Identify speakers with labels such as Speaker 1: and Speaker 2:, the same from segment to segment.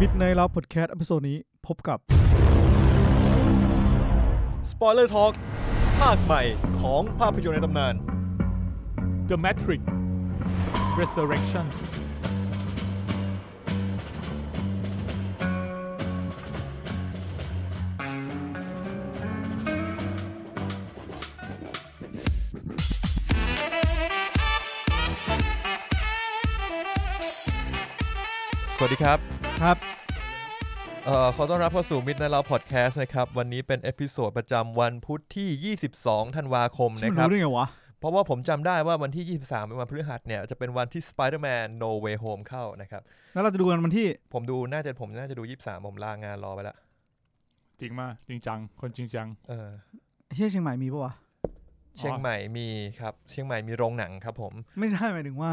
Speaker 1: Midnight Love Podcast อพิโซดนี้พบกับ
Speaker 2: สปอยเลอร์ทอล์กภาคใหม่ของภาพยนตร์ในตำนาน
Speaker 3: The Matrix Resurrection
Speaker 2: สวัสดีครับ
Speaker 1: ครับ
Speaker 2: เอ่อขอต้อนรับเข้าสู่มิดในเราพอดแคสต์นะครับ วันนี้เป็นเอพิโซดประจำวันพุธที่ 22 ธันวาคม
Speaker 1: ฉัน
Speaker 2: นะครั
Speaker 1: รู้
Speaker 2: บ
Speaker 1: ได้ไงวะ
Speaker 2: เพราะว่าผมจำได้ว่าวันที่ 23 เป็นวันพฤหัสเนี่ย จะเป็นวันที่ Spider-Man No Way Home เข้านะครับ
Speaker 1: แล้วเราจะดูกันวันที่
Speaker 2: ผมดูน่าจะผมน่าจะดู 23 ผมลางานรอไปละ
Speaker 3: จริงมากจริงจัง คนจริงจัง
Speaker 2: เออ
Speaker 1: เชี่ยเชียงใหม่มีปะวะ
Speaker 2: เชียงใหม่มีครับ เชียงใหม่มีโรงหนังครับผม
Speaker 1: ไม่ใช่หมายถึงว่า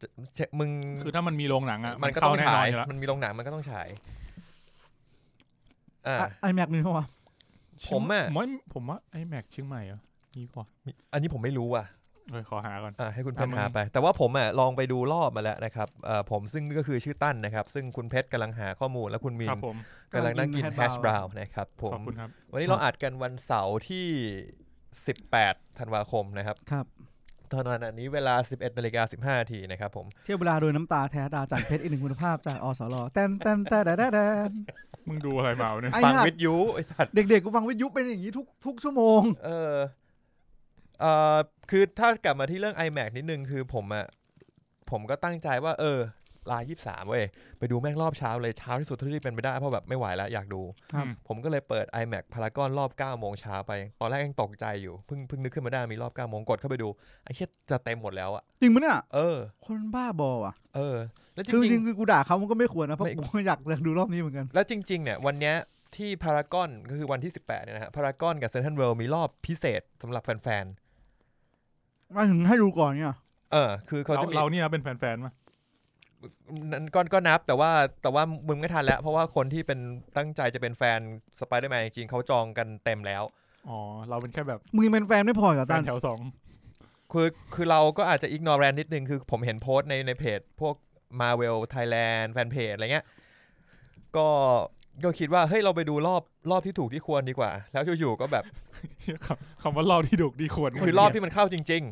Speaker 2: จะเชมึง
Speaker 3: คือถ้ามันมีโรงหนังอ่ะ
Speaker 2: มันก็
Speaker 3: เข้า
Speaker 2: ต้อง
Speaker 3: แน่น
Speaker 2: ฉา
Speaker 3: อน
Speaker 2: ย
Speaker 3: อยู่แล้ว
Speaker 2: มันมีโรงหนังมันก็ต้องฉายอ่า
Speaker 1: ไอแม็กมีปะวะ
Speaker 2: ผมอะ
Speaker 3: ผมว่าผมว่าไอ้แม็กเชียงใหม่เหรอ่ะมีป่ะ
Speaker 2: อันนี้ผมไม่รู้อ่ะ
Speaker 3: เอ้ยขอหาก่อน
Speaker 2: อ่ะให้คุณเพชร
Speaker 3: อ่ะมึง
Speaker 2: หาไป แต่ว่าผมอ่ะลองไปดูรอบมาแล้วนะครับเอ่อผมซึ่งก็คือชื่อตั้นนะครับ ซึ่งคุณเพชรกำลังหาข้อมูลและคุณมิน
Speaker 3: ครับผม
Speaker 2: กำลังนั่งกิน
Speaker 1: กำลังกิน
Speaker 2: แฮช
Speaker 1: hash
Speaker 2: บราว
Speaker 1: brown
Speaker 2: น์นะครับผม
Speaker 3: ขอบคุณครับ
Speaker 2: วันนี้เราอัดกันวันเสาร์ที่ 18 ธันวาคมนะครับ
Speaker 1: ครับ
Speaker 2: ตอนนั้นอันนี้เวลา 11นาฬิกา15นาทีนะครับผม
Speaker 1: เที่ยวเวลาโดยน้ำตาแท้ดาจากเพชรอีกหนึ่งคุณภาพจากอสรแตนแตนแต่แต่แต่
Speaker 3: มึงดูอะไรมาเนี่ย
Speaker 1: ไอ้
Speaker 2: ฟัง
Speaker 1: ห่า
Speaker 2: วิทยุไอสัตว์
Speaker 1: เด็กๆกูฟังวิทยุเป็นอย่างนี้ทุกทุกชั่วโมง
Speaker 2: เออเอ่อคือถ้ากลับมาที่เรื่อง iMac นิดนึงคือผมอ่ะผมก็ตั้งใจว่า เออ ลา 23 เว้ยไปดูแม่งรอบเช้าเลยเช้าที่สุดเท่าที่เป็นไปได้เพราะแบบไม่ไหวแล้วอยากดู
Speaker 1: ครับ
Speaker 3: อืม
Speaker 2: ผมก็เลยเปิด iMac พารากอนรอบ 9 โมงเช้าไป ตอนแรกยังตกใจอยู่ เพิ่งเพิ่งนึกขึ้นมาได้มีรอบ 9 โมงกดเข้าไปดู ไอ้เชี่ยจะเต็มหมดแล้วอะ
Speaker 1: จริงมั้ยเนี่ย
Speaker 2: เออ
Speaker 1: คนบ้าบอว่ะ
Speaker 2: เออ แล้วจ
Speaker 1: คือจ
Speaker 2: ริ
Speaker 1: ริ
Speaker 2: ง
Speaker 1: งๆคือกูด่าเขามันก็ไม่ควรนะ เพราะ
Speaker 2: ไม่
Speaker 1: กูอยากอยากดูรอบนี้เหมือนกัน
Speaker 2: ๆ แล้วจริง ๆ เนี่ย วันเนี้ยที่พารากอนก็คือวันที่ 18 เนี่ยนะฮะ พารากอนกับเซนทรัลเวิลด์มีรอบพิเศษสำหรับแฟน
Speaker 1: มาถึงให้ดูก่อนเนี่ย
Speaker 2: ๆ เออ คือเขา
Speaker 3: เรา
Speaker 2: จะมี
Speaker 3: เราเนี่ยเป็นแฟนๆมา
Speaker 2: นั่นก็ก็นับแต่ว่าแต่ว่ามึงไม่ทันแล้ว เพราะว่าคนที่เป็นตั้งใจจะเป็นแฟนสไปเดอร์แมนจริงๆเขาจองกันเต็มแล้ว
Speaker 3: อ๋อเราเป็นแค่แบบ
Speaker 1: มึงยังเป็นแฟนไม่พอเหรอ
Speaker 3: แฟ
Speaker 1: ตั
Speaker 3: น
Speaker 1: น
Speaker 3: แถวสอง
Speaker 2: คือคือเราก็อาจจะอิกนอร์แรนนิดนึง คือผมเห็นโพสต์ในในเพจ พวก Marvel Thailand แฟนเพจอะไรเงี้ย ก็ก็คิดว่า เฮ้ย เราไปดูรอบรอบที่ถูกที่ควรดีกว่า แล้วอยู่ๆก็แบบ
Speaker 3: เหี้ยคำคำว่ารอบที่ดุกดีควร
Speaker 2: คือรอบที่มันเข้าจริง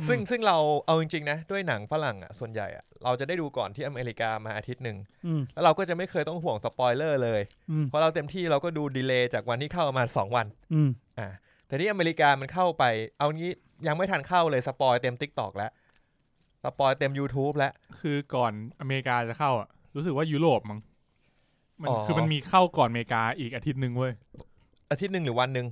Speaker 3: อืม
Speaker 2: ๆ ซึ่งซึ่งเราเอาจริง ๆ นะ ด้วยหนังฝรั่งอ่ะ ส่วนใหญ่อ่ะ เราจะได้ดูก่อนที่อเมริกามาอาทิตย์หนึ่ง
Speaker 1: อืม
Speaker 2: แล้วเราก็จะไม่เคยต้องห่วงสปอยเลอร์เลย
Speaker 1: อืม
Speaker 2: เพราะเราเต็มที่เราก็ดูดีเลย์จากวันที่เข้ามาสองวัน
Speaker 1: อืม
Speaker 2: อ่าแต่ที่อเมริกามันเข้าไป เอางี้ยังไม่ทันเข้าเลยสปอยเต็ม TikTok แล้วสปอยเต็ม YouTube แล้ว
Speaker 3: คือก่อนอเมริกาจะเข้าอ่ะรู้สึกว่ายุโรปมั้งมัน
Speaker 2: อ๋อ
Speaker 3: คือมันมีเข้าก่อนอเมริกาอีกอาทิตย์หนึ่งเว้ย
Speaker 2: อาทิตย์หนึ่งหรือวันหนึ่ง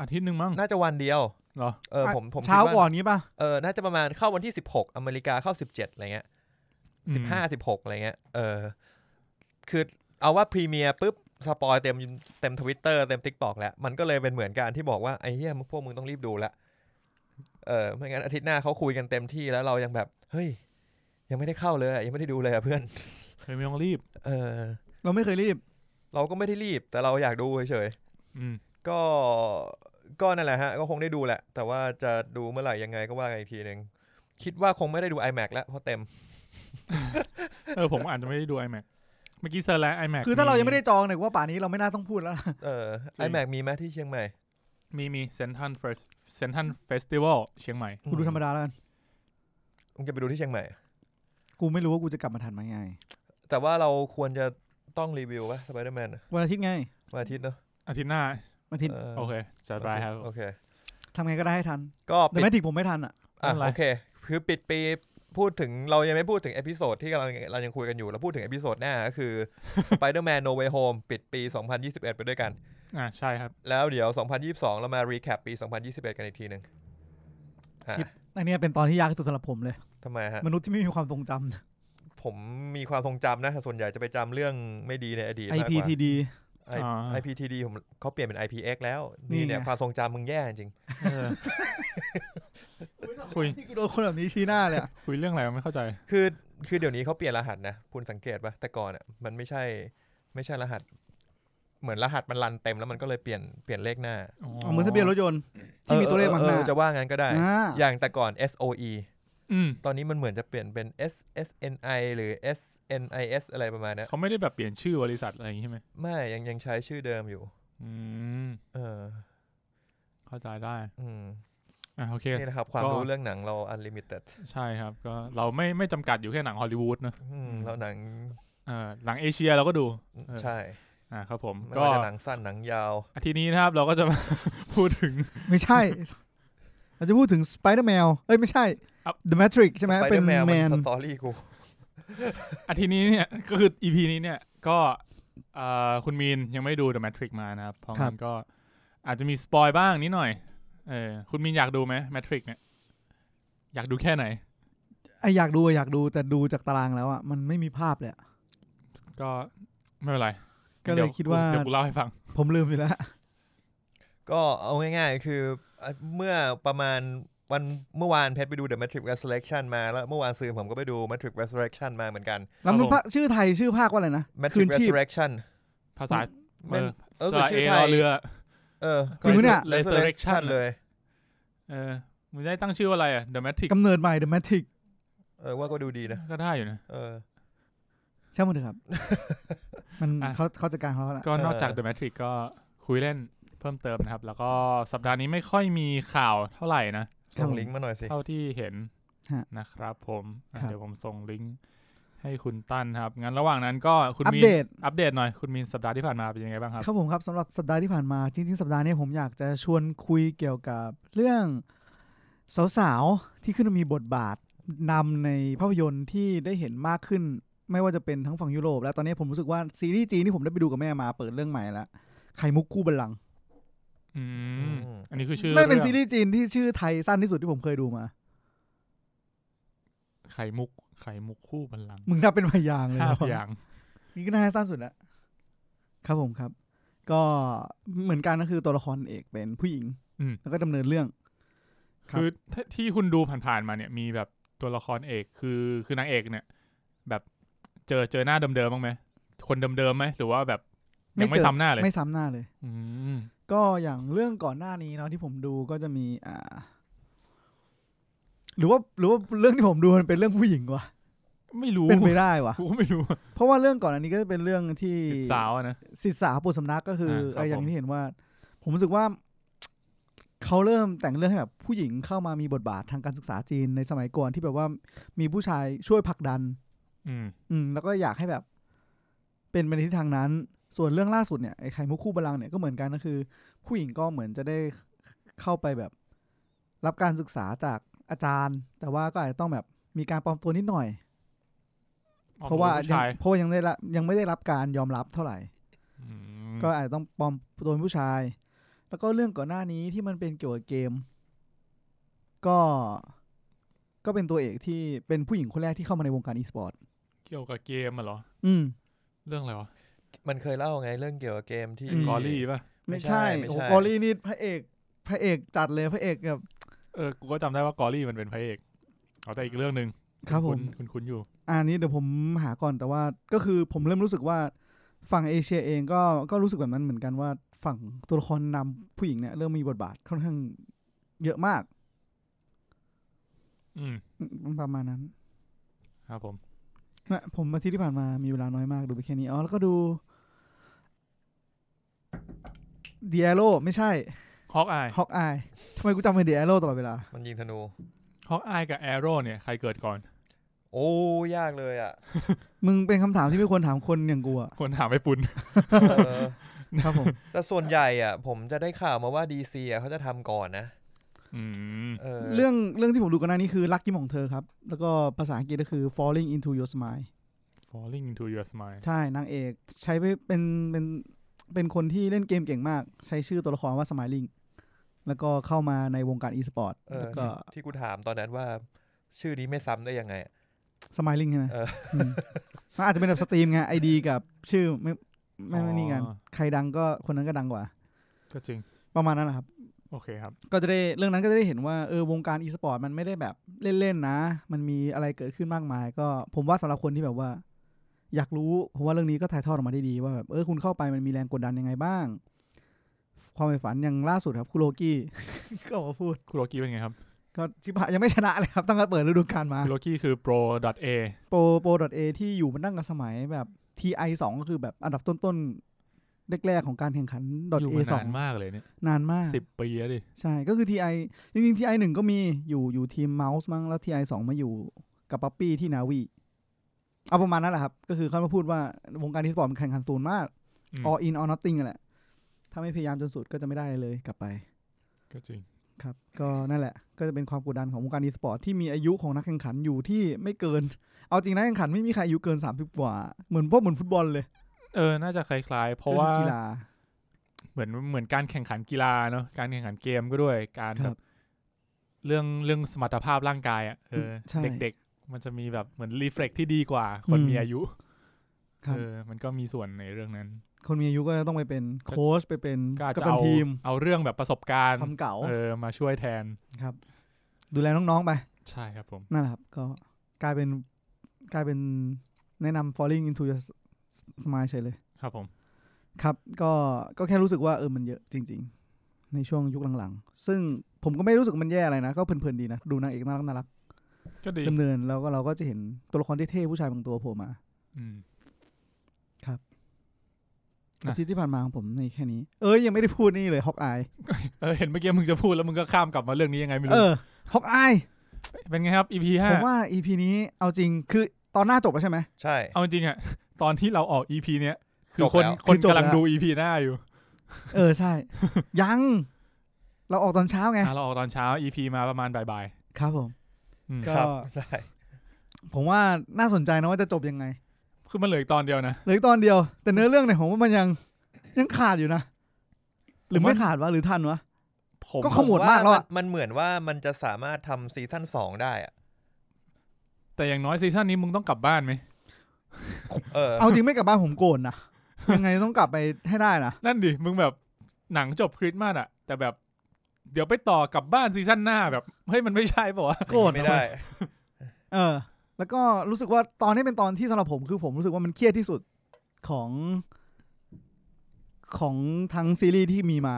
Speaker 3: อาทิตย์หนึ่งมั้ง
Speaker 2: น่าจะวันเดียว
Speaker 3: เหรอ
Speaker 2: เออผมผม
Speaker 1: เช้า
Speaker 2: คิดว่
Speaker 1: ก่อนนี้ป่ะ
Speaker 2: เออน่าจะประมาณเข้าวันที่ 16 อเมริกาเข้า 17 อะไรเงี้ยสิบห้าสิบหกอะไรเงี้ยเออคือเอาว่าพรีเมียร์ปุ๊บ สปอยเต็มเต็มทวิตเตอร์เต็มทิกตอกแล้ว มันก็เลยเป็นเหมือนกันที่บอกว่า ไอ้เหี้ยพวกมึงต้องรีบดูละเออไม่งั้นอาทิตย์หน้าเขาคุยกันเต็มที่แล้วเรายังแบบ เฮ้ย ยังไม่ได้เข้าเลยอะยังไม่ได้ดูเลยอะเพื่อน
Speaker 3: เฮ้ยไม่ต้องรีบ
Speaker 2: เออ
Speaker 1: เราไม่เคยรีบ
Speaker 2: เราก็ไม่ได้รีบ แต่เราอยากดูเฉยๆ
Speaker 3: อืม
Speaker 2: ก็ก็นั่นแหละฮะ ก็คงได้ดูแหละ แต่ว่าจะดูเมื่อไหร่ยังไงก็ว่ากันอีกทีหนึ่งคิดว่าคงไม่ได้ดู iMac แล้วเพราะเต็ ม
Speaker 3: เออผมอาจจะไม่ได้ดู iMac เมื่อกี้เซอร์ชแล้ว iMac
Speaker 1: คือถ้าเรายังไม่ได้จองเนี่ยกูว่าป่านนี้เราไม่น่าต้องพูดแล้ว
Speaker 2: เออ
Speaker 3: จริง
Speaker 2: iMac มีไหมที่เชียงใหม่
Speaker 3: มีมีเซนทันเฟสเซนทันเฟสติวัลเชียงใหม่
Speaker 1: กูดูธรรมดาแล้วกัน
Speaker 2: มึงจะไปดูที่เชียงใหม่
Speaker 1: กูไม่รู้ว่ากูจะกลับมาทันไหมไง
Speaker 2: แต่ว่าเราควรจะต้องรีวิวป่ะสไปเดอร์แมน
Speaker 1: วันอาทิตย์ไง
Speaker 2: วันอาทิตย์เนอะ
Speaker 3: อาทิตย์หน้า
Speaker 1: วันอาทิตย์
Speaker 3: โอเคจัดไปครับ
Speaker 2: โอเค
Speaker 1: ทำไงก็ได้ให้ทัน
Speaker 2: ก็
Speaker 1: แต่
Speaker 2: ปิด
Speaker 1: แมทริกผมไม่ทันอ่ะ
Speaker 2: อ่ะ
Speaker 3: ไม่เป็นไร
Speaker 2: โอเค คือปิดปีพูดถึงเรายังไม่พูดถึงเอพิโซดที่กำลังเรายังคุยกันอยู่เราพูดถึงเอพิโซดหน้าก็คือ Spider-Man No Way Home ปิดปี 2021 ไปด้วยกัน
Speaker 3: อ่าใช่ครับ
Speaker 2: แล้วเดี๋ยว 2022 เรามารีแคปปี 2021 กันอีกทีหนึ่งอ่ะ
Speaker 1: ชิป อันเนี้ยเป็นตอนที่ยากที่สุดสำหรับผมเลย
Speaker 2: ทำไมฮะ
Speaker 1: มนุษย์ที่ไม่มีความทรงจ
Speaker 2: ผมมีความทรงจำนะแต่ส่วนใหญ่จะไปจำเรื่องไม่ดีในอดีต
Speaker 1: ำ
Speaker 2: มากกว่า
Speaker 1: IPTD
Speaker 2: I-
Speaker 3: อ่า
Speaker 2: IPTD ผมเขาเปลี่ยนเป็น IPX แล้ว
Speaker 1: นี่
Speaker 2: นี่เนี่ย
Speaker 1: ไง
Speaker 2: ความทรงจำมึงแย่จริง
Speaker 3: เออ คุย
Speaker 1: นี่กูโดนคนแบบนี้ชี้หน้าเลยอะ
Speaker 3: คุยเรื่องอะไรวะไม่เข้าใจ
Speaker 2: คือคือเดี๋ยวนี้เขาเปลี่ยนรหัสนะ คุณสังเกตปะแต่ก่อนอ่ะมันไม่ใช่ไม่ใช่รหัส เหมือนรหัสมันรันเต็มแล้วมันก็เลยเปลี่ยนเปลี่ยนเลขหน้า
Speaker 1: เหมือนทะเบียนรถยนต์ ที่มีตัวเลข
Speaker 2: ออ
Speaker 1: บังหน้า
Speaker 2: ออจะว่างั้นก็ได้
Speaker 1: อ่า
Speaker 2: อย่างแต่ก่อน SOE
Speaker 3: อืม
Speaker 2: ตอนนี้มันเหมือนจะเปลี่ยนเป็น S S N I หรือ S N I S อะไรประมาณเนี้ย
Speaker 3: เขาไม่ได้แบบเปลี่ยนชื่อบริษัทอะไรอย่างงี้ใช่ไหม
Speaker 2: ไม่ยังยังใช้ชื่อเดิมอยู่
Speaker 3: อืม
Speaker 2: เออ
Speaker 3: เข้าใจได้
Speaker 2: อืม
Speaker 3: อ่ะโอเค
Speaker 2: นี่นะครับ ความ
Speaker 3: ก็
Speaker 2: รู้เรื่องหนังเรา unlimited
Speaker 3: ใช่ครับ ก็เราไม่ไม่จำกัดอยู่แค่หนังฮอลลีวูดนะ
Speaker 2: อืม
Speaker 3: อืม
Speaker 2: เราหนัง
Speaker 3: เออหนังเอเชียเราก็ดู เออ
Speaker 2: ใช่
Speaker 3: อ่าครับผม
Speaker 2: ไม่
Speaker 3: ก็
Speaker 2: ว่าจะหนังสั้นหนังยาว
Speaker 3: อาทิตย์นี้นะครับเราก็จะมา พูดถึง
Speaker 1: ไม่ใช่ เราจะพูดถึงสไปเดอร์แมวเอ้ยไม่ใช่
Speaker 3: อัพ
Speaker 1: The Matrix ใช่ไหม
Speaker 2: Spider-Man
Speaker 1: เป็น
Speaker 2: มั
Speaker 1: แมน
Speaker 2: สตอรี่กู
Speaker 3: อาทิตย์นี้เนี่ยก็คืออีพีนี้เนี่ยก็เอ่อคุณมีนยังไม่ดู The Matrix มานะครับเพราะงั้นก็อาจจะมีสปอยบ้างนิดหน่อยเออคุณมีนอยากดูไหม Matrix เนี่ยอยากดูแค่ไหน
Speaker 1: ไออยากดูอะอยากดูแต่ดูจากตารางแล้วอ่ะมันไม่มีภาพเลยอะ
Speaker 3: ก็ไม่เป็นไร
Speaker 1: ก็เลย
Speaker 3: ดี๋
Speaker 1: คิดว่า
Speaker 3: เดี๋ยวกูเล่าให้ฟัง
Speaker 1: ผมลืมไปแล้ว
Speaker 2: ก็เอาง่ายๆ คืออ่ะเมื่อประมาณวันเมื่อวานเพชรไปดู The Matrix Resurrection มาแล้วเมื่อวานซืนผมก็ไปดู Matrix Resurrection มาเหมือนกัน
Speaker 1: แล้วมัน
Speaker 3: ผม
Speaker 1: ภาคชื่อไทยชื่อภาคว่าอะไรนะ คื
Speaker 2: Matrix
Speaker 1: นชีพ
Speaker 2: Resurrection
Speaker 3: ภาษาเอ
Speaker 2: มัน
Speaker 3: อ
Speaker 2: เออ
Speaker 3: สระ
Speaker 2: ชื่
Speaker 3: เอ
Speaker 2: อไท
Speaker 3: รอย เรือ
Speaker 2: เออ
Speaker 1: จริงปะเนี่ย
Speaker 2: Resurrection
Speaker 3: Resurrection
Speaker 2: เลย
Speaker 3: เออมึงได้ตั้งชื่อว่าอะไรอะ The Matrix
Speaker 1: กำเนิดใหม่ The Matrix
Speaker 2: เออว่าก็ดูดีนะ
Speaker 3: ก็ได้อยู่นะ
Speaker 2: เออ
Speaker 1: ใช่หมดเถอะครับ มัน
Speaker 3: อ่ะ
Speaker 1: เขาเขาจัดการของเขาแล้ว
Speaker 3: ก็นอกจาก
Speaker 2: เออ
Speaker 3: The Matrix ก็คุยเล่นเพิ่มเติมนะครับ แล้วก็สัปดาห์นี้ไม่ค่อยมีข่าวเท่าไหร่นะ
Speaker 1: ครั
Speaker 2: ส่
Speaker 1: บ
Speaker 2: ง
Speaker 1: ผม
Speaker 2: ลิงก์มาหน่อยสิ
Speaker 3: เท่าที่เห็น
Speaker 1: ฮะ
Speaker 3: นะครับผมอ่ะ
Speaker 1: ครับ
Speaker 3: เดี๋ยวผมส่งลิงก์ให้คุณตั้นครับ งั้นระหว่างนั้นก็คุณ
Speaker 1: อัป
Speaker 3: มีน
Speaker 1: เดต
Speaker 3: อัปเดตหน่อย คุณมีนสัปดาห์ที่ผ่านมาเป็นยังไงบ้างครับ
Speaker 1: ครับผมครับสำหรับสัปดาห์ที่ผ่านมาจริงๆ สัปดาห์นี้ผมอยากจะชวนคุยเกี่ยวกับเรื่องสาวๆ ที่ขึ้นมามีบทบาทนำในภาพยนตร์ที่ได้เห็นมากขึ้น ไม่ว่าจะเป็นทั้งฝั่งยุโรป และตอนนี้ผมรู้สึกว่าซีรีส์จีนที่ผมได้ไปดูกับแม่มาเปิดเรื่องใหม่ละไข่มุกคู่บัลลังก์
Speaker 3: อืม
Speaker 2: อืม
Speaker 3: อันนี้คือชื่อ
Speaker 1: น่าจะเป็น
Speaker 3: อง
Speaker 1: ซีรีส์จีนที่ชื่อไทยสั้นที่สุดที่ผมเคยดูมา
Speaker 3: ไข่มุก ไข่มุกคู่บัลลังก์
Speaker 1: มึงนับเป็นพยางค์เลย
Speaker 3: ห้า
Speaker 1: นะ
Speaker 3: อย่าง
Speaker 1: นี่ก็น่าจะสั้นสุดละครับผมครับ ก็เหมือนกันก็คือตัวละครเอกเป็นผู้หญิง
Speaker 3: อืม
Speaker 1: แล้วก็ดำเนินเรื่อง ครับ
Speaker 3: คือถ้าที่คุณดูผ่านๆมาเนี่ย มีแบบตัวละครเอกคือคือนางเอกเนี่ย แบบเจอเจอหน้าเดิมๆบ้างไหม คนเดิมๆไหม หรือว่าแบบยังไม่
Speaker 1: เจอ
Speaker 3: ซ้ำหน้าเลย
Speaker 1: ไม่ซ้ำหน้าเลย
Speaker 3: อืม
Speaker 1: ก็อย่างเรื่องก่อนหน้านี้เนาะที่ผมดูก็จะมีอ่า หรือว่าหรือว่าเรื่องที่ผมดูมันเป็นเรื่องผู้หญิงวะ
Speaker 3: ไม่รู้
Speaker 1: เป็นไปได้วะ
Speaker 3: กูก็ไม่รู้
Speaker 1: เพราะว่าเรื่องก่อนอันนี้ก็จะเป็นเรื่องที่
Speaker 3: สิบสาวอะนะ
Speaker 1: ศิษย์สาวปุสำนักก็คือ
Speaker 3: อ่าครับ
Speaker 1: ไอ้อย่าง
Speaker 3: ผม
Speaker 1: ที่เห็นว่า ผมรู้สึกว่า เขาเริ่มแต่งเรื่องให้แบบผู้หญิงเข้ามามีบทบาททางการศึกษาจีนในสมัยก่อนที่แบบว่ามีผู้ชายช่วยผลักดัน
Speaker 3: อืม
Speaker 1: อืมแล้วก็อยากให้แบบเป็นไปในทิศทางนั้น ส่วนเรื่องล่าสุดเนี่ยไอ้ไข่มุกคู่บาลังก์เนี่ยก็เหมือนกันก็คือ ผู้หญิงก็เหมือนจะได้เข้าไปแบบ รับการศึกษาจากอาจารย์ แต่ว่าก็อาจจะต้องแบบมีการปลอมตัวนิดหน่อย เพราะว่า
Speaker 3: ออกมป็น
Speaker 1: ยังเพ
Speaker 3: ผู้ชาย
Speaker 1: ราะว่ายังได้รับยังไม่ได้รับการยอมรับเท่าไหร่
Speaker 3: อืม
Speaker 1: ก็อาจจะต้องปลอมตัวเป็นผู้ชาย แล้วก็เรื่องก่อนหน้านี้ที่มันเป็นเกี่ยวกับเกม ก็ก็เป็นตัวเอกที่เป็นผู้หญิงคนแรกที่เข้ามาในวงการอีสปอร์ต
Speaker 3: เกี่ยวกับเกมอะเหรอ
Speaker 1: อืม
Speaker 3: เรื่องอะไรวะ
Speaker 2: มันเคยเล่าไงเรื่องเกี่ยวกับเกมที่
Speaker 1: อืม
Speaker 3: กอรี่ป่ะ
Speaker 1: ไม่ใช่
Speaker 2: ไม่ใช่
Speaker 1: โอ้โหกอรี่นี่พระเอก พระเอกจัดเลยพระเอกแบบ
Speaker 3: เออ กูก็จำได้ว่ากอรี่มันเป็นพระเอกเอาแต่อีกเรื่องหนึ่ง
Speaker 1: ครับผม
Speaker 3: คุณคุณอยู่
Speaker 1: อันนี้เดี๋ยวผมหาก่อนแต่ว่าก็คือผมเริ่มรู้สึกว่าฝั่งเอเชียเองก็ก็รู้สึกแบบนั้นเหมือนกันว่าฝั่งตัวละครนำผู้หญิงเนี่ยเริ่มมีบทบาทค่อนข้างเยอะมาก
Speaker 3: อืม
Speaker 1: อืมประมาณนั้น
Speaker 3: ครับผม
Speaker 1: นะผมอาทิตย์ที่ผ่านมามีเวลาน้อยมากดูไปแค่นี้อ๋อแล้วก็ดูเดียโ o ไม่ใช่
Speaker 3: ฮอกอาย
Speaker 1: ฮอกอายทำไมกูจำเป็นเดียโ o ตลอดเวลา
Speaker 2: มันยิงธนู
Speaker 3: ฮอกอายกับแอโร่เนี่ย ใครเกิดก่อน
Speaker 2: โอ้ยากเลยอ่ะ
Speaker 1: มึงเป็นคำถามที่ไม่ควรถามคนอย่างกูอะ
Speaker 3: คนถามไม่ปุน
Speaker 2: เออ
Speaker 1: ครับ ผม
Speaker 2: แต่ส่วนใหญ่อ่ะ ผมจะได้ข่าวมาว่า DC อ่ะเขาจะทำก่อนนะ
Speaker 3: อืม
Speaker 2: เออ
Speaker 1: เรื่องเรื่องที่ผมดูกันหน้านี้คือรักยิ้มของเธอครับ แล้วก็ภาษาอังกฤษก็คือ falling into your smile
Speaker 3: falling into your smile
Speaker 1: ใช่นางเอกใช้ไปเป็นเป็นเป็นคนที่เล่นเกมเก่งมาก ใช้ชื่อตัวละครว่า smiling แล้วก็เข้ามาในวงการ e-sport
Speaker 2: เออ
Speaker 1: แล้วก็
Speaker 2: ที่กูถามตอนนั้นว่า ชื่อนี้ไม่ซ้ำได้ยังไง
Speaker 1: smiling ใช่ไหม
Speaker 2: เออ
Speaker 1: มมันอาจจะเป็นแบบสตรีมไงไอดีกับชื่อไม่ไม่ไม่นี่กัน
Speaker 3: อ๋อ
Speaker 1: ใครดังก็คนนั้นก็ดังกว่า
Speaker 3: ก็จริง
Speaker 1: ประมาณนั้นแหละครับ
Speaker 3: โอเคครับ
Speaker 1: ก็จะได้เรื่องนั้นก็จะได้เห็นว่าเออวงการ e-sport มันไม่ได้แบบเล่นๆนะ มันมีอะไรเกิดขึ้นมากมาย ก็ผมว่าสำหรับคนที่แบบว่า อยากรู้ผมว่าเรื่องนี้ก็ถ่ายทอดออกมาได้ดีว่าแบบเออคุณเข้าไปมันมีแรงกดดันยังไงบ้าง ความใฝ่ฝันอย่างล่าสุดครับคุโรกี้ ก็ออกมาพูด
Speaker 3: คุโรกิเป็นไงครับ
Speaker 1: ก็ชิบหายยังไม่ชนะเลยครับตั้งแต่เปิดฤดูกาลมา
Speaker 3: โลกี้คือ pro.a
Speaker 1: โปรโปรดเอที่อยู่มันตั้งแต่สมัยแบบ TI 2ก็คือแบบอันดับต้นๆแรกๆของการแข่งขัน
Speaker 3: อยู่
Speaker 1: .a
Speaker 3: มา
Speaker 1: สอน
Speaker 3: าง นมากเลยเนี่ย
Speaker 1: นานมาก
Speaker 3: สิบปีแล้วดิ
Speaker 1: ใช่ ก็คือ TI จริงๆ TI หนึ่งก็มีอยู่อยู่ทีมเมาส์มั้งแล้ว TI สองมาอยู่กับป๊อปปี้ที่นาวีเอาประมาณนั้นแหละครับ ก็คือเขามาพูดว่าวงการอีสปอร์ตมันแข่งขันสูงมาก
Speaker 3: อืม
Speaker 1: all in all nothing อะแหละ ถ้าไม่พยายามจนสุดก็จะไม่ได้อะไรเลยกลับไป
Speaker 3: ก็จริง
Speaker 1: ครับ ก็นั่นแหละ ก็จะเป็นความกดดันของวงการอีสปอร์ตที่มีอายุของนักแข่งขันอยู่ที่ไม่เกิน เอาจริงนักแข่งขันไม่มีใครอายุเกิน30กว่า เหมือนพวกเหมือนฟุตบอลเลย
Speaker 3: เออ น่าจะคล้ายๆ เพราะว่า
Speaker 1: ก็คือกีฬา
Speaker 3: เหมือนเหมือนการแข่งขันกีฬาเนาะการแข่งขันเกมก็ด้วย การ
Speaker 1: ค
Speaker 3: แบ
Speaker 1: รับบ
Speaker 3: เรื่องเรื่องสมรรถภาพร่างกายอ่ะเออ
Speaker 1: ใช่
Speaker 3: เด็กๆ มันจะมีแบบเหมือนรีเฟล็กที่ดีกว่า คน
Speaker 1: อืม
Speaker 3: มีอายุ
Speaker 1: ครับ
Speaker 3: เออมันก็มีส่วนในเรื่องนั้น
Speaker 1: คนมีอายุก็ต้องไปเป็นโค้ชไปเป็น
Speaker 3: ก็อาจ
Speaker 1: กัป
Speaker 3: จะ
Speaker 1: ตัน
Speaker 3: เอา
Speaker 1: ทีม
Speaker 3: เอาเรื่องแบบประสบการณ์
Speaker 1: ความเก่า
Speaker 3: เออมาช่วยแทน
Speaker 1: ครับ ดูแลน้องๆไป
Speaker 3: ใช่ครับผม
Speaker 1: นั่นแหละครับ ก็กลายเป็นกลายเป็นแนะนำ falling into your smile เฉยเลย
Speaker 3: ครับผม
Speaker 1: ครับ ก็ก็แค่รู้สึกว่าเออมันเยอะจริง ๆ ในช่วงยุคหลังๆ ซึ่งผมก็ไม่รู้สึกมันแย่อะไรนะ ก็เพลินๆดีนะ ดูนางเอกน่ารักน่ารัก
Speaker 3: ก็ดี
Speaker 1: ดำเนินแล้วก็เราก็จะเห็นตัวละครเท่ๆผู้ชายบางตัวโผล่มา
Speaker 3: อืม นะ
Speaker 1: อาทิตย์ที่ผ่านมาของผมในแค่นี้ เอ้ยยังไม่ได้พูดนี่เลยฮอกอาย
Speaker 3: เออเห็นเมื่อกี้มึงจะพูดแล้วมึงก็ข้ามกลับมาเรื่องนี้ยังไงไม่
Speaker 1: เอ
Speaker 3: รู้
Speaker 1: อฮอกอาย
Speaker 3: เป็นไงครับ EP
Speaker 1: ผ
Speaker 3: ห้าม
Speaker 1: ว่า EP นี้เอาจริงคือตอนหน้าจบแล้วใช่ไหม
Speaker 2: ใช่
Speaker 3: เอาจริงๆอ่ะตอนที่เราออก EP เนี้ยคือ
Speaker 2: จบ
Speaker 3: คน
Speaker 2: แล้ว
Speaker 3: คน
Speaker 1: คือจบ
Speaker 3: กำลัง
Speaker 1: แล้ว
Speaker 3: ดู EP หน้าอยู่
Speaker 1: เออใช่ ยัง เราออกตอนเช้าไง
Speaker 3: อ่ะเราออกตอนเช้า EP มาประมาณบ่าย
Speaker 1: ครับผม
Speaker 3: ๆอืม
Speaker 1: ก็
Speaker 2: ครับใช่
Speaker 1: ผมว่าน่าสนใจนะว่าจะจบยังไง
Speaker 3: คือมันเหลืออีกตอนเดียวนะ
Speaker 1: เหลืออกตอนเดียว แต่เนื้อเรื่องเนี่ยผมว่ามันยังยังขาดอยู่นะ หรือ
Speaker 3: ผมว่า
Speaker 1: ไม่ขาดวะหรือทันวะ
Speaker 3: ผม
Speaker 1: ก็ขมวดมากแล้วอะ
Speaker 2: นมันเหมือนว่ามันจะสามารถทำซีซั่นสองได้อะ
Speaker 3: แต่อย่างน้อยซีซั่นนี้มึงต้องกลับบ้านไหม
Speaker 2: เออ
Speaker 1: เอาจริงไม่กลับบ้านผมโกรธนะ ยังไงต้องกลับไปให้ได้นะ
Speaker 3: นั่นดิ มึงแบบหนังจบคริสต์มาสอะแต่แบบ เดี๋ยวไปต่อกลับบ้านซีซั่นหน้าแบบเฮ้ยมันไม่ใช่ป่าวะ
Speaker 1: โกรธ
Speaker 2: ไม่ได้
Speaker 1: เออ แล้วก็รู้สึกว่าตอนนี้เป็นตอนที่สำหรับผมคือผมรู้สึกว่ามันเครียดที่สุดของ ของทั้งซีรีส์ที่มีมา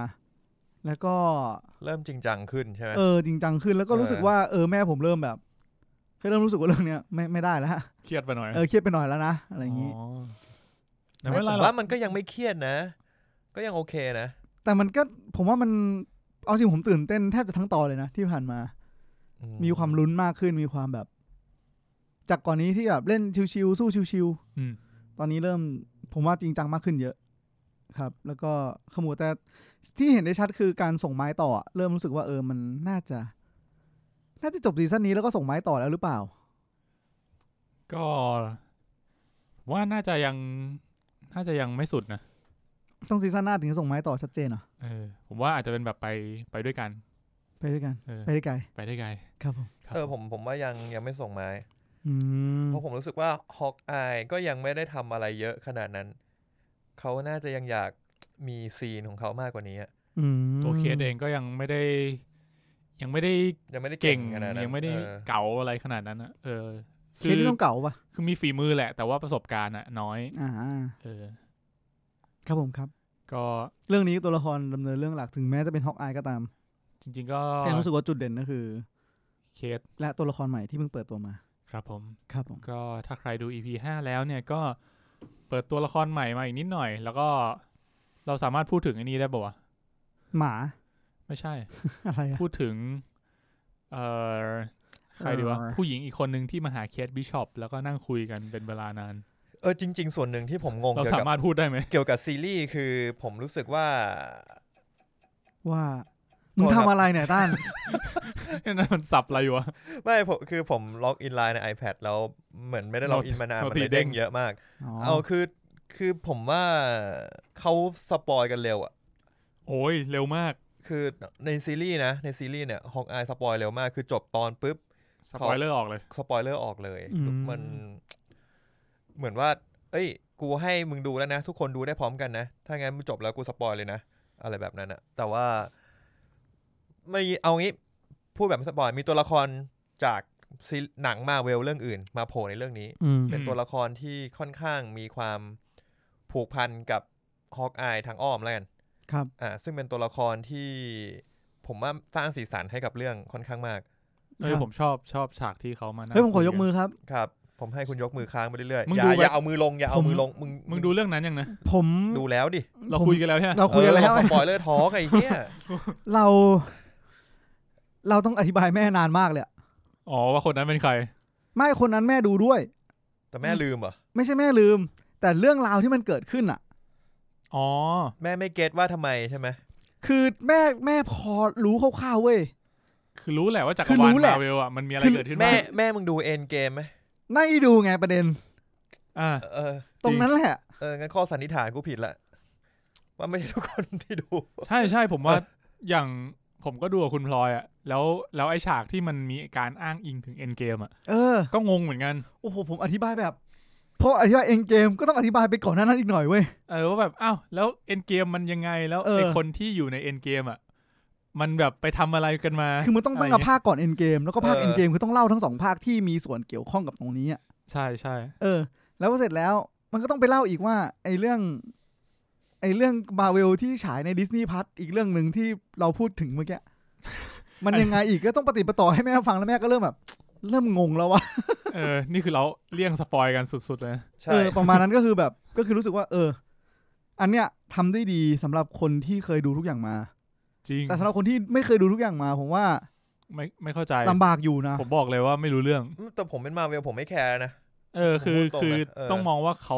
Speaker 1: แล้วก็
Speaker 2: เริ่มจริงจังขึ้นใช่ไหม
Speaker 1: เออจริงจังขึ้นแล้วก็รู้สึก
Speaker 2: เออ
Speaker 1: ว่าเออแม่ผมเริ่มแบบเฮ้ยเริ่มรู้สึกว่าเรื่องเนี้ยไม่ไม่ได้แล้วฮะ
Speaker 3: เครียดไปหน่อย
Speaker 1: เออเครียดไปหน่อยแล้วนะอะไรอย่างงี้
Speaker 3: แต่ไม่เป็นไร
Speaker 2: ผ
Speaker 3: หรอก
Speaker 2: ว่ามันก็ยังไม่เครียดนะ ก็ยังโอเคนะ
Speaker 1: แต่มันก็ผมว่ามันเอาจริงผมตื่นเต้นแทบจะทั้งตอนเลยนะ ที่ผ่านมา
Speaker 2: อื
Speaker 1: มีความลุ้นมากขึ้นมีความแบบ จากก่อนนี้ที่แบบเล่นชิวๆสู้ชิว
Speaker 3: อืม
Speaker 1: ๆตอนนี้เริ่ม ผมว่าจริงจังมากขึ้นเยอะ ครับ แล้วก็ขมวดแต่ที่เห็นได้ชัดคือการส่งไม้ต่ออะเริ่มรู้สึกว่าเออมันน่าจะ น่าจะจบซีซั่นนี้แล้วก็ส่งไม้ต่อแล้วหรือเปล่า
Speaker 3: ก็ ว่าน่าจะยัง น่าจะยังไม่สุดนะ
Speaker 1: ต้องซีซั่นหน้าถึงจะส่งไม้ต่อชัดเจนเหรอ
Speaker 3: เออ ผมว่าอาจจะเป็นแบบไปไปด้วยกัน
Speaker 1: ไปด้วยกัน
Speaker 3: เออ
Speaker 1: ไปด้วยไกล
Speaker 3: ไปได้ไกล
Speaker 1: ครับผม
Speaker 3: ครับ
Speaker 2: เออผมผมว่ายังยังไม่ส่งไม้
Speaker 1: อืม
Speaker 2: เพราะผมรู้สึกว่าฮอกอายก็ยังไม่ได้ทำอะไรเยอะขนาดนั้น เขาน่าจะยังอยากมีซีนของเขามากกว่านี้อะ
Speaker 1: อืม
Speaker 3: ตัวเคสเองก็ยังไม่ได้ ยังไม่ได้
Speaker 2: ยังไม่ได้
Speaker 3: เก่ง
Speaker 2: ขนาดนั้น
Speaker 3: ยังไม่ได้
Speaker 2: เออ
Speaker 3: เก่าอะไรขนาดนั้นนะเออ
Speaker 1: เค
Speaker 3: คื
Speaker 1: ส
Speaker 3: อ
Speaker 1: นี่ต้องเก่าปะ
Speaker 3: คือมีฝีมือแหละ แต่ว่าประสบการณ์อะน้อย
Speaker 1: อ่า
Speaker 3: เออ
Speaker 1: ครับผมครับ
Speaker 3: ก็
Speaker 1: เรื่องนี้ตัวละครดำเนินเรื่องหลักถึงแม้จะเป็นฮอกอายก็ตาม
Speaker 3: จริง ๆ ก็
Speaker 1: แต่ยังรู้สึกว่าจุดเด่นก็คือ
Speaker 3: เคส
Speaker 1: และตัวละครใหม่ที่เพิ่งเปิดตัวมา
Speaker 3: ครับผม
Speaker 1: ครับผม
Speaker 3: ก็ถ้าใครดู EP 5 แล้วเนี่ยก็เปิดตัวละครใหม่มาอีกนิดหน่อย แล้วก็เราสามารถพูดถึงอันนี้ได้ป่าวะ
Speaker 1: หมา
Speaker 3: ไม่ ใช่
Speaker 1: อะไรอะ
Speaker 3: พูดถึง เอ่อใครดีวะ ผู้หญิงอีกคนหนึ่งที่มาหาเคสบิชอปแล้วก็นั่งคุยกันเป็นเวลานาน
Speaker 2: เออจริง ๆ ส่วนหนึ่งที่ผมงง
Speaker 3: เรา
Speaker 2: เกี่ยว
Speaker 3: สา
Speaker 2: กับ
Speaker 3: มารถพูดได้ไหม
Speaker 2: เกี่ยวกับซีรีส์คือผมรู้สึกว่า
Speaker 1: ว่ามึงทำอะไรเนี่ยต้าน
Speaker 3: นั่นมันสับอะไรอยู่วะ
Speaker 2: ไม่ผมคือผมล็อกอินไลน์ใน iPad แล้วเหมือนไม่ได้ล็อกอินมานาน
Speaker 3: โน้
Speaker 2: มั
Speaker 3: ต
Speaker 2: นเล
Speaker 3: โน้ต
Speaker 2: ย
Speaker 3: เด้
Speaker 2: เด้
Speaker 3: ง
Speaker 2: งเยอะมาก
Speaker 1: อ๋อ
Speaker 2: เอาคือคือผมว่าเขาสปอยกันเร็วอะ
Speaker 3: โอ้ยเร็วมาก
Speaker 2: คือในซีรีส์นะ ในซีรีส์เนี่ยฮอกอายสปอยเร็วมาก คือจบตอนปุ๊บ
Speaker 3: สปอยเลอร์ออกเลย
Speaker 2: สปอยเลอร์ออกเลย
Speaker 1: อืม
Speaker 2: มัน เหมือนว่า เอ้ย กูให้มึงดูแล้วนะ ทุกคนดูได้พร้อมกันนะ ถ้างั้นมึงจบแล้วกูสปอยเลยนะ อะไรแบบนั้นอะแต่ว่า ไม่เอางี้ พูดแบบไม่สปอยมีตัวละครจากซีหนังมาเวลเรื่องอื่น มาโผล่ในเรื่องนี้
Speaker 1: อืม
Speaker 2: เป็น
Speaker 3: อืม
Speaker 2: ตัวละครที่ค่อนข้างมีความผูกพันกับฮอกอายทางอ้อมแล้วกัน
Speaker 1: ครับ
Speaker 2: อ่าซึ่งเป็นตัวละครที่ผมว่าสร้างสีสันให้กับเรื่องค่อนข้างมาก
Speaker 3: เอ้ย
Speaker 1: ครับ
Speaker 3: ผมชอบชอบฉากที่เขามานั่ง
Speaker 1: เฮ้ยผมขอย
Speaker 3: กั
Speaker 1: ก
Speaker 3: น
Speaker 1: มือครับ
Speaker 2: ครับ ผมให้คุณยกมือค้างไปเรื่อย
Speaker 3: มึ
Speaker 2: ๆ
Speaker 3: ง
Speaker 2: อย่า
Speaker 3: ดูไหม
Speaker 2: อย่าเอามือลงอย่าเอา
Speaker 1: ผม
Speaker 2: มือลงมึง
Speaker 3: มึงดูเรื่องนั้นยังนะ
Speaker 1: ผม
Speaker 2: ดูแล้วดิ
Speaker 3: เรา
Speaker 1: ผม
Speaker 3: คุยกันแล้วใช่ไหม
Speaker 1: เราคุยกันแล้ว
Speaker 2: ปล่อยเลอร์ท้องไอ้เหี้ย
Speaker 1: เรา เราต้องอธิบายแม่นานมากเลยอะ
Speaker 3: อ๋อว่าคนนั้นเป็นใคร
Speaker 1: ไม่คนนั้นแม่ดูด้วย
Speaker 2: แต่แม่ลืมเหรอ
Speaker 1: ไม่ใช่แม่ลืม แต่เรื่องราวที่มันเกิดขึ้นอ่ะ
Speaker 3: อ๋อ
Speaker 2: แม่ไม่เก็ตว่าทำไมใช่ไหม
Speaker 1: คือแม่แม่พอรู้คร่าวๆเว้ย
Speaker 3: คือรู้แหละว่าจัก
Speaker 1: คื
Speaker 3: ร
Speaker 1: อรู้
Speaker 3: วาล
Speaker 1: แหละ
Speaker 3: มาเวลอ่ะมันมีอะไรเกิดขึ้น
Speaker 2: แม่
Speaker 3: บ้าง
Speaker 2: แม่มึงดูเอ็นเกมไหม
Speaker 1: นั่นที่ดูไงประเด็น
Speaker 3: อ่า
Speaker 2: เออ
Speaker 1: ตรงนั้นแหละ
Speaker 2: เอองั้นข้อสันนิษฐานกูผิดละว่าไม่ใช่ทุกคนที่ดู
Speaker 3: ใช่ใช่ผมว่าอย่างผมก็ดูกับคุณพลอยอ่ะแล้วแล้วไอฉากที่มันมีการอ้างอิงถึงเอ็นเกมอ่ะ
Speaker 1: เออ
Speaker 3: ก็งงเหมือนกัน
Speaker 1: โอ้โหผมอธิบายแบบเพราะอธิบายเองเกมก็ต้องอธิบายไปก่อนหน้านั้นอีกหน่อยเว้ย
Speaker 3: เออว่าแบบอ้าวแล้วเอ็นเกมมันยังไงแล้ว
Speaker 1: เออ
Speaker 3: ไอคนที่อยู่ในเอ็นเกมอ่ะมันแบบไปทำอะไรกันมา
Speaker 1: คือมันต้องตั้งกับภาคก่อนเอ็นเกมแล้วก็ภาค
Speaker 2: เออ
Speaker 1: เอ็นเกมคือต้องเล่าทั้งสองภาคที่มีส่วนเกี่ยวข้องกับตรงนี้อะ
Speaker 3: ใช่ใช่
Speaker 1: เออ แล้วพอเสร็จแล้วมันก็ต้องไปเล่าอีกว่า ไอ้เรื่อง ไอ้เรื่องมาเวลที่ฉายในดิสนีย์พัทอีกเรื่องหนึ่งที่เราพูดถึงเมื่อกี้ มันยังไงอีกก็ต้องปฏิดปะต่อให้แม่ฟังแล้วแม่ก็เริ่มแบบ เริ่มงงแล้ววะ
Speaker 3: เออ นี่คือเราเลี่ยงสปอยกันสุดๆเลย
Speaker 2: ใช่
Speaker 1: เออประมาณนั้นก็คือแบบก็คือรู้สึกว่า เออ อันเนี้ยทำได้ดีสำหรับคนที่เคยดูทุกอย่างมา
Speaker 3: จริง
Speaker 1: แต่สำหรับคนที่ไม่เคยดูทุกอย่างมา ผมว่า
Speaker 3: ไม่ไม่เข้าใจ
Speaker 1: ลำบากอยู่นะ
Speaker 3: ผมบอกเลยว่าไม่รู้เรื่อง
Speaker 2: แต่ผมเป็นมาเวลผมไม่แคร์นะ
Speaker 3: เออคือ
Speaker 2: ผมพูดตรงนะ
Speaker 3: คือ
Speaker 2: เออ
Speaker 3: ต้องมองว่าเขา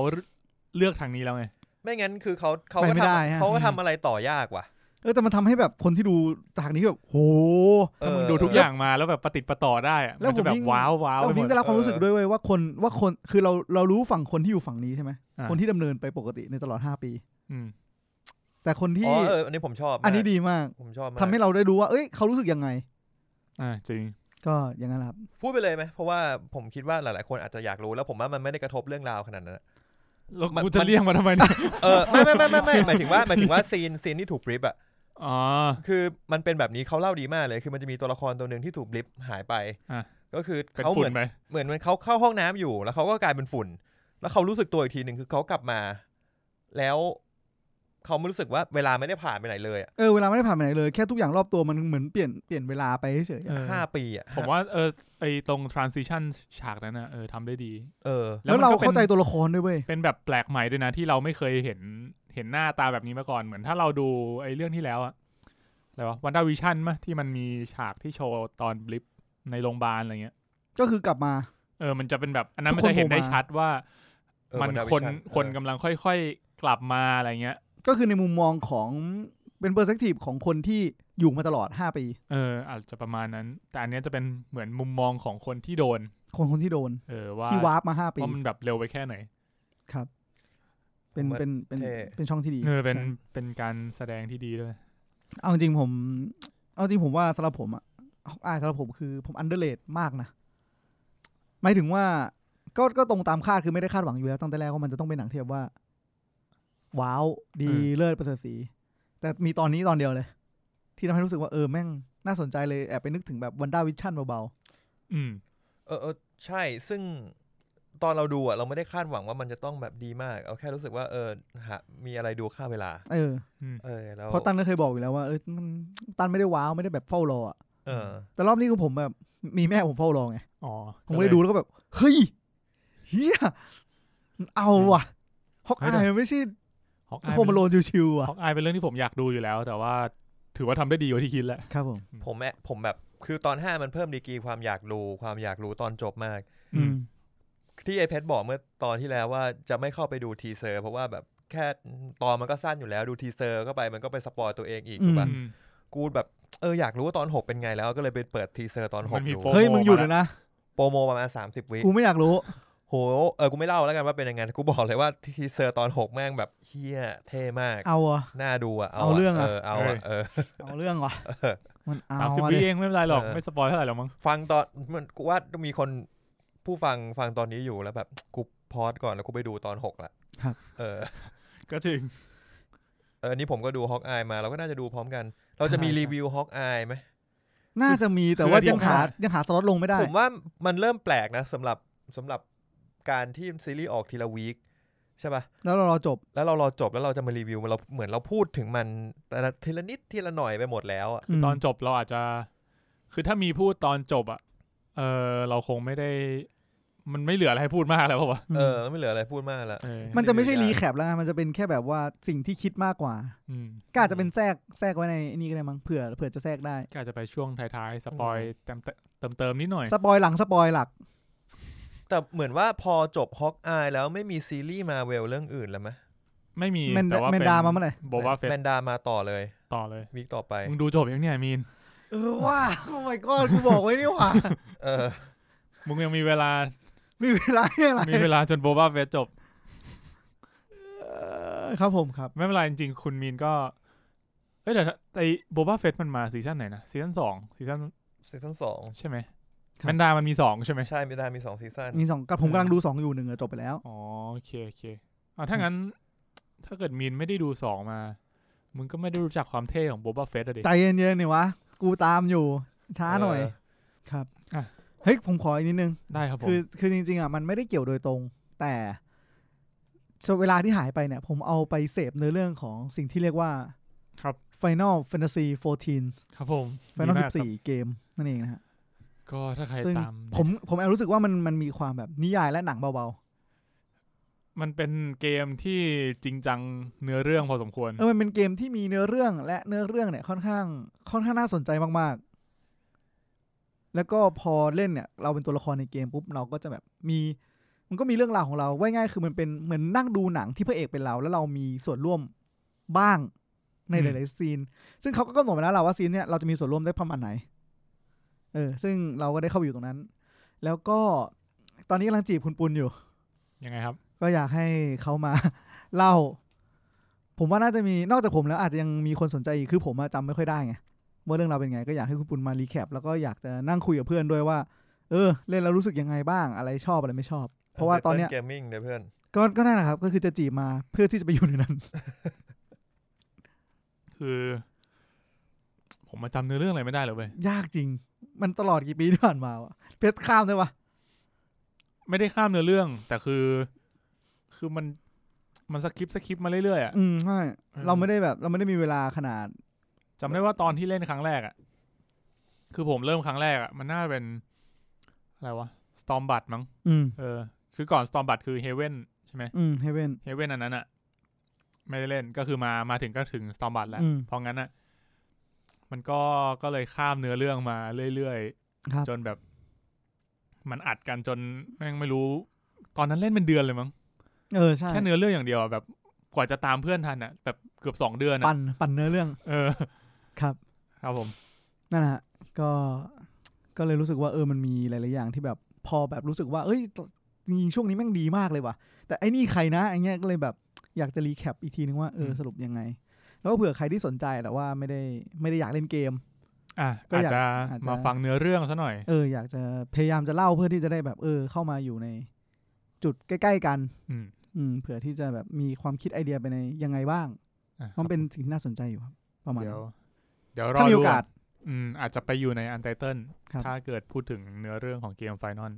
Speaker 3: เลือกทางนี้แล้วไง
Speaker 2: ไม่งั้นคือเขาเขา
Speaker 1: ไป
Speaker 2: ก็
Speaker 1: ไม่
Speaker 2: ท
Speaker 1: ได้ฮะ
Speaker 2: ำเขาก็ทำอะไรต่อยากว่ะ
Speaker 1: เออแต่มันทำให้แบบคนที่ดูจากนี้แบบโห
Speaker 2: เออ
Speaker 3: ถ้ามึงดูทุกอย่างมาแล้วแบบประติดประต่อได้อะ
Speaker 1: แล้
Speaker 3: มั
Speaker 1: วน
Speaker 3: จะแบ
Speaker 1: ผมยิ่
Speaker 3: บ
Speaker 1: ง
Speaker 3: ว้าวว้าว
Speaker 1: เรา
Speaker 3: ไปหม
Speaker 1: ยิ่งได้
Speaker 3: ด
Speaker 1: รับความรู้สึกด้วยเว้ยว่าคนว่าคนคือเราเรารู้ฝั่งคนที่อยู่ฝั่งนี้ใช่ไหม
Speaker 3: อ่า
Speaker 1: คนที่ดำเนินไปปกติในตลอด 5 ปี
Speaker 3: อืม
Speaker 1: แต่คน
Speaker 2: อ๋
Speaker 1: ที่
Speaker 2: อเอออันนี้ผมชอบมาก
Speaker 1: อันนี้ดีมาก
Speaker 2: ผมชอบมาก
Speaker 1: ทำให้เราได้รู้ว่า เอ้ยเขารู้สึกยังไง
Speaker 3: อ่าจริง
Speaker 1: ก็อย่างนั้นแหละครับ
Speaker 2: พูดไปเลยไหมเพราะว่าผมคิดว่าหลาย ๆ คนอาจจะอยากรู้แล้วผมว่ามันไม่ได้กระทบเรื่องราวขนาดนั้นอะ
Speaker 3: แล้ว
Speaker 2: มัน
Speaker 3: กูจะ
Speaker 2: มัน
Speaker 3: เรียกมาทำไมเนี่ย
Speaker 2: เออไม่ไม่ไม่ไม่ไม่หมายถึงว่าหมายถึงว่าซีนซีนที่ถูกบลิฟอะ
Speaker 3: อ๋อ
Speaker 2: คือมันเป็นแบบนี้เขาเล่าดีมากเลย คือมันจะมีตัวละครตัวหนึ่งที่ถูกบลิฟหายไป
Speaker 3: อ่ะ
Speaker 2: ก็คือ
Speaker 3: เป็น
Speaker 2: เขาเห
Speaker 3: ฝุ่
Speaker 2: มือน
Speaker 3: นไหม
Speaker 2: เหมือนมันเขาเข้าห้องน้ำอยู่ แล้วเขาก็กลายเป็นฝุ่น แล้วเขารู้สึกตัวอีกทีหนึ่งคือเขากลับมา แล้วเขาไม่รู้สึกว่าเวลาไม่ได้ผ่านไปไหนเลยอะ
Speaker 1: เออเวลาไม่ได้ผ่านไปไหนเลยแค่ทุกอย่างรอบตัวมันเหมือนเปลี่ยนเปลี่ยนเวลาไปเฉยๆ
Speaker 3: เออ
Speaker 2: ห้าปีอะ
Speaker 3: ผมว่าเออไอตรง transition ฉากนั้นนะเออทำได้ดี
Speaker 2: เออ
Speaker 1: แล้วเรา
Speaker 3: มันก็ป็น
Speaker 1: เข้าใจตัวละครด้วยเว้ย
Speaker 3: เป็นแบบแปลกใหม่ด้วยนะ ที่เราไม่เคยเห็นเห็นหน้าตาแบบนี้มาก่อนเหมือนถ้าเราดูไอเรื่องที่แล้วอะอะไรวะวันด้าวิชั่นมะที่มันมีฉากที่โชว์ตอนบลิปในโรงพยาบาลอะไรเงี้ย
Speaker 1: ก็คือกลับมา
Speaker 3: เออมันจะเป็นแบบอันนั้น
Speaker 1: ทุ
Speaker 3: มัน
Speaker 1: กคน
Speaker 3: จะเห็นได้
Speaker 1: โผล่มา
Speaker 3: ชัดว่า
Speaker 2: เออ
Speaker 3: มัน
Speaker 2: วัดาวิ
Speaker 3: คน
Speaker 2: ชั่เออ
Speaker 3: คนกำลังค่อยๆกลับมาอะไรเงี้ย
Speaker 1: ก็คือในมุมมองของเป็นเปอร์สทีฟของคนที่อยู่มาตลอด 5 ปี
Speaker 3: เอออาจจะประมาณนั้น แต่อันเนี้ยจะเป็นเหมือนมุมมองของคนที่โดน
Speaker 1: คนคนที่โดน
Speaker 3: เออว่า
Speaker 1: ที่วาร์ปมาห้าปี
Speaker 3: ว่ามันแบบเร็วไปแค่ไหน
Speaker 1: เป็นเป็นเป็น
Speaker 2: เท่
Speaker 1: เป็นช่องที่ดี
Speaker 3: เออเป็น
Speaker 1: ใช่
Speaker 3: เป็นการแสดงที่ดีด้วย
Speaker 1: เอาจริงผม เอาจริงผมว่าสำหรับผมอะฮอกอายสำหรับผมคือผมอันเดอร์เลมากนะหมายถึงว่าก็ก็ตรงตามคาดคือไม่ได้คาดหวังอยู่แล้วตั้งแต่แรกว่ามันจะต้องเป็นหนังเทียบว่า ว้าวดี
Speaker 3: เออ
Speaker 1: เลิศประเสริฐสี แต่มีตอนนี้ตอนเดียวเลย ที่ทำให้รู้สึกว่าเออแม่งน่าสนใจเลยแอบไปนึกถึงแบบวันด้าวิชั่นเบา
Speaker 3: อืม
Speaker 2: เออเออใช่ซึ่งตอนเราดูอ่ะเราไม่ได้คาดหวังว่ามันจะต้องแบบดีมาก เอาแค่รู้สึกว่าเออหามีอะไรดูค่าเวลา
Speaker 1: ๆเออ
Speaker 2: เออแล้ว
Speaker 1: เพราะตันก็เคยบอกอยู่แล้วว่าเออมันตันไม่ได้ว้าวไม่ได้แบบเฝ้ารออะ
Speaker 2: เออ
Speaker 1: แต่รอบนี้คือผมแบบมีแม่ผมเฝ้ารอไง
Speaker 3: อ๋อ
Speaker 1: ผมก็เลยดูแล้วก็แบบ เฮ้ยเฮียมันเอาว่ะฮอกอายมันไม่ใช่
Speaker 3: ฮอกอาย
Speaker 1: โคมาโลนชิวๆอ่ะ
Speaker 3: ฮอกอายเป็นเรื่องที่ผมอยากดูอยู่แล้ว แต่ว่าถือว่าทำได้ดีกว่าที่คิดแหละ
Speaker 1: ครับผม
Speaker 2: ผมแอะผมแบบคือตอนห้ามันเพิ่มดีกรีความอยากรู้ความอยากรู้ตอนจบมาก
Speaker 3: อืม
Speaker 2: ที่ไอเพชรบอกเมื่อตอนที่แล้วว่าจะไม่เข้าไปดูทีเซอร์เพราะว่าแบบแค่ตอนมันก็สั้นอยู่แล้วดูทีเซอร์ก็ไปมันก็ไปสปอยตัวเองอีกถูกปะ
Speaker 3: อืม
Speaker 2: กูแบบเอออยากรู้ว่าตอนหกเป็นไงแล้วก็เลยไปเปิดทีเซอร์ตอนห
Speaker 3: มั
Speaker 2: ก
Speaker 3: นมี
Speaker 2: ดู
Speaker 3: โปร
Speaker 1: เฮ้ยมึงหยุดเลยนะ
Speaker 2: โปรโมประมาณสามสิบวิ
Speaker 1: กูไม่อยากรู้
Speaker 2: โห เออ กูไม่เล่าแล้วกันว่าเป็นยังไง กูบอกเลยว่าทีเซอร์ตอนหกแม่งแบบเฮี้ยเท่มาก
Speaker 1: เอาอ่ะ
Speaker 2: น่าดูอ่ะ
Speaker 1: เอาเรื่อง
Speaker 2: เอ
Speaker 1: อะ
Speaker 2: อ เอาอะเออ
Speaker 1: เอาเรื่องว่ะมันเอา
Speaker 3: สามสิบ
Speaker 1: อะ
Speaker 3: วิ
Speaker 1: ดิ
Speaker 3: เองไม่เป็นไรหรอก
Speaker 2: เออ
Speaker 3: ไม่สปอยเท่าไหร่หรอกมั้ง
Speaker 2: ฟังตอนมันกูว่ามีคนผู้ฟังฟังตอนนี้อยู่แล้วแบบ กูพอดก่อนแล้วกูไปดูตอนหกละ
Speaker 1: ครับ
Speaker 2: เออ
Speaker 3: ก็จริง
Speaker 2: เออ นี่ผมก็ดูฮอกอายมา เราก็น่าจะดูพร้อมกัน เราจะมี
Speaker 1: ใช่
Speaker 2: รีวิวฮอกอายไหม
Speaker 1: น่าจะมีแต่ว่ายังหายังหาสล็อตลงไม่ได้
Speaker 2: ผมว่ามันเริ่มแปลกนะสำหรับสำหรับการที่ซีรีส์ออกทีละวีคใช่ป่ะ
Speaker 1: แล้วเรารอจบ
Speaker 2: แล้วเรารอจบแล้วเราจะมารีวิวมันเราเหมือนเราพูดถึงมันแต่ละทีละนิดทีละหน่อยไปหมดแล้วอะ
Speaker 3: คือตอนจบเราอาจจะ คือถ้ามีพูดตอนจบอะ เออเราคงไม่ได้ มันไม่เหลืออะไรให้พูดมากแล้วเปล่าวะ
Speaker 2: เออไม่เหลืออะไรพูดมากแล้ว
Speaker 3: เออ
Speaker 1: มันจะไม่ใช่
Speaker 2: ไม่ได้
Speaker 1: รีแคปแล้วนะมันจะเป็นแค่แบบว่าสิ่งที่คิดมากกว่า
Speaker 3: อืม
Speaker 1: ก็อาจจะเป็นแทรกแทรกไว้ในนี่ก็ได้มั้งเผื่อเผื่อจะแทรกได้
Speaker 3: ก็อาจจะไปช่วงท้ายๆ สปอยเติมเติมเติมนิดหน่อย
Speaker 1: สปอยหลังสปอยหลัก
Speaker 2: แต่เหมือนว่าพอจบฮอกอายแล้วไม่มีซีรีส์มาเวลเรื่องอื่นแล้วไหม
Speaker 3: ไม่มี
Speaker 1: แมน
Speaker 3: แต่ว่า
Speaker 1: แมน
Speaker 3: เป็น
Speaker 1: ดามาเมื่อไหร่
Speaker 3: บอกว่าเฟส
Speaker 2: แมนดามาต่อเลย
Speaker 3: ต่อเลย
Speaker 2: วีคต่อไป
Speaker 3: มึงดูจบยังเนี่ยมีน
Speaker 1: เออว่า โอ้ my god กูบอกไว้นี่หว่า
Speaker 2: เออ
Speaker 3: มึงยังมีเว ลา
Speaker 1: มีเวลาให้อะไร
Speaker 3: มีเวลาจนโบบ้าเฟสจบ
Speaker 1: เออครับผมครับ
Speaker 3: ไม่เป็นไรจริงๆ คุณมีนก็ เอ้ยเดี๋ยวนะไอ้โบบ้าเฟสมันมาซีซั่นไหนนะซีซั่นสองซีซั่น
Speaker 2: ซีซั่นสอง
Speaker 3: ใช่ไหม
Speaker 1: ครับ
Speaker 3: แมนดามันมีสองใช่ไหม
Speaker 2: ใช่ไม่ได้มีสองซีซั่น
Speaker 1: มีสองกับผมกำลังดูสองอยู่หนึ่งอะจบไปแล้ว
Speaker 3: อ๋อโอเคโอเคอ่ะถ้างั้น ถ้าเกิดมีนไม่ได้ดูสองมา มึงก็ไม่ได้รู้จักความเท่ของโบบ้าเฟสอะดิ
Speaker 1: ใจเย็นๆเนี่ยวะ กูตามอยู่ ช้าหน่อย
Speaker 2: เ
Speaker 1: ครับ
Speaker 3: อ่ะ
Speaker 1: เฮ้ย ผมขออีกนิดนึง
Speaker 3: ได้ครับผม
Speaker 1: คือคือจริงๆอ่ะมันไม่ได้เกี่ยวโดยตรง แต่เวลาที่หายไปเนี่ย ผมเอาไปเสพเนื้อเรื่องของสิ่งที่เรียกว่า
Speaker 3: ครับ
Speaker 1: Final Fantasy 14
Speaker 3: ครับผมดี
Speaker 1: Final
Speaker 3: มากครับ
Speaker 1: 14 เกม นั่นเองนะฮะ
Speaker 3: ก็ถ้าใคร
Speaker 1: ซึ่ง
Speaker 3: ตาม
Speaker 1: ผมผมแอบรู้สึกว่ามันมันมีความแบบนิยายและหนังเบา
Speaker 3: มันเป็นเกมที่จริงจังเนื้อเรื่องพอสมควร
Speaker 1: ๆเออมันเป็นเกมที่มีเนื้อเรื่องและเนื้อเรื่องเนี่ยค่อนข้างค่อนข้างน่าสนใจมากๆ แล้วก็พอเล่นเนี่ย เราเป็นตัวละครในเกมปุ๊บเราก็จะแบบมี มันก็มีเรื่องราวของเราไว้ง่ายคือมันเป็นเหมือนนั่งดูหนังที่พระเอกเป็นเรา แล้วเรามีส่วนร่วมบ้างใน
Speaker 3: อื
Speaker 1: ห
Speaker 3: ม
Speaker 1: ลายๆซีน ซึ่งเขาก็กำหนดไว้แล้วเราว่าซีนเนี่ยเราจะมีส่วนร่วมได้ประมาณไหน เออ ซึ่งเราก็ได้เข้าไปอยู่ตรงนั้น แล้วก็ตอนนี้กำลังจีบคุณปุณอยู่
Speaker 3: ยังไงครับ
Speaker 1: ก็อยากให้เขามา เล่า ผมว่าน่าจะมีนอกจากผมแล้วอาจจะยังมีคนสนใจอีกคือผมอะจำไม่ค่อยได้ไงว่าเรื่องราวเป็นไงก็อยากให้คุณปุณมารีแคปแล้วก็อยากจะนั่งคุยกับเพื่อนด้วยว่า เออ เล่นแล้วรู้สึกยังไงบ้างอะไรชอบอะไรไม่ชอบ เพราะว่าตอนเนี้ย
Speaker 2: เกมมิ่งเดี๋ยวเพื่อน
Speaker 1: ก็ก็นั่นแหละครับ ก็คือจะจีบมาเพื่อที่จะไปอยู่ในนั้น
Speaker 3: คือ ผมมาจำเนื้อเรื่องอะไรไม่ได้เลยเว้ย
Speaker 1: ยากจริง มันตลอดกี่ปีที่ผ่านมาวะเพชรข้ามได้ปะ
Speaker 3: ไม่ได้ข้ามเนื้อเรื่อง แต่คือ คือมันมันสคิปสคิปมาเรื่อยๆอ่ะ
Speaker 1: อืมใช่เราไม่ได้แบบ เราไม่ได้มีเวลาขนาด
Speaker 3: จำได้ว่าตอนที่เล่นครั้งแรกอ่ะคือผมเริ่มครั้งแรกอ่ะมันน่าเป็น อะไรวะสตอมบัตมั้ง
Speaker 1: อืม
Speaker 3: เออ คือก่อนสตอมบัตคือเฮเว่นใช่ไหม
Speaker 1: อืมเฮเว่น
Speaker 3: เฮเว่นอันนั้นอ่ะ ไม่ได้เล่นก็คือมามาถึงก็ถึงสตอมบัตแล้ว
Speaker 1: อืม
Speaker 3: เพราะงั้นอ่ะมันก็ก็เลยข้ามเนื้อเรื่องมาเรื่อย
Speaker 1: ครับ
Speaker 3: ๆจนแบบ มันอัดกันจนแม่งไม่รู้ ตอนนั้นเล่นเป็นเดือนเลยมั้ง
Speaker 1: เออใช่
Speaker 3: แค่เนื้อเรื่องอย่างเดียวอะแบบกว่าจะตามเพื่อนทันอ่ะแบบเกือบสองเดือนอะ
Speaker 1: ปั่นปั่นเนื้อเรื่อง
Speaker 3: เออ
Speaker 1: ครับ
Speaker 3: ครับผม
Speaker 1: นั่นแหละฮะก็ก็เลยรู้สึกว่าเออมันมีหลายๆอย่างที่แบบพอแบบรู้สึกว่า เอ้ยจริงๆช่วงนี้แม่งดีมากเลยว่ะ แต่ไอ้นี่ใครนะไอ้เนี้ยก็เลยแบบอยากจะรีแคปอีกทีนึงว่าเออสรุปยังไง แล้วก็เผื่อใครที่สนใจแต่ว่าไม่ได้ไม่ได้อยากเล่นเกม
Speaker 3: อ่ะ
Speaker 1: ก็
Speaker 3: อาจ
Speaker 1: อยาก
Speaker 3: จะ
Speaker 1: อาจจะ
Speaker 3: มาฟังเนื้อเรื่องซะหน่อย
Speaker 1: เอออยากจะพยายามจะเล่าเพื่อที่จะได้แบบเออ เข้ามาอยู่ในจุดใกล้ ๆ กัน
Speaker 3: อืม
Speaker 1: อืมเผื่อที่จะแบบมีความคิดไอเดียไปในยังไงบ้าง
Speaker 3: อ่ะ
Speaker 1: เพราะมันเป็นสิ่งที่น่าสนใจอยู่ครับ ประมาณ
Speaker 3: เดี๋ย
Speaker 1: นั้
Speaker 3: วน เดี๋ยวรอ
Speaker 1: ถ้ามี
Speaker 3: ดู
Speaker 1: โอกาส
Speaker 3: อืมอาจจะไปอยู่ในอันไตเติล
Speaker 1: ครับ
Speaker 3: ถ้าเกิดพูดถึงเนื้อเรื่องของเกมไฟนอล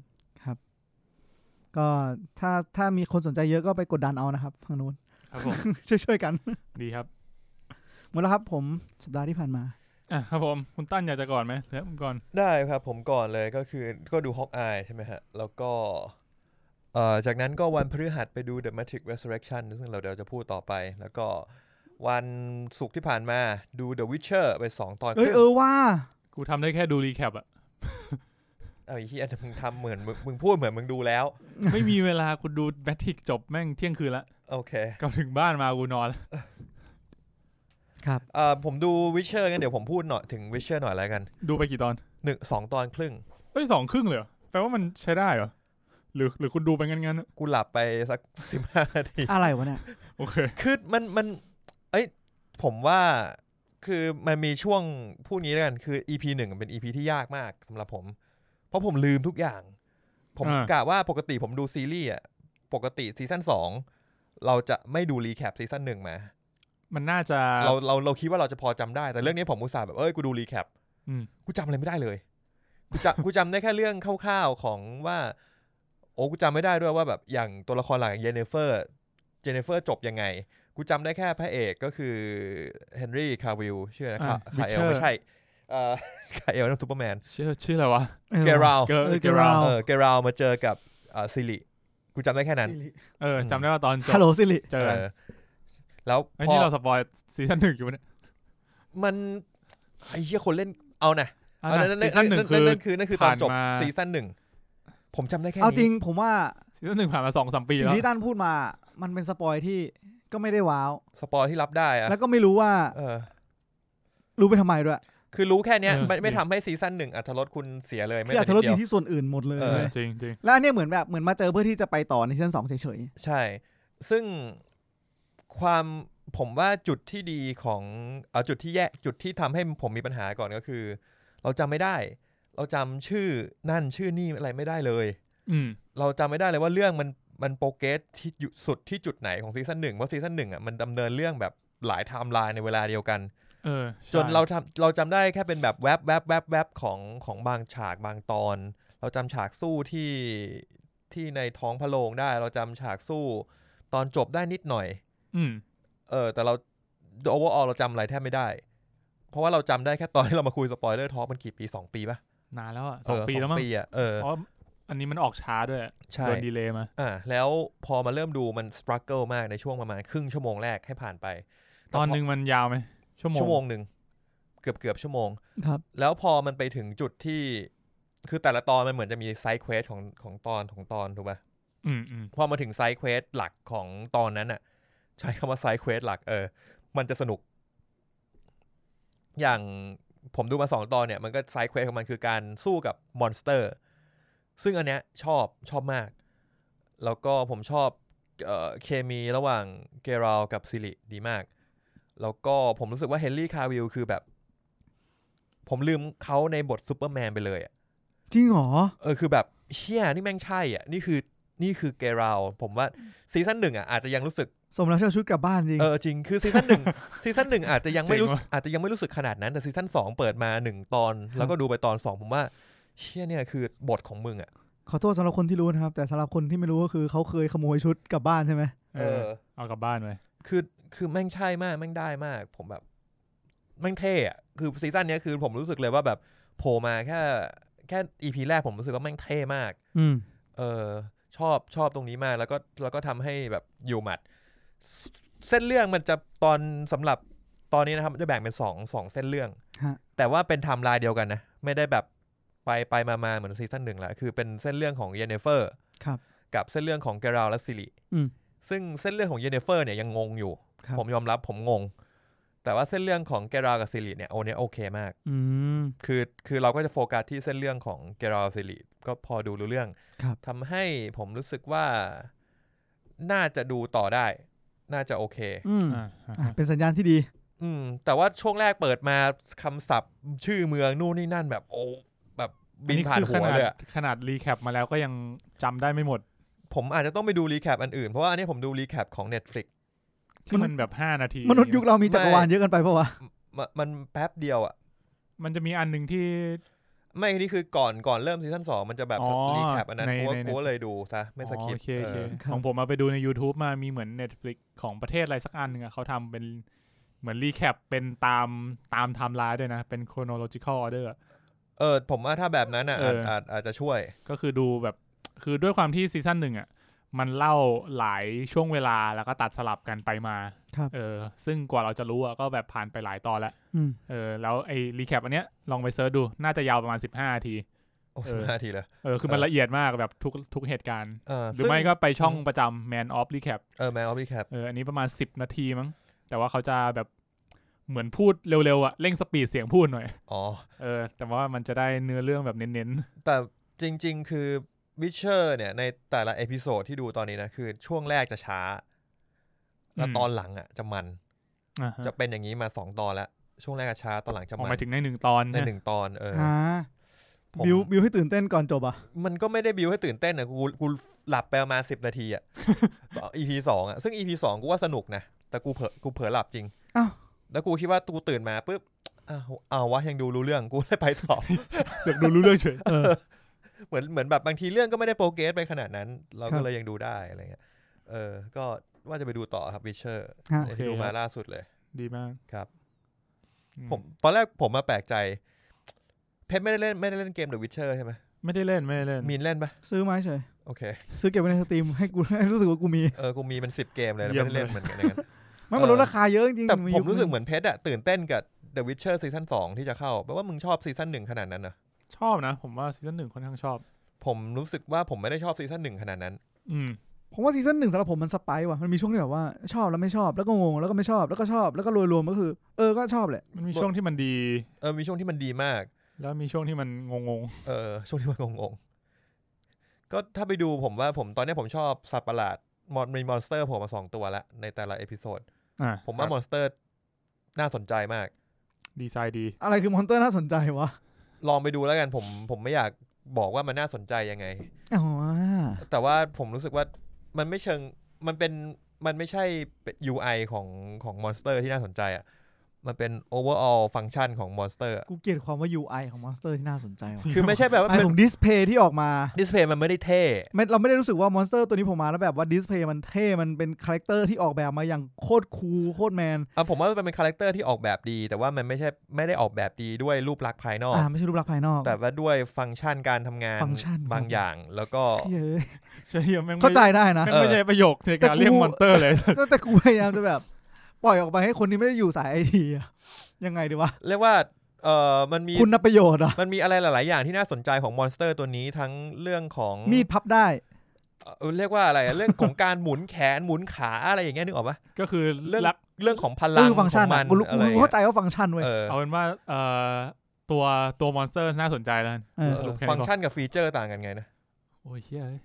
Speaker 1: ก็ถ้าถ้ามีคนสนใจเยอะก็ไปกดดันเอานะครับทางนู้น
Speaker 3: ครับผม
Speaker 1: ช่วยๆกัน
Speaker 3: ดีครับ
Speaker 1: หมดแล้วครับผมสัปดาห์ที่ผ่านมา
Speaker 3: อ่ะครับผมคุณตั้นอยากจะก่อนไหมเดี๋ยวผมก่อน
Speaker 2: ได้ครับผมก่อนเลยก็คือก็ดูฮอกอายใช่ไหมฮะ แล้วก็เอ่อจากนั้นก็วันพฤหัสไปดู The Matrix Resurrection ซึ่งเราเดี๋ยวจะพูดต่อไป แล้วก็วันศุกร์ที่ผ่านมาดู The Witcher ไปสองตอนค
Speaker 1: เอ้ย
Speaker 2: รึ่ง
Speaker 1: เออว่า
Speaker 3: กูทำได้แค่ดูรีแคปอะ
Speaker 2: เอาไอ้เหี้ยมึงทำเหมือนมึงมึงพูดเหมือนมึงดูแล้ว
Speaker 3: ไม่มีเวลากูดูแมทริกจบแม่งเที่ยงคืนละ
Speaker 2: โอเค
Speaker 3: กลับถึงบ้านมากูนอนละ
Speaker 2: เอ่อผมดูวิเชอร์กันเดี๋ยวผมพูดหน่อยถึงวิเชอร์หน่อยแล้วกัน
Speaker 3: ดูไปกี่ตอน
Speaker 2: หนึ่งสองตอนครึ่ง
Speaker 3: เอ้ยสองครึ่งเลยเหรอแปลว่ามันใช้ได้เหรอหรือหรือคุณดูไปงั้นๆอะ
Speaker 2: กูหลับไปสักสิบห้านาที
Speaker 1: อะไรวะเนี่ย
Speaker 3: โอเค
Speaker 2: คือมันมัน เอ้ย ผมว่าคือมันมีช่วงพูดงี้แล้วกัน คือ EP หนึ่งเป็น EP ที่ยากมากสำหรับผม เพราะผมลืมทุกอย่าง ผม
Speaker 3: อ่าก
Speaker 2: กะว่าปกติผมดูซีรีส์อ่ะปกติซีซั่นสองเราจะไม่ดูรีแคปซีซั่นหนึ่งมา
Speaker 3: มันน่าจะ
Speaker 2: เราเราเราคิดว่าเราจะพอจำได้ แต่เรื่องนี้ผมอุตส่าห์แบบ เอ้ย กูดูรีแคป
Speaker 3: อืม
Speaker 2: กูจำอะไรไม่ได้เลย กูจำ กูจำได้แค่เรื่องคร่าวๆของว่า โอ้กูจำไม่ได้ด้วยว่าแบบอย่างตัวละครหลักอย่างเจเนฟเฟอร์ เจเนฟเฟอร์จบยังไง กูจำได้แค่พระเอกก็คือเฮนรี่คาวิลชื่อนะค
Speaker 3: อ่า
Speaker 2: รับคาเอล
Speaker 3: Witcher
Speaker 2: ไม่ใช่ เอ่อ ใครเอลนักซูเปอร์แมน
Speaker 3: ชื่อชื่ออะไรวะ
Speaker 1: ออ
Speaker 2: เกราว
Speaker 3: เก
Speaker 1: เออ
Speaker 3: เก
Speaker 1: เก
Speaker 3: รา
Speaker 1: ราว
Speaker 2: เออเกราวมาเจอกับเอ่อซิลิกูจำได้แค่นั้น
Speaker 3: เออจำได้ว่าตอนจ
Speaker 1: ฮัลโหล
Speaker 3: บ
Speaker 1: สิริ
Speaker 3: เจอ
Speaker 2: เออ แล้ว
Speaker 3: ไอ้
Speaker 2: พอ
Speaker 3: นี่เราสปอยซีซั่นหนึ่งอยู่เนี่ย
Speaker 2: มันไอ้เหี้ยคนเล่นเอานะ
Speaker 3: อัน
Speaker 2: เอานะ
Speaker 3: นั้
Speaker 2: นั่
Speaker 3: น
Speaker 2: น
Speaker 3: ซี
Speaker 2: นั่น
Speaker 3: ซั่นห
Speaker 2: นั่น
Speaker 3: นึ่ง
Speaker 2: นั่น
Speaker 3: คือ
Speaker 2: นั่นคือนั่นคือตอนจบ
Speaker 3: ผ่านมา
Speaker 2: ซีซั่นหนึ่งผมจำได้แค่นี้
Speaker 1: เอาจริงผมว่า
Speaker 3: ซีซั่นหนึ่งผ่านมาสองสามปี
Speaker 1: สิ่ง
Speaker 3: แล้ว
Speaker 1: ที่ตั้นพูดมามันเป็นสปอยที่ก็ไม่ได้ว้าว
Speaker 2: สปอยที่รับได้อะ
Speaker 1: แล้วก็ไม่รู้ว่า
Speaker 2: เออ
Speaker 1: รู้ไปทำไมด้วย
Speaker 2: คือรู้แค่เนี้ยไม่ไม่ทำให้ซีซั่นหนึ่งอัตรสคุณเสียเลยไม่
Speaker 1: คืออาจ
Speaker 2: แต่
Speaker 1: จะล
Speaker 2: นิด
Speaker 1: ด
Speaker 2: เดี
Speaker 1: ดี
Speaker 2: ยว
Speaker 1: ที่ส่วนอื่นหมดเลย
Speaker 2: เออ
Speaker 3: จริงจริง
Speaker 1: แล้วอันเนี่ยเหมือนแบบเหมือนมาเจอเพื่อที่จะไปต่อในซีซั่นสองเฉย
Speaker 2: ใช่ ซึ่งความผมว่าจุดที่ดีของเออจุดที่แย่จุดที่ทำให้ผมมีปัญหาก่อนก็คือ เราจำไม่ได้ เราจำชื่อนั่นชื่อนี่อะไรไม่ได้เลย
Speaker 3: อืม
Speaker 2: เราจำไม่ได้เลยว่าเรื่องมันมันโปรเกรสที่อยู่สุดที่จุดไหนของซีซั่นหนึ่งเพราะซีซั่นหนึ่งอ่ะมันดำเนินเรื่องแบบหลายไทม์ไลน์ในเวลาเดียวกัน
Speaker 3: เออใช่
Speaker 2: จนเราทำเราจำได้แค่เป็นแบบแวบแวบแวบแวบของของบางฉากบางตอน เราจำฉากสู้ที่ที่ในท้องพระโรงได้ เราจำฉากสู้ ตอนจบได้นิดหน่อย
Speaker 3: อืม
Speaker 2: เออ แต่เราโอเวอร์อเราจำอะไรแทบไม่ได้ เพราะว่าเราจำได้แค่ตอนที่เรามาคุยสปอยเลอร์ทอมันกี่ปีสองปีปะ
Speaker 3: นานแล้วอ่ะ
Speaker 2: เ
Speaker 3: สองปีแล้วมั้ง
Speaker 2: ปีอ่ะเออ
Speaker 3: เพราะอันนี้มันออกช้าด้วย
Speaker 2: ใช่
Speaker 3: โดนดีเลย์มา
Speaker 2: อ่าแล้วพอมาเริ่มดูมันสครัลเกิลมากในช่วงประมาณครึ่งชั่วโมงแรกให้ผ่านไป
Speaker 3: ตอนหนึ่งมันยาวไหมชั่วโมง
Speaker 2: ชั่วโมงหนึ่งเกือบเกือบชั่วโมง
Speaker 1: ๆครับ
Speaker 2: แล้วพอมันไปถึงจุดที่ คือแต่ละตอนมันเหมือนจะมีไซด์เควสของของตอนของตอนถูกปะ
Speaker 3: อืมอืม
Speaker 2: พอมาถึงไซด์เควสหลักของตอนนั้นอะใช้คำว่าไซด์เควสหลักเออ มันจะสนุก อย่างผมดูมาสองตอนเนี่ย มันก็ไซด์เควสของมันคือการสู้กับมอนสเตอร์ ซึ่งอันเนี้ยชอบชอบมาก แล้วก็ผมชอบเอ่อเคมีระหว่างเกรากับซิลิดีมาก แล้วก็ผมรู้สึกว่าเฮนรี่คาวิลคือแบบ ผมลืมเขาในบทซูเปอร์แมนไปเลยอะ
Speaker 1: จริงเหรอ
Speaker 2: เออคือแบบเชี่ยนี่แม่งใช่อ่ะ นี่คือนี่คือเกราวผมว่าซีซั่นหนึ่งอ่ะอาจจะยังรู้สึก
Speaker 1: สมแล้วที่เราชุดกลับบ้านจริง
Speaker 2: เออจริงคือซีซั่นหนึ่ง ซีซั่นหนึ่งอาจจะยังไม่รู้สึกอาจจะยังไม่รู้สึกขนาดนั้นแต่ซีซั่นสองเปิดมาหนึ่งตอน แล้วก็ดูไปตอนสองผมว่าเชี่ยเนี่ยคือบทของมึงอ่ะ
Speaker 1: ขอโทษสำหรับคนที่รู้นะครับ แต่สำหรับคนที่ไม่รู้ก็คือเขาเคยขโมยชุดกลับบ้านใช่ไหม
Speaker 3: เออเอากลับบ้านไป
Speaker 2: คือคือแม่งใช่มากแม่งได้มาก ผมแบบแม่งเท่อ่ะคือซีซั่นเนี้ยคือผมรู้สึกเลยว่าแบบโผล่มาแค่แค่อีพีแรกผมรู้สึกว่าแม่งเท่มาก
Speaker 1: อืม
Speaker 2: เออชอบชอบตรงนี้มากแล้วก็แล้วก็ทำให้แบบอยู่หมัดเสเส้นเรื่องมันจะตอนสำหรับตอนนี้นะครับมันจะแบ่งเป็นสองสองเส้นเรื่อง
Speaker 1: ฮะ
Speaker 2: แต่ว่าเป็นไทม์ไลน์เดียวกันนะ ไม่ได้แบบไปไปมามาเหมือนซีซั่นหนึ่งละคือเป็นเส้นเรื่องของเยเนเฟอร์
Speaker 1: ครับ
Speaker 2: กับเส้นเรื่องของเกราวและซิลิ
Speaker 1: อืม
Speaker 2: ซึ่งเส้นเรื่องของเยเนเฟอร์เนี่ยยังงงอยู่
Speaker 1: ครับ
Speaker 2: ผมยอมรับผมงง แต่ว่าเส้นเรื่องของเกราวกับซิลิเนี่ยโอเนี่ยโอเคมาก
Speaker 1: อืม
Speaker 2: คือคือเราก็จะโฟกัสที่เส้นเรื่องของเกราซิลิก็พอดูรู้เรื่อง
Speaker 1: ครับ
Speaker 2: ทำให้ผมรู้สึกว่าน่าจะดูต่อได้ น่าจะโอเค
Speaker 1: อืม
Speaker 3: อ่า
Speaker 1: อ่ะ
Speaker 3: อ่า
Speaker 1: เป็นสัญญาณที่ดี
Speaker 2: อืม แต่ว่าช่วงแรกเปิดมาคำศัพท์ชื่อเมืองนู่นนี่นั่นแบบโอ้แบบบินผ่านหัวเลยอะ
Speaker 3: ขนาดรีแคปมาแล้วก็ยังจำได้ไม่หมด
Speaker 2: ผมอาจจะต้องไปดูรีแคปอันอื่น เพราะว่าอันนี้ผมดูรีแคปของ Netflix
Speaker 3: ที่มันแบบห้านาที
Speaker 1: มนุษย์ยุคเรามีจักรวาลเยอะเกินไปปะวะ
Speaker 2: มันมันแป๊บเดียวอะ
Speaker 3: มันจะมีอันหนึ่งที่
Speaker 2: ไม่นี่คือก่อนก่อนเริ่มซีซั่นสองมันจะแบบ
Speaker 3: อ๋อ
Speaker 2: รีแคปอันนั้น
Speaker 3: ใน
Speaker 2: กูว่า
Speaker 3: ใน
Speaker 2: กูก็เลยดูซะไม่ส
Speaker 3: อ๋อ
Speaker 2: กิป
Speaker 3: โอเคโอ
Speaker 2: เอ
Speaker 3: เค
Speaker 2: อ
Speaker 1: ครับ
Speaker 3: ของผมมาไปดูใน YouTube มามีเหมือน Netflix ของประเทศอะไรสักอันหนึ่งอะเขาทำเป็นเหมือนรีแคปเป็นตามตามไทม์ไลน์ด้วยนะ เป็น chronological order อะ
Speaker 2: เออผมว่าถ้าแบบนั้นอะอาจ
Speaker 3: เอออ
Speaker 2: อาจอาจจะช่วย
Speaker 3: ก็คือดูแบบคือด้วยความที่ซีซั่นหนึ่งอ่ะมันเล่าหลายช่วงเวลาแล้วก็ตัดสลับกันไปมา
Speaker 1: ครับ
Speaker 3: เออ ซึ่งกว่าเราจะรู้อ่ะก็แบบผ่านไปหลายตอนแล้ว
Speaker 1: อืม
Speaker 3: เออแล้วไอ้รีแคปอันเนี้ยลองไปเซิร์ชดู น่าจะยาวประมาณ 15นาที
Speaker 2: โอ้
Speaker 3: เอ
Speaker 2: สิบ
Speaker 3: อ
Speaker 2: ห้านาทีเลย
Speaker 3: เออคือมันละเอียดมากแบบทุกทุกเหตุการณ์
Speaker 2: เออ
Speaker 3: หรือ
Speaker 2: ซึ่ง
Speaker 3: ไม่ก็ไปช่องประจำ Man of Recap
Speaker 2: เออแมวออฟรีแคป
Speaker 3: เอออันนี้ประมาณ 10 นาทีมั้ง แต่ว่าเขาจะแบบเหมือนพูดเร็วๆอ่ะเร่งสปีดเสียงพูดหน่อย
Speaker 2: อ๋อ
Speaker 3: เออแต่ว่ามันจะได้เนื้อเรื่องแบบเน้น
Speaker 2: แต่จริง ๆ คือวิเชอร์เนี่ย ในแต่ละเอพิโซดที่ดูตอนนี้นะ คือช่วงแรกจะช้า
Speaker 3: ๆ
Speaker 2: แล้วตอนหลังอ่ะจะมัน
Speaker 3: อ่าฮะ
Speaker 2: จะเป็นอย่างนี้มาสองตอนแล้ว ช่วงแรกจะช้า ตอนหลังจะ
Speaker 3: ออก
Speaker 2: มัน
Speaker 3: มาถึงในหนึ่งตอน
Speaker 2: ใน
Speaker 3: เนี่ย
Speaker 2: หนึ่งตอน เออ
Speaker 1: อ่า
Speaker 2: ผม
Speaker 1: บิวบิวให้ตื่นเต้นก่อนจบอ่ะ
Speaker 2: มันก็ไม่ได้บิวให้ตื่นเต้นนะกูกูหลับไปประมาณสิบนาที อ่ะ ต่อ EP สองอ่ะ ซึ่ง EP สองกูว่าสนุกนะ แต่กูเผลอกูเผลอหลับจริง
Speaker 1: อ้าว
Speaker 2: แล้วกูคิดว่ากูตื่นมาปุ๊บอ้าวเอาวะยังดูรู้เรื่องกูเลยไปต่อ
Speaker 3: เสือกดูรู้เรื่องเฉย
Speaker 2: เหมือนเหมือนแบบบางทีเรื่องก็ไม่ได้โปรเกรสไปขนาดนั้น เรา
Speaker 1: ครั
Speaker 2: ก็
Speaker 1: บ
Speaker 2: เลยยังดูได้อะไรเงี้ยเออ ก็ว่าจะไปดูต่อครับวิเชอร์
Speaker 1: ฮะ
Speaker 3: โอเค
Speaker 2: ที่ดูมา
Speaker 3: ครับ
Speaker 2: ล่าสุดเลย
Speaker 3: ดีมาก
Speaker 2: ครับ
Speaker 3: อื
Speaker 2: ผมตอนแรกผมมาแปลกใจ เพชรไม่ได้เล่นไม่ได้เล่นเกม The Witcher ใช่ไหม
Speaker 3: ไม่ได้เล่นไม่ได้เล่น
Speaker 2: มีนเล่นปะ
Speaker 1: ซื้อมาเฉย
Speaker 2: โอเค
Speaker 1: ซื้อเก็บไว้ในสตรีมให้กู ให้รู้สึกว่ากูมี
Speaker 2: เออ กูมีเป็นสิบเกมเลยแล้วไม่ได้เล่นเหมือนกันอย่าง นั้น
Speaker 1: ไม่มันลด
Speaker 2: เออ
Speaker 1: ราคาเยอะจริงๆ
Speaker 2: แต่
Speaker 1: น
Speaker 2: ผม
Speaker 1: ยุค
Speaker 2: รู้สึกเหมือนเพชรอะตื่นเต้นกับ The Witcher ซีซั่นสองที่จะเข้าแปลว่ามึงชอบซีซั่นหนึ่งขนาดนั้นเหรอ
Speaker 3: ชอบนะ ผมว่าซีซั่นหนึ่งค่อนข้างชอบ
Speaker 2: ผมรู้สึกว่าผมไม่ได้ชอบซีซั่นหนึ่งขนาดนั้น
Speaker 3: อืม
Speaker 1: ผมว่าซีซั่นหนึ่งสำหรับผมมันสไปค์ว่ะมันมีช่วงที่แบบว่าชอบแล้วไม่ชอบแล้วก็งงแล้วก็ไม่ชอบแล้วก็ชอบแล้วก็รวมๆก็คือ เออก็ชอบแหละ
Speaker 3: มันมีช่วงที่มันดี
Speaker 2: เออมีช่วงที่มันดีมาก
Speaker 3: แล้วมีช่วงที่มันงงง
Speaker 2: เออช่วงที่มันงงๆ ก็ถ้าไปดูผมว่าผมตอนเนี้ยผมชอบสัตว์ประหลาดมอนมีมอนสเตอร์ผมมาสองตัวละในแต่ละเอพิโซด
Speaker 3: ๆอ่ะ
Speaker 2: ผมว่ามอนสเตอร์น่าสนใจมาก
Speaker 3: ดีไซน์ดี
Speaker 1: อะไรคือมอนเตอร์น่าสนใจวะ
Speaker 2: ลองไปดูแล้วกันผมผมไม่อยากบอกว่ามันน่าสนใจยังไง
Speaker 1: อ๋อ
Speaker 2: แต่ว่าผมรู้สึกว่ามันไม่เชิงมันเป็นมันไม่ใช่เป็น UI ของของมอนสเตอร์ที่น่าสนใจอะ่ะมันเป็น overall ฟังก์ชันของมอนสเตอร์
Speaker 1: กูเกลียดความว่า UI ของมอนสเตอร์ที่น่าสนใจว่ะ
Speaker 2: คือไม่ใช่แบบว่า
Speaker 1: ไอ้
Speaker 2: เป็น
Speaker 1: ของดิสเพย์ที่ออกมา
Speaker 2: ดิสเพย์มันไม่ได้เท่
Speaker 1: ไม่เราไม่ได้รู้สึกว่ามอนสเตอร์ตัวนี้ผมมาแล้วแบบว่าดิสเพย์มันเท่ มันเป็นคาแรคเตอร์ที่ออกแบบมาอย่างโคตรคูลโคตรแมน
Speaker 2: อ่ะผมว่ามันเป็นคาแรคเตอร์ที่ออกแบบดี แต่ว่ามันไม่ใช่ไม่ได้ออกแบบดีด้วยรูปลักษณ์ภายนอก
Speaker 1: อ่า ไม่ใช่รูปลักษณ์ภายนอก
Speaker 2: แต่ว่าด้วยฟังก์ชันการทำงาน
Speaker 1: ฟังก์ชัน
Speaker 2: บางอย่างแล้วก็
Speaker 1: เหี้ยเอ้ย
Speaker 3: ใช่ยแม่งไม่
Speaker 1: เข้าใจได้นะ
Speaker 3: แม่ง
Speaker 2: เออ
Speaker 3: ไม่ใช่ประโยคในการเรียก
Speaker 1: แต่กู
Speaker 3: มอนเตอร์เลย
Speaker 1: แต่แต่กูพยายามจะแบบ ปล่อยออกไปให้คนที่ไม่ได้อยู่สายไอทีอะยังไงดีวะ
Speaker 2: เรียกว่าเออมันมี
Speaker 1: คุณประโยชน์เหรอะ
Speaker 2: มันมีอะไรหลาย ๆ อย่างที่น่าสนใจของมอนสเตอร์ตัวนี้ทั้งเรื่องของ
Speaker 1: มีดพับได้
Speaker 2: เอ่อเรียกว่าอะไรเรื่องของการหมุนแขนหมุนขาอะไรอย่างเงี้ยนึกออกปะ
Speaker 3: ก็คือ
Speaker 2: เรื่อง
Speaker 3: รัก
Speaker 2: เรื่องของพ
Speaker 1: เอ
Speaker 2: ลัง
Speaker 1: อฟังก์ชัน
Speaker 2: ของมั
Speaker 1: อะ
Speaker 2: น
Speaker 1: กูรู้
Speaker 2: อะ
Speaker 1: กู
Speaker 2: ไรอย่าง
Speaker 1: เข้า
Speaker 2: เงี้ย
Speaker 1: ใจว่าฟังก์ชันเว้ย
Speaker 2: เออ
Speaker 3: เอาเป็นว่าเอ่อตัวตัวมอนสเตอร์น่าสนใจแล้วกัน
Speaker 1: เออ
Speaker 3: สรุปแค่
Speaker 2: ฟังก์
Speaker 3: นี้ก่อน
Speaker 2: ชันกับฟีเจอร์ต่างกันไงนะ
Speaker 3: โอ้ยเฮียเอ้ย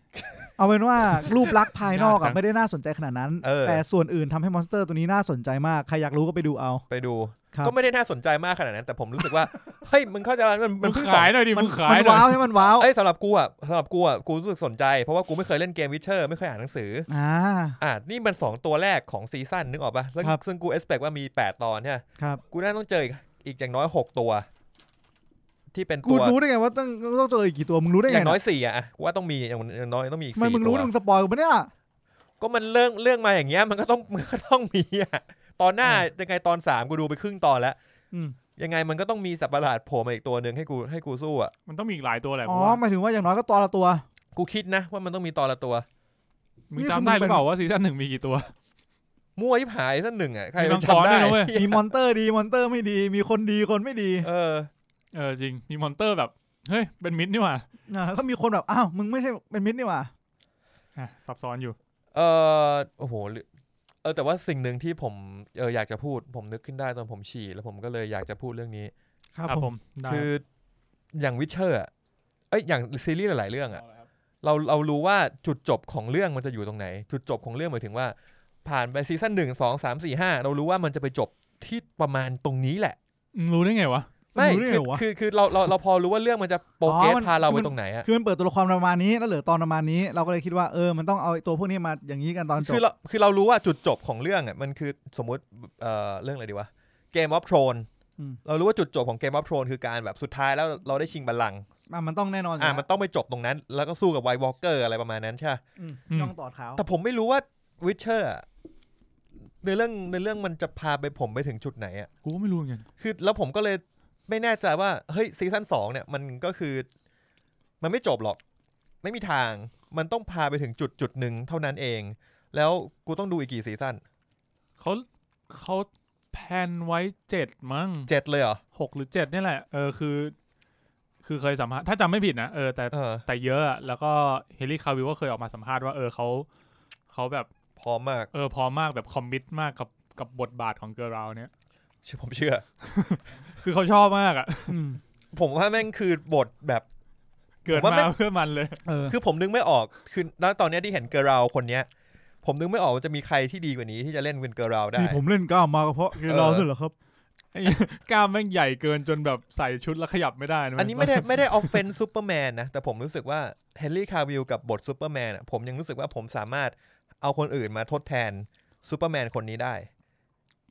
Speaker 1: เอาเป็นว่ารูปลักษณ์ภายนอก
Speaker 3: ยากจั
Speaker 1: อะ
Speaker 3: ง
Speaker 1: ไม่ได้น่าสนใจขนาดนั้น
Speaker 2: เออ
Speaker 1: แต่ส่วนอื่นทำให้มอนสเตอร์ตัวนี้น่าสนใจมาก ใครอยากรู้ก็ไปดูเอา
Speaker 2: ไปดู
Speaker 1: ครับ
Speaker 2: ก็ไม่ได้น่าสนใจมากขนาดนั้น แต่ผมรู้ สึกว่า เฮ้ยมึงเข้าใจว่ามัน
Speaker 3: มึ
Speaker 2: มัน
Speaker 3: ง
Speaker 2: เพิ่งสอ
Speaker 3: ขาง ยหน่อยดิ
Speaker 1: มั
Speaker 3: มึ
Speaker 1: น
Speaker 3: งขาย
Speaker 1: มัน
Speaker 3: หน่อย
Speaker 1: ว้าวให้มันว้าว
Speaker 2: เอ้ยสำหรับกูอ่ะสำหรับกูอ่ะกูรู้สึกสนใจ เพราะว่ากูไม่เคยเล่นเกมวิเชอร์ไม่เคยอ่านหนังสือ
Speaker 1: อ่า
Speaker 2: อ่ะนี่มัน 2 ตัวแรกของซีซั่นนึกออกปะแล้ว
Speaker 1: ครับ
Speaker 2: ซึ่งกูเอสเ c กว่ามี 8 ตอนเนี่ย
Speaker 1: ครับ
Speaker 2: กูน่าต้องเจออีกอีกอย่างน้อย 6 ตัว ที่เป็น
Speaker 1: กู
Speaker 2: ตัว
Speaker 1: รู้ได้ไงว่าต้องต้องเจออีกกี่ตัวมึงรู้ได้
Speaker 2: อ
Speaker 1: ไง
Speaker 2: ย่าง
Speaker 1: นะ
Speaker 2: น้อย4อ่ะอ่ะกูว่าต้องมีอย่างอย่างน้อยต้องมีอีก
Speaker 1: ไม่
Speaker 2: สี่
Speaker 1: มึง
Speaker 2: ตั
Speaker 1: รู้
Speaker 2: ว
Speaker 1: มึงสปอยกูปะเนี่ย
Speaker 2: ก็มันเรื่องเรื่องมาอย่างเงี้ยมันก็ต้องมันก็ต้องมีอ่ะตอนหน้า
Speaker 1: อ่ะ
Speaker 2: ยังไงตอน 3 กูดูไปครึ่งตอนแล้ว
Speaker 1: อืม
Speaker 2: ยังไงมันก็ต้องมีสัตว์ประหลาดโผล่มาอีกตัวหนึ่งให้กูให้กูสู้อ่ะ
Speaker 3: มันต้องมีอีกหลายตัวแหละ
Speaker 1: อ๋อ
Speaker 3: กูว่า
Speaker 1: หมายถึงว่าอย่างน้อยก็ตัวละตัว
Speaker 2: กูคิดนะว่ามันต้องมีตอนละตัว
Speaker 3: มึงจำได้หรือเปล่าว่าซีซั่นหนึ่งมีกี่ตัว
Speaker 2: มั่วยิบหายสักหนึ่งอ่ะใครจะ
Speaker 3: มีมังกร
Speaker 2: จำได้
Speaker 3: ด้วยนะเว้ย
Speaker 1: มีมอนเตอร์ดีมอนเตอร์ไม่ดี มีคนดีคนไม่ดี
Speaker 2: เออ
Speaker 3: เออจริงมีมอนเตอร์แบบเฮ้ยเป็นมิดนี่หว่า
Speaker 1: อ่าแล้วก็มีคนแบบอ้าวมึงไม่ใช่เป็นมิตรนี่หว่า
Speaker 3: อ่ะซับซ้อนอยู่
Speaker 2: เออโอ้โหหรือเออแต่ว่าสิ่งหนึ่งที่ผมเอออยากจะพูดผมนึกขึ้นได้ตอนผมฉี่แล้วผมก็เลยอยากจะพูดเรื่องนี้
Speaker 1: ครับ
Speaker 3: ครับ
Speaker 1: ผ
Speaker 3: ผม มได้
Speaker 2: คืออย่างวิเชอร์เอ้ยอย่างซีรีส์หลาย ๆ เรื่อง
Speaker 3: เอา
Speaker 2: อะ
Speaker 3: ละครับ
Speaker 2: เราเรารู้ว่าจุดจบของเรื่องมันจะอยู่ตรงไหน จุดจบของเรื่องหมายถึงว่า ผ่านไปซีซั่นหนึ่งสองสามสี่ห้าเรารู้ว่ามันจะไปจบที่ประมาณตรงนี้แหละ
Speaker 3: มึงรู้ได้ไงวะ
Speaker 2: ไม่
Speaker 1: รู้ได้
Speaker 2: คือ
Speaker 1: ไงวะ
Speaker 2: คือคือเราเราเราพอรู้ว่าเรื่องมันจะโปรเก
Speaker 1: อ๋
Speaker 2: ส
Speaker 1: อมัน
Speaker 2: พาเราไป
Speaker 1: มัน
Speaker 2: ตรงไหนอะ
Speaker 1: คือมันเปิดตัวละครประมาณนี้แล้วเหลือตอนประมาณนี้ เราก็เลยคิดว่าเออมันต้องเอาไอ้ตัวพวกนี้มาอย่างนี้กันตอนจบ
Speaker 2: คือเราคือเรารู้ว่าจุดจบของเรื่องอะมันคือสมมติเอ่อเรื่องอะไรดีวะเกมออฟโทรน
Speaker 1: ม
Speaker 2: เรารู้ว่าจุดจบของเกม of ฟ h r o n e คือการแบบสุดท้ายแล้วเราได้ชิงบัลลังก์
Speaker 1: อ่ะมันต้องแน่นอนยู่
Speaker 2: อ่ะ
Speaker 1: แล้ว
Speaker 2: มันต้องไปจบตรงนั้น แล้วก็สู้กับไวท์วอลเกอร์อะไรประมาณนั้นใช่ปะ
Speaker 1: อืม
Speaker 3: อืม
Speaker 1: ย่องตอดเขา
Speaker 2: แต่ผมไม่รู้ว่าวิเชอร์ในเรื่องในเรื่องมันจะพาไปผมไปถึงจุดไหนอ่ะ
Speaker 3: กูก็ไม่รู้เหมือนกัน
Speaker 2: คือแล้วผมก็เลยไม่แน่ใจว่า เฮ้ยซีซั่นสองเนี่ยมันก็คือ มันไม่จบหรอก ไม่มีทาง มันต้องพาไปถึงจุดจุดหนึ่งเท่านั้นเอง แล้วกูต้องดูอีกกี่ซีซั่น
Speaker 3: เขาเขาแพลนไว้เจ็ดมั้ง
Speaker 2: เจ็ดเลยเหรอ
Speaker 3: หกหรือเจ็ดนี่แหละ เออคือ คือเคยสัมภาษณ์ถ้าจำไม่ผิดนะเออแต่
Speaker 2: เออ
Speaker 3: แต่เยอะอะแล้วก็เฮลี่คาวิลก็เคยออกมาสัมภาษณ์ว่าเออเขาเขาแบบ
Speaker 2: พร้อมมาก
Speaker 3: เออพร้อมมากแบบคอมมิตมากกับกับบทบาทของเกอร์ลเนี่ย
Speaker 2: เชื่อผมเชื่อ
Speaker 3: คือเขาชอบมากอะ
Speaker 1: อืม
Speaker 2: ผมว่าแม่งคือบทแบบ
Speaker 3: เกิด
Speaker 2: ผมว่า
Speaker 3: มา
Speaker 2: ไม่
Speaker 3: เพื่อมันเลย
Speaker 1: เออ
Speaker 2: คือผมนึกไม่ออก คือณตอนเนี้ยที่เห็นเกอร์เราคนเนี้ย ผมนึกไม่ออกว่าจะมีใครที่ดีกว่านี้ที่จะเล่นเป็นเกอร์เราได้
Speaker 1: ที่ผมเล่นก้าวมาก็เพราะคือ
Speaker 2: เออ
Speaker 1: รอนี่เหรอครับ
Speaker 3: กล้ามแม่งใหญ่เกินจนแบบใส่ชุดแล้วขยับไม่ได้นะ
Speaker 2: อันนี้ไม่ได้ไม่ได้ออฟเฟนซูเปอร์แมนนะ แต่ผมรู้สึกว่าเฮนรี่คาวิลกับบทซูเปอร์แมนอะผมยังรู้สึกว่าผมสามารถเอาคนอื่นมาทดแทนซูเปอร์แมนคนนี้ได้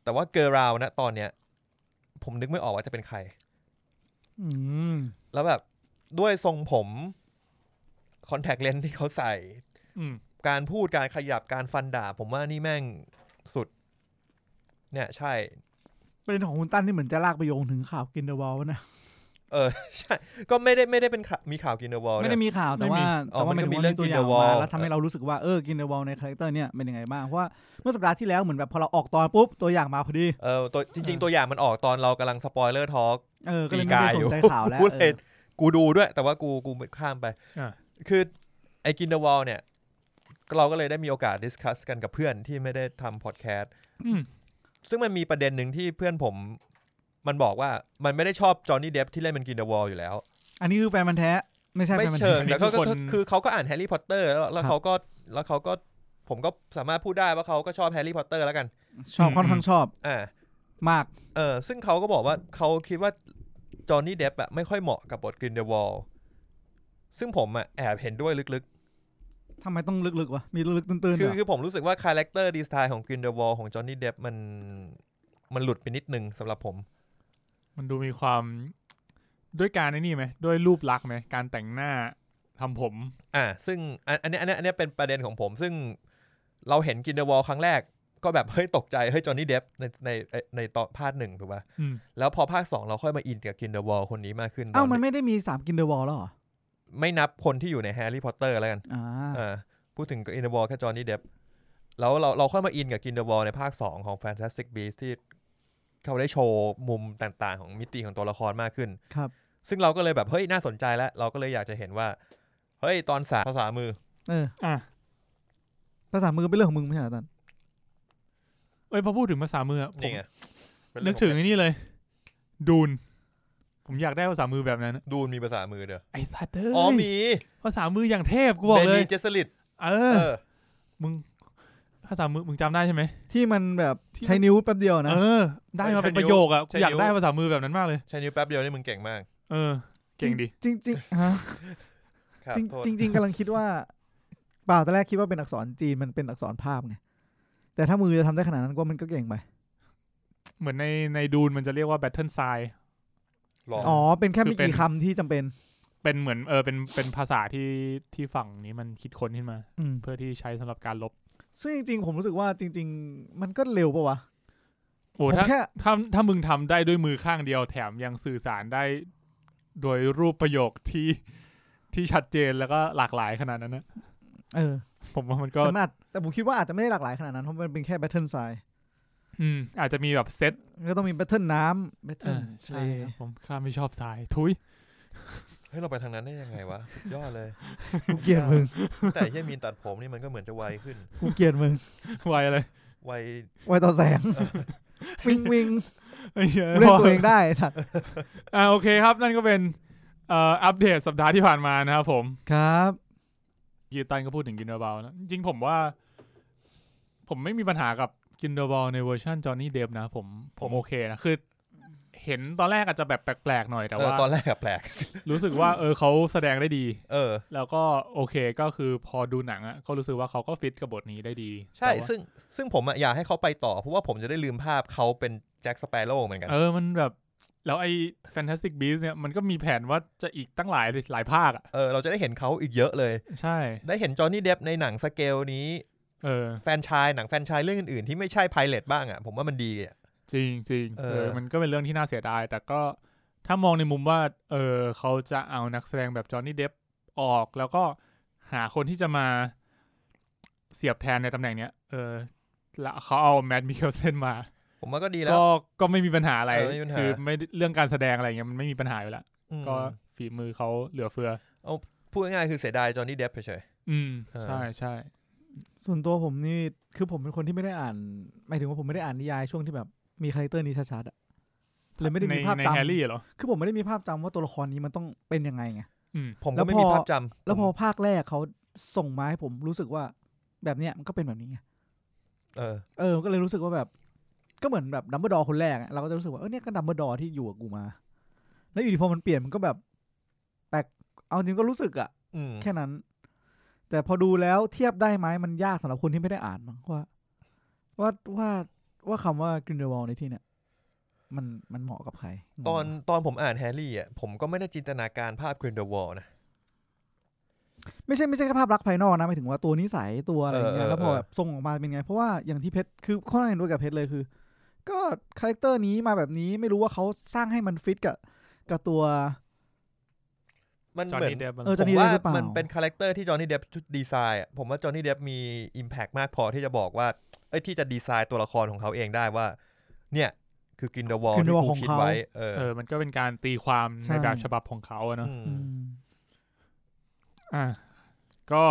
Speaker 2: แต่ว่าเกอร์เรานะตอนเนี้ย ผมนึกไม่ออกว่าจะเป็นใคร
Speaker 1: อืม
Speaker 2: แล้วแบบด้วยทรงผมคอนแทคเลนส์ที่เขาใส่
Speaker 3: อืม
Speaker 2: การพูดการขยับการฟันดาบผมว่านี่แม่งสุด เนี่ยใช่
Speaker 1: ประเด็นของคุณตั้นนี่เหมือนจะลากไปโยงถึงข่าวกินเดอะวอลนะ
Speaker 2: เออ ใช่ ก็ไม่ได้ไม่ได้เป็นข่าวมีข่าวกินเดอะวอล
Speaker 1: ไม่ได้มีข่าวแต่ว่า
Speaker 2: อ๋อ
Speaker 1: แต่ว่า
Speaker 2: มันก็
Speaker 1: น
Speaker 2: มีเรื่อง
Speaker 1: ตัวอ
Speaker 2: Kinder
Speaker 1: ย่างมา
Speaker 2: Wall
Speaker 1: แล้วทำให้เรารู้สึกว่าเออกินเดอะวอลในคาแรคเตอร์เนี่ยเป็นยังไงบ้างเพราะว่าเมื่อสัปดาห์ที่แล้วเหมือนแบบพอเราออกตอนปุ๊บตัวอย่างมาพอดี
Speaker 2: เออตัวจริง ๆ ตัวอย่างมันออกตอนเรากำลังสปอยเลอร์ทอล์ก
Speaker 1: เออก็เลยไม่ได้สนใจข่าวแล้ว
Speaker 2: กู
Speaker 1: เอ
Speaker 2: เล
Speaker 1: อย
Speaker 2: กูดูด้วย แต่ว่ากูกูข้ามไป
Speaker 3: อ่า
Speaker 2: คือไอ้กินเดอะวอลเนี่ย เราก็เลยได้มีโอกาสดิสคัสกันกับเพื่อนที่ไม่ได้ทำพอดแคสต์
Speaker 3: อืม
Speaker 2: ซึ่งมันมีประเด็นหนึ่งที่เพื่อนผม มันบอกว่ามันไม่ได้ชอบจอห์นนี่เดฟที่เล่นเป็นกินเดอะวอลอยู่แล้ว
Speaker 1: อันนี้คือแฟนมันธุ์แท้ไม่ใช่แฟ
Speaker 2: ไม่
Speaker 1: นมันธุ์
Speaker 2: เชิ
Speaker 1: แท้
Speaker 2: งแต่ก็คือคือเขาก็อ่านแฮร์รี่พอตเตอร์แล้วแล้
Speaker 1: ค
Speaker 2: ว
Speaker 1: รับ
Speaker 2: เขาก็แล้วเขาก็ผมก็สามารถพูดได้ว่าเขาก็ชอบแฮร์รี่พอตเตอร์แล้วกัน
Speaker 1: ชอบค่อนข้างชอบ
Speaker 2: อ่า
Speaker 1: มาก
Speaker 2: เออซึ่งเขาก็บอกว่าเขาคิดว่าจอห์นนี่เดฟอะไม่ค่อยเหมาะกับบทกรินเดวอลซึ่งผมอะแอบเห็นด้วยลึก
Speaker 1: ทำไมต้องลึกๆวะมีลึกๆตื้น
Speaker 2: ๆ
Speaker 1: ๆเหร
Speaker 2: คือ
Speaker 1: อ
Speaker 2: คือผมรู้สึกว่าคาแรคเตอร์ดีไซน์ของกรินเดวอลของจอห์นนี่เดฟมันมันหลุดไปนิดนึงสำหรับผม
Speaker 3: มันดูมีความด้วยการไอ้นี่ไหมด้วยรูปลักษณ์ไหมการแต่งหน้าทำผม
Speaker 2: อ่า ซึ่งอันอันเนี้ยอันเนี้ยอันเนี้ยเป็นประเด็นของผม ซึ่งเราเห็นกรินเดวอลครั้งแรก ก็แบบ เฮ้ยตกใจเฮ้ยจอห์นนี่เดฟในในในตอนภาคหนึ่งถูกป่ะ
Speaker 3: อืม
Speaker 2: แล้วพอภาคสองเราค่อยมาอินกับกรินเดวอลคนนี้มากขึ้น
Speaker 1: เอ้า
Speaker 2: ตอน
Speaker 1: มันไม่ได้มีสามกินเดอะวอลแล้วเหรอ
Speaker 2: ไม่นับคนที่อยู่ในแฮร์รี่พอตเตอร์แล้วกัน
Speaker 1: อ่า
Speaker 2: เออพูดถึงอินเดอร์วอลแค่จอห์นนี่เดฟแล้วเราเราค่อยมาอินกับกินเดอร์วอลในภาค 2 ของ Fantastic Beasts ที่เขาได้โชว์มุมต่างๆ ของมิติของตัวละครมากขึ้น
Speaker 1: ครับ
Speaker 2: ซึ่งเราก็เลยแบบ เฮ้ย น่าสนใจแล้ว เราก็เลยอยากจะเห็นว่า เฮ้ย ตอนสามภาษามือ
Speaker 1: เออ
Speaker 3: อ่ะ
Speaker 1: ภาษามือเป็นเรื่องของมึงไม่ใช่เหรอตัน
Speaker 3: เอ้ยพอพูดถึงภาษามืออะผม
Speaker 2: นี่ไงเป็
Speaker 3: นึ
Speaker 2: เรื่อก ขอ
Speaker 3: ถึงไอ้นี่เลย ดูน ผมอยากได้ภาษามือแบบนั้น
Speaker 2: ดูนมีภาษามือเด้อ
Speaker 3: ไอ้สัตว์เอ้ย
Speaker 2: อ๋อมี
Speaker 3: ภาษามืออย่างเทพกูบ
Speaker 2: เบ
Speaker 3: อกเลย
Speaker 2: นีเจสลิด
Speaker 3: เอ
Speaker 2: เอ
Speaker 3: อ
Speaker 2: อ
Speaker 3: มึงภาษามือมึงจำได้ใช่ไหม
Speaker 1: ที่มันแบบ
Speaker 3: ที่
Speaker 1: ใช้นิ้วแป๊บเดียวนะ
Speaker 3: เออ ได้มาเป็นประโยคอะกูอยากได้ภาษามือแบบนั้นมากเลย
Speaker 2: ใช้นิ้วแป๊บเดียวนี่มึงเก่งมาก
Speaker 3: เออ เก่งดิ
Speaker 1: จริงๆฮะ
Speaker 2: ครับ
Speaker 1: จริง
Speaker 2: โทษ
Speaker 1: จริงๆกำลังคิดว่าเปล่าตอนแรกคิดว่าเป็นอักษรจีนมันเป็นอักษรภาพไงแต่ถ้ามือจะทำได้ขนาดนั้นก็มันก็เก่งไป
Speaker 3: เหมือนในในดูนมันจะเรียกว่าแบทเทิลไซ
Speaker 2: หลอน
Speaker 1: อ๋อเป็นแค่ไม่
Speaker 3: คือเป็น
Speaker 1: กี่คำที่จำเป็น
Speaker 3: เป็นเหมือนเออเป็นเป็นภาษาที่ที่ฝั่งนี้มันคิดค้นขึ้นมา
Speaker 1: อืม
Speaker 3: เพื่อที่ใช้สำหรับการลบ
Speaker 1: ซึ่งจริงๆผมรู้สึกว่าจริง ๆ มันก็เร็วปะวะผ
Speaker 3: โอ้
Speaker 1: ม
Speaker 3: ถ้า
Speaker 1: แค่
Speaker 3: ถ้าถ้ามึงทำได้ด้วยมือข้างเดียวแถมยังสื่อสารได้ โดยรูปประโยคที่ที่ชัดเจนแล้วก็หลากหลายขนาดนั้นนะ
Speaker 1: เออ
Speaker 3: ผมว่ามันก็
Speaker 1: แต่มันอาจแต่ผมคิดว่าอาจจะไม่ได้หลากหลายขนาดนั้นเพราะมันเป็นแค่แบทเทิลไซด์
Speaker 3: อืม อาจจะมีแบบเซต
Speaker 1: ก็ต้องมีแบทเทิลน้ำแบทเทิ
Speaker 3: อ่า
Speaker 1: ล
Speaker 3: ใช่ครับผมข้ามไม่ชอบทรายทุย
Speaker 2: เฮ้ยเราไปทางนั้นได้ยังไงวะสุดยอดเลย
Speaker 1: กูเกลียดมึง
Speaker 2: แต่เฮียมีนตัดผมนี่มันก็เหมือนจะไวขึ้น
Speaker 1: กูเกลียดมึง
Speaker 3: ไวอะไร
Speaker 2: ไว
Speaker 1: ไวต่อแสงวิงวิง
Speaker 3: ไอ้เหี้ย
Speaker 1: กูเล่นตัวเองได้ไอ้สัตว์
Speaker 3: อ่าโอเคครับ นั่นก็เป็นเอ่ออัปเดตสัปดาห์ที่ผ่านมานะครับผม
Speaker 1: ครับ
Speaker 3: กีตันก็พูดถึงกินเดอร์บอลนะจริงๆผมว่า ผมไม่มีปัญหากับกินเดอร์บอลในเวอร์ชันจอห์นนี่เดฟนะผม
Speaker 2: ผ
Speaker 3: ผม มโอเคนะ คือเห็นตอนแรกอาจจะแบบแปลกๆหน่อยแต่
Speaker 2: เออ
Speaker 3: ว่า
Speaker 2: ตอนแรกอะแปลก
Speaker 3: รู้สึกว่าเออเขาแสดงได้ดี
Speaker 2: เออ
Speaker 3: แล้วก็โอเคก็คือพอดูหนังอะก็รู้สึกว่าเขาก็ฟิตกับบทนี้ได้ดี
Speaker 2: ใช่
Speaker 3: แต่ว่า
Speaker 2: ซึ่งซึ่งผมอะอยากให้เขาไปต่อ เพราะว่าผมจะได้ลืมภาพเขาเป็นแจ็คสเปโร่เหมือนกัน
Speaker 3: เออมันแบบ แล้วไอ้ Fantastic Beasts เนี่ยมันก็มีแผนว่าจะอีกตั้งหลายหลายภาคอะ
Speaker 2: เออ เราจะได้เห็นเขาอีกเยอะเลย
Speaker 3: ใช่
Speaker 2: ได้เห็นจอห์นนี่เดฟในหนังสเกลนี้
Speaker 3: เออ
Speaker 2: แฟนชายหนังแฟนชายเรื่องอื่นๆ ที่ไม่ใช่ไพเ o ตบ้างอะผมว่ามันดีอะ
Speaker 3: จริงจริง
Speaker 2: เอ
Speaker 3: เอ
Speaker 2: อ
Speaker 3: อ มันก็เป็นเรื่องที่น่าเสียดาย แต่ก็ถ้ามองในมุมว่า เออเขาจะเอานักแสดงแบบจอห์นนี่เดฟออก แล้วก็หาคนที่จะมาเสียบแทนในตำแหน่งเนี้ย เออ แล้วเขาเอาแมดมิเคิลเซนมา
Speaker 2: ผมว่าก็ดีแล้ว
Speaker 3: ก็ ก็ไม่มีปัญหาอะไร
Speaker 2: เออไม่มีปัญหา
Speaker 3: คือไม่ได้เรื่องการแสดงอะไรเงี้ยมันไม่มีปัญหาอยู่แล้ว
Speaker 2: อืม
Speaker 3: ก็ฝีมือเขาเหลือเฟือ
Speaker 2: พูดง่ายๆคือเสียดายจอห์นนี่เดฟเฉย
Speaker 3: อืม
Speaker 2: เออ
Speaker 3: ใช่ใช่
Speaker 1: ส่วนตัวผมนี่คือผมเป็นคนที่ไม่ได้อ่านหมายถึงว่าผมไม่ได้อ่านนิยายช่วงที่แบบมีคาแรคเตอร์นี้ชัดๆอะเลยไม่ได้
Speaker 3: ใน
Speaker 1: มีภาพ
Speaker 3: ใน
Speaker 1: จำ
Speaker 3: แฮร์รี่เหรอ
Speaker 1: คือผมไม่ได้มีภาพจำว่าตัวละครนี้มันต้องเป็นยังไงไง
Speaker 3: อืม
Speaker 2: ๆ ผม
Speaker 1: แล้ว
Speaker 2: ก็ไม่มี
Speaker 1: พอ
Speaker 2: ภาพจำ
Speaker 1: แล้วพ
Speaker 2: ผ
Speaker 1: อ
Speaker 2: ม
Speaker 1: ภาคแรกเขาส่งมาให้ผมรู้สึกว่า แบบเนี้ยมันก็เป็นแบบนี้ไง
Speaker 2: เออ
Speaker 1: เออก็เลยรู้สึกว่าแบบ ก็เหมือนแบบดัมเบิลดอร์คนแรกอะเราก็จะรู้สึกว่าเออเนี่ยก็ดัมเบิลดอร์ที่อยู่กับกูมา แล้วอยู่ดีพอมันเปลี่ยนมันก็แบบแปลกเอาจริงก็รู้สึกอะ
Speaker 2: อืม
Speaker 1: แค่นั้น แต่พอดูแล้วเทียบได้ไหมมันยากสำหรับคนที่ไม่ได้อ่านมั้งว่า ว่าว่าว่าคำว่ากรินเดลวอลในที่เนี้ยมันมันเหมาะกับใคร
Speaker 2: ตอนตอนผมอ่านแฮร์รี่อะผมก็ไม่ได้จินตนาการภาพกรินเดอร์วอลนะ
Speaker 1: ไม่ใช่ไม่ใช่แค่ภาพลักษณ์ภายนอกนะหมายถึงว่าตัวนิสัยตัวอะไรอย่างเงี้ย
Speaker 2: เออเออ
Speaker 1: แล้วพอ
Speaker 2: เออ
Speaker 1: แบบทรงออกมาเป็นไง เพราะว่าอย่างที่เพชรคือข้อเห็นด้วยกับเพชรเลยคือ ก็คาแรคเตอร์นี้มาแบบนี้ไม่รู้ว่าเขาสร้างให้มันฟิตกับ กับตัว
Speaker 2: มัน
Speaker 3: จอห์
Speaker 2: เหมือน
Speaker 3: นนี่เดฟ
Speaker 1: เออ
Speaker 2: ผม
Speaker 1: Johnny
Speaker 2: ว่า
Speaker 1: Depp หรือเปล่ามั
Speaker 2: มันเป็นคาแรคเตอร์ที่จอห์นนี่เดฟดีไซน์อะผมว่าจอห์นนี่เดฟมีอิมแพกมากพอที่จะบอกว่าเอ้ยที่จะดีไซน์ตัวละครของเขาเองได้ว่า เนี่ยคือกินเดอะวอลที่
Speaker 1: Grindelwald
Speaker 2: กู
Speaker 1: ของ
Speaker 2: คิด
Speaker 1: เขา
Speaker 2: ไว้ เออ
Speaker 3: เออ มันก็เป็นการตีความ
Speaker 1: ใช่
Speaker 3: ในแบบฉบับของเขาอะเนอะ
Speaker 2: อืม
Speaker 1: อืม
Speaker 3: อ่ะก็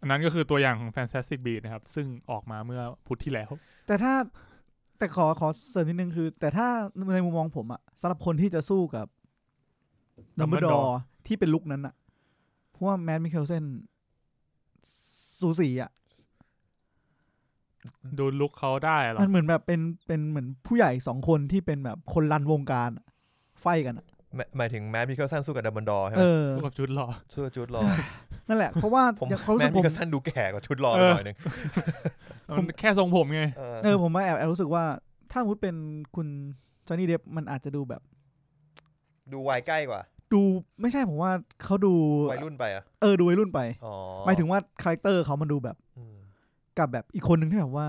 Speaker 3: อันนั้นก็คือตัวอย่างของ Fantastic Beasts นะครับ ซึ่งออกมาเมื่อพุธที่แล้ว
Speaker 1: แต่ถ้าแต่ขอขอเสริมนิดนึงคือ แต่ถ้าในมุมมองผมอะสำหรับคนที่จะสู้กับดัมเบิลดอ
Speaker 3: Dumbledore
Speaker 1: ร์ที่เป็นลุคนั้นอะเพราะว่าแมดมิเคลเซนสูสีอะ
Speaker 3: ดูลุคเขาได้เหรอ
Speaker 1: มันเหมือนแบบเป็นเป็นเหมือนผู้ใหญ่สองคนที่เป็นแบบคนรันวงการอะไฟกันอะ
Speaker 2: หมายหมายถึงแมทพิคเคิลสันสู้กับดัมเบิลดอร์ใช่ไห
Speaker 1: เอ
Speaker 2: ม
Speaker 1: อ
Speaker 3: สู้กับจุดหรอ
Speaker 2: สู้กับจูดลอ
Speaker 1: นั่นแหละเพราะว่า
Speaker 2: ผม
Speaker 1: อย่างเขารู้
Speaker 2: แม
Speaker 1: สึ
Speaker 2: ท
Speaker 1: ก
Speaker 2: พิ
Speaker 1: ผม
Speaker 2: คเคิลสันดูแก่กว่าชุดลอไป
Speaker 3: เออ
Speaker 2: หน่อยหนึง
Speaker 1: ผม
Speaker 3: มันแค่ทรงผมไง
Speaker 2: เออ
Speaker 1: เออผมมาแอบแอบรู้สึกว่า ถ้าสมมติเป็นคุณจอห์นนี่เดฟมันอาจจะดูแบบ
Speaker 2: ดูวัยใกล้กว่า
Speaker 1: ดูไม่ใช่ผมว่าเขาดู
Speaker 2: วัยรุ่นไปอ่ะ
Speaker 1: เออดูวัยรุ่นไป
Speaker 2: อ๋อ
Speaker 1: หมายถึงว่าคาแรคเตอร์เขามันดูแบบ
Speaker 2: อืม
Speaker 1: กับแบบอีกคนหนึ่งที่แบบว่า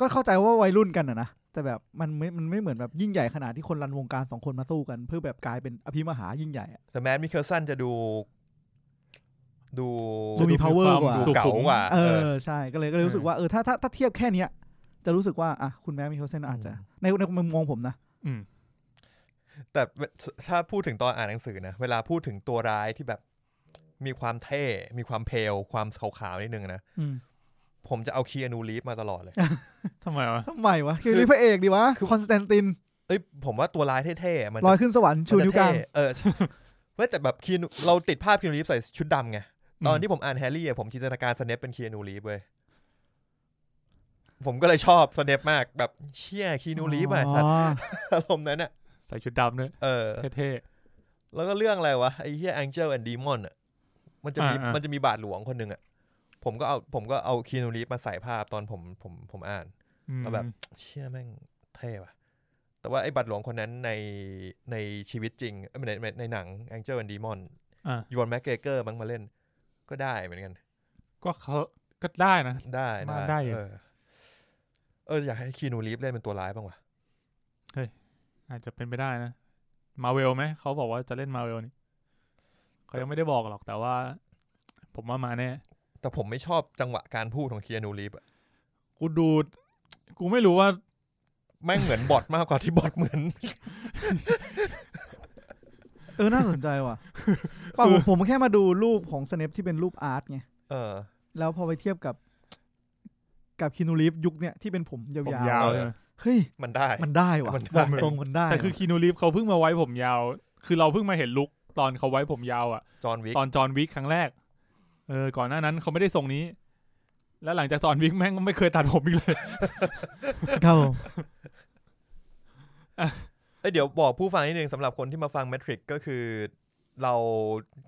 Speaker 1: ก็เข้าใจว่าวัยรุ่นกันอะนะแต่แบบมันไม่มันไม่เหมือนแบบยิ่งใหญ่ขนาดที่คนรันวงการสองคนมาสู้กัน เพื่อแบบกลายเป็นอภิมหายิ่งใหญ่อะ
Speaker 2: แต่แมทพิคเคิลสันจะดู ดู
Speaker 1: ดูมี power
Speaker 3: ความ
Speaker 1: กว่า
Speaker 2: ดู
Speaker 3: สุข
Speaker 2: เก่ากว่า
Speaker 1: เออใช่ก็เลยก็เลยรู้สึกว่าเออถ้าถ้าถ้าเทียบแค่เนี้ยจะรู้สึกว่าอ่ะคุณแม่มีเขาเส้นอาจจะในในมุมมองผมนะ
Speaker 3: อืม
Speaker 2: แต่เวถ้าพูดถึงตอนอ่านหนังสือนะ เวลาพูดถึงตัวร้ายที่แบบ มีความเท่ มีความเพล ความขาวๆนิดนึงนะ
Speaker 1: อืม
Speaker 2: ผมจะเอาคีอานูรีฟมาตลอ ดเลย
Speaker 3: ทำไมวะ
Speaker 1: ทำไมวะคือพระเอกดีวะคอนสแตนติน
Speaker 2: เอ้ยผมว่าตัวร้ายเท่ๆอะมัน
Speaker 1: ล
Speaker 2: จะ
Speaker 1: อยขึ้นสวรรค์ชู
Speaker 2: มันจะ
Speaker 1: นิ้วกลาง
Speaker 2: เท่เออ เว้ยแต่แบบคีอานูเราติดภาพคีอานูรีฟใส่ชุดดำไง ตอนที่ผมอ่านแฮร์รี่อะผมจินตนาการสเนปเป็นคีอานูรีฟเว้ยผมก็เลยชอบสเนปมากแบบเชี่ยคีอานูรีฟอะสัตว์
Speaker 1: อ๋อ
Speaker 2: อารมณ์นั้นอะ
Speaker 3: ใส่ชุดดำด้วย
Speaker 2: เออ
Speaker 3: เท่
Speaker 2: แล้วก็เรื่องอะไรวะไอ้เฮียแองเจิลแอนด์ดีมอนอ่ะมันจะมี
Speaker 3: อ่าอ่ามั
Speaker 2: มันจะมีบาทหลวงคนหนึ่งอ่ะผมก็เอาผมก็เอาคีนูรีฟมาใส่ภาพตอนผมผมผมอ่าน
Speaker 3: ๆอืม
Speaker 2: เอาแบบ เชี่ยแม่งเท่ว่ะ แต่ว่าไอ้บาทหลวงคนนั้นในในชีวิตจริงเอ้ยในในในหนังแองเจิลแอนด์ดีมอน
Speaker 3: อ่ะ
Speaker 2: ยวนแม็กเกเกอร์มั้งมาเล่น ก็ได้เหมือนกัน
Speaker 3: ก็เขาก็ได้นะ
Speaker 2: ได้
Speaker 3: มาได้อยู่
Speaker 2: เออเอออยากให้คีนูรีฟเล่นเป็นตัวร้ายบ้างวะ
Speaker 3: อาจจะเป็นไปได้นะ มาเวลไหม เขาบอกว่าจะเล่นมาเวลนี่เขายังไม่ได้บอกหรอกแต่ว่า ผมว่ามาแน่
Speaker 2: แต่ผมไม่ชอบจังหวะการพูดของคีนูรีฟอะ
Speaker 3: กูดู กูไม่รู้ว่า
Speaker 2: แม่งเหมือนบอทมากกว่าที่บอทเหมือน
Speaker 1: เออน่าสนใจว่ะป่ะผมผมแค่มาดูรูปของสเนปที่เป็นรูปอาร์ตไง
Speaker 2: เออ
Speaker 1: แล้วพอไปเทียบกับ กับคินูรีฟยุคเนี้ยที่เป็นผมยา
Speaker 3: ผม
Speaker 1: วย
Speaker 3: าว
Speaker 2: เออ
Speaker 3: ใช่ไหม
Speaker 1: ๆเฮ้ย
Speaker 2: มันได้
Speaker 1: มันได้ว่ะ
Speaker 2: มันได้
Speaker 1: บอกตรงมันได้
Speaker 3: แต่คือคีนูรีฟเขาเพิ่งมาไว้ผมยาว คือเราเพิ่งมาเห็นลุกตอนเขาไว้ผมยาวอะ่ะ
Speaker 2: จอห์นวิก
Speaker 3: ตอนจอห์นวิกครั้งแรก เออ ก่อนหน้านั้นเขาไม่ได้ทรงนี้ แล้วหลังจากจอห์นวิกแม่งก็ไม่เคยตัดผมอีกเลย
Speaker 1: ครับผม
Speaker 2: เอ้ยเดี๋ยวบอกผู้ฟังนิดนึงสำหรับคนที่มาฟัง m มทริกก็คือเรา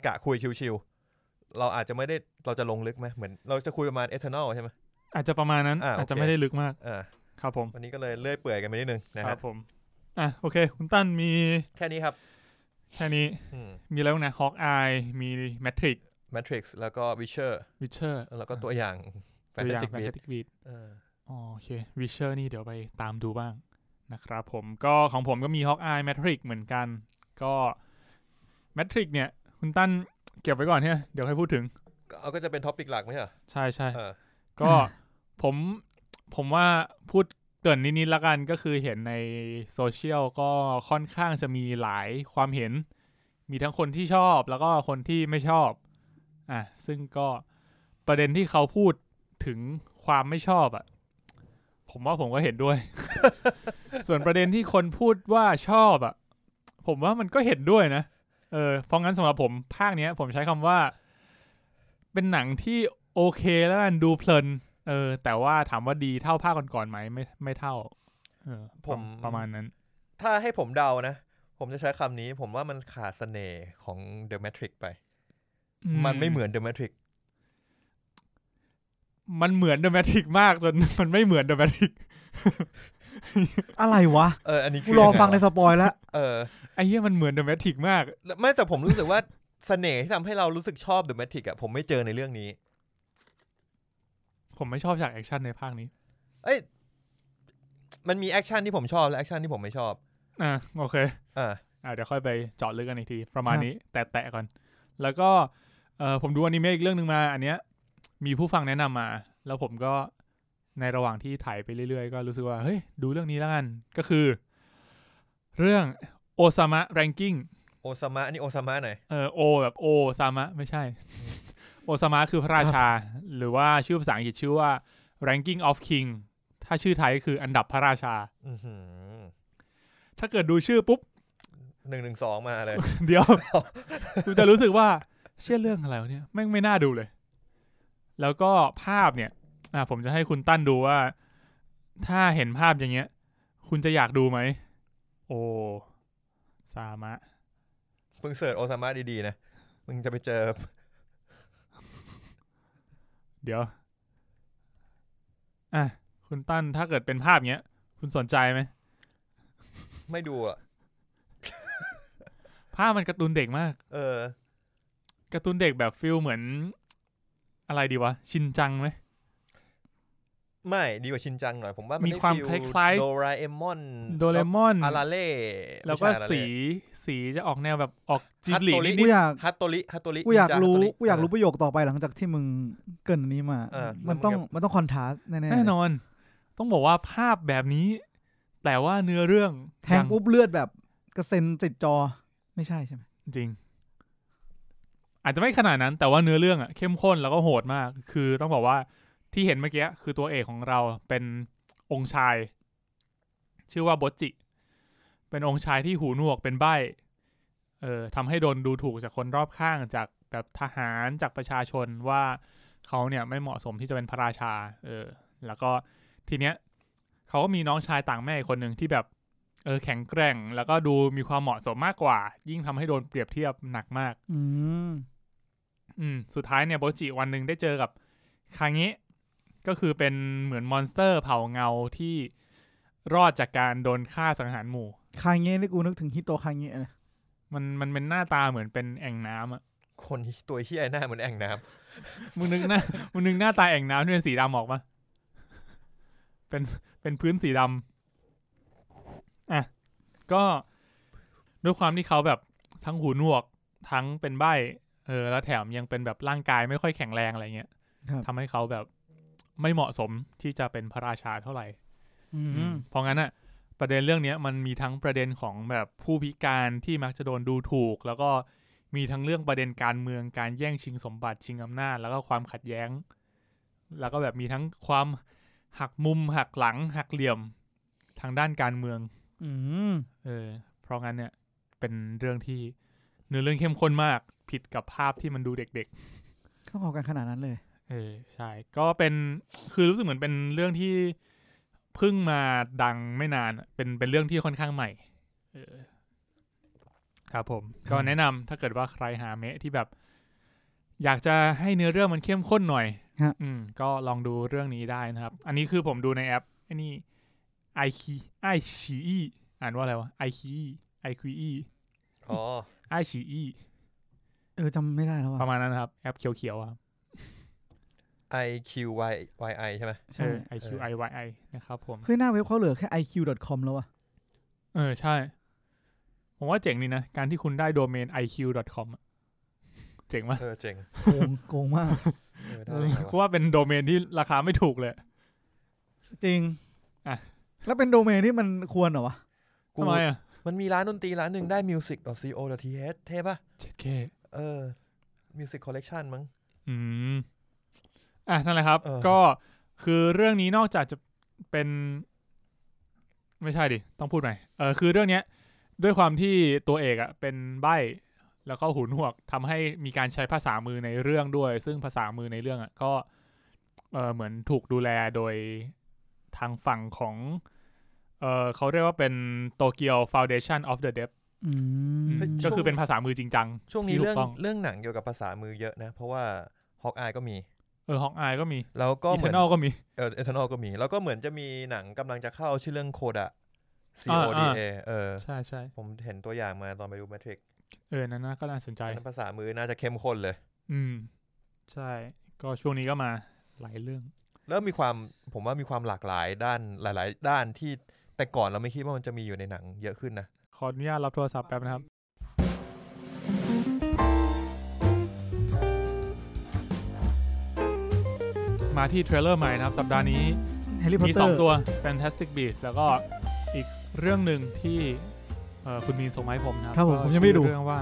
Speaker 2: กะคุยชิวๆเราอาจจะไม่ได้เราจะลงลึกไหมเหมือนเราจะคุยประมาณเอเทอร์นอลใช่ไหม
Speaker 3: อาจจะประมาณนั้น
Speaker 2: อ่ะโอเค
Speaker 3: อาจจะไม่ได้ลึกมาก
Speaker 2: อ่า
Speaker 3: ครับผม
Speaker 2: วันนี้ก็เลยเลื่อยเปื่อยกันไปนิดนึงนะ
Speaker 3: ค
Speaker 2: ค
Speaker 3: รั
Speaker 2: รั
Speaker 3: บบ ผม อ่ะโอเค คุณตั้นมี
Speaker 2: แค่นี้ครับ
Speaker 3: แค่นี้ มีอะไรบ้างนะฮอกอายมีแมทริก
Speaker 2: แมทริกซ์แล้วก็วิเชอร์
Speaker 3: วิเชอร์
Speaker 2: แล้วก็ตัวอย่างแฟน
Speaker 3: ตัว
Speaker 2: ตา
Speaker 3: อย่าง
Speaker 2: ติก
Speaker 3: แม
Speaker 2: บี
Speaker 3: ท
Speaker 2: ท
Speaker 3: ริกบี อ๋อโอเควิเชอร์นี่เดี๋ยวไปตามดูบ้างนะครับผมก็ของผมก็มีฮอกอายแมทริกเหมือนกัน ก็แมทริกเนี่ย คุณตั้นเก็บไว้ก่อนเนี่ยเดี๋ยวค่อยพูดถึง
Speaker 2: เอาก็จะเป็นท็อปิกหลักไหมเหรอ
Speaker 3: ใช่ใช่
Speaker 2: เออ
Speaker 3: ก็ ผมผมว่าพูดเกรินนิดๆละกันก็คือเห็นในโซเชียลก็ค่อนข้างจะมีหลายความเห็น มีทั้งคนที่ชอบแล้วก็คนที่ไม่ชอบอ่ะซึ่งก็ประเด็นที่เขาพูดถึงความไม่ชอบอ่ะ ผมว่าผมก็เห็น ด้วย ส่วนประเด็นที่คนพูดว่าชอบอ่ะ ผมว่ามันก็เห็นด้วยนะ เออเพราะงั้นสำหรับผมภาคเนี้ย ผมใช้คำว่า เป็นหนังที่โอเคแล้วกันดูเพลิน เออ แต่ว่าถามว่าดีเท่าภาคก่อนๆไหมไม่ไม่เท่า เออประประมาณนั้น
Speaker 2: ถ้าให้ผมเดานะ ผมจะใช้คำนี้ ผมว่ามันขาดเสน่ห์ของ The Matrix ไป มันไม่เหมือน The Matrix
Speaker 3: มันเหมือนเดอะแมทริกมากจน มันไม่เหมือนเดอะแมทริก
Speaker 1: อะไรวะ
Speaker 2: เอออันนี้
Speaker 1: กู
Speaker 2: คือ
Speaker 1: รอ
Speaker 2: ยัไวะ
Speaker 1: ฟังในสปอยแล้ว
Speaker 2: เออ
Speaker 3: ไอ้เหี้ยมันเหมือนเดอะแมทริกมาก
Speaker 2: ไม่แต่ผมรู้สึกว่า เสน่ห์ที่ทำให้เรารู้สึกชอบเดอะแมทริกอะผมไม่เจอในเรื่องนี้
Speaker 3: ผมไม่ชอบฉากแอคชั่นในภาคนี้
Speaker 2: เอ้ย มันมีแอคชั่นที่ผมชอบและแอคชั่นที่ผมไม่ชอบ
Speaker 3: อ่ะโอเค
Speaker 2: อ่า
Speaker 3: อ่าเดี๋ยวค่อยไปเจาะลึกกันอีกที ประมาณ
Speaker 1: ครับ
Speaker 3: นี้ แตะๆก่อน แล้วก็เออผมดูอนิเมะอีกเรื่องหนึ่งมา อันเนี้ย มีผู้ฟังแนะนำมา แล้วผมก็ในระหว่างที่ถ่ายไปเรื่อยๆ ก็รู้สึกว่า เฮ้ย ดูเรื่องนี้แล้วกัน ก็คือ เรื่องโอซามะแรงกิ้ง
Speaker 2: โอซามะนี่โอซามะหน่อย
Speaker 3: เออโอแบบโอซามะไม่ใช่ โอซามะคือพระราชา หรือว่าชื่อภาษาอังกฤษชื่อว่า ranking of king ถ้าชื่อไทยก็คืออันดับพระราชา
Speaker 2: อื้อหือ
Speaker 3: ถ้าเกิดดูชื่อปุ๊บ
Speaker 2: หนึ่งหนึ่งสองมาเลย
Speaker 3: เดี๋ยว คุณจะรู้สึกว่าเชื่อเรื่องอะไรวะเนี่ยแม่งไม่น่าดูเลย แล้วก็ภาพเนี่ยอ่ะผมจะให้คุณตั้นดูว่า ถ้าเห็นภาพอย่างเงี้ย คุณจะอยากดูไหม โอซามะ
Speaker 2: เพิ่งเสิร์ชโอซามะดีๆนะ มึงจะไปเจอ
Speaker 3: เดี๋ยว อ่ะ คุณตั้นถ้าเกิดเป็นภาพเงี้ย คุณสนใจไหม
Speaker 2: ไม่ดูอ่ะ
Speaker 3: ภาพมันการ์ตูนเด็กมาก
Speaker 2: เออ
Speaker 3: การ์ตูนเด็กแบบฟิลเหมือน อะไรดีวะ ชินจังไหม
Speaker 2: ไม่ดีกว่าชินจังหน่อย ผมว่ามัน
Speaker 3: มีความคล้าย
Speaker 2: โดราเอมอน
Speaker 3: โดเรมอน
Speaker 2: อาราเล่
Speaker 3: แล้วก็
Speaker 2: ไม่ใช่อาราเ
Speaker 3: สีสีจะออกแนวแบบออกจิบ
Speaker 2: ฮัต
Speaker 3: ลิ
Speaker 2: โตริ
Speaker 3: นิด
Speaker 1: กู
Speaker 3: นิด
Speaker 1: อยาก
Speaker 2: ฮัตโตริฮัตโตริ
Speaker 1: กูอยาก
Speaker 2: นินจ
Speaker 1: รู้
Speaker 2: ฮัตโต
Speaker 1: กูอยากรู้ประโยคต่อไปหลังจากที่มึงเกรินอันนี้มา
Speaker 2: เออแล้ว
Speaker 1: มันต้อง
Speaker 2: มึงจะ
Speaker 1: มันต้องคอนทราสต์แน่ๆ
Speaker 3: แน่นอน ต้องบอกว่าภาพแบบนี้ แต่ว่าเนื้อเรื่อง
Speaker 1: แทงปุ๊บเลือดแบบกระเซ็นติดจอไม่ใช่ใช่ไหม
Speaker 3: จริง อาจจะไม่ขนาดนั้น แต่ว่าเนื้อเรื่องอะเข้มข้นแล้วก็โหดมาก คือต้องบอกว่าที่เห็นเมื่อกี้คือตัวเอกของเราเป็นองค์ชาย ชื่อว่าบดจิ เป็นองค์ชายที่หูหนวกเป็นใบ้เอ่อทำให้โดนดูถูกจากคนรอบข้างจากแบบทหารจากประชาชนว่าเขาเนี่ยไม่เหมาะสมที่จะเป็นพระราชา เออ แล้วก็ทีเนี้ยเขาก็มีน้องชายต่างแม่อีกคนหนึ่งที่แบบเออแข็งแกร่ง แล้วก็ดูมีความเหมาะสมมากกว่า ยิ่งทำให้โดนเปรียบเทียบหนักมาก
Speaker 1: อืม
Speaker 3: อืมสุดท้ายเนี่ยโบจิวันหนึ่งได้เจอกับคาเงะก็คือเป็นเหมือนมอนสเตอร์เผ่าเงาที่รอดจากการโดนฆ่าสังหารหมู่
Speaker 1: คาเงะนี่กูนึกถึงฮิโตะคาเงะนะ
Speaker 3: มันมันเป็นหน้าตาเหมือนเป็นแอ่งน้ำอ่ะ
Speaker 2: คนที่ตัวเฮียหน้าเหมือนแอ่งน้ำ
Speaker 3: มึงนึกหน้า มึงนึกหน้าตาแอ่งน้ำที่เป็นสีดำออกปะเป็นเป็นพื้นสีดำอ่ะก็ด้วยความที่เขาแบบทั้งหูหนวกทั้งเป็นใบ้เออแล้วแถมยังเป็นแบบร่างกายไม่ค่อยแข็งแรงอะไรเงี้ย
Speaker 1: ครับ
Speaker 3: ทำให้เขาแบบไม่เหมาะสมที่จะเป็นพระราชาเท่าไหร่
Speaker 1: อื
Speaker 3: อื
Speaker 1: ม
Speaker 3: มเพราะงั้นอะประเด็นเรื่องเนี้ยมันมีทั้งประเด็นของแบบผู้พิการที่มักจะโดนดูถูก แล้วก็มีทั้งเรื่องประเด็นการเมืองการแย่งชิงสมบัติชิงอำนาจ แล้วก็ความขัดแย้ง แล้วก็แบบมีทั้งความหักมุมหักหลัง หักเหลี่ยมทางด้านการเมือง
Speaker 1: อืม
Speaker 3: เออ เพราะงั้นเนี่ยเป็นเรื่องที่เนื้อเรื่องเข้มข้นมากผิดกับภาพที่มันดูเด็ก
Speaker 1: ต้องเอากันขนาดนั้นเลย
Speaker 3: ๆ เออใช่ก็เป็นคือรู้สึกเหมือนเป็นเรื่องที่เพิ่งมาดังไม่นานอะเป็นเป็นเรื่องที่ค่อนข้างใหม่ เออครับผม ก็แนะนำถ้าเกิดว่าใครหาเมะที่แบบ อยากจะให้เนื้อเรื่องมันเข้มข้นหน่อย
Speaker 1: ฮะ
Speaker 3: อืม ก็ลองดูเรื่องนี้ได้นะครับ อันนี้คือผมดูในแอปไอันนี้ไอคีไอชีอีอ่านว่าอะไรวะไอคีไอคีอี
Speaker 2: อ๋อ
Speaker 3: ไอชีอี
Speaker 1: เออจำไม่ได้แล้ว
Speaker 3: ประ
Speaker 1: ว่ะ
Speaker 3: มาณนั้นนะครับ แอปเขียวๆครับ
Speaker 2: i q y y i ใช่ไหม
Speaker 1: ใช่
Speaker 3: ไอคิวไอวไอนะครับผม
Speaker 1: เฮ้ยหน้าเว็บเขาเหลือแค่ iq.com แล้วอะ
Speaker 3: เออ ใช่ ผมว่าเจ๋งนี่นะ การที่คุณได้โดเมน iq.com อะเจ๋งมาก
Speaker 2: เออเจ๋ง
Speaker 1: โกง โกงมาก
Speaker 2: เออได้ยังไง
Speaker 3: คื
Speaker 2: วะ
Speaker 3: ว่าเป็นโดเมนที่ราคาไม่ถูกเลย
Speaker 1: จริง
Speaker 3: อ่ะ
Speaker 1: แล้วเป็นโดเมนที่มันควรเหรอวะ
Speaker 2: กู
Speaker 3: ทำไมอ่ะ
Speaker 2: มันมีร้านดนตรีร้านหนึ่งได้ music.co.th เท่ปะ
Speaker 3: เจ็ดเค
Speaker 2: เออ music collection มั้ง
Speaker 3: อืม อ่ะ นั่นแหละครับ
Speaker 2: เออ
Speaker 3: ก็คือเรื่องนี้นอกจากจะเป็น ไม่ใช่ดิ ต้องพูดใหม่เออคือเรื่องเนี้ย ด้วยความที่ตัวเอกอะเป็นใบ้แล้วก็หูหนวกทำให้มีการใช้ภาษามือในเรื่องด้วย ซึ่งภาษามือในเรื่องอะก็เออเหมือนถูกดูแลโดยทางฝั่งของเออเขาเรียกว่าเป็นโตเกียว Foundation of the Deaf
Speaker 1: อืม
Speaker 3: อืมก็คือเป็นภาษามือจริงจัง
Speaker 2: ช่วงนี้
Speaker 3: ที่ถูก
Speaker 2: เรื่อง
Speaker 3: ต้อง
Speaker 2: เรื่องหนังเกี่ยวกับภาษามือเยอะนะ เพราะว่าฮอกอายก็มี
Speaker 3: เออฮอกอายก็มี
Speaker 2: แล้วก็
Speaker 3: อี
Speaker 2: เห
Speaker 3: เท
Speaker 2: มือน
Speaker 3: อร์นอลก็มี
Speaker 2: เออเอทานอลก็มี แล้วก็เหมือนจะมีหนังกำลังจะเข้าชื่อเรื่องโคดะ C
Speaker 3: อ่า
Speaker 2: O D
Speaker 3: อ่า
Speaker 2: A เออ
Speaker 3: ใช่ใช่
Speaker 2: ผมเห็นตัวอย่างมาตอนไปดูแมทริก
Speaker 3: เออนั่นน่าก็น่าสนใจ
Speaker 2: นั้นภาษามือน่าจะเข้มข้นเลย
Speaker 3: อืม ใช่ ก็ช่วงนี้ก็มาหลายเรื่อง
Speaker 2: เริ่มมีความผมว่ามีความหลากหลายด้านหลาย ๆ ด้านที่แต่ก่อนเราไม่คิดว่ามันจะมีอยู่ในหนังเยอะขึ้นนะ
Speaker 3: ขออนุญาตรับโทรศัพท์แป๊บนะครับ มาที่เทรลเลอร์ใหม่นะครับ สัปดาห์นี้
Speaker 1: แฮร์รี่พอต
Speaker 3: มี
Speaker 1: เตอ
Speaker 3: สอง
Speaker 1: ร์
Speaker 3: ตัว Fantastic Beasts แล้วก็อีกเรื่องหนึ่งที่เอ่อคุณมีนส่งมาให้ผมนะครับ
Speaker 1: ผม
Speaker 3: ก็
Speaker 1: ผมยังไม่ได้ดู
Speaker 3: ชื่อเรื่องว่า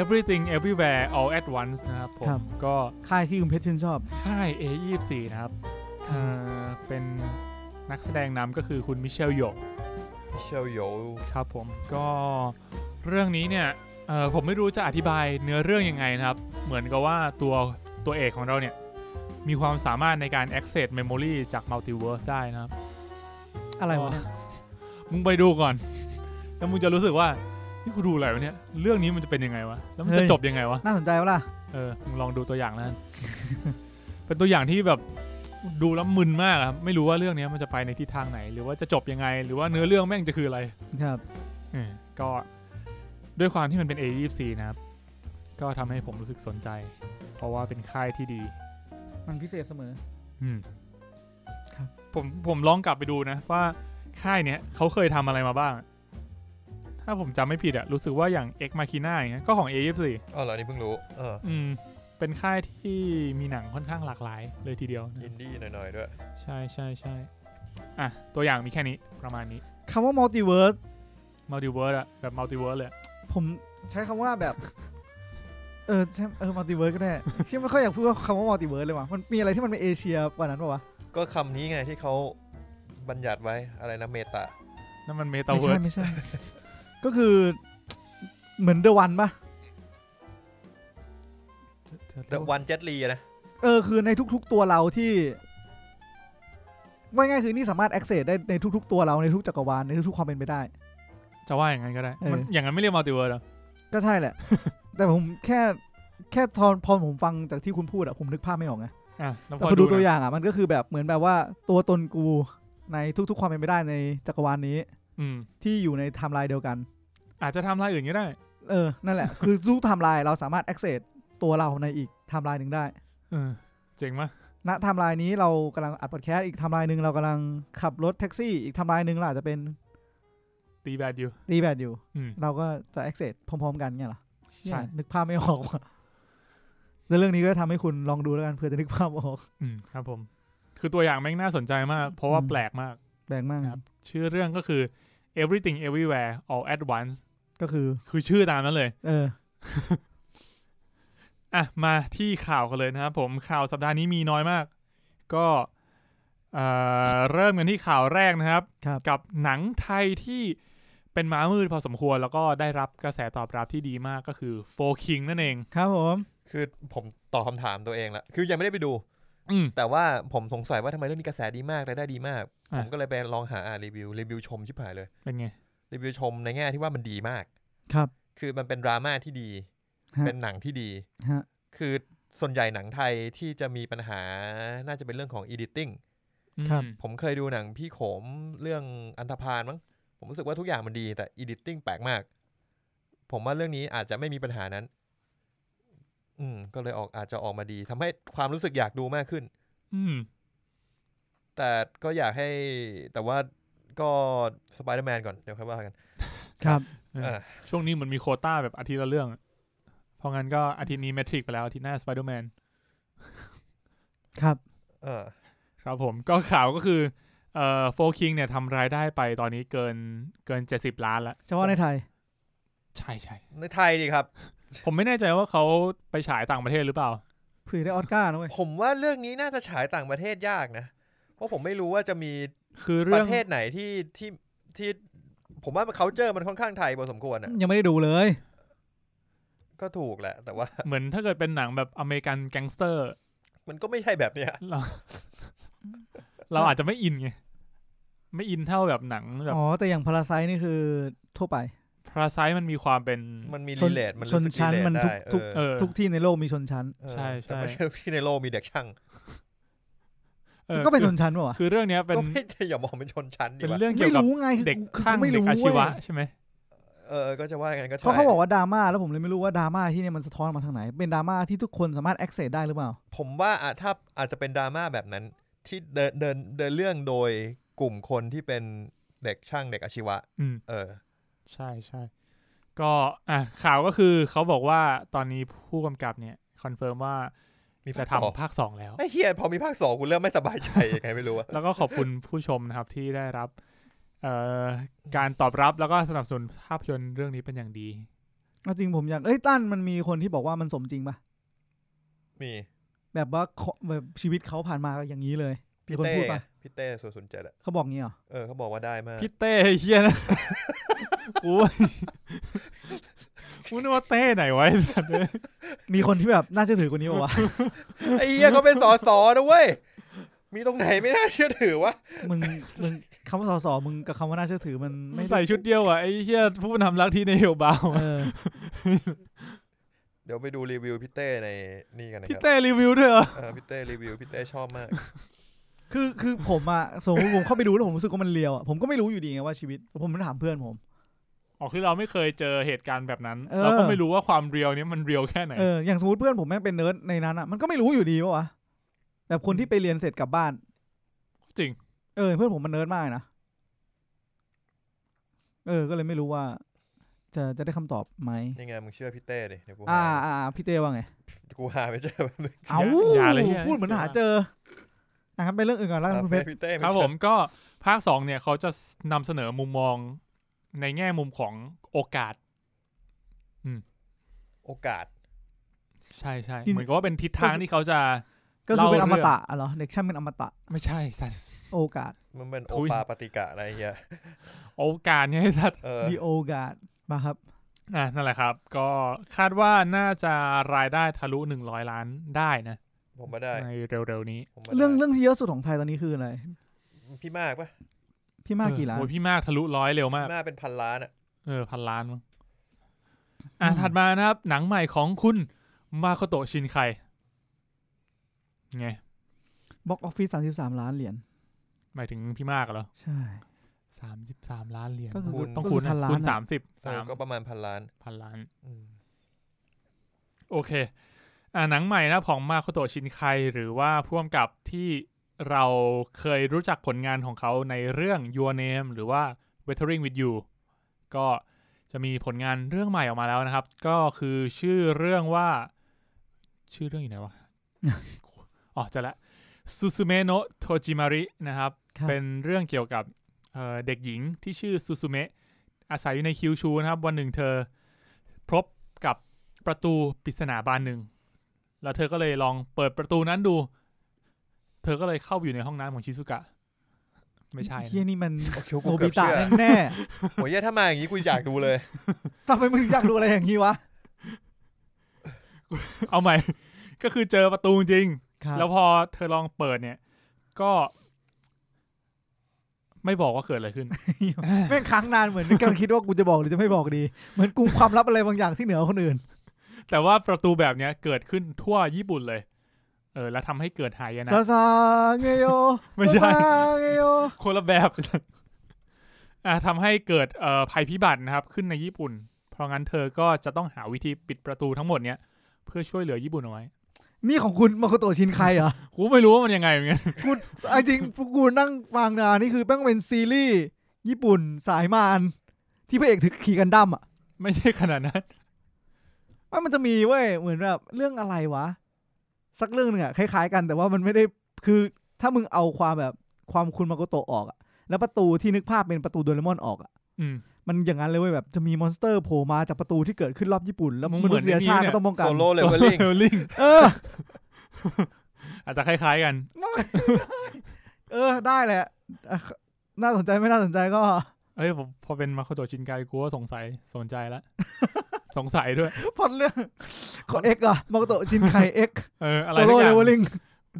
Speaker 3: Everything Everywhere All at Once นะครับผ
Speaker 1: ครั
Speaker 3: ม
Speaker 1: บ
Speaker 3: ก็
Speaker 1: ค่ายที่คุณเพชรชื่นชอบ
Speaker 3: ค่าย A24 นะครับเอ่อเป็นนักแสดงนำก็คือคุณมิเชลโยก
Speaker 2: เชลโย
Speaker 3: ครับผมก็เรื่องนี้เนี่ยเอ่อผมไม่รู้จะอธิบายเนื้อเรื่องยังไงนะครับ เหมือนกับว่าตัวตัวเอกของเราเนี่ย มีความสามารถในการ access memory จาก multiverse ได้นะครับ
Speaker 1: อะไรวะเนี่ย
Speaker 3: มึงไปดูก่อน แล้วมึงจะรู้สึกว่า นี่กูดูอะไรวะเนี่ย เรื่องนี้มันจะเป็นยังไงวะ แล้วมันจะจบยังไงวะ
Speaker 1: น่าสนใจวะล่ะ
Speaker 3: เออ มึงลองดูตัวอย่างนะ เป็นตัวอย่างที่แบบดูแล้วมึนมากอะครับ ไม่รู้ว่าเรื่องเนี้ยมันจะไปในทิศทางไหน หรือว่าจะจบยังไง หรือว่าเนื้อเรื่องแม่งจะคืออะไร
Speaker 1: ครับ
Speaker 3: เออก็ด้วยความที่มันเป็น A24 นะครับ ก็ทำให้ผมรู้สึกสนใจ เพราะว่าเป็นค่ายที่ดี
Speaker 1: มันพิเศษเสมอ
Speaker 3: อืม
Speaker 1: ครับ
Speaker 3: ผมผมลองกลับไปดูนะ ว่าค่ายเนี้ยเขาเคยทำอะไรมาบ้าง ถ้าผมจำไม่ผิดอะรู้สึกว่าอย่าง X Machina อย่างเงี้ยก็ของ A24
Speaker 2: อ๋อเหรอนี่เพิ่งรู้เออ
Speaker 3: อืม เป็นค่ายที่มีหนังค่อนข้างหลากหลายเลยทีเดียว
Speaker 2: อิ
Speaker 3: นะ
Speaker 2: นดี้หน่อยๆด้วย
Speaker 3: ใช่ใช่ใช่อ่ะ ตัวอย่างมีแค่นี้ประมาณนี้
Speaker 1: คำว่ามัลติเวิร์ส
Speaker 3: มัลติเวิร์สอะแบบมัลติเวิร์สเลยอะ
Speaker 1: ผมใช้คำว่าแบบ เออใช่เออมัลติเวิร์สก็ได้เชื่อไม่ค่อยอยากพูดว่าคำว่ามัลติเวิร์สเลยว่ะมันมีอะไรที่มันเป็นเอเชียกว่านั้นปะวะ
Speaker 2: ก็คำนี้ไงที่เขาบัญญัติไว้อะไรนะเมตา
Speaker 3: นั่นมันเมตา
Speaker 1: ไม่
Speaker 3: เวิ
Speaker 1: ใช่
Speaker 3: ร์ส
Speaker 1: ไม่ใช่ ก็คือเหมือนเดอะวันปะ
Speaker 2: แต่วันเจ็ตลีนะ
Speaker 1: เออคือในทุก ๆ ตัวเราที่ว่าง่ายคือนี่สามารถ access ได้ในทุก ๆ ตัวเราในทุกจักรวาลในทุกๆความเป็นไปได้
Speaker 3: จะว่าอย่างนั้นก็ได้
Speaker 1: เออ
Speaker 3: มันอย่างนั้นไม่เรียกมัลติเวิร์สหรอ
Speaker 1: ก็ใช่แหละ แต่ผมแค่แค่ทอนพอผมฟังจากที่คุณพูดอะผมนึกภาพไม่ออกไง
Speaker 3: อ่ะแล้ว
Speaker 1: แต่
Speaker 3: พ
Speaker 1: พ
Speaker 3: อ
Speaker 1: อดู
Speaker 3: ดู
Speaker 1: ตัว
Speaker 3: นะ
Speaker 1: อย่างอ่ะมันก็คือแบบเหมือนแบบว่าตัวตนกูในทุก ๆ ความเป็นไปได้ในจักรวาลนี้
Speaker 3: อืม
Speaker 1: ที่อยู่ในไทม์ไลน์เดียวกัน
Speaker 3: อาจจะทำลายอื่นก็ได้
Speaker 1: เออ นั่นแหละ คือทุกไทม์ไลน์เราสามารถ access ตัวเราในอีกไทม์ไลน์หนึ่งได้
Speaker 3: เออ เจ๋งมะ
Speaker 1: ณไทม์ไลน์นี้เรากำลังอัดพอดแคสต์อีกไทม์ไลน์หนึ่งเรากำลังขับรถแท็กซี่อีกไทม์ไลน์หนึ่งเราอาจจะเป็น
Speaker 3: ตีแบดอยู่
Speaker 1: รีแบดอยู่
Speaker 3: อืม
Speaker 1: เราก็จะ access พร้อม ๆ กันเงี้ยเหรอ
Speaker 3: ใช่
Speaker 1: ใช่นึกภาพไม่ออกว่ะแล้วเรื่องนี้ก็ทำให้คุณลองดูแล้วกันเพื่อจะนึกภาพออก
Speaker 3: อืมครับผม คือตัวอย่างแม่งน่าสนใจมาก เพราะว่า
Speaker 1: อืม
Speaker 3: แปลกมาก
Speaker 1: แปลกมาก
Speaker 3: ครับ ชื่อเรื่องก็คือ everything everywhere all at once
Speaker 1: ก็คือ
Speaker 3: คือชื่อตามนั้นเลย
Speaker 1: เออ
Speaker 3: อ่ะ มาที่ข่าวกันเลยนะครับผมข่าวสัปดาห์นี้มีน้อยมาก ก็เอ่อเริ่มกันที่ข่าวแรกนะครับ
Speaker 1: ครับ
Speaker 3: กับหนังไทยที่เป็นม้ามืดพอสมควร แล้วก็ได้รับกระแสตอบรับที่ดีมากก็คือ Four King นั่นเอง
Speaker 1: ครับผม
Speaker 2: คือผมตอบคำถามตัวเองละคือยังไม่ได้ไปดู
Speaker 3: อืม
Speaker 2: แต่ว่าผมสงสัยว่าทำไมเรื่องนี้กระแสดีมากรายได้ดีมาก
Speaker 3: อ่ะ
Speaker 2: ผมก็เลยไปลองหาอ่านรีวิวรีวิวชมชิบหายเลย
Speaker 3: เป็นไง
Speaker 2: รีวิวชมในแง่ที่ว่ามันดีมาก
Speaker 1: ครับ
Speaker 2: คือมันเป็นดราม่าที่ดี
Speaker 1: ฮะ
Speaker 2: เป็นหนังที่ดี
Speaker 1: ฮะ
Speaker 2: คือส่วนใหญ่หนังไทยที่จะมีปัญหาน่าจะเป็นเรื่องของ editing
Speaker 1: ครับ
Speaker 2: ผมเคยดูหนังพี่โขมเรื่องอันธพาลมั้ง ผมรู้สึกว่าทุกอย่างมันดีแต่ editing แปลกมาก ผมว่าเรื่องนี้อาจจะไม่มีปัญหานั้น อืม ก็เลยออกอาจจะออกมาดีทำให้ความรู้สึกอยากดูมากขึ้น
Speaker 3: อืม
Speaker 2: แต่ก็อยากให้แต่ว่าก็สไปเดอร์แมนก่อนเดี๋ยวค่อยว่ากัน
Speaker 1: ครับ
Speaker 3: เออ
Speaker 2: อ่ะ
Speaker 3: ช่วงนี้เหมือนมีโควต้าแบบอาทิตย์ละเรื่องอะเพราะงั้นก็อาทิตย์นี้แมทริกไปแล้ว อาทิตย์หน้าสไปเดอร์แมน
Speaker 1: ครับ
Speaker 2: เออ
Speaker 3: ครับผมก็ข่าวก็คือเอ่อโฟคิงเนี่ยทำรายได้ไปตอนนี้เกินเกิน 70 ล้านแล้ว
Speaker 1: เฉพาะในไทย
Speaker 3: ใช่ใช่
Speaker 2: ในไทยดี ครับ
Speaker 3: ผมไม่แน่ใจว่าเขาไปฉายต่างประเทศหรือเปล่า
Speaker 1: เพื่อได้ออสการ์นะเว้ย
Speaker 2: ผมว่าเรื่องนี้น่าจะฉายต่างประเทศยากนะ เพราะผมไม่รู้ว่าจะมี
Speaker 3: คือ
Speaker 2: ป
Speaker 3: เรื่อง
Speaker 2: ระเทศไหนที่ที่ที่ ผมว่ามันเคาเจอมันค่อนข้างไทยพอสมควรอ่ะ
Speaker 1: ยังไม่ได้ดูเลย
Speaker 2: ก็ถูกแหละ แต่ว่า
Speaker 3: เหมือนถ้าเกิดเป็นหนังแบบอเมริกันแก๊งสเตอร์
Speaker 2: มันก็ไม่ใช่แบบเนี้ย
Speaker 3: เรา เราอาจจะไม่อินไง ไม่อินเท่าแบบหนังแบบ
Speaker 1: อ๋อ แต่อย่างพาราไซนี่คือทั่วไป
Speaker 3: พาราไซมันมีความเป็น
Speaker 2: มันมี
Speaker 1: ช
Speaker 2: รี
Speaker 1: น
Speaker 2: เลทมัน
Speaker 1: ชน
Speaker 2: รู้สึก
Speaker 1: ชั้น
Speaker 2: relate
Speaker 1: มันทุก
Speaker 2: ได้
Speaker 1: ทุก
Speaker 2: เออ
Speaker 3: เออ
Speaker 1: ทุกที่ในโลกมีชนชั้น
Speaker 2: เออ
Speaker 3: ใช่ใช่
Speaker 2: แต่ไม่ใช่ที่ในโลกมีเด็กช่าง
Speaker 3: ออ
Speaker 1: ก็เป็น
Speaker 3: คื
Speaker 1: ช
Speaker 3: อน
Speaker 1: ชั้นปะวะ
Speaker 3: คือเรื่องเนี้ยเป็น
Speaker 2: ก็ไม่อย่ามองเป็นชนชั้นดี
Speaker 3: เป็น
Speaker 2: กว่า
Speaker 3: เรื่องเกี่ย
Speaker 1: ไม่
Speaker 3: วกับ
Speaker 1: รู้ไงคือ
Speaker 3: เด็ก
Speaker 1: กู
Speaker 3: ช่าง
Speaker 1: ไม่
Speaker 3: เด็ก
Speaker 1: รู้
Speaker 3: อาชีวะ
Speaker 1: เว้ย
Speaker 3: ใช่ไหม
Speaker 2: เออก็จะว่าไงนก็ใช่
Speaker 1: เพราะเขาบอกว่าดราม่าแล้วผมเลยไม่รู้ว่าดราม่าที่เนี่ยมันสะท้อนออกมาทางไหน เป็นดราม่าที่ทุกคนสามารถ access ได้หรือเปล่า
Speaker 2: ผมว่าอาจถ้าอาจจะเป็นดราม่าแบบนั้น ที่เดินเดินเดินเรื่องโดยกลุ่มคนที่เป็นเด็กช่างเด็กอาชีวะ
Speaker 3: อืม
Speaker 2: เออ
Speaker 3: ใช่ใช่ก็อ่ะข่าวก็คือเขาบอกว่าตอนนี้ผู้กำกับเนี่ยคอนเฟิร์มว่า
Speaker 2: มี
Speaker 3: จะ
Speaker 2: ภาคต่อ
Speaker 3: ทำภาคสองแล้ว
Speaker 2: ไอ้เฮียพอมีภาคสองกูเริ่มไม่สบายใจยังไงไม่รู้อะ
Speaker 3: แล้วก็ขอบคุณผู้ชมนะครับที่ได้รับเอ่อการตอบรับแล้วก็สนับสนุนภาพยนตร์เรื่องนี้เป็นอย่างดี
Speaker 1: เอาจริงผมอยากเอ้ยตั้นมันมีคนที่บอกว่ามันสมจริงปะ
Speaker 2: มี
Speaker 1: แบบว่าขอแบบชีวิตเขาผ่านมาอย่างนี้เลยมี
Speaker 2: พี่
Speaker 1: คน
Speaker 2: เต้
Speaker 1: พูดปะ
Speaker 2: พี่เต้ส่วนสนใจแหละ
Speaker 1: เขาบอกงี้เหรอ
Speaker 2: เออเขาบอกว่าได้มาก
Speaker 3: พี่เต้เฮียนะ กูกูนึกว่าเต้ไหนไว้
Speaker 1: มีคนที่แบบน่าเชื่อถือกว่านี้ปะวะ
Speaker 2: ไอ้เฮียเขาเป็นสอสอนะเว้ยมีตรงไหนไม่น่าเชื่อถือวะ
Speaker 1: มึงมึงคำว่าสสมึงกับคำว่าน่าเชื่อถือมันไม่ได้
Speaker 3: ใส่ชุดเดียวอ่ะไอ้เฮียผู้นำรักที่ในเฮลบาว
Speaker 1: เออ
Speaker 2: เดี๋ยวไปดูรีวิวพี่เต้ในนี่กันนะ
Speaker 3: พี่
Speaker 2: ครับ
Speaker 3: เต้รีวิวด้วยเหรอ
Speaker 2: เออพี่เต้รีวิวพี่เต้ชอบมาก
Speaker 1: คือคือผมอะสมมติผมเข้าไปดูแล้วผมรู้สึกว่ามันเลียวอะผมก็ไม่รู้อยู่ดีไงว่าชีวิต ผมมันถามเพื่อนผม
Speaker 3: อ๋อคือเราไม่เคยเจอเหตุการณ์แบบนั้น
Speaker 1: เออ
Speaker 3: เราก็ไม่รู้ว่าความเรียวเนี้มันเรียวแค่ไหน
Speaker 1: เอออย่างสมมติเพื่อนผมแม่งเป็นเนิร์ดในนั้นอะมันก็ไม่รู้อยู่ดีปะวะแบบคนที่ไปเรียนเสร็จกลับบ้าน
Speaker 3: จริง
Speaker 1: เออเพื่อนผมมันเนิร์ดมากนะเออ ก็เลยไม่รู้ว่า จะจะได้คำตอบไหม
Speaker 2: ยังไงมึงเชื่อพี่เต้ดิเดี๋ยวกู
Speaker 1: อ่า
Speaker 2: หา
Speaker 1: อ่าพี่เต้ว่าไง
Speaker 2: กูหาไม่เจอแบบนึ ง
Speaker 1: เอา
Speaker 3: อย่าเลยเหี้ย
Speaker 1: พูดเหมือนหาเจออ่ะครับไปเรื่องอื่นก่อนแล้วกันคุณเพชร
Speaker 2: พี่เต้ไเจอ
Speaker 3: ครับผมก็ภาคสองเนี่ยเขาจะนำเสนอมุมมองในแง่มุมของโอกาส
Speaker 2: โอกาส
Speaker 3: ใช่ใช่เหมือนกับว่าเป็นทิศทางที่เขาจะ
Speaker 1: ก็คือเป็นอ
Speaker 3: เล่า
Speaker 1: ม
Speaker 3: เรื่อง
Speaker 1: ตะอ่ะเหรอเด็กช่างเป็นอมตะ
Speaker 3: ไม่ใช่สัส
Speaker 1: โอกาส
Speaker 2: มันเป็นโอ
Speaker 3: ทุย
Speaker 2: ปาปฏิกะอะไรเงี้ย
Speaker 3: โอกาสเนี่ยสัส
Speaker 2: เออ
Speaker 1: The Old Guard มาครับ
Speaker 3: อ่ะนั่นแหละครับ ก็คาดว่าน่าจะรายได้ทะลุหนึ่งร้อยล้านได้นะ
Speaker 2: ผมมาได้
Speaker 3: ในเร็วๆนี้
Speaker 2: ผมมา
Speaker 1: เรื่อง
Speaker 2: ได้
Speaker 1: เรื่องที่เยอะสุดของไทยตอนนี้คืออะไร
Speaker 2: พี่มากปะ
Speaker 1: พี่มากกี่ล้าน
Speaker 3: โอ้ยพี่มากทะลุร้อยเร็วมาก
Speaker 2: พี่มากเป็นพันล้านอ่ะ
Speaker 3: เออพันล้านมั้งอ่ะ
Speaker 1: อืม
Speaker 3: ถัดมานะครับ หนังใหม่ของคุณมาโคโตะชินไคไง
Speaker 1: บ็อกออฟฟิศสามสิบสามล้านเหรียญ
Speaker 3: หมายถึงพี่มากเหรอ
Speaker 1: ใช่
Speaker 3: สามสิบสามล้านเหรียญ
Speaker 1: ก็คือ
Speaker 3: ต้อง
Speaker 1: ก็
Speaker 3: คูณ
Speaker 1: พันล้าน
Speaker 3: คูณ
Speaker 1: อะ
Speaker 3: สามสิบ
Speaker 2: เอ
Speaker 3: สา
Speaker 2: อ
Speaker 3: ม
Speaker 2: ก็ประมาณพันล้าน
Speaker 3: พันล้าน
Speaker 2: อืม
Speaker 3: โอเค อ่าหนังใหม่นะของมาโคโตะชินไคหรือว่าพ่วงกับที่เราเคยรู้จักผลงานของเขาในเรื่อง Your Name หรือว่า Weathering with You ก็จะมีผลงานเรื่องใหม่ออกมาแล้วนะครับ ก็คือชื่อเรื่องว่า ชื่อเรื่องอยู่ไหนวะ อ๋อเจะละ Susume no Tojimari นะครับ
Speaker 1: ครับ
Speaker 3: เป็นเรื่องเกี่ยวกับเอ่อเด็กหญิงที่ชื่อซูซูเมะอาศัยอยู่ในคิวชูนะครับ วันหนึ่งเธอพบกับประตูปริศนาบานหนึ่ง แล้วเธอก็เลยลองเปิดประตูนั้นดู เธอก็เลยเข้าไปอยู่ในห้องน้ำของชิซุกะ ไม่ใช่นะ
Speaker 1: เฮียนี่มัน
Speaker 2: โอเค
Speaker 1: โน
Speaker 2: กูเกื
Speaker 1: บิ
Speaker 2: อบเชื่
Speaker 1: ตะ
Speaker 2: อ
Speaker 1: แน่
Speaker 2: โอ้ยเหี้ยถ้ามาอย่างนี้กูอยากดู เลย
Speaker 1: ๆทำไมมึงอยากดูอะไรอย่างนี้วะ
Speaker 3: เอาใหม่ ก็คือเจอประตูจริง
Speaker 1: ครับ
Speaker 3: แล้วพอเธอลองเปิดเนี่ย ก็ ไม่บอกว่าเกิดอะไร ขึ้น
Speaker 1: แม่งค้างนานเหมือนกำลังคิดว่ากูจะบอกหรือจะไม่บอกดี เหมือนกูความลับอะไรบางอย่างที่เหนือคนอื่น
Speaker 3: แต่ว่าประตูแบบเนี้ยเกิดขึ้นทั่วญี่ปุ่นเลย เออ แล้วทำให้เกิดหายนะ
Speaker 1: ซาซาเงโย
Speaker 3: ไม่ใช่
Speaker 1: ซาซาเงโย
Speaker 3: คนละแบบ อ่ะทำให้เกิดเอ่อภัยพิบัตินะครับ ขึ้นในญี่ปุ่น เพราะงั้นเธอก็จะต้องหาวิธีปิดประตูทั้งหมดเนี้ยเพื่อช่วยเหลือญี่ปุ่นเอาไว้
Speaker 1: นี่ของคุณมาโคโตะชินไคเหรอ
Speaker 3: กูไม่รู้ว่ามันยังไงเหมือน กัน
Speaker 1: ไอ้จริงกูนั่งฟังนานนี่คือแม่งเป็นซีรีส์ญี่ปุ่นสายมารที่พระเอกถือขี่กันดั้มอะ
Speaker 3: ไม่ใช่ขนาดนั้น
Speaker 1: ว่ามันจะมีเว้ยเหมือนแบบเรื่องอะไรวะ สักเรื่องหนึ่งอะคล้ายๆกันแต่ว่ามันไม่ได้คือถ้ามึงเอาความแบบความคุณมาโกโตะออกอะแล้วประตูที่นึกภาพเป็นประตูโดเรมอนออกอะ
Speaker 3: อืม
Speaker 1: มันอย่างนั้นเลยเว้ยแบบจะมีมอนสเตอร์โผล่มาจากประตูที่เกิดขึ้นรอบญี่ปุ่น แล้ว
Speaker 3: มึง
Speaker 1: ม
Speaker 3: เหมื
Speaker 1: นุ
Speaker 3: อน
Speaker 1: ษยชาติ
Speaker 3: ไอ้นี่เนี่ย
Speaker 1: ก็ต้องป้องกัน
Speaker 2: โซโล่เลเวล ลิ่ง
Speaker 3: เลเวลลิ่ง
Speaker 1: เออ
Speaker 3: อาจจะคล้ายๆกัน
Speaker 1: เออได้แหละอ่ะน่าสนใจไม่น่าสนใจก็
Speaker 3: เอ้ยผมพอเป็นมาโคโตะชินไกกูก็สงสัยสนใจละ สงสัยด้วย
Speaker 1: พอดเรื่องขอเอ็กอะมาโกโตะชินไคเอ็ก
Speaker 3: เอออะไร
Speaker 1: โซ
Speaker 3: สัก
Speaker 1: โล่
Speaker 3: อ
Speaker 1: เล
Speaker 3: ย่าง
Speaker 1: เวลลิ่ง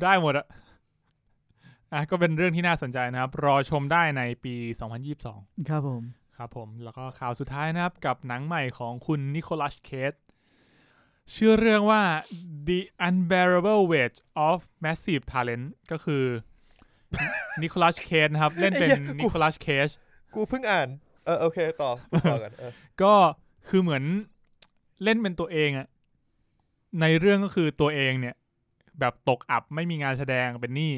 Speaker 3: ได้หมดอะอ่ะก็เป็นเรื่องที่น่าสนใจนะครับ รอชมได้ในปี 2022
Speaker 1: ครับผม
Speaker 3: ครับผม แล้วก็ข่าวสุดท้ายนะครับ กับหนังใหม่ของคุณนิโคลัสเคสชื่อเรื่องว่า The Unbearable Weight of Massive Talent ก็คือนิโคลัสเคสนะครับ เล่นเป็น
Speaker 2: ไอ้เหี้ยกู
Speaker 3: นิโคลัสเคส
Speaker 2: กูเพิ่งอ่านเออโอเคต่อพูดต่อกันเออ
Speaker 3: ก็คือเหมือนเล่นเป็นตัวเองอะในเรื่องก็คือตัวเองเนี่ย แบบตกอับไม่มีงานแสดงเป็นหนี้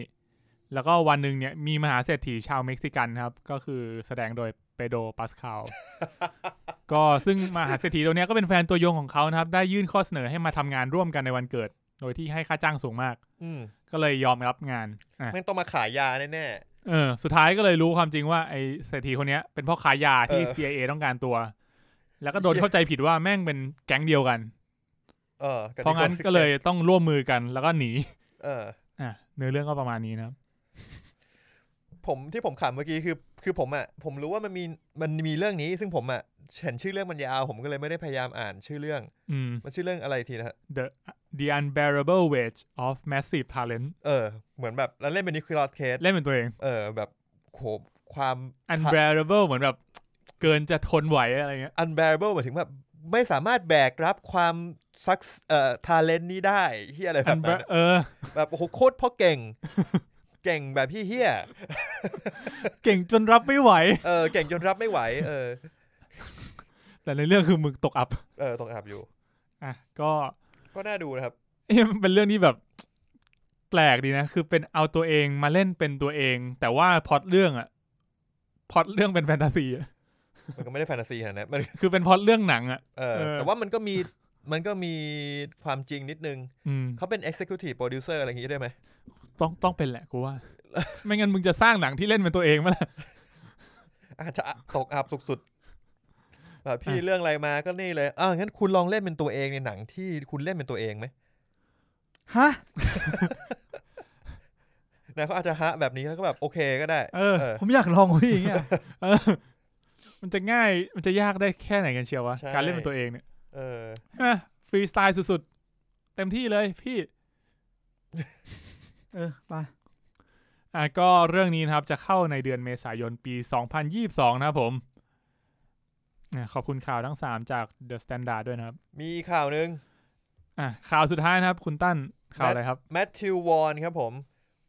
Speaker 3: แล้วก็วันหนึ่งเนี่ยมีมหาเศรษฐีชาวเม็กซิกันครับ ก็คือแสดงโดยเปโดรปัสคาล ก็ซึ่งมหาเศรษฐีตัวเนี้ยก็เป็นแฟนตัวยงของเขานะครับ ได้ยื่นข้อเสนอให้มาทำงานร่วมกันในวันเกิด โดยที่ให้ค่าจ้างสูงมาก
Speaker 2: อืม
Speaker 3: ก็เลยยอมรับงานอ่ะ
Speaker 2: แม่งต้องมาขายยาแน่
Speaker 3: เออ สุดท้ายก็เลยรู้ความจริงว่าไอเศรษฐีคนเนี้ยเป็นพ่อขายยาที่ CIA ต้องการตัว แล้วก็โดนเข้าใจผิดว่าแม่งเป็นแก๊งเดียวกัน
Speaker 2: ๆเออกับ
Speaker 3: เพราะงั้นก็เลยต้องร่วมมือกันแล้วก็หนี
Speaker 2: เออ
Speaker 3: อ่ะเนื้อเรื่องก็ประมาณนี้นะครับ
Speaker 2: ผมที่ผมขำเมื่อกี้คือคือผมอ่ะผมรู้ว่ามันมีมันมีเรื่องนี้ ซึ่งผมอ่ะเห็นชื่อเรื่องมันยาวผมก็เลยไม่ได้พยายามอ่านชื่อเรื่อง
Speaker 3: อืม
Speaker 2: มันชื่อเรื่องอะไรทีนะฮะ
Speaker 3: the the unbearable weight of massive talent
Speaker 2: เออ เหมือนแบบแล้วเล่นเป็นนิโคลัสเคส
Speaker 3: เล่นเป็นตัวเอง
Speaker 2: เออแบบโหความ
Speaker 3: unbearable เหมือนแบบ เกินจะทนไหวอะไรเงี้ ย
Speaker 2: unbearable หมายถึงแบบไม่สามารถแบกรับความซักเอ่อทาเลนนี้ได้ที่อะไรแบบนั้น
Speaker 3: Unbe- เออ
Speaker 2: แบบโอ้โหโคตรพ่อเก่ง เก่งแบบพี่เฮีย
Speaker 3: เก่งจนรับไม่ไหว
Speaker 2: เออเก่งจนรับไม่ไหว เออ
Speaker 3: แต่ในเรื่องคือมึงตกอับ
Speaker 2: เออตกอับอยู่
Speaker 3: อ่ะ ก็
Speaker 2: ก็น่าดูนะครับ
Speaker 3: เอ้ยมันเป็นเรื่องที่แบบ แปลกดีนะ คือเป็นเอาตัวเองมาเล่นเป็นตัวเอง แต่ว่าพล็อตเรื่องอะพล็อตเรื่องเป็นแฟนตาซีอะ
Speaker 2: มันก็ไม่ได้แฟนตาซีขนาดนั้นมัน
Speaker 3: คือเป็นพล็อตเรื่องหนังอะ
Speaker 2: เออ
Speaker 3: เออ
Speaker 2: แต่ว่ามันก็มีมันก็มีความจริงนิดนึง
Speaker 3: อืม
Speaker 2: เขาเป็น executive producer อะไรอย่างงี้ได้ไหม
Speaker 3: ต้องต้องเป็นแหละกูว่า ไม่งั้นมึงจะสร้างหนังที่เล่นเป็นตัวเองมาละ
Speaker 2: อาจจะตกอับสุดๆแบบพี่เรื่องอะไรมาก็นี่เลยอ่างั้นคุณลองเล่นเป็นตัวเองในหนังที่คุณเล่นเป็นตัวเองไหม
Speaker 1: ฮะ
Speaker 2: นะเขาอาจจะฮะแบบนี้แล้วก็แบบโอเคก็ได้
Speaker 3: เออ
Speaker 2: เออ
Speaker 1: ผมอยากลองพี่อย่างเงี้ย
Speaker 3: เออมันจะง่าย มันจะยากได้แค่ไหนกันเชียววะ
Speaker 2: ใช่
Speaker 3: การเล่นเป็นตัวเองเนี่ย
Speaker 2: เออ
Speaker 3: ใช่ไหมฟรีสไตล์สุดๆ เต็มที่เลยพี่
Speaker 1: เออไป
Speaker 3: อ่ะก็เรื่องนี้นะครับจะเข้าในเดือนเมษายนปี 2022 นะครับผมอ่ะขอบคุณข่าวทั้ง 3 จาก The Standard ด้วยนะครับ
Speaker 2: มีข่าวหนึ่ง
Speaker 3: อ่ะข่าวสุดท้ายนะครับ คุณตั้นข่าวอะไรครับ
Speaker 2: แมทธิววอนครับผม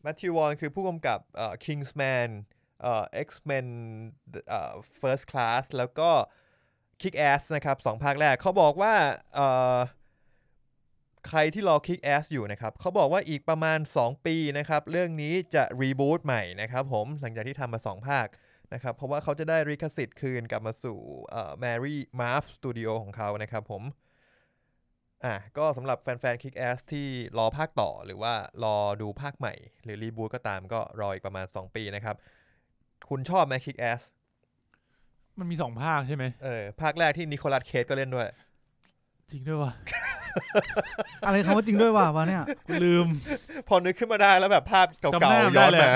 Speaker 2: แมทธิววอนคือผู้กำกับเอ่อ Kingsman เอ่อ X-Men เอ่อ First Class แล้วก็ Kick-Ass นะครับสองภาคแรกเขาบอกว่าเอ่อใครที่รอ Kick-Ass อยู่นะครับเขาบอกว่าอีกประมาณ 2 ปีนะครับ เรื่องนี้จะรีบูตใหม่นะครับผมหลังจากที่ทำมา 2 ภาคนะครับ เพราะว่าเขาจะได้ริขสิทธิ์คืนกลับมาสู่เอ่อ Mary Marv Studio ของเขานะครับผม อ่ะก็สำหรับแฟนๆ Kick Ass ที่รอภาคต่อหรือว่ารอดูภาคใหม่ หรือรีบูตก็ตามก็รออีกประมาณ 2 ปีนะครับ คุณชอบไหม Kick Ass
Speaker 3: มันมี 2 ภาคใช่ไหม
Speaker 2: เออภาคแรกที่นิโคลัสเคสก็เล่นด้วย
Speaker 3: จริงด้วยวะ
Speaker 1: อะไรคำว่าจริงด้วยว่าวะเนี่ย
Speaker 3: กูลืม
Speaker 2: พอนึกขึ้นมาได้แล้วแบบภาพ
Speaker 3: จำห
Speaker 2: เก่า
Speaker 3: น้า
Speaker 2: ๆย้อน
Speaker 3: ได้เลย
Speaker 2: มา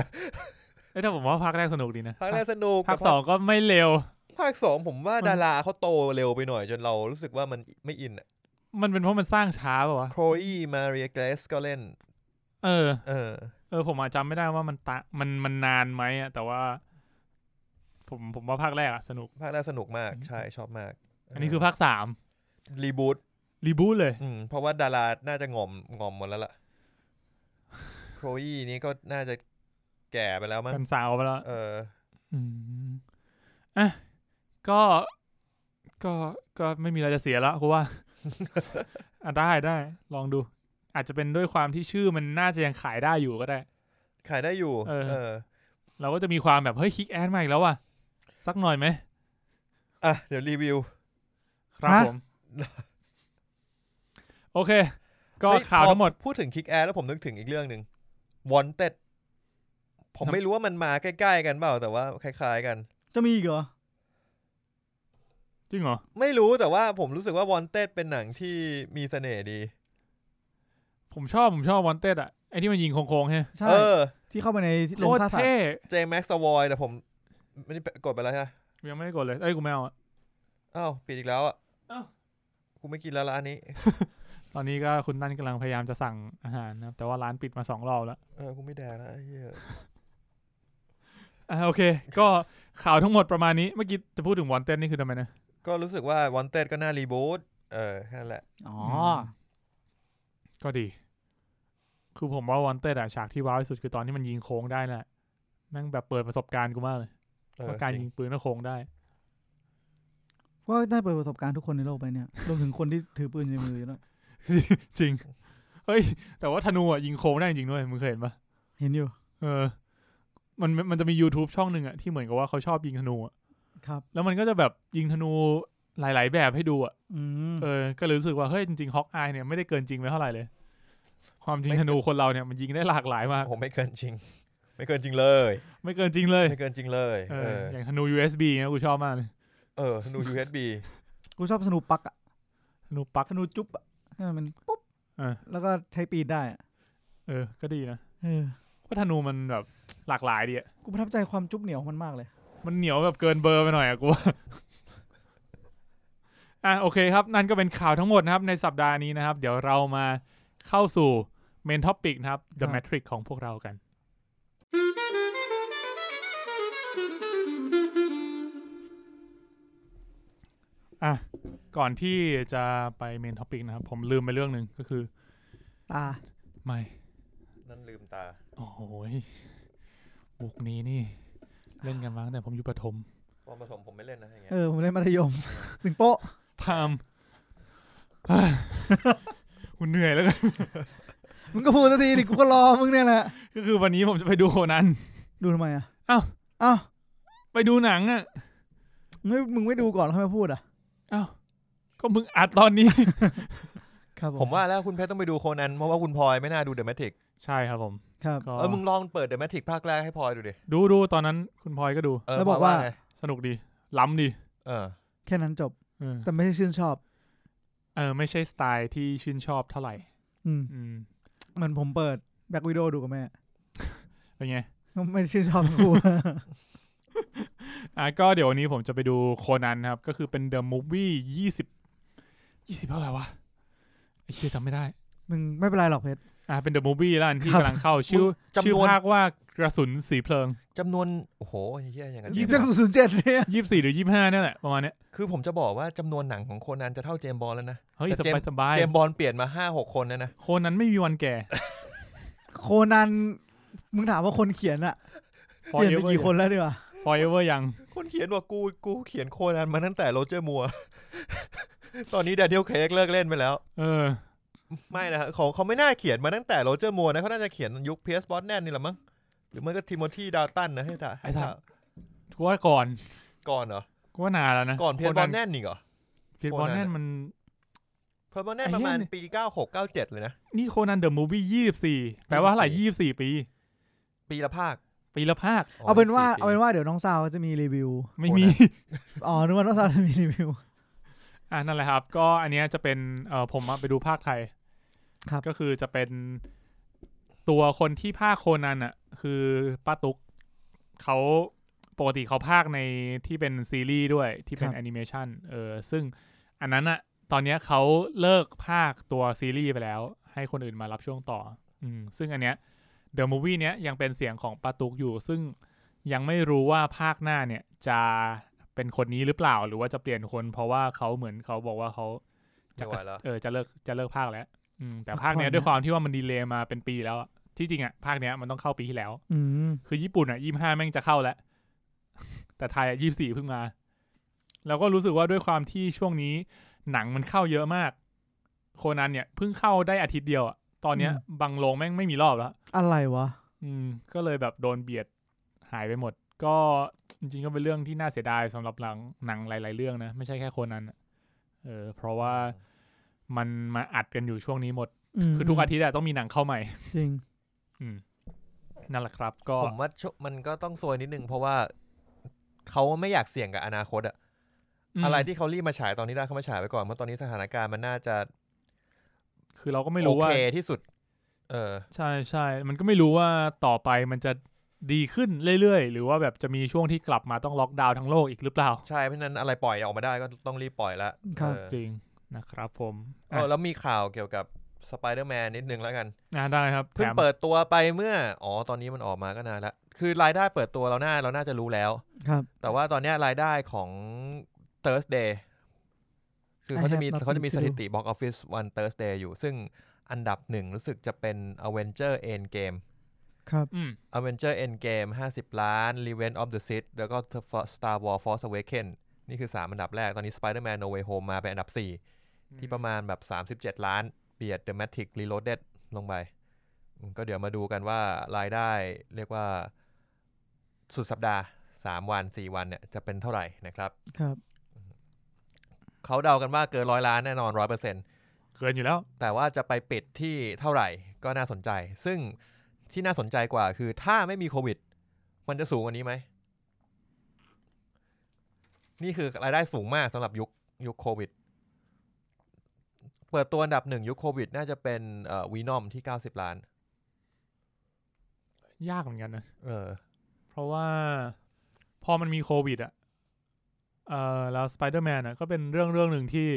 Speaker 3: เอ้ยแต่ผมว่าภาคแรกสนุกดีนะ
Speaker 2: ภาคแรกสนุก
Speaker 3: ภาค
Speaker 2: แต่
Speaker 3: สองก็ไม่เร็ว
Speaker 2: ภาคสองผมว่าม
Speaker 3: น
Speaker 2: ดาราเขาโตเร็วไปหน่อยจนเรารู้สึกว่ามันไม่อิน
Speaker 3: มันเป็นเพราะมันสร้างช้าป่าวะ
Speaker 2: โครอีมาเรียเกรสก็เล่น
Speaker 3: เออ
Speaker 2: เออ
Speaker 3: เออผมอาจจำไม่ได้ว่ามันตะมันมันนานไหมอะแต่ว่า ผมผมว่าภาคแรกอะสนุก
Speaker 2: ภาคแรกสนุกมากใช่ชอบมาก
Speaker 3: อันนี้คือภาคสาม
Speaker 2: รีบูต
Speaker 3: รีบูทเลย
Speaker 2: อืมเพราะว่าดาราน่าจะงอมงอมหมดแล้วล่ะโครอีนี่ก็น่าจะแก่ไปแล้วมั้ง
Speaker 3: กันสาวไปแล้ว
Speaker 2: เออ
Speaker 3: อืมอ่ะก็ ก็ก็ไม่มีอะไรจะเสียแล้วเพราะ ว่า อ่ะได้ได้ ลองดู อาจจะเป็นด้วยความที่ชื่อมันน่าจะยังขายได้อยู่ก็ได้
Speaker 2: ขายได้อยู่
Speaker 3: เออ
Speaker 2: เออ
Speaker 3: เราก็จะมีความแบบ เฮ้ยคิกแอนมาอีกแล้วว่ะสักหน่อยไหม
Speaker 2: อ่ะเดี๋ยวรีวิว
Speaker 3: ครับ
Speaker 1: ฮะ
Speaker 3: ผม โอเค ก็
Speaker 2: เฮ้ย
Speaker 3: ข่าว
Speaker 2: พอ
Speaker 3: ทั้งหมด
Speaker 2: พูดถึงคิกแอร์แล้วผมนึกถึงอีกเรื่องหนึ่ง Wanted ผมไม่รู้ว่ามันมาใกล้ ๆ กันเปล่า แต่ว่าคล้าย ๆ กัน
Speaker 1: จะมีอีกเหรอ
Speaker 3: จริงเหรอ
Speaker 2: ไม่รู้แต่ว่าผมรู้สึกว่า Wanted เป็นหนังที่มีเสน่ห์ดี
Speaker 3: ผมชอบ ผมชอบวอนเต็ดอะไอที่มันยิงโค้งๆใช่ไหม
Speaker 1: ใช่
Speaker 2: เออ
Speaker 1: ที่เข้าไปในโร
Speaker 3: โค
Speaker 1: ง
Speaker 3: ตร
Speaker 1: ฆ่าสัตว์
Speaker 3: เท่
Speaker 2: เจมแม็กซ์วอยแต่ผมไม่ได้กดไปแล้วใช่ไหม
Speaker 3: ยังไม่ได้กดเลยเอ้ยกูไม่เอาอะ
Speaker 2: อ้าวปิดอีกแล้วอ่ะ
Speaker 3: อ้าว
Speaker 2: กูไม่กินแล้วร้านนี้
Speaker 3: ตอนนี้ก็คุณนั่นกำลังพยายามจะสั่งอาหารนะครับ แต่ว่าร้านปิดมาสองรอบแล้ว
Speaker 2: เออกูไม่แดกแล้วไอ้เหี้ย
Speaker 3: อ่าโอเค ก็ข่าวทั้งหมดประมาณนี้ เมื่อกี้จะพูดถึงวอนเต้นนี่คือทำไมนะ
Speaker 2: ก็รู้สึกว่า Wanted ก็น่ารีบูตเออแค่นั้นแหละ
Speaker 1: อ๋อ
Speaker 3: ก็ดี คือผมว่าวอนเต้นอะฉากที่ว้าวที่สุดคือตอนที่มันยิงโค้งได้น่ะแม่งแบบเปิดประสบการณ์กูมากเลย
Speaker 2: เออ
Speaker 3: ว่าการ
Speaker 2: จริ
Speaker 3: ยิ
Speaker 2: ง
Speaker 3: งปืนแล้วโค้งได้
Speaker 1: ก็ได้เปิดประสบการณ์ทุกคนในโลกไปเนี่ย รวมถึงคนที่ถือปืนในมืออยู่ด้วย
Speaker 3: จริง เฮ้ย แต่ว่าธนูอะยิงโค้งได้จริงด้วยมึงเคยเห็นปะ
Speaker 1: เห็นอยู่
Speaker 3: เออ มันมันจะมี YouTube ช่องหนึ่งอะที่เหมือนกับว่าเขาชอบยิงธนูอะ
Speaker 1: ครับ
Speaker 3: แล้วมันก็จะแบบยิงธนู หลาย ๆ แบบให้ดูอ่ะ
Speaker 1: อืม
Speaker 3: เออก็เลยรู้สึกว่าเฮ้ยจริงๆฮอกอายเนี่ยไม่ได้เกินจริงไปเท่าไหร่เลย ความจริงธนูคนเราเนี่ยมันยิงได้หลากหลายมาก
Speaker 2: ผมไม่เกินจริง ไม่เกินจริงเลย
Speaker 3: ไม่เกินจริงเลย
Speaker 2: ไม่เกินจริงเลย
Speaker 3: เอ
Speaker 2: เอ
Speaker 3: อ
Speaker 2: อ
Speaker 3: อย่างธนู USB เนี่ยกูชอบมากเลย
Speaker 2: เออธนู USB
Speaker 1: กูชอบธนูปักอะ
Speaker 3: ธนูปลั๊ก
Speaker 1: ธนูจุ๊บอะให้มันปุ๊บ
Speaker 3: เออ
Speaker 1: แล้วก็ใช้ปีนได้อะ
Speaker 3: เออก็ดีนะ
Speaker 1: เออ
Speaker 3: ว่าธนูมันแบบหลากหลายดีอ่ะ
Speaker 1: กูประทับใจความจุ๊บเหนียวของมันมากเลย
Speaker 3: มันเหนียวแบบเกินเบอร์ไปหน่อยอ่ะกูว่าอ่ะโอเคครับ นั่นก็เป็นข่าวทั้งหมดนะครับ ในสัปดาห์นี้นะครับ เดี๋ยวเรามาเข้าสู่เมนท็อปิกนะครับ
Speaker 1: ครั
Speaker 3: The
Speaker 1: บ
Speaker 3: Matrix ของพวกเรากัน อ่ะก่อนที่จะไปเมนท็อปิกนะครับ ผมลืมไปเรื่องหนึ่งก็คือ
Speaker 1: ตา
Speaker 3: ไม่
Speaker 2: นั่นลืมตา
Speaker 3: โอ้โหยบุกนี้ นี่ เล่นกันมาตั้งแต่ผมอยู่ประถม
Speaker 2: ตอนผสมผมไม่เล่นนะอย่างเงี้ย
Speaker 1: เออผมเล่นมัธยม ถึงโป๊ะ
Speaker 3: พามเฮ้ย กูเหนื่อยแล้วกัน
Speaker 1: มึงก็พูดสักทีดิกูก็รอมึงเนี่ยแหละ
Speaker 3: ก็คือวันนี้ผมจะไปดูโคนัน
Speaker 1: ดูทำไมอะ
Speaker 3: อ้าว
Speaker 1: อ้าว
Speaker 3: ไปดูหนังอ่ะ
Speaker 1: ไม่มึงไม่ดูก่อนแล้วค่อยมาพูดอะ
Speaker 3: ก็มึงอัดตอนนี้
Speaker 1: ครับ
Speaker 2: ผมว่าแล้วคุณเพชรต้องไปดูโคนันเพราะว่าคุณพลอยไม่น่าดูเดอะแมทริก
Speaker 3: ใช่ครับผม
Speaker 1: ครับ
Speaker 3: ก็
Speaker 2: เออมึงลองเปิดเดอะแมทริกภาคแรกให้พลอยดูดิ
Speaker 3: ดูดูตอนนั้นคุณพลอยก็ดู
Speaker 2: เออ
Speaker 1: แล้ว
Speaker 2: พ
Speaker 1: บอ
Speaker 2: ย
Speaker 1: กว่า
Speaker 2: ไง
Speaker 3: สนุกดี ล้ำดี
Speaker 2: เออ
Speaker 1: แค่นั้นจบ
Speaker 3: เออ
Speaker 1: แต่ไม่ใช่ชื่นชอบ
Speaker 3: เออ ไม่ใช่สไตล์ที่ชื่นชอบเท่าไหร่
Speaker 1: อืม
Speaker 3: อืม
Speaker 1: เหมือนผมเปิดแบ็กวิดโอดูกับแม่
Speaker 3: เป็นไง
Speaker 1: ก็ไม่ได้ชื่นชอบทั้งคู่
Speaker 3: อ่ะก็เดี๋ยววันนี้ผมจะไปดูโคนันนะครับ ก็คือเป็นเดอะมูฟวี่ยี่สิบยี่สิบเท่าไหร่วะไอ้เชี่ยจำไม่ได้
Speaker 1: มึงไม่เป็นไรหรอกเพชร
Speaker 3: อ่ะเป็นเดอะมูฟวี่แล้วอันที่
Speaker 1: ครับ
Speaker 3: กำลังเข้าชื่อ
Speaker 2: จำนวน
Speaker 3: ชื่อภาคว่ากระสุนสีเพลิง
Speaker 2: จำนวนโอ้โหเฮียอย่างนั้น
Speaker 1: ยี่
Speaker 2: เล
Speaker 1: สิ
Speaker 2: ย
Speaker 1: บ
Speaker 2: นะ
Speaker 1: ศูนย์เจ็ดเนี่ย
Speaker 3: ยี่สิบสี่หรือยี่สิบห้านี่ยแหละประมาณเนี้ย
Speaker 2: คือผมจะบอกว่าจำนวนหนังของโคนันจะเท่าเจมส์บอลแล้วนะ
Speaker 3: เฮ้ย
Speaker 2: แต่
Speaker 3: ส
Speaker 2: เจม
Speaker 3: บายสบาย
Speaker 2: เจมส์บอลเปลี่ยนมาห้าหกคนแล้วนะ
Speaker 3: โคนันไม่มีวันแก่
Speaker 1: โคนัน มึงถามว่าคนเขียนอะเปลี่ยนไป
Speaker 3: forever
Speaker 1: กี่คนแล้วดีกว่า
Speaker 3: forever ยัง
Speaker 2: คนเขียนว่ากูกูเขียนโคนันมาตั้งแต่โรเจอร์มัวร์ ตอนนี้แดเนียลเคกเลิกเล่นไปแล้ว
Speaker 3: เออ
Speaker 2: ไม่นะเขาเขาไม่น่าเขียนมาตั้งแต่โรเจอร์มัวร์นะเขาน่าจะเขียนยุคเพียร์สบอสแนนนี่แหละมั้งหรือไม่ก็ทิโมธีดาวตันนะให้ถ่า
Speaker 3: ไอ้สัตว์ กูว่าก่อน
Speaker 2: ก่อนเหรอ
Speaker 3: กูว่านานแล้วนะ
Speaker 2: ก่อนเพียร์สบอสแนนนี่เหรอ
Speaker 3: พียร์บอ
Speaker 2: Conan
Speaker 3: ลแน่นมัน
Speaker 2: เพียร์สบอสแนน
Speaker 3: ไอ้
Speaker 2: ประ
Speaker 3: เหี้ย
Speaker 2: มาณ
Speaker 3: นี่
Speaker 2: ปีเก้าหกเก้าเจ็ดเลยนะ
Speaker 3: นี่โคนันเดอะมูฟวี่ยี่สิบสี่แปลว่าอะไรยี่สิบสี่ปี
Speaker 2: ปีละภาค
Speaker 3: ปีละภาค
Speaker 1: เอาเป็นว่า
Speaker 2: 14
Speaker 1: เอาเป็นว่าเดี๋ยวน้องสาวจะมีรีวิว
Speaker 3: ไม่มี
Speaker 1: อ๋อนึกว่าน้องสาวจะมีรีวิว
Speaker 3: อ่ะนั่นแหละครับ ก็อันเนี้ยจะเป็นเอ่อผมอะไปดูภาคไทย
Speaker 1: ครับ
Speaker 3: ก็คือจะเป็นตัวคนที่ภาคโคนันอ่ะ คือป้าตุ๊กเขาปกติเขาภาคในที่เป็นซีรีส์ด้วยที่เป็
Speaker 1: ค
Speaker 3: น
Speaker 1: รับ
Speaker 3: แอนิเมชันเออซึ่งอันนั้นอ่ะ ตอนเนี้ยเขาเลิกภาคตัวซีรีส์ไปแล้ว ให้คนอื่นมารับช่วงต่อ อืมซึ่งอันเนี้ยเดอะมูวี่เนี้ยยังเป็นเสียงของป้าตุ๊กอยู่ ซึ่งยังไม่รู้ว่าภาคหน้าเนี่ยจะเป็นคนนี้หรือเปล่า หรือว่าจะเปลี่ยนคน เพราะว่าเขาเหมือนเขาบอกว่าเขาจะ
Speaker 2: ไม่ไหวแล้ว
Speaker 3: เออจะเลิกจะเลิกภาคแล้ว อืมแต่
Speaker 1: พัก
Speaker 3: ภาคเนี้
Speaker 1: ผ่
Speaker 3: ย
Speaker 1: อน
Speaker 3: ด้วยความที่ว่ามันดีเลย์มาเป็นปีแล้วอะที่จริงอ่ะภาคเนี้ยมันต้องเข้าปีที่แล้ว
Speaker 1: อืม
Speaker 3: คือญี่ปุ่นอ่ะยี่ห้าแม่งจะเข้าแล้ว แต่ไทยอ่ะยี่สี่เพิ่งมา แล้วก็รู้สึกว่าด้วยความที่ช่วงนี้หนังมันเข้าเยอะมาก โคนันเนี่ยเพิ่งเข้าได้อาทิตย์เดียวอ่ะตอนเนี้ยบางโรงแม่งไม่มีรอบแล้ว
Speaker 1: อะไรวะ
Speaker 3: อืม ก็เลยแบบโดนเบียดหายไปหมด ก็จริงๆก็เป็นเรื่องที่น่าเสียดายสำหรับหนังหนังหลาย ๆ เรื่องนะ ไม่ใช่แค่โคนันอะเออ เพราะว่ามันมาอัดกันอยู่ช่วงนี้หมด
Speaker 1: ม
Speaker 3: คือทุกอาทิตย์อะต้องมีหนังเข้าใหม่
Speaker 1: จริง
Speaker 3: อืมนั่นแหละครับ ก็
Speaker 2: ผมว่าช่วงมันก็ต้องซวยนิดนึง เพราะว่าเขาไม่อยากเสี่ยงกับอนาคตอะอะไรที่เขารีบมาฉายตอนนี้ได้เขามาฉายไปก่อนเพราะตอนนี้สถานการณ์มันน่าจะ
Speaker 3: คือเราก็ไม่
Speaker 2: โอ
Speaker 3: รู้ว่า
Speaker 2: เคที่สุด เออ
Speaker 3: ใช่ใช่มันก็ไม่รู้ว่าต่อไปมันจะดีขึ้นเรื่อยๆ หรือว่าแบบจะมีช่วงที่กลับมาต้องล็อกดาวน์ทั้งโลกอีกหรือเปล่า
Speaker 2: ใช่เพราะฉะนั้นอะไรปล่อยออกมาได้ก็ต้องรีบปล่อยละ
Speaker 1: ครับ
Speaker 2: เออ
Speaker 3: จริงนะครับผม
Speaker 2: เออแล้วมีข่าวเกี่ยวกับสไปเดอร์แมนนิดนึงแล้วกัน
Speaker 3: อ่าได้ครับ
Speaker 2: เพิ่ง
Speaker 3: แถม
Speaker 2: เปิดตัวไปเมื่อ อ๋อ ตอนนี้มันออกมาก็นานละคือรายได้เปิดตัวเราหน้าเราน่าจะรู้แล้ว
Speaker 1: ครับ
Speaker 2: แต่ว่าตอนเนี้ยรายได้ของ Thursday คื
Speaker 1: I
Speaker 2: อเขาจะมี
Speaker 1: have nothing
Speaker 2: เขาจะมี
Speaker 1: to
Speaker 2: ส
Speaker 1: do
Speaker 2: ถิติ Box Office วัน Thursday อยู่ ซึ่งอันดับหนึ่งรู้สึกจะเป็น Avenger Endgame
Speaker 1: ครับ
Speaker 3: อืม
Speaker 2: Avenger Endgame 50 ล้าน Revenge of the Sith แล้วก็ The Fo- Star Wars Force Awakens นี่คือ 3 อันดับแรก ตอนนี้ Spider-Man No Way Home มาเป็นอันดับ 4 ที่ประมาณแบบ 37 ล้านเบียด The Matrix Reloaded ลงไปอืมก็เดี๋ยวมาดูกันว่ารายได้เรียกว่าสุดสัปดาห์ 3 วัน 4 วันเนี่ยจะเป็นเท่าไหร่นะครับ
Speaker 1: ครับ
Speaker 2: เขาเดากันว่าเกินร้อยล้านแน่นอนร้อยเปอร์เซ็นต์
Speaker 3: เกินอยู่แล้ว
Speaker 2: แต่ว่าจะไปปิดที่เท่าไหร่ก็น่าสนใจ ซึ่งที่น่าสนใจกว่าคือถ้าไม่มีโควิด มันจะสูงกว่านี้ไหม นี่คือรายได้สูงมากสำหรับยุคยุคโควิด เปิดตัวอันดับหนึ่งยุคโควิด น่าจะเป็นวีนอมที่ 90 ล้าน
Speaker 3: ยากเหมือนกันนะ
Speaker 2: เออ
Speaker 3: เพราะว่าพอมันมีโควิดอ่ะเออแล้วสไปเดอร์แมนอ่ะก็เป็นเรื่องเรื่องหนึ่งที่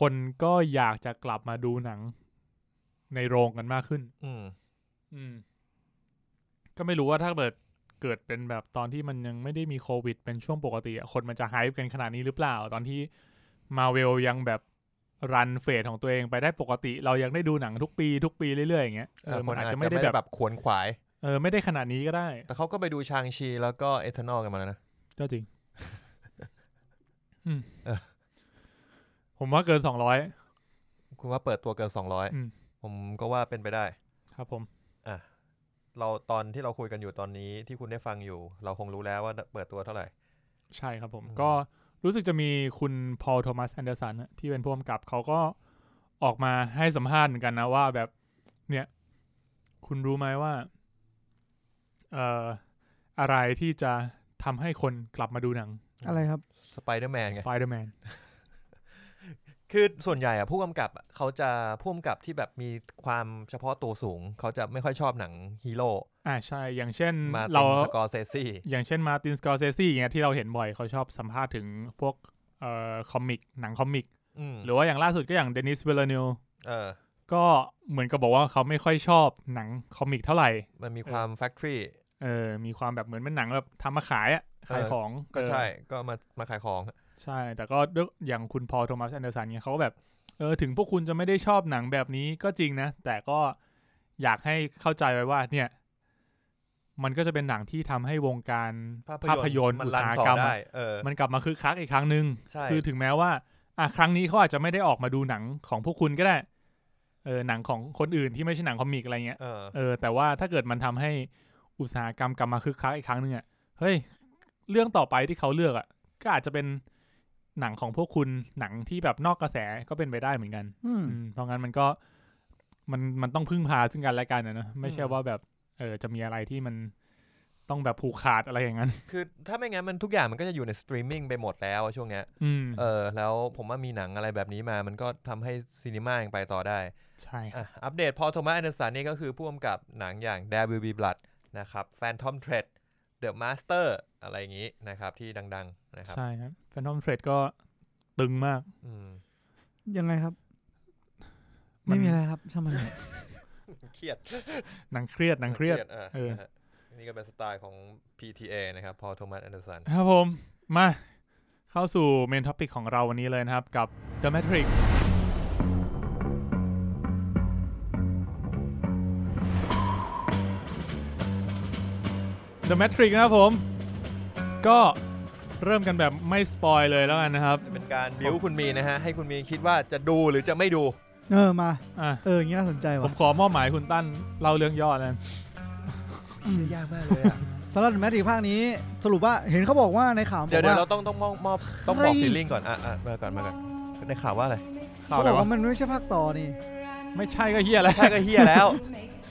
Speaker 3: คนก็อยากจะกลับมาดูหนังในโรงกันมากขึ้น
Speaker 2: อืม
Speaker 3: อืม ก็ไม่รู้ว่าถ้าเกิดเกิดเป็นแบบตอนที่มันยังไม่ได้มีโควิด เป็นช่วงปกติอะคนมันจะไฮป์กันขนาดนี้หรือเปล่า ตอนที่มาเวลยังแบบรันเฟสของตัวเองไปได้ปกติ เรายังได้ดูหนังทุกปี ทุกปีเรื่อยๆอย่างเงี้ยเออ
Speaker 2: ค
Speaker 3: มัน
Speaker 2: น
Speaker 3: อา
Speaker 2: อา
Speaker 3: จ
Speaker 2: จ
Speaker 3: จะ
Speaker 2: จะ
Speaker 3: ไม่
Speaker 2: ไม่
Speaker 3: ได้
Speaker 2: ได้
Speaker 3: แบบ
Speaker 2: แบบขวนขวาย
Speaker 3: เออไม่ได้ขนาดนี้ก็ได้
Speaker 2: แต่เขาก็ไปดูชางชีแล้วก็เอเทนอลกันมาแล้วนะ
Speaker 3: ก็ จริง อืม
Speaker 2: เออ
Speaker 3: ผมว่าเกินสองร้อย
Speaker 2: คุณว่าเปิดตัวเกินสองร้อย
Speaker 3: อืม
Speaker 2: ผมก็ว่าเป็นไปได้
Speaker 3: ครับผม
Speaker 2: เราตอนที่เราคุยกันอยู่ตอนนี้ที่คุณได้ฟังอยู่ เราคงรู้แล้วว่าเปิดตัวเท่าไหร่
Speaker 3: ใช่ครับผม
Speaker 2: อืม
Speaker 3: ก็รู้สึกจะมีคุณพอลโทมัสแอนเดอร์สันที่เป็นผู้กำกับเขาก็ออกมาให้สัมภาษณ์เหมือนกันนะว่าแบบ เนี่ย คุณรู้ไหมว่า เอ่อ อะไรที่จะทำให้คนกลับมาดูหนัง
Speaker 1: อะไรครับ
Speaker 2: สไปเดอร์แมนไง
Speaker 3: Spider-Man
Speaker 2: คือส่วนใหญ่อะผู้กำกับอะเขาจะผู้กำกับที่แบบมีความเฉพาะตัวสูง เขาจะไม่ค่อยชอบหนังฮีโร่
Speaker 3: อ่าใช่ อย่างเช่น
Speaker 2: มา
Speaker 3: เรา
Speaker 2: ตินสกอร์เซซี่
Speaker 3: อย่างเช่นมาตินสกอร์เซซี่อย่างเงี้ยที่เราเห็นบ่อยเขาชอบสัมภาษณ์ถึงพวกเอ่อคอมิก หนังคอมิก
Speaker 2: อืม
Speaker 3: หรือว่าอย่างล่าสุดก็อย่างเดนิสเวลเนล
Speaker 2: เออ
Speaker 3: ก็เหมือนกับบอกว่าเขาไม่ค่อยชอบหนังคอมิกเท่าไหร่
Speaker 2: มันมีความแฟคทรี
Speaker 3: เออ มีความแบบเหมือนเป็นหนังแบบทำมาขายอะขายของ
Speaker 2: ก็ใช่
Speaker 3: เออ
Speaker 2: ก็มามาขายของ
Speaker 3: ใช่ แต่ก็ด้วยอย่างคุณพอลโทมัสแอนเดอร์สันเนี่ยเขาก็แบบ เออ ถึงพวกคุณจะไม่ได้ชอบหนังแบบนี้ก็จริงนะ แต่ก็อยากให้เข้าใจไว้ว่า เนี่ย มันก็จะเป็นหนังที่ทำให้วงการภาพยนตร์
Speaker 2: มั
Speaker 3: อุ
Speaker 2: น
Speaker 3: ต
Speaker 2: รัน
Speaker 3: สาห
Speaker 2: ต่อก
Speaker 3: รรมอะ
Speaker 2: ได้ เออ
Speaker 3: มันกลับมาคึกคักอีกครั้งหนึ่ง
Speaker 2: ใช่
Speaker 3: คือถึงแม้ว่า อ่ะครั้งนี้เขาอาจจะไม่ได้ออกมาดูหนังของพวกคุณก็ได้ เออหนังของคนอื่นที่ไม่ใช่หนังคอมิกอะไรเงี้ย
Speaker 2: เออ
Speaker 3: เออ แต่ว่าถ้าเกิดมันทำให้อุตสาหกรรมกลับมาคึกคักอีกครั้งหนึ่งอะ่ะ เฮ้ย เรื่องต่อไปที่เขาเลือกอะ่ะ ก็อาจจะเป็นหนังของพวกคุณ หนังที่แบบนอกกระแสก็เป็นไปได้เหมือนกัน
Speaker 1: อืม
Speaker 3: อืมเพราะงั้นมันก็มันมันต้องพึ่งพาซึ่งกันและกันนะเนอะไม่ใช่
Speaker 2: อืม
Speaker 3: ว่าแบบ เออจะมีอะไรที่มันต้องแบบผูกขาดอะไรอย่างนั้น
Speaker 2: คือถ้าไม่งั้นมันทุกอย่างมันก็จะอยู่ในสตรีมมิ่งไปหมดแล้วอะช่วงเนี้ย
Speaker 3: อืม
Speaker 2: เออ แล้วผมว่ามีหนังอะไรแบบนี้มา มันก็ทำให้ซีนีมายังไปต่อได้
Speaker 3: ใช่ครับ
Speaker 2: อ่ะ อัปเดตพอโทมัสแอนเดอร์สันนี่ก็คือผู้กำกับหนังอย่าง There Will Be Blood นะครับ Phantom Thread The Master อะไรอย่างนี้นะครับ ที่ดังๆนะครับ
Speaker 3: ใช่ครับแฟนทอมเฟรดก็ตึงมาก
Speaker 2: อืม
Speaker 1: ยังไงครับ
Speaker 3: มัน
Speaker 1: ไม่มีอะไรครับทำไม
Speaker 2: เครียด
Speaker 3: หนังเครียดหนังเครียด
Speaker 2: เออ
Speaker 3: เออ
Speaker 2: นะฮะนี่ก็เป็นสไตล์ของ PTA นะครับพอโทมัสแอนเดอร์สัน
Speaker 3: ครับผม มา เข้าสู่เมนท็อปิกของเราวันนี้เลยนะครับ กับ The Matrix เดอะแมทริกนะครับผม ก็เริ่มกันแบบไม่สปอยเลยแล้วกันนะครับ
Speaker 2: เป็นการบิวคุณมีนะฮะ ให้คุณมีคิดว่าจะดูหรือจะไม่ดู
Speaker 1: เออมา
Speaker 3: อ่ะ
Speaker 1: เอออย่างนี้น่าสนใจ
Speaker 3: ผ
Speaker 1: ว่ะ
Speaker 3: มขอมอบหมายคุณตั้นเล่าเรื่องย่อแล้วกัน
Speaker 2: ยากมากเลยอะ
Speaker 1: สำหรับแมทริกภาคนี้ สรุปว่าเห็นเขาบอกว่าในข่าวบ
Speaker 2: เดี๋ย
Speaker 1: อ
Speaker 2: ว
Speaker 1: ก
Speaker 2: เดี๋ยว
Speaker 1: ว่า
Speaker 2: เราต้องต้องมอบมอบต้องบอก
Speaker 1: เฮ้ย
Speaker 2: ฟีลลิ่งก่อนอ่ะอ่ะมาก่อนมาก่อนได้ข่าวว่าอะไร
Speaker 3: ข่าว
Speaker 1: เขา
Speaker 3: อะไร
Speaker 1: บอก
Speaker 3: วะ
Speaker 1: ว่ามันไม่ใช่ภาคต่อนี่
Speaker 3: ไม่ใช่ก็เฮียแล้ว
Speaker 2: ใช่ก็เฮียแล้ว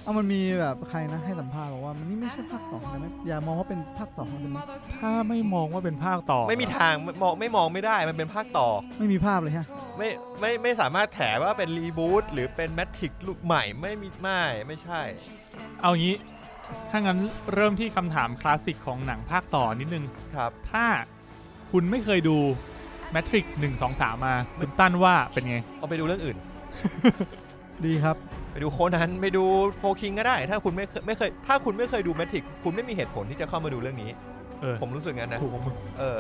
Speaker 1: เอามันมีแบบใครนะให้สัมภาษณ์บอกว่ามันนี่ไม่ใช่ภาคต่อนะไม่อย่ามองว่าเป็นภาคต่อมันเป็น
Speaker 3: ถ้าไม่มองว่าเป็นภาคต่อ
Speaker 2: ไม่มีทางไม่มองไม่มองไม่ได้มันเป็นภาคต่อ
Speaker 1: ไม่มีภาพเลยฮะ
Speaker 2: ไม่ไม่ไม่สามารถแถว่าเป็นรีบูตหรือเป็นแมทริกลูกใหม่ไม่มีไม่ไม่ใช่
Speaker 3: เอางี้ ถ้างั้นเริ่มที่คำถามคลาสสิกของหนังภาคต่อนิดนึง
Speaker 2: ครับ
Speaker 3: ถ้าคุณไม่เคยดูแมทริกหนึ่งสองสามมา คุณตั้นว่าเป็นไง
Speaker 2: เอาไปดูเรื่องอื่น
Speaker 1: ดีครับ
Speaker 2: ไปดูโคนันไปดูโฟคิงก็ได้ ถ้าคุณไม่เคยไม่เคยถ้าคุณไม่เคยดูแมทริกคุณไม่มีเหตุผลที่จะเข้ามาดูเรื่องนี้
Speaker 3: เออ
Speaker 2: ผมรู้สึกงั้ นนะ
Speaker 3: ถูกของมึง
Speaker 2: เออ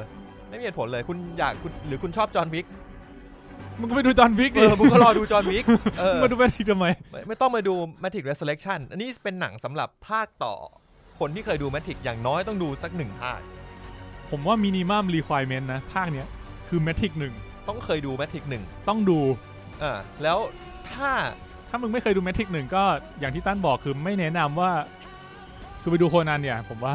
Speaker 2: ไม่มีเหตุผลเลยคุณอยากคุณหรือคุณชอบจอห์นวิก
Speaker 3: มึงก็ไปดูจอห์นวิก
Speaker 2: เอ
Speaker 3: ดิ
Speaker 2: อ
Speaker 3: มึ
Speaker 2: คุณก็รอดูจอห์นวิกเออง
Speaker 3: มาดูแมทริกทำไม
Speaker 2: ไม่ไม่ต้องมาดูแมทริกเรสเลคชั่นอันนี้เป็นหนังสำหรับภาคต่อ คนที่เคยดูแมทริกอย่างน้อยต้องดูสักหนึ่งภาค
Speaker 3: ผมว่ามินิมัมรีคว i เมนต์นะ ภาคเนี้ย คือแมทริกหนึ่ง
Speaker 2: ต้องเคยดูแมทริกหนึ่ง
Speaker 3: ต้องดู
Speaker 2: อ่าแล้วถ้า
Speaker 3: ถ้ามึงไม่เคยดูแมทริกหนึ่งก็อย่างที่ตั้นบอกคือไม่แนะนำว่า คือไปดูโคนันเนี่ย ผมว่า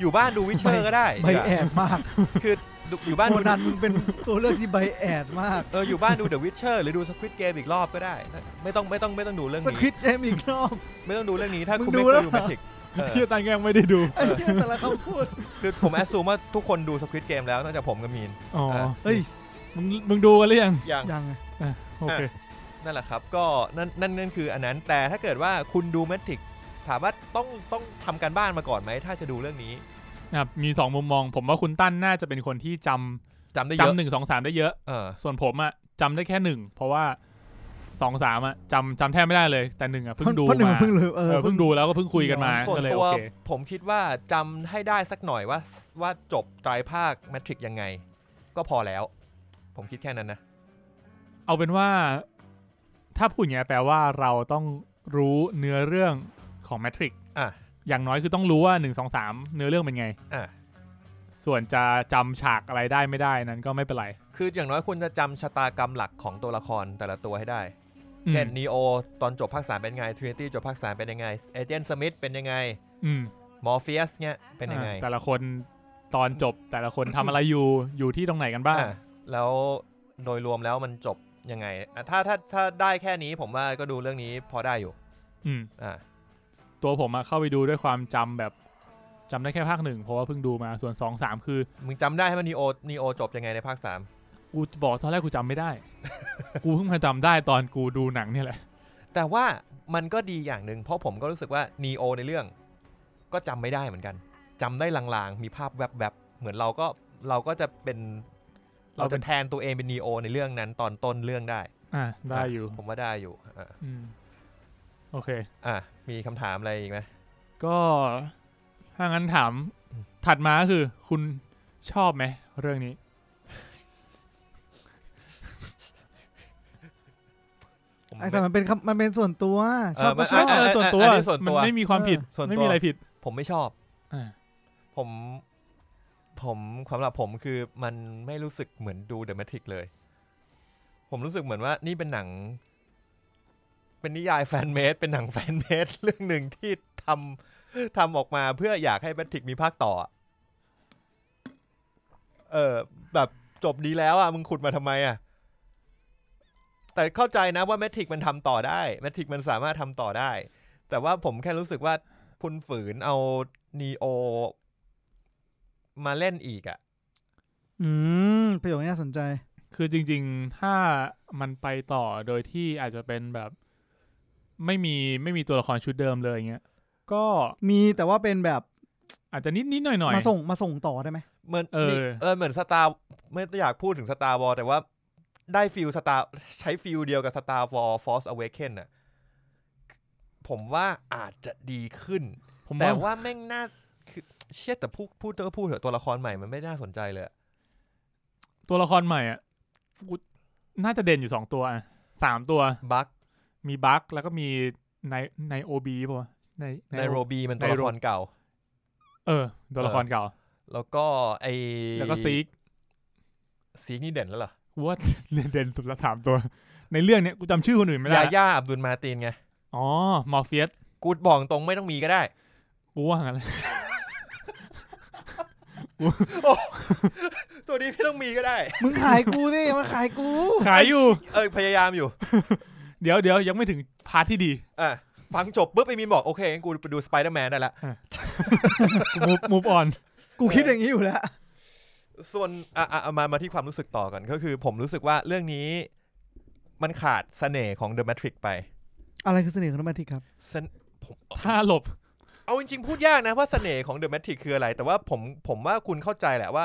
Speaker 2: อยู่บ้านดูวิเชอร์ก็ได้
Speaker 1: ใบแอดมาก
Speaker 2: คือดูอยู่บ้าน
Speaker 1: โค
Speaker 2: ดู
Speaker 1: นันมึงเป็นตัวเลือกที่ใบแอดมาก
Speaker 2: เอออยู่บ้านดูเดอะวิเชอร์หรือดูสควิตเกมอีกรอบก็ได้ ไม่ต้องไม่ต้องไม่ต้องดูเรื่อง
Speaker 1: ส
Speaker 2: นี้
Speaker 1: คริปต์เอมอีกรอบ
Speaker 2: ไม่ต้องดูเรื่องนี้ถ้า
Speaker 1: มึง
Speaker 2: คุณ
Speaker 1: ดู
Speaker 2: ไม่เค
Speaker 1: แล้ว
Speaker 2: ยดู
Speaker 1: เหร
Speaker 2: แม
Speaker 1: อ
Speaker 2: ทริก
Speaker 3: เฮียตันก็ยังไม่ได้ดู
Speaker 1: ไอ้เหี้ยแต่ละคำพูด
Speaker 2: คือผมแอสซูมว่าทุกคนดูสควิตเกมแล้วนอกจากผมกับมีน
Speaker 3: อ๋อ
Speaker 2: เออ
Speaker 1: เฮ้ย
Speaker 3: มึงมึงดูกันหรือยัง
Speaker 2: อย่าง
Speaker 1: ยังไง
Speaker 3: โอเค
Speaker 2: นั่นแหละครับก็นั่นนั่นนั่นคืออันนั้นแต่ถ้าเกิดว่าคุณดูแมทริกถามว่าต้องต้องทำการบ้านมาก่อนไหมถ้าจะดูเรื่องนี้
Speaker 3: นะครับมีสองมุมมอง ผมว่าคุณตั้นน่าจะเป็นคนที่จำ
Speaker 2: จำได้เยอะ
Speaker 3: จำหนึ่งสองสามได้เยอะ
Speaker 2: เออ
Speaker 3: ส่วนผมอะจำได้แค่หนึ่งเพราะว่าสองสามอะจำจำแทบไม่ได้เลย แต่หนึ่งอะเพิ่งดู
Speaker 1: เพราะหนึ่ง
Speaker 3: มา
Speaker 1: เพิ่งเลยเอ
Speaker 3: เอ
Speaker 1: อ
Speaker 3: อเพิ่งดูแล้วก็เพิ่งคุยกันมา
Speaker 2: ส่วน
Speaker 3: ก็เลย
Speaker 2: ตั
Speaker 3: โอ
Speaker 2: ว
Speaker 3: เค
Speaker 2: ผมคิดว่าจำให้ได้สักหน่อยว่าว่าจบไตรภาคแมทริกยังไง ก็พอแล้ว ผมคิดแค่นั้นนะ
Speaker 3: เอาเป็นว่า ถ้าพูดอย่างเงี้ยแปลว่าเราต้องรู้เนื้อเรื่องของแมทริก
Speaker 2: อ่ะ
Speaker 3: อย่างน้อยคือต้องรู้ว่าหนึ่งสองสามเนื้อเรื่องเป็นไง
Speaker 2: อ่ะ
Speaker 3: ส่วนจะจำฉากอะไรได้ไม่ได้นั้นก็ไม่เป็นไร
Speaker 2: คืออย่างน้อยคุณจะจำชะตากรรมหลักของตัวละครแต่ละตัวให้ได้
Speaker 3: อืม
Speaker 2: เช่นนีโอตอนจบภาคสามเป็นไงทรินิตี้จบภาคสามเป็นยังไงเอเจนต์สมิธเป็นยังไง
Speaker 3: อืม
Speaker 2: มอร์ฟีสเนี่ยเป็นยังไง
Speaker 3: อ่าแต่ละคนตอนจบแต่ละคนทำอะไรอยู่ อยู่ที่ตรงไหนกันบ้าง
Speaker 2: อ่ะแล้วโดยรวมแล้วมันจบยังไงอ่ะถ้าถ้าถ้าได้แค่นี้ผมว่าก็ดูเรื่องนี้พอได้อยู่
Speaker 3: อืม
Speaker 2: อ่ะ
Speaker 3: ตัวผมอะเข้าไปดูด้วยความจำแบบจำได้แค่ภาคหนึ่งเพราะว่าเพิ่งดูมาส่วนสองสามคือ
Speaker 2: มึงจำได้ไหมนีโอนีโอจบยังไงในภาคสาม
Speaker 3: กูจะบอกตอนแรกกูจำไม่ได้ กูเพิ่งมาจำได้ตอนกูดูหนังเนี่ยแหละ
Speaker 2: แต่ว่ามันก็ดีอย่างหนึ่งเพราะผมก็รู้สึกว่านีโอในเรื่อง ก็จำไม่ได้เหมือนกันจำได้ลางๆ มีภาพแวบๆเหมือนเราก็เราก็จะเป็น เรา
Speaker 3: เราเป็
Speaker 2: จะ
Speaker 3: น
Speaker 2: แทนตัวเองเป็นนีโอในเรื่องนั้นตอนต้นเรื่องได้
Speaker 3: อ่าได้อยู่
Speaker 2: ผมว่าได้อยู่อ่ะ
Speaker 3: อืมโอเค
Speaker 2: อ่ะมีคำถามอะไรอีกไหม
Speaker 3: ก็ถ้างั้นถามถัดมาก็คือ คุณชอบไหมเรื่องนี้
Speaker 2: ผม
Speaker 1: ไอ้
Speaker 2: ไม่
Speaker 1: แต่มันเป็นคำมันเป็นส่วนตัวชอบ
Speaker 2: เออมั
Speaker 1: ก็ชอบ
Speaker 2: นะ
Speaker 3: เออส่วนตัว
Speaker 2: อันนี้ส่วน
Speaker 3: มั
Speaker 2: ตั
Speaker 3: น
Speaker 2: ว
Speaker 3: ไม่มีความผิด
Speaker 2: ส่วนตัว
Speaker 3: ไม่มีอะไรผิด
Speaker 2: ผมไม่ชอบ
Speaker 3: อ่า
Speaker 2: ผมผมสำหรับผมคือมันไม่รู้สึกเหมือนดูเดอะแมทริกเลย ผมรู้สึกเหมือนว่านี่เป็นหนัง เป็นนิย ายแฟนเมดเป็นหนังแฟนเมด เรื่องหนึ่งที่ทำทำออกมาเพื่ออยากให้แมทริกมีภาคต่ออะเออ แบบจบดีแล้วอ่ะมึงขุดมาทำไมอ่ะ แต่เข้าใจนะว่าแมทริกมันทำต่อได้แมทริกมันสามารถทำต่อได้ แต่ว่าผมแค่รู้สึกว่าคุณฝืนเอานีโอ มาเล่นอีกอะ่ะ
Speaker 1: อืม ประโยคนี้น่าสนใจ
Speaker 3: คือจริง ๆ ถ้ามันไปต่อโดยที่อาจจะเป็นแบบ ไม่มีไม่มีตัวละครชุดเดิมเลยเงี้ย ก็
Speaker 1: มีแต่ว่าเป็นแบบ
Speaker 3: อาจจะนิดนิดๆหน่อยหน่อย
Speaker 1: มาส่งมาส่งต่อได้ไหม
Speaker 2: เหมือน
Speaker 3: เออ
Speaker 2: มีเออเหมือนสตาร์ไม่อยากพูดถึงสตาร์วอลแต่ว่าได้ฟิลสตาร์ใช้ฟิลเดียวกับสตาร์วอลฟอสอเวเคนน่ะ ผมว่าอาจจะดีขึ้น
Speaker 3: ผม
Speaker 2: แต่
Speaker 3: ว่า
Speaker 2: ว่าแม่งน่าคือเชี่ยแต่พูดพูดก็พูดเถอะตัวละครใหม่มันไม่น่าสนใจเลยอะ
Speaker 3: ตัวละครใหม่อ่ะกูน่าจะเด่นอยู่สองตัวอะสามตัว
Speaker 2: บัค
Speaker 3: มีบัคแล้วก็มีในในโอบีป่ะวะใน
Speaker 2: ไนโรบีมันตัวละครเก่า
Speaker 3: เออ ตัวละครเก่า
Speaker 2: แล้วก็ไอ
Speaker 3: แล้วก็ซีก
Speaker 2: ซีกนี่เด่นแล้วเหรอ
Speaker 3: กูว่า เด่นสุดละสามตัว ในเรื่องเนี้ยกูจำชื่อคนอื่นไม่
Speaker 2: ยา
Speaker 3: ได้
Speaker 2: ย่าอับดุลมาตินไง
Speaker 3: อ๋อมอร์เฟียส
Speaker 2: กูบอกตรงไม่ต้องมีก็ได้
Speaker 3: กูว่างั้นแหละ
Speaker 2: ตัวนี้ไม่ต้องมีก็ได้
Speaker 1: มึงขายกูดิมาขายกู
Speaker 3: ขายอยู่
Speaker 2: เออพยายามอยู่
Speaker 3: เดี๋ยวเดี๋ยวยังไม่ถึงพาร์ทที่ดี
Speaker 2: อ่ะฟังจบปุ๊บไอ้มีนบอกโอเคงั้นกูไปดูสไปเดอร์แมนได้ละ
Speaker 3: มูฟมูฟออน
Speaker 1: กูคิดอย่างนี้อยู่แล้ว
Speaker 2: ส่วนอ่ะอ่ะเอามามาที่ความรู้สึกต่อกันก็คือ ผมรู้สึกว่าเรื่องนี้มันขาดเสน่ห์ของ The Matrix ไป
Speaker 1: อะไรคือเสน่ห์ของนมาทิกครับ
Speaker 2: เสนผม
Speaker 3: ถ้าหลบ
Speaker 2: เอาจริงๆพูดยากนะว่าเสน่ห์ของ The Matrix คืออะไร แต่ว่าผมผมว่าคุณเข้าใจแหละว่า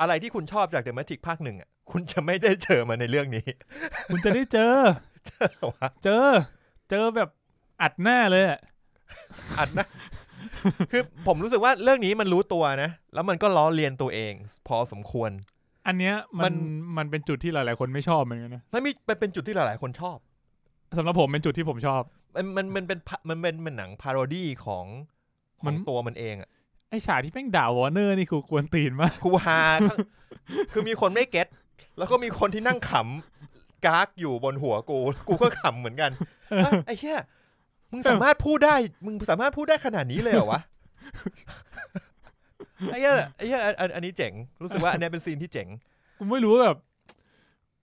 Speaker 2: อะไรที่คุณชอบจาก The Matrix ภาคหนึ่งอ่ะคุณจะไม่ได้เจอมาในเรื่องนี้
Speaker 3: คุณจะได้ เจอ เจอ เจอแบบอัดหน้าเลยอะ
Speaker 2: อัดนะ คือผมรู้สึกว่าเรื่องนี้มันรู้ตัวนะ แล้วมันก็ล้อเลียนตัวเอง พอสมควร
Speaker 3: อันเนี้ย
Speaker 2: มั
Speaker 3: มัน
Speaker 2: น
Speaker 3: มันเป็นจุดที่หลาย ๆ คนไม่ชอบเหมือนกันนะ
Speaker 2: มันมีมันเป็นจุดที่หลายๆคนชอบ
Speaker 3: สำหรับผมเป็นจุดที่ผมชอบ
Speaker 2: มันมันมันเป็นพะมันเป็นมันหนังพาโรดี้ของข
Speaker 3: มั
Speaker 2: อน งตัวมันเองอ่ะ
Speaker 3: ไอฉากที่แม่งด่าวอร์เนอร์นี่คือควรตีนมาก
Speaker 2: กูฮาข้าง คือมีคนไม่เก็ตแล้วก็มีคนที่นั่งขำกากอยู่บนหัวกู กูก็ขำเหมือน กันฮะไอ้เชี่ยมึงสามารถพูดได้ มึงสามารถพูดได้ขนาดนี้เลยเหรอวะ ไอ้เหี้ยไอ้เหี้ยอันอันอันนี้เจ๋ง รู้สึกว่าอันเนี้ยเป็นซีนที่เจ๋ง
Speaker 3: กูไม่รู้ว่าแบบ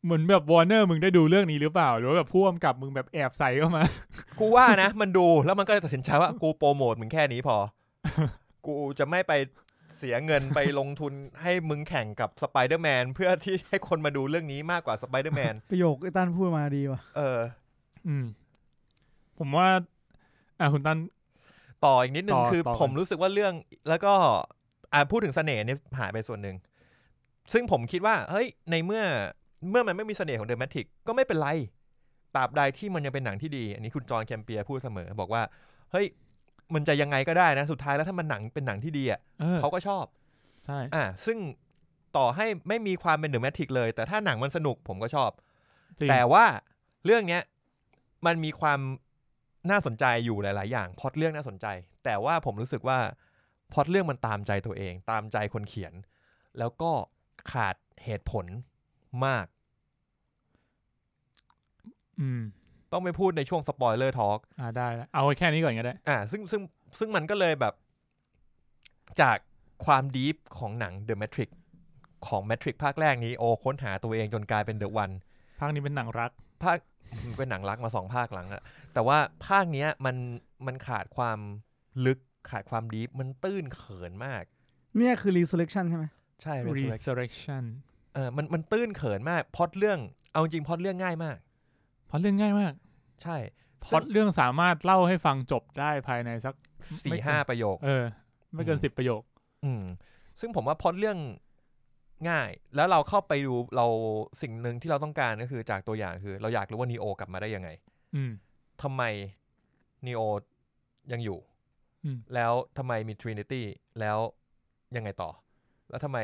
Speaker 3: เหมือนแบบวอร์เนอร์มึงได้ดูเรื่องนี้หรือเปล่า หรือว่าแบบพ่วงกับมึงแบบแอบใส่เข้า มา
Speaker 2: กูว่านะ มันดูแล้วมันก็เลยตัดสินใจว่ากูโปรโมทมึงแค่นี้พอ กูจะไม่ไปเสียเงินไปลงทุนให้มึงแข่งกับสไปเดอร์แมนเพื่อที่ให้คนมาดูเรื่องนี้มากกว่าสไปเดอร์แมน
Speaker 1: ประโยคไอ้ตันพูดมาดีว่ะ
Speaker 2: เออ
Speaker 3: อืม ผมว่า อ่าคุณตั้น
Speaker 2: ต่ออีกนิดนึ
Speaker 3: ต่
Speaker 2: ง
Speaker 3: อ
Speaker 2: คือ
Speaker 3: ต่อกัน
Speaker 2: ผมรู้สึกว่าเรื่องแล้วก็อ่าพูดถึงเสน่ห์เนี่ยหายไปส่วนหนึ่ง ซึ่งผมคิดว่า เฮ้ย ในเมื่อเมื่อมันไม่มีเสน่ห์ของเดอะแมทริกก็ไม่เป็นไรตราบใดที่มันยังเป็นหนังที่ดี อันนี้คุณจอห์นแคมเปียร์พูดเสมอ บอกว่า เฮ้ย มันจะยังไงก็ได้นะ สุดท้ายแล้วถ้ามันหนังเป็นหนังที่ดีอ่ะ
Speaker 3: เออ
Speaker 2: เขาก็ชอบ
Speaker 3: ใช่
Speaker 2: อ่าซึ่งต่อให้ไม่มีความเป็นเดอะแมทริกเลย แต่ถ้าหนังมันสนุกผมก็ชอบ
Speaker 3: จริง
Speaker 2: แต่ว่าเรื่องเนี้ยมันมีความน่าสนใจอยู่หลาย ๆ อย่างพล็อตเรื่องน่าสนใจ แต่ว่าผมรู้สึกว่าพล็อตเรื่องมันตามใจตัวเอง ตามใจคนเขียน แล้วก็ขาดเหตุผลมาก
Speaker 3: อืม
Speaker 2: ต้องไปพูดในช่วงสปอยเลอร์ทอล์ก
Speaker 3: อ่าได้ละเอาไว้แค่นี้ก่อนก็ได้
Speaker 2: อ่าซึ่งซึ่งซึ่งมันก็เลยแบบจากความดีฟของหนัง The Matrix ของ Matrix ภาคแรกนี้โอ้ค้นหาตัวเองจนกลายเป็น The One
Speaker 3: ภาคนี้เป็นหนังรัก
Speaker 2: ภาคมันเป็นหนังรักมาสองภาคหลังอะแต่ว่าภาคเนี้ยมันมันขาดความลึกขาดความดีฟมันตื้นเขินมาก
Speaker 1: เนี่ยคือ resurrection ใช่ไหม
Speaker 2: ใช่ Resurrection
Speaker 3: resurrection
Speaker 2: เออมันมันตื้นเขินมากพล็อดเรื่องเอาจริงพล็อดเรื่องง่ายมาก
Speaker 3: พอดเรื่องง่ายมาก
Speaker 2: ใช่
Speaker 3: พอดเรื่องสามารถเล่าให้ฟังจบได้ภายในสัก ไม่
Speaker 2: สี่ห้าประโยค
Speaker 3: เออ ไม่เกิน
Speaker 2: อืม
Speaker 3: สิบประโยค
Speaker 2: อืมซึ่งผมว่าพล็อดเรื่องง่าย แล้วเราเข้าไปดูเราสิ่งหนึ่งที่เราต้องการก็คือจากตัวอย่างคือ เราอยากรู้ว่านีโอกลับมาได้ยังไง
Speaker 3: อืม
Speaker 2: ทำไมนีโอยังอยู่
Speaker 3: อืม
Speaker 2: แล้วทำไมมีทรินิตี้แล้วยังไงต่อ แล้วทำไม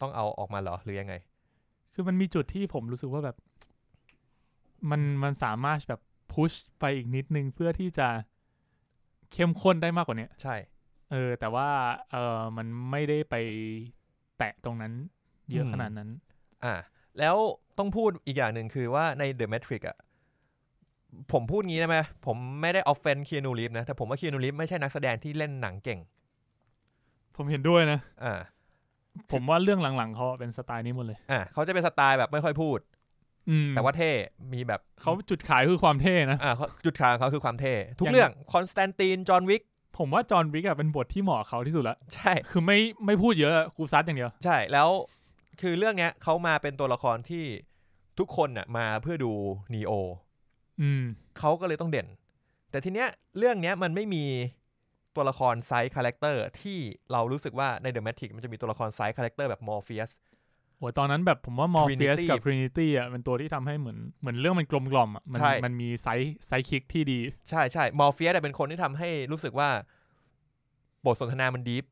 Speaker 2: ต้องเอาออกมาเหรอ หรือยังไง
Speaker 3: คือมันมีจุดที่ผมรู้สึกว่าแบบ มันมันสามารถแบบพุชไปอีกนิดนึงเพื่อที่จะเข้มข้นได้มากกว่าเนี้ย
Speaker 2: ใช่
Speaker 3: เออ แต่ว่า เออมันไม่ได้ไปแตะตรงนั้น เยอะขนาดนั้น
Speaker 2: อ่ะแล้วต้องพูดอีกอย่างหนึ่งคือว่าใน The Matrix อ่ะ ผมพูดงี้ได้ไหมผมไม่ได้ออฟเฟนเคียนูรีฟนะ แต่ผมว่าเคียนูรีฟไม่ใช่นักแสดงที่เล่นหนังเก่ง
Speaker 3: ผมเห็นด้วยนะ
Speaker 2: อ่า
Speaker 3: ผมว่าเรื่องหลังๆเขาเป็นสไตล์นี้หมดเลย
Speaker 2: อ่าเขาจะเป็นสไตล์แบบไม่ค่อยพูด
Speaker 3: อืม
Speaker 2: แต่ว่าเท่มีแบบ
Speaker 3: เขาจุดขายคือความเท่นะ
Speaker 2: อ่าเขาจุดขายของเขาคือความเท่ทุก
Speaker 3: อย่าง
Speaker 2: เรื่องคอนสแตนตินจอห์นวิก
Speaker 3: ผมว่าจอห์นวิกอะเป็นบทที่เหมาะกับเขาที่สุดละ
Speaker 2: ใช่
Speaker 3: คือไม่ไม่พูดเยอะอะกูซัดอย่างเดียว
Speaker 2: ใช่แล้วคือเรื่องเนี้ยเขามาเป็นตัวละครที่ทุกคนน่ะมาเพื่อดูนีโอ
Speaker 3: อืม
Speaker 2: เขาก็เลยต้องเด่น แต่ทีเนี้ยเรื่องเนี้ยมันไม่มีตัวละครไซส์คาแรคเตอร์ที่เรารู้สึกว่าในเดอะแมทริกมันจะมีตัวละครไซส์คาแรคเตอร์แบบมอร์เฟียส
Speaker 3: โหตอนนั้นแบบผมว่ามอร์เฟียส
Speaker 2: Trinity
Speaker 3: กับทรินิตี้อ่ะเป็นตัวที่ทำให้เหมือนเหมือนเรื่องมันกลมกล่อมอ่ะมัน
Speaker 2: ใช่
Speaker 3: มันมีไซส์ไซส์คิกที่ดี
Speaker 2: ใช่ใช่มอร์เฟียสเป็นคนที่ทำให้รู้สึกว่าบทสนทนามันดีฟ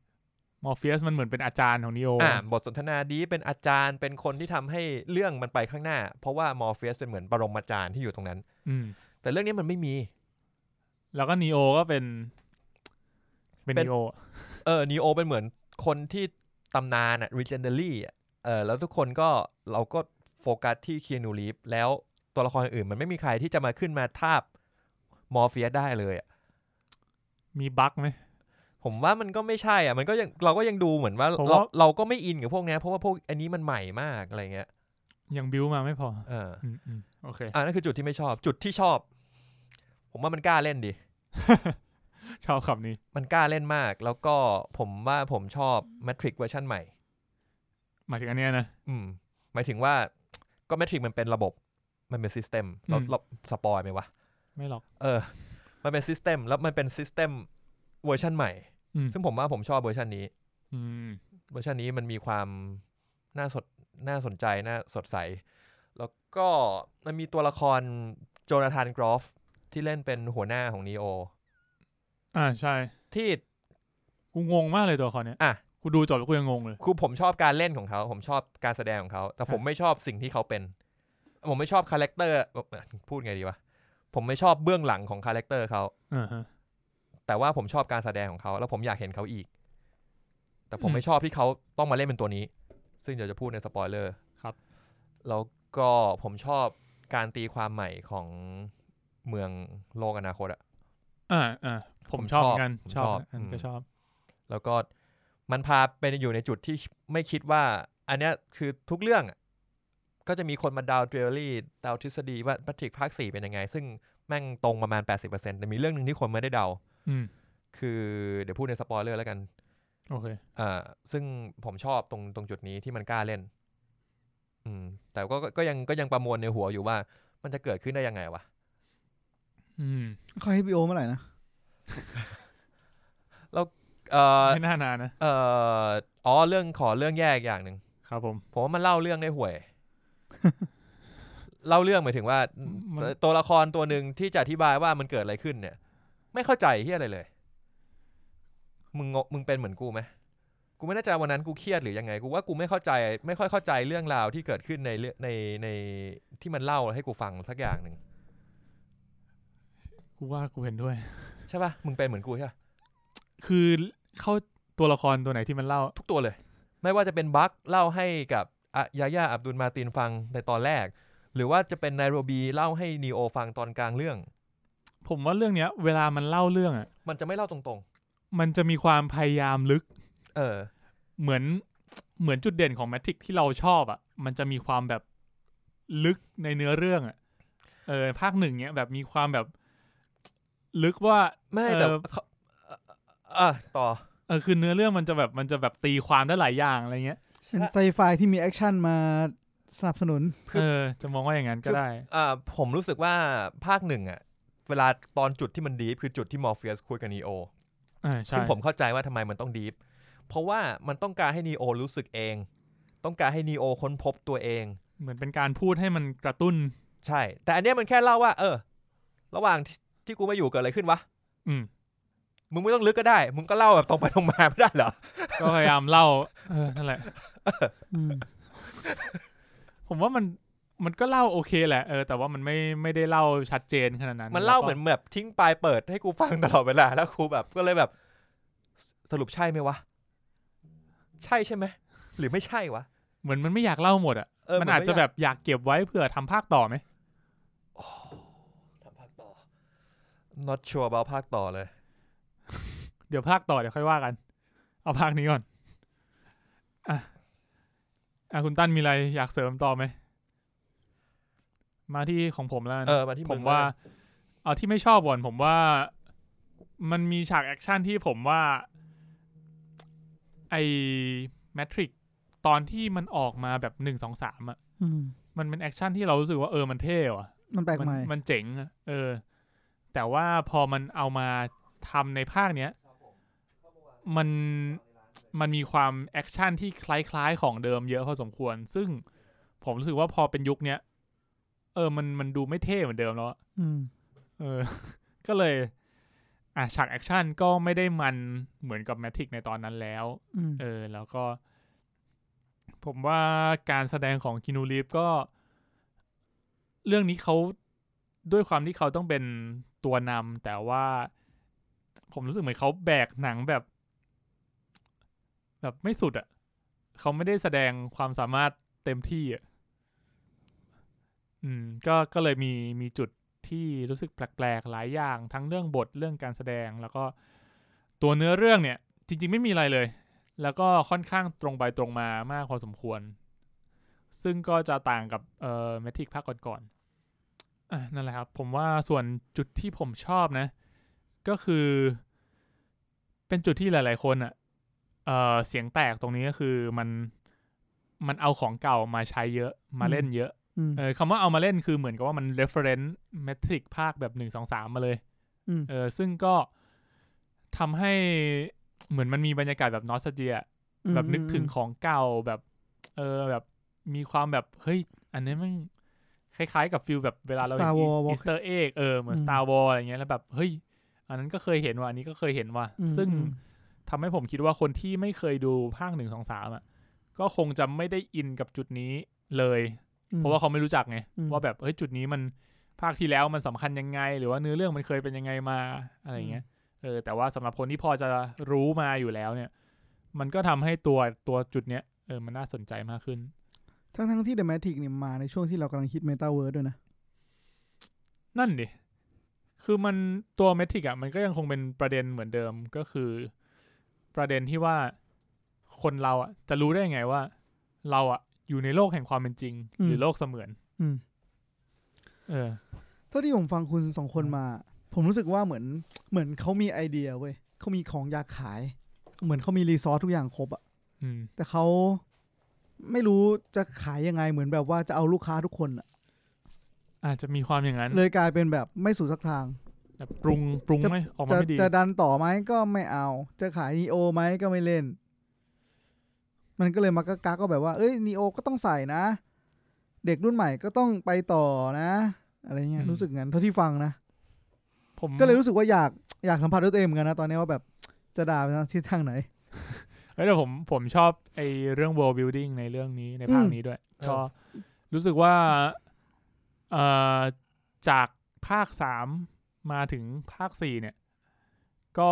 Speaker 3: มอร์เฟียสมันเหมือนเป็นอาจารย์ของนีโอ
Speaker 2: อ่า
Speaker 3: อะ
Speaker 2: บทสนทนาดีฟเป็นอาจารย์เป็นคนที่ทำให้เรื่องมันไปข้างหน้า เพราะว่ามอร์เฟียสเป็นเหมือนปรมาจารย์ที่อยู่ตรงนั้น
Speaker 3: อืม
Speaker 2: แต่เรื่องเนี้ยมันไม่มี
Speaker 3: แล้วก็นีโอก็เป็น เป็น
Speaker 2: เป็น
Speaker 3: นีโออะ
Speaker 2: เออนีโอเป็นเหมือนคนที่ตำนานอะ legendary อะเออแล้วทุกคนก็เราก็โฟกัสที่เคียนูรีฟแล้วตัวละครอื่นมันไม่มีใครที่จะมาขึ้นมาทาบมอร์เฟียสได้เลยอะ
Speaker 3: มีบั๊กไหม
Speaker 2: ผมว่ามันก็ไม่ใช่อ่ะมันก็ยังเราก็ยังดูเหมือนว่า
Speaker 3: ผมว่า
Speaker 2: เราเราก็ไม่อินกับพวกเนี้ยเพราะว่าพวกอันนี้มันใหม่มากอะไรเงี้ย
Speaker 3: ยังบิวมาไม่พอ
Speaker 2: เออ
Speaker 3: อืมอืมโอเค
Speaker 2: อ่ะนั่นคือจุดที่ไม่ชอบ จุดที่ชอบ ผมว่ามันกล้าเล่นดิ
Speaker 3: ชอบคำนี้
Speaker 2: มันกล้าเล่นมาก แล้วก็ผมว่าผมชอบแมทริกเวอร์ชันใหม่
Speaker 3: หมายถึงอันเนี้ยนะ
Speaker 2: อืมหมายถึงว่าก็แมทริกมันเป็นระบบมันเป็นซิสเต็มเรา
Speaker 3: อืม
Speaker 2: เราสปอยไหมวะ
Speaker 3: ไม่หรอก
Speaker 2: เออ มันเป็นซิสเต็มแล้วมันเป็นซิสเต็มเวอร์ชันใหม่
Speaker 3: อืม
Speaker 2: ซึ่งผมว่าผมชอบเวอร์ชันนี้
Speaker 3: อืม
Speaker 2: เวอร์ชันนี้มันมีความน่าสดน่าสนใจ น่าสดใส แล้วก็มันมีตัวละครโจนาธานกรอฟที่เล่นเป็นหัวหน้าของนีโอ
Speaker 3: อ่าใช่
Speaker 2: ที่
Speaker 3: กูงงมากเลยตัวละครเนี้ย
Speaker 2: อ่ะ
Speaker 3: กูดูจบแล้วกูยังงงเลย
Speaker 2: คือผมชอบการเล่นของเขา ผมชอบการแสดงของเขา แต่ผมไม่ชอบสิ่งที่เขาเป็น ผมไม่ชอบคาแรคเตอร์พูดไงดีวะ ผมไม่ชอบเบื้องหลังของคาแรคเตอร์เขา
Speaker 3: อ่าฮะ
Speaker 2: แต่ว่าผมชอบการแสดงของเขา แล้วผมอยากเห็นเขาอีก แต่ผม
Speaker 3: อืม
Speaker 2: ไม่ชอบที่เขาต้องมาเล่นเป็นตัวนี้ ซึ่งเดี๋ยวจะพูดในสปอยเลอร์
Speaker 3: ครับ
Speaker 2: แล้วก็ผมชอบการตีความใหม่ของเมืองโลกอนาคตอะ
Speaker 3: อ่าอ่าผม
Speaker 2: ผม
Speaker 3: ชอบ
Speaker 2: ชอบ
Speaker 3: เหมือนกัน
Speaker 2: ผม
Speaker 3: ชอบ
Speaker 2: ชอบ
Speaker 3: อัน
Speaker 2: อืม
Speaker 3: ก็ชอบ
Speaker 2: แล้วก็ มันพาไปอยู่ในจุดที่ไม่คิดว่า อันเนี้ยคือทุกเรื่องอะก็จะมีคนมาดาวน์ทฤษฎีดาวน์ทฤษฎีว่าแมทริกภาคสี่เป็นยังไง ซึ่งแม่งตรงประมาณ 80%แต่มีเรื่องหนึ่งที่คนไม่ได้เดา
Speaker 3: อืม
Speaker 2: คือเดี๋ยวพูดในสปอยเลอร์แล้วกัน
Speaker 3: โอเค
Speaker 2: อ่าซึ่งผมชอบตรงตรงจุดนี้ที่มันกล้าเล่น อืม แต่ก็ก็ก็ยังก็ยังประมวลในหัวอยู่ว่า มันจะเกิดขึ้นได้ยังไงวะ
Speaker 3: อืม
Speaker 1: เข้า HBO เมื่อไหร่นะ
Speaker 2: เอ่อ
Speaker 3: ไม่น่านานนะ
Speaker 2: เอ่ออ๋อเรื่องขอเรื่องแยกอย่างหนึ่ง
Speaker 3: ครับผม
Speaker 2: ผมว่ามันเล่าเรื่องได้ห่ วย เล่าเรื่องหมายถึงว่า
Speaker 3: มัน
Speaker 2: ตัวละครตัวหนึ่งที่จะอธิบายว่ามันเกิดอะไรขึ้นเนี่ย ไม่เข้าใจเฮียอะไรเลย มึงงมึงเป็นเหมือนกูไหมกูไม่แน่ใจวันนั้นกูเครียดหรือยังไง กูว่ากูไม่เข้าใจ ไม่ค่อยเข้าใจเรื่องราวที่เกิดขึ้นในเรื่องในในที่มันเล่าให้กูฟังสักอย่างหนึ่ง
Speaker 3: กูว่ากูเห็นด้วย
Speaker 2: ใช่ปะมึงเป็นเหมือนกูใช่ปะ
Speaker 3: คือเข้าตัวละครตัวไหนที่มันเล่า
Speaker 2: ทุกตัวเลย ไม่ว่าจะเป็นบัคเล่าให้กับอะยายาอับดุลมาตินฟังในตอนแรก หรือว่าจะเป็นไนโรบีเล่าให้นีโอฟังตอนกลางเรื่อง
Speaker 3: ผมว่าเรื่องเนี้ย เวลามันเล่าเรื่องอ่ะ
Speaker 2: มันจะไม่เล่าตรง
Speaker 3: มันจะมีความพยายามลึก
Speaker 2: ๆ เออ
Speaker 3: เหมือนเหมือนจุดเด่นของแมทริกที่เราชอบอะ่ะ มันจะมีความแบบลึกในเนื้อเรื่องอะ่ะ เออภาคหนึ่งเนี้ยแบบมีความแบบลึกว่า
Speaker 2: ไม่แต่
Speaker 3: เออ
Speaker 2: เขาอ่ะต่อ
Speaker 3: เออคือเนื้อเรื่องมันจะแบบมันจะแบบตีความได้หลายอย่างอะไรเงี้ย
Speaker 1: เป็นไซไฟที่มีแอคชั่นมาสนับสนุน
Speaker 2: คือ
Speaker 3: เออ จะมองว่าอย่างนั้นก็ได้
Speaker 2: อ่าผมรู้สึกว่าภาคหนึ่งอ่ะ เวลาตอนจุดที่มันดีฟคือจุดที่มอร์เฟียสคุยกับนีโอ
Speaker 3: เอ่าใช่
Speaker 2: ซึ่งผมเข้าใจว่าทำไมมันต้องดีฟเพราะว่ามันต้องการให้นีโอรู้สึกเอง ต้องการให้นีโอค้นพบตัวเอง
Speaker 3: เหมือนเป็นการพูดให้มันกระตุ้น
Speaker 2: ใช่ แต่อันเนี้ยมันแค่เล่าว่า เออ ระหว่างที่ที่กูไม่อยู่เกิดอะไรขึ้นวะ
Speaker 3: อืม
Speaker 2: มึงไม่ต้องลึกก็ได้ มึงก็เล่าแบบตรงไปตรงมาไม่ได้เหรอ
Speaker 3: ก็พยายามเล่า เออนั่นแหละ
Speaker 1: อืม
Speaker 3: ผมว่ามันมันก็เล่าโอเคแหละเออแต่ว่ามันไม่ไม่ได้เล่าชัดเจนขนาดนั้น
Speaker 2: มันเล่า
Speaker 3: แวก็
Speaker 2: เหมือนแบบทิ้งปลายเปิดให้กูฟังตลอดเวลา แล้วกูแบบก็เลยแบบ สรุปใช่ไหมวะ ใช่ใช่ไหม หรือไม่ใช่วะ
Speaker 3: เหมือนมันไม่อยากเล่าหมดอ่ะ
Speaker 2: เออ
Speaker 3: มันอาจจะแบบอยากเก็บไว้เผื่อทำภาคต่อไหม
Speaker 2: ทำภาคต่อ not sure about ภาคต่อเลย
Speaker 3: เดี๋ยวภาคต่อเดี๋ยวค่อยว่ากัน เอาภาคนี้ก่อน อ่ะ อ่ะคุณตั้นมีอะไรอยากเสริมต่อไหม มาที่ของผมแล้วกัน
Speaker 2: เออมาที่ง
Speaker 3: ผมว่า
Speaker 2: แล้กัน
Speaker 3: เอาที่ไม่ชอบก่อนผมว่า มันมีฉากแอคชั่นที่ผมว่า ไอ้แมทริกตอนที่มันออกมาแบบหนึ่งสองสามอ่ะ
Speaker 1: อืม
Speaker 3: มันเป็นแอคชั่นที่เรารู้สึกว่าเออมันเท่ว่ะ
Speaker 1: มันแปลก
Speaker 3: มัน
Speaker 1: ใหม่
Speaker 3: มันเจ๋งอะเออ แต่ว่าพอมันเอามาทำในภาคเนี้ย มันมันมีความแอคชั่นที่คล้ายๆของเดิมเยอะพอสมควร ซึ่งผมรู้สึกว่าพอเป็นยุคเนี้ย เออมันมันดูไม่เท่เหมือนเดิมแล้วอะ
Speaker 1: อืม
Speaker 3: เออ ก็เลย อ่ะฉากแอคชั่นก็ไม่ได้มันเหมือนกับแมทริกในตอนนั้นแล้ว
Speaker 1: อืม
Speaker 3: เออแล้วก็ ผมว่าการแสดงของกินูรีฟก็ เรื่องนี้เขาด้วยความที่เขาต้องเป็นตัวนำแต่ว่าผมรู้สึกเหมือนเขาแบกหนังแบบ แบบไม่สุดอะ่ะเขาไม่ได้แสดงความสามารถเต็มที่อะ่ะอืม ก็ก็เลยมีมีจุดที่รู้สึกแปลกๆหลายอย่าง ทั้งเรื่องบทเรื่องการแสดง แล้วก็ตัวเนื้อเรื่องเนี่ย จริง ๆ ไม่มีอะไรเลย แล้วก็ค่อนข้างตรงไปตรงมามากพอสมควร ซึ่งก็จะต่างกับเอ่อเมทิกภาคก่อนๆอ่ะนั่นแหละครับ ผมว่าส่วนจุดที่ผมชอบนะ ก็คือ เป็นจุดที่หลาย ๆ คนอ่ะเอ่อเสียงแตกตรงนี้ก็คือมันมันเอาของเก่ามาใช้เยอะมาเล่นเยอะ
Speaker 1: อืม
Speaker 3: เออคำว่าเอามาเล่นคือเหมือนกับว่ามัน reference metric ภาคแบบหนึ่งสองสามมาเลย
Speaker 1: อืม
Speaker 3: เออซึ่งก็ทำให้เหมือนมันมีบรรยากาศแบบนอสเจีย แบบนึกถึงของเก่าแบบ เออแบบมีความแบบ เฮ้ย อันนี้มันคล้ายๆกับฟิลแบบเวลาเราเห็น
Speaker 1: Star Wars
Speaker 3: อีสเตอร์เอ็กเออเหมือน
Speaker 1: อืม
Speaker 3: Star Wars อะไรเงี้ยแล้วแบบ เฮ้ย อันนั้นก็เคยเห็นว่ะอันนี้ก็เคยเห็นว่ะ
Speaker 1: อืม
Speaker 3: ซึ่ง
Speaker 1: อืม
Speaker 3: ทำให้ผมคิดว่าคนที่ไม่เคยดูภาคหนึ่งสองสามอ่ะ ก็คงจะไม่ได้อินกับจุดนี้เลย
Speaker 1: อืม
Speaker 3: เพราะว่าเขาไม่รู้จักไง
Speaker 1: อืม
Speaker 3: ว่าแบบเฮ้ยจุดนี้มันภาคที่แล้วมันสำคัญยังไง หรือว่าเนื้อเรื่องมันเคยเป็นยังไงมาอะไรอย่างเงี้ยเออแต่ว่าสำหรับคนที่พอจะรู้มาอยู่แล้วเนี่ย มันก็ทำให้ตัวตัวจุดเนี้ยเออมันน่าสนใจมากขึ้น
Speaker 1: ทั้งทั้งๆที่ The Matrix เนี่ยมาในช่วงที่เรากำลังฮิต Meta Verse ด้วยนะ
Speaker 3: นั่นดิ คือมันตัวเมทริกอะมันก็ยังคงเป็นประเด็นเหมือนเดิมก็คือ ประเด็นที่ว่า คนเราอ่ะจะรู้ได้ยังไงว่า เราอ่ะอยู่ในโลกแห่งความเป็นจริง
Speaker 1: อืม
Speaker 3: หรือโลกเสมือน
Speaker 1: อืม
Speaker 3: เออ
Speaker 1: เท่าที่ผมฟังคุณสองคนมา ผมรู้สึกว่าเหมือนเหมือนเขามีไอเดียเว้ยเขามีของอยากขาย เหมือนเขามีรีซอสทุกอย่างครบอะ
Speaker 3: อืม
Speaker 1: แต่เขาไม่รู้จะขายยังไงเหมือนแบบว่าจะเอาลูกค้าทุกคนอะ
Speaker 3: อาจจะมีความอย่างนั้น
Speaker 1: เลยกลายเป็นแบบไม่สู่สักทาง
Speaker 3: แต่ปรุงปรุงไม่ออกมา
Speaker 1: จะ
Speaker 3: ไม่ดี
Speaker 1: จะดันต่อไหมก็ไม่เอา จะขายนีโอไหมก็ไม่เล่น มันก็เลยมากะกักก็แบบว่าเอ้ยนีโอก็ต้องใส่นะ เด็กรุ่นใหม่ก็ต้องไปต่อนะ อะไรเงี้ยรู้สึกงั้นเท่าที่ฟังนะ
Speaker 3: ผม
Speaker 1: ก็เลยรู้สึกว่าอยากอยากสัมผัสด้วยตัวเองเหมือนกันนะตอนนี้ว่าแบบจะด่าไปนะทิศทางไหน
Speaker 3: เฮ้ยแต่ผมผมชอบไอเรื่อง world building ในเรื่องนี้ในภาคนี้ด้วย
Speaker 2: เออ
Speaker 3: ก็รู้สึกว่าเอ่อจากภาคสามมาถึงภาคสี่เนี่ย ก็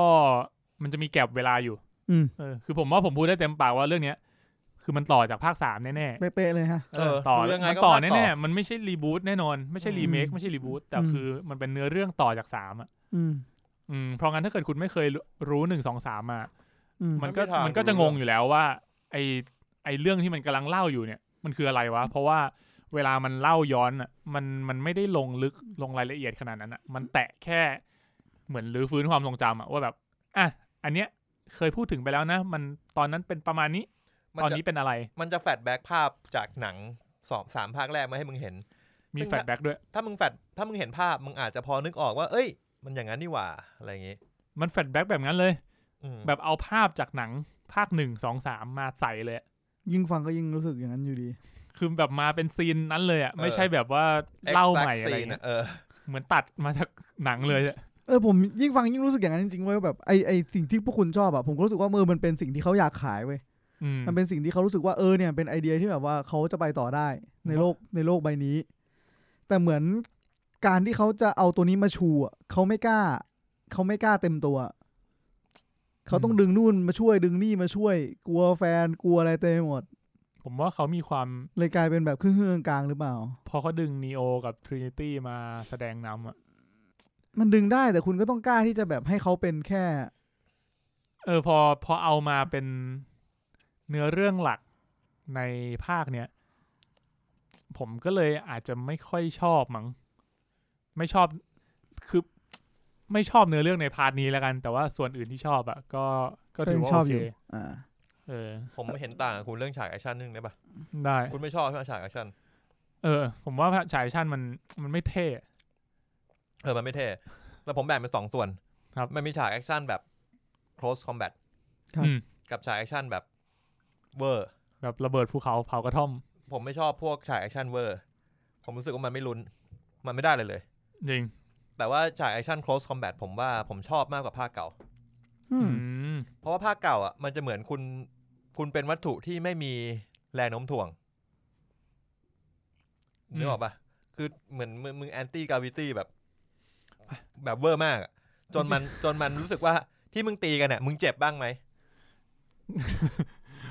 Speaker 3: มันจะมีแก็บเวลาอยู่
Speaker 1: อืม
Speaker 3: เออคือผมว่าผมพูดได้เต็มปากว่าเรื่องเนี้ย คือมันต่อจากภาคสามแน่ๆ
Speaker 1: เป๊ะๆเลยฮะ
Speaker 2: เออ
Speaker 3: ต่อ
Speaker 2: ดูยังไง
Speaker 3: มัน
Speaker 2: ก็
Speaker 3: ต่อ
Speaker 2: ภาคต่อ
Speaker 3: แน่ๆมันไม่ใช่รีบูตแน่นอน ไม่ใช่รีเมค
Speaker 1: อืม
Speaker 3: ไม่ใช่รีบูตแต่
Speaker 1: อืม
Speaker 3: คือมันเป็นเนื้อเรื่องต่อจากสามอ่ะ
Speaker 1: อืม
Speaker 3: อืมเพราะงั้นถ้าเกิดคุณไม่เคยรู้หนึ่งสองสามอ่ะ
Speaker 1: อืม
Speaker 3: มันก็
Speaker 2: ไม่ทาง
Speaker 3: มันก็จะ
Speaker 2: รู้
Speaker 3: ง
Speaker 2: เรื่อง ง
Speaker 3: อยู่แล้วว่า ไอไอเรื่องที่มันกำลังเล่าอยู่เนี่ย มันคืออะไรวะ เพราะว่าเวลามันเล่าย้อนอ่ะมันมันไม่ได้ลงลึกลงรายละเอียดขนาดนั้นอ่ะมันแตะแค่เหมือนรื้อฟื้นความทรงจำอ่ะว่าแบบอ่ะอันเนี้ยเคยพูดถึงไปแล้วนะ มันตอนนั้นเป็นประมาณนี้
Speaker 2: มัน
Speaker 3: ตอน
Speaker 2: จะ
Speaker 3: นี้เป็นอะไร
Speaker 2: มันจะแฟลชแบ็กภาพจากหนังสองสามภาคแรกมาให้มึงเห็น
Speaker 3: มี
Speaker 2: ซึ่ง
Speaker 3: แฟลชแบ็กด้วย
Speaker 2: ถ้ามึงแฟลชถ้ามึงเห็นภาพมึงอาจจะพอนึกออกว่า เอ้ย มันอย่างนั้นนี่หว่าอะไรอย่างงี้
Speaker 3: มันแฟลชแบ็กแบบนั้นเลย
Speaker 2: อืม
Speaker 3: แบบเอาภาพจากหนังภาคหนึ่งสองสามมาใส่เลยอะ
Speaker 1: ยิ่งฟังก็ยิ่งรู้สึกอย่างนั้นอยู่ดี
Speaker 3: คือแบบมาเป็นซีนนั้นเลยอ่ะไม่ใช่แบบว่า
Speaker 2: อ็กซ์
Speaker 3: เล่า
Speaker 2: แฟก
Speaker 3: ใหม่
Speaker 2: ซ์
Speaker 3: อะไร
Speaker 2: ซีน
Speaker 3: เนี่ย
Speaker 2: เออ
Speaker 3: เหมือนตัดมาจากหนังเลยอะ
Speaker 1: เออผมยิ่งฟังยิ่งรู้สึกอย่างนั้นจริงๆเว้ยแบบไอไอสิ่งที่พวกคุณชอบอะผมก็รู้สึกว่าเออมันเป็นสิ่งที่เขาอยากขายเว้ย
Speaker 3: อืม
Speaker 1: มันเป็นสิ่งที่เขารู้สึกว่าเออเนี่ยเป็นไอเดียที่แบบว่าเขาจะไปต่อได้ในโลกในโลกใบนี้ แต่เหมือนการที่เขาจะเอาตัวนี้มาชูอะเขาไม่กล้าเขาไม่กล้าเต็มตัวเขาต้องดึงนู่นมาช่วยดึงนี่มาช่วย กลัวแฟนกลัวอะไรเต็มไปหมด
Speaker 3: ผมว่าเขามีความ
Speaker 1: เลยกลายเป็นแบบครึ่งๆกลางๆหรือเปล่า
Speaker 3: พอเขาดึงนีโอกับทรินิตี้มาแสดงนำอ่ะ
Speaker 1: มันดึงได้แต่คุณก็ต้องกล้าที่จะแบบให้เขาเป็นแค่
Speaker 3: เออพอพอเอามาเป็นเนื้อเรื่องหลักในภาคเนี้ยผมก็เลยอาจจะไม่ค่อยชอบมั้งไม่ชอบคือไม่ชอบเนื้อเรื่องในพาร์ทนี้แล้วกัน แต่ว่าส่วนอื่นที่ชอบอ่ะก็ก็ถือ
Speaker 1: ก็ยั
Speaker 3: ว่า
Speaker 1: งชอ
Speaker 3: โอบ เค
Speaker 1: อยู่ อ่า
Speaker 3: เออ
Speaker 2: ผมเห็นต่างกับคุณเรื่องฉากแอคชั่นนึงได้ปะ
Speaker 3: ได้
Speaker 2: คุณไม่ชอบใช่ไหมฉากแอคชั่น
Speaker 3: เออ ผมว่าฉายชั่นมันมันไม่เท่
Speaker 2: เออมันไม่เท่แต่ผมแบ่งเป็นสองส่วน
Speaker 3: ครับ
Speaker 2: มันมีฉากแอคชั่นแบบ close combat
Speaker 1: ครับ
Speaker 3: อืม
Speaker 2: กับฉากแอคชั่นแบบเวอร์
Speaker 3: แบบระเบิดภูเขาเผากระท่อม
Speaker 2: ผมไม่ชอบพวกฉากแอคชั่นเวอร์ ผมรู้สึกว่ามันไม่ลุ้น มันไม่ได้เลยเลย
Speaker 3: จริง
Speaker 2: แต่ว่าฉากแอคชั่น close combat ผมว่าผมชอบมากกว่าภาคเก่า
Speaker 1: อืม
Speaker 3: อืม
Speaker 2: เพราะว่าภาคเก่าอ่ะมันจะเหมือนคุณคุณเป็นวัตถุที่ไม่มีแรงโน้มถ่วงนึกออกปะคือเหมือนมึงมึงแอนตี้กาวิตี้แบบ แบบเวอร์มากอะจนมันจนมันรู้สึกว่าที่มึงตีกันเนี่ยมึงเจ็บบ้างไหม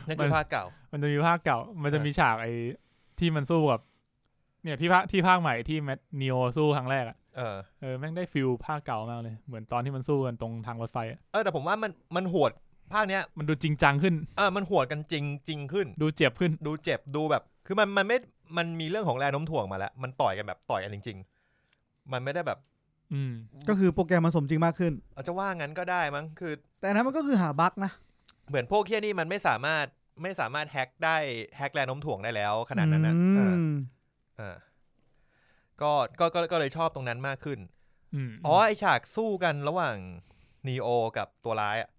Speaker 2: นั่นคือภาคเก่า
Speaker 3: มันจะมีภาคเก่า มันจะ
Speaker 2: เออ
Speaker 3: มีฉากไอ้ที่มันสู้กับ เนี่ยที่ภาคที่ภาคใหม่ที่แมทนิโอสู้ครั้งแรกอะ
Speaker 2: เออ
Speaker 3: เออแม่งได้ฟิลภาคเก่ามากเลย เหมือนตอนที่มันสู้กันตรงทางรถไฟอะ
Speaker 2: เออแต่ผมว่ามันมันโหดภาคเนี้ย
Speaker 3: มันดูจริงจังขึ้น
Speaker 2: เออมันโหดกันจริงจริงขึ้น
Speaker 3: ดูเจ็บขึ้น
Speaker 2: ดูเจ็บดูแบบ คือมันมันไม่มันมีเรื่องของแรงโน้มถ่วงมาแล้ว มันต่อยกันแบบต่อยกันจริง ๆ มันไม่ได้แบบ
Speaker 3: อืม
Speaker 1: ก็คือโปรแกรมมันสมจริงมากขึ้น
Speaker 2: เอาจะว่างั้นก็ได้มั้งคือ
Speaker 1: แต่อันนั้นมันก็คือหาบั๊กนะ
Speaker 2: เหมือนพวกเที่ยนี่มันไม่สามารถไม่สามารถแฮ็กได้แฮ็กแรงโน้มถ่วงได้แล้ว ขนาดนั้นนะ
Speaker 1: อืม
Speaker 2: เออเออก็ก็ก็ก็เลยชอบตรงนั้นมากขึ้น
Speaker 3: อืม
Speaker 2: อ๋อไอฉากสู้กันระหว่างนีโอกับตัวร้ายอะ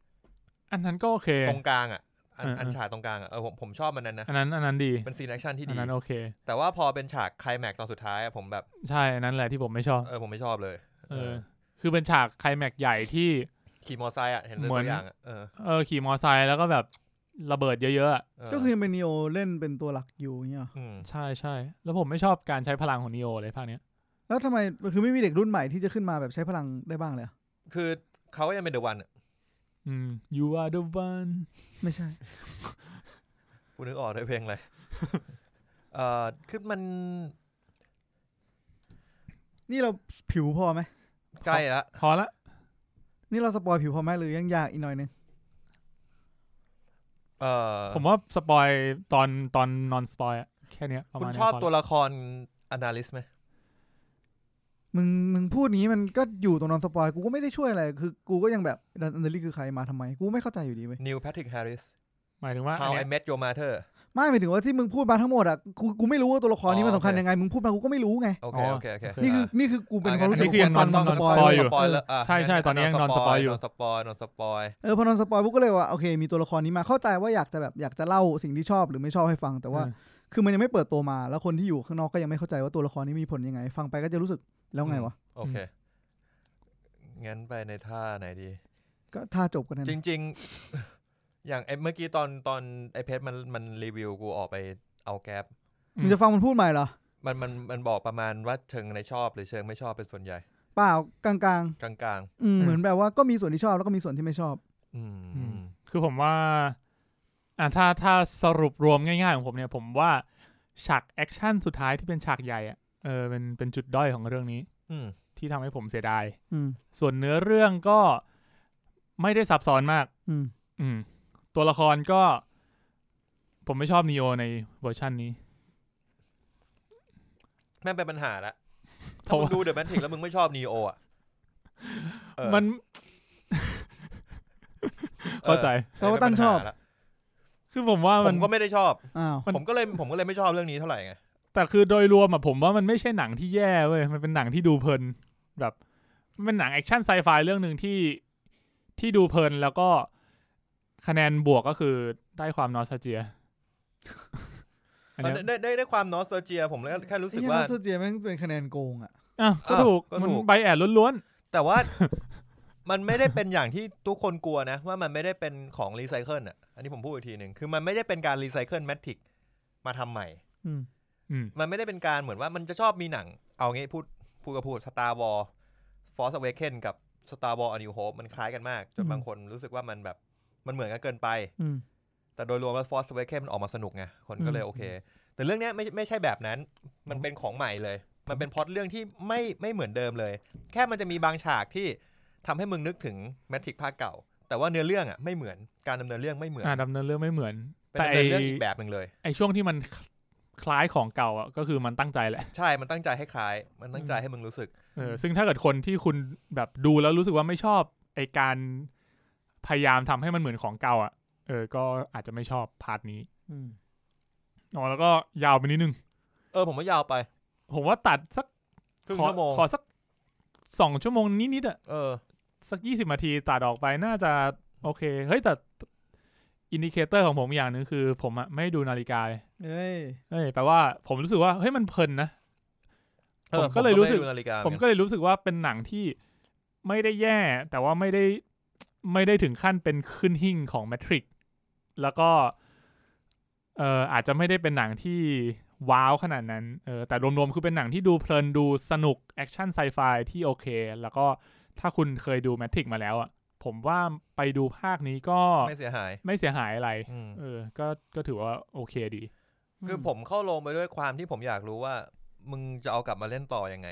Speaker 3: อันนั้นก็โอเค
Speaker 2: ตรงกลางอ่ะอัน
Speaker 3: เอออั
Speaker 2: อันฉากตรงกลางอ่ะเออผมผมชอบมันนั้นนะ
Speaker 3: อันนั้นอันนั้นดี
Speaker 2: เป็นซีนแอคชั่นที่
Speaker 3: อั
Speaker 2: ดี
Speaker 3: นนั้นโอเค
Speaker 2: แต่ว่าพอเป็นฉากไคลแม็กซ์ตอนสุดท้ายอะผมแบบ
Speaker 3: ใช่อันนั้นแหละที่ผมไม่ชอบ
Speaker 2: เออผมไม่ชอบเลย
Speaker 3: เออ คือเป็นฉากไคลแม็กซ์ใหญ่ที่
Speaker 2: ขี่มอไซค์อ่ะเห็นเลย
Speaker 3: เหมื
Speaker 2: ตั
Speaker 3: อน
Speaker 2: วอย่างอะเออ
Speaker 3: เออขี่มอไซค์แล้วก็แบบระเบิดเยอะๆอะ
Speaker 2: เออ
Speaker 1: ก็คือยังเป็นนีโอเล่นเป็นตัวหลักอยู่อย่างเงี้ยหรอ
Speaker 2: ม
Speaker 3: ใช่ใช่แล้วผมไม่ชอบการใช้พลังของนีโอเลยภาคเนี้ย
Speaker 1: แล้วทำไมคือไม่มีเด็กรุ่นใหม่ที่จะขึ้นมาแบบใช้พลังได้บ้างเลยอะ
Speaker 2: คือเขาก็ยังเป็นเดอะวัน
Speaker 3: อืม you are the one
Speaker 1: ไม่ใช่
Speaker 2: กูนึกออกเลยเพลง อะไร เออคือมัน
Speaker 1: นี่เราผิวพอไหม
Speaker 2: ใกล้ละ
Speaker 3: พอละ
Speaker 1: นี่เราสปอยผิวพอไหมหรือยังอยากอีกหน่อยนึง
Speaker 2: เ เออ
Speaker 3: ผมว่าสปอยตอนตอนนอนสปอยอะแค่เนี้ยประ
Speaker 2: คุณ
Speaker 3: มาณเนี้
Speaker 2: ช
Speaker 3: ย
Speaker 2: อบ
Speaker 3: พอ
Speaker 2: ตัว
Speaker 3: ละ
Speaker 2: ละครอนาลิสไหม
Speaker 1: มึงมึงพูดนี้มันก็อยู่ตรงนอนสปอยกูก็ไม่ได้ช่วยอะไรคือกูก็ยังแบบดันเดอรี่คือใครมาทำไม กูไม่เข้าใจอยู่ดีเว้ย
Speaker 2: นิวแพทริกแฮร์ริส
Speaker 3: หมายถึงว่าอัน
Speaker 2: How I
Speaker 3: เนี้ย
Speaker 2: Met Your Mother
Speaker 1: ไม่หมายถึงว่าที่มึงพูดมาทั้งหมดอ่ะกูกูไม่รู้ว่าตัวละครนี้มันสำคัญยังไงมึงพูดมากูก็ไม่รู้ไง
Speaker 2: โอเค
Speaker 3: อ๋อ
Speaker 2: โอเค โอเค
Speaker 1: นี่คือนี่คือกูเป็นความรู้สึก
Speaker 3: อันนี้คือยัง
Speaker 1: ข
Speaker 3: นอน
Speaker 1: ต
Speaker 3: นอน
Speaker 1: ส
Speaker 3: สปอยอยู่
Speaker 2: สปอยเลอะ
Speaker 3: ใช่ใช่ตอนนี้ยังนอนสปอยอยู่
Speaker 2: นอนสปอยนอนสปอย
Speaker 1: เออพอนอนสปอยปุ๊บก็เลยว่าโอเคมีตัวละครนี้มาเข้าใจว่าอยากจะแบบอยากจะเล่าสิ่งที่ชอบหรือไม่ชอบให้ฟังแต่ว่า
Speaker 3: เออ
Speaker 1: คือมันยังไม่เปิดตัวมา แล้วคนที่อยู่ข้างนอกก็ยังไม่เข้าใจว่าตัวละครนี้มีผลยังไง ฟังไปก็จะรู้สึกแล้วไงวะ
Speaker 2: โอเค งั้นไปในท่าไหนดี
Speaker 1: ก็ท่าจบกันนั่น
Speaker 2: จ
Speaker 1: น่ะ
Speaker 2: ริง ๆ อย่างไอ้เมื่อกี้ตอนตอนไอเพจมันมันรีวิวกูออกไปเอาแก๊ป
Speaker 1: มึงจะฟังมันพูดใหม่เหรอ
Speaker 2: มันมันมันบอกประมาณว่าเชิงในชอบหรือเชิงไม่ชอบเป็นส่วนใหญ่
Speaker 1: เปล่ากลาง
Speaker 2: กลาง
Speaker 1: ๆอืม
Speaker 3: อืม
Speaker 1: เหมือนแบบว่าก็มีส่วนที่ชอบแล้วก็มีส่วนที่ไม่ชอบ
Speaker 2: ๆ อืม
Speaker 3: อืม คือผมว่า อ่าถ้าถ้าสรุปรวมง่ายๆของผมเนี่ย ผมว่าฉากแอคชั่นสุดท้ายที่เป็นฉากใหญ่อะเออเป็นเป็นจุดด้อยของเรื่องนี้
Speaker 2: อืม
Speaker 3: ที่ทำให้ผมเสียดาย
Speaker 1: อืม
Speaker 3: ส่วนเนื้อเรื่องก็ไม่ได้ซับซ้อนมาก
Speaker 1: อืม
Speaker 3: อืม ตัวละครก็ ผมไม่ชอบนีโอในเวอร์ชันนี้
Speaker 2: แม่งเป็นปัญหา ละ
Speaker 3: เพ
Speaker 2: ถ้ามึ
Speaker 3: ราะว่า
Speaker 2: งดูเดอะแมทริกแล้วมึงไม่ชอบนีโออ่ะเออ
Speaker 3: มัน
Speaker 2: ออ
Speaker 3: เข้าใจ
Speaker 1: เขาก็ตั้นชอบ
Speaker 2: เป็ปัญหาละ
Speaker 3: คือผมว่า
Speaker 2: ผ
Speaker 3: มัน
Speaker 2: มก็ไม่ได้ชอบ
Speaker 1: อ้าว
Speaker 3: มัน
Speaker 2: ผมก็เลยผมก็เลยไม่ชอบเรื่องนี้เท่าไหร่ไง
Speaker 3: แต่คือโดยรวมอะผมว่ามันไม่ใช่หนังที่แย่เว้ย มันเป็นหนังที่ดูเพลิน แบบมันเป็นหนังแอคชั่นไซไฟเรื่องหนึ่งที่ที่ดูเพลินแล้วก็คะแนนบวกก็คือได้ความนอสเจีย อัน
Speaker 2: ได้
Speaker 3: เนี้ย
Speaker 2: ได้ได้ได้ความนอสเตอร์เจีย ผมเลยแค่รู้สึก
Speaker 1: ไอ้เหี้ย
Speaker 2: ว่า
Speaker 1: นัทเจียแม่งเป็นคะแนนโกงอ่ะ
Speaker 3: อ้าวก็
Speaker 2: อ้าว
Speaker 3: ถูก
Speaker 2: ก็
Speaker 3: มัน
Speaker 2: ถูก
Speaker 3: ใบแอดล้วน
Speaker 2: แต่ว่า มันไม่ได้เป็นอย่างที่ทุกคนกลัวนะ ว่ามันไม่ได้เป็นของรีไซเคิลอ่ะอันนี้ผมพูดอีกทีหนึ่งคือมันไม่ได้เป็นการรีไซเคิลแมทริกมาทำใหม่
Speaker 1: อืม
Speaker 3: ๆอืม
Speaker 2: มันไม่ได้เป็นการเหมือนว่ามันจะชอบมีหนัง เอางี้พูดพูดกับพูดสตาร์วอลฟอสเวเคนกับสตาร์วอลอนิวโฮมันคล้ายกันมาก จนบางคนรู้สึกว่ามันแบบมันเหมือนกันเกินไป
Speaker 1: อืม
Speaker 2: แต่โดยรวมแล้วฟอสเวเคนมันออกมาสนุกไงคนก็เลย
Speaker 1: อืม
Speaker 2: โอเค แต่เรื่องเนี้ยไม่ไม่ใช่แบบนั้น มันเป็นของใหม่เลย มันเป็นพล็อดเรื่องที่ไม่ไม่เหมือนเดิมเลย แค่มันจะมีบางฉากที่ทำให้มึงนึกถึงแมทริกภาคเก่า แต่ว่าเนื้อเรื่องอ่ะไม่เหมือนการดำเนินเรื่องไม่เหมือน
Speaker 3: อ่าดำเนินเรื่องไม่เหมือน
Speaker 2: เป็น
Speaker 3: แต่
Speaker 2: ดำ
Speaker 3: ไอ
Speaker 2: เนินเรื่องอีกแบบหนึ่งเลย
Speaker 3: ไอช่วงที่มันคคล้ายของเก่าอ่ะก็คือมันตั้งใจแหละ
Speaker 2: ใช่มันตั้งใจให้คล้าย มันตั้งใจให้มึงรู้สึก
Speaker 3: เออซึ่งถ้าเกิดคนที่คุณแบบดูแล้วรู้สึกว่าไม่ชอบไอการพยายามทำให้มันเหมือนของเก่าอ่ะเออก็อาจจะไม่ชอบพาร์ทนี้
Speaker 1: อืม
Speaker 3: อ๋อแล้วก็ยาวไปนิดนึง
Speaker 2: เออผมว่ายาวไป
Speaker 3: ผมว่าตัดสัก
Speaker 2: ครึ่ง
Speaker 3: ขอ
Speaker 2: ชั่วโมง
Speaker 3: ขอสักสองชั่วโมงนิดๆอ่ะ
Speaker 2: เออ
Speaker 3: สักยี่สิบนาทีตัดออกไปน่าจะโอเค เฮ้ยแต่อินดิเคเตอร์ของผมอย่างหนึงคือ ผมอ่ะไม่ดูนาฬิกาเลย
Speaker 1: เอ้ย
Speaker 3: เฮ้ยแปลว่าผมรู้สึกว่าเฮ้ยมันเพลินนะ
Speaker 2: ออ
Speaker 3: ผมก็เลยรู้สึก
Speaker 2: ไม่ได้ดูนาฬิกา
Speaker 3: ผมก็เลยรู้สึกว่าเป็นหนังที่ไม่ได้แย่ แต่ว่าไม่ได้ไม่ได้ถึงขั้นเป็นขึ้นหิ่งของแมทริกแล้วก็เอ่ออาจจะไม่ได้เป็นหนังที่ว้าวขนาดนั้นเออแต่รวมๆคือเป็นหนังที่ดูเพลินดูสนุก แอคชั่นไซไฟที่โอเค แล้วก็ถ้าคุณเคยดูแมทริกมาแล้วอ่ะผมว่าไปดูภาคนี้ก็
Speaker 2: ไม่เสียหาย
Speaker 3: ไม่เสียหายอะไร
Speaker 2: อืม
Speaker 3: เออ ก็ก็ถือว่าโอเคดี
Speaker 2: คือผมเข้าลงไปด้วยความที่ผมอยากรู้ว่า มึงจะเอากลับมาเล่นต่อยังไง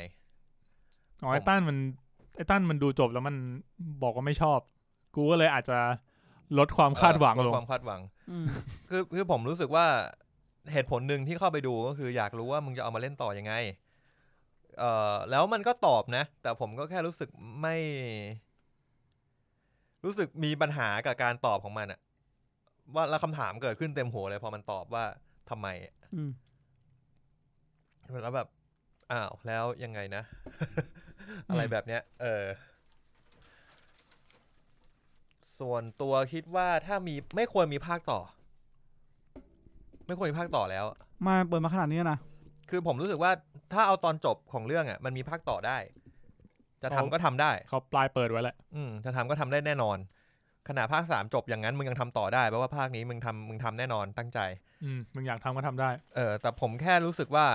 Speaker 3: อ๋อ
Speaker 2: ผม
Speaker 3: ไอ้ตั้นมันไอ้ตั้นมันดูจบแล้วมันบอกว่าไม่ชอบ กูก็เลยอาจจะลดความคาดหวัง
Speaker 2: เออ
Speaker 3: ล
Speaker 2: ด
Speaker 3: ง
Speaker 2: ความคาดหวัง
Speaker 1: อืม
Speaker 2: คือคือผมรู้สึกว่าเหตุผลหนึ่งที่เข้าไปดูก็คืออยากรู้ว่ามึงจะเอามาเล่นต่อยังไง เอ่อแล้วมันก็ตอบนะ แต่ผมก็แค่รู้สึกไม่ รู้สึกมีปัญหากับการตอบของมันอะว่าแล้วคำถามเกิดขึ้นเต็มหัวเลยพอมันตอบว่าทำไม
Speaker 1: อืม
Speaker 2: แล้วแบบ อ้าว แล้วยังไงนะ อะไรแบบเนี้ย เออ ส่วนตัวคิดว่าถ้ามีไม่ควรมีภาคต่อ ไม่ควรมีภาคต่อแล้ว
Speaker 1: มาเปิดมาขนาดนี้นะ
Speaker 2: คือผมรู้สึกว่าถ้าเอาตอนจบของเรื่องอ่ะ มันมีภาคต่อได้ จะทำ
Speaker 3: เอา
Speaker 2: ก็ทำได้
Speaker 3: เขาปลายเปิดไว้แหละ
Speaker 2: อืมจะทำก็ทำได้แน่นอน ขณะภาคสามจบอย่างนั้นมึงยังทำต่อได้แปลว่าภาคนี้มึงทำมึงทำแน่นอนตั้งใจ
Speaker 3: อืมมึงอยากทำก็ทำได้
Speaker 2: เออแต่ผมแค่รู้สึกว่า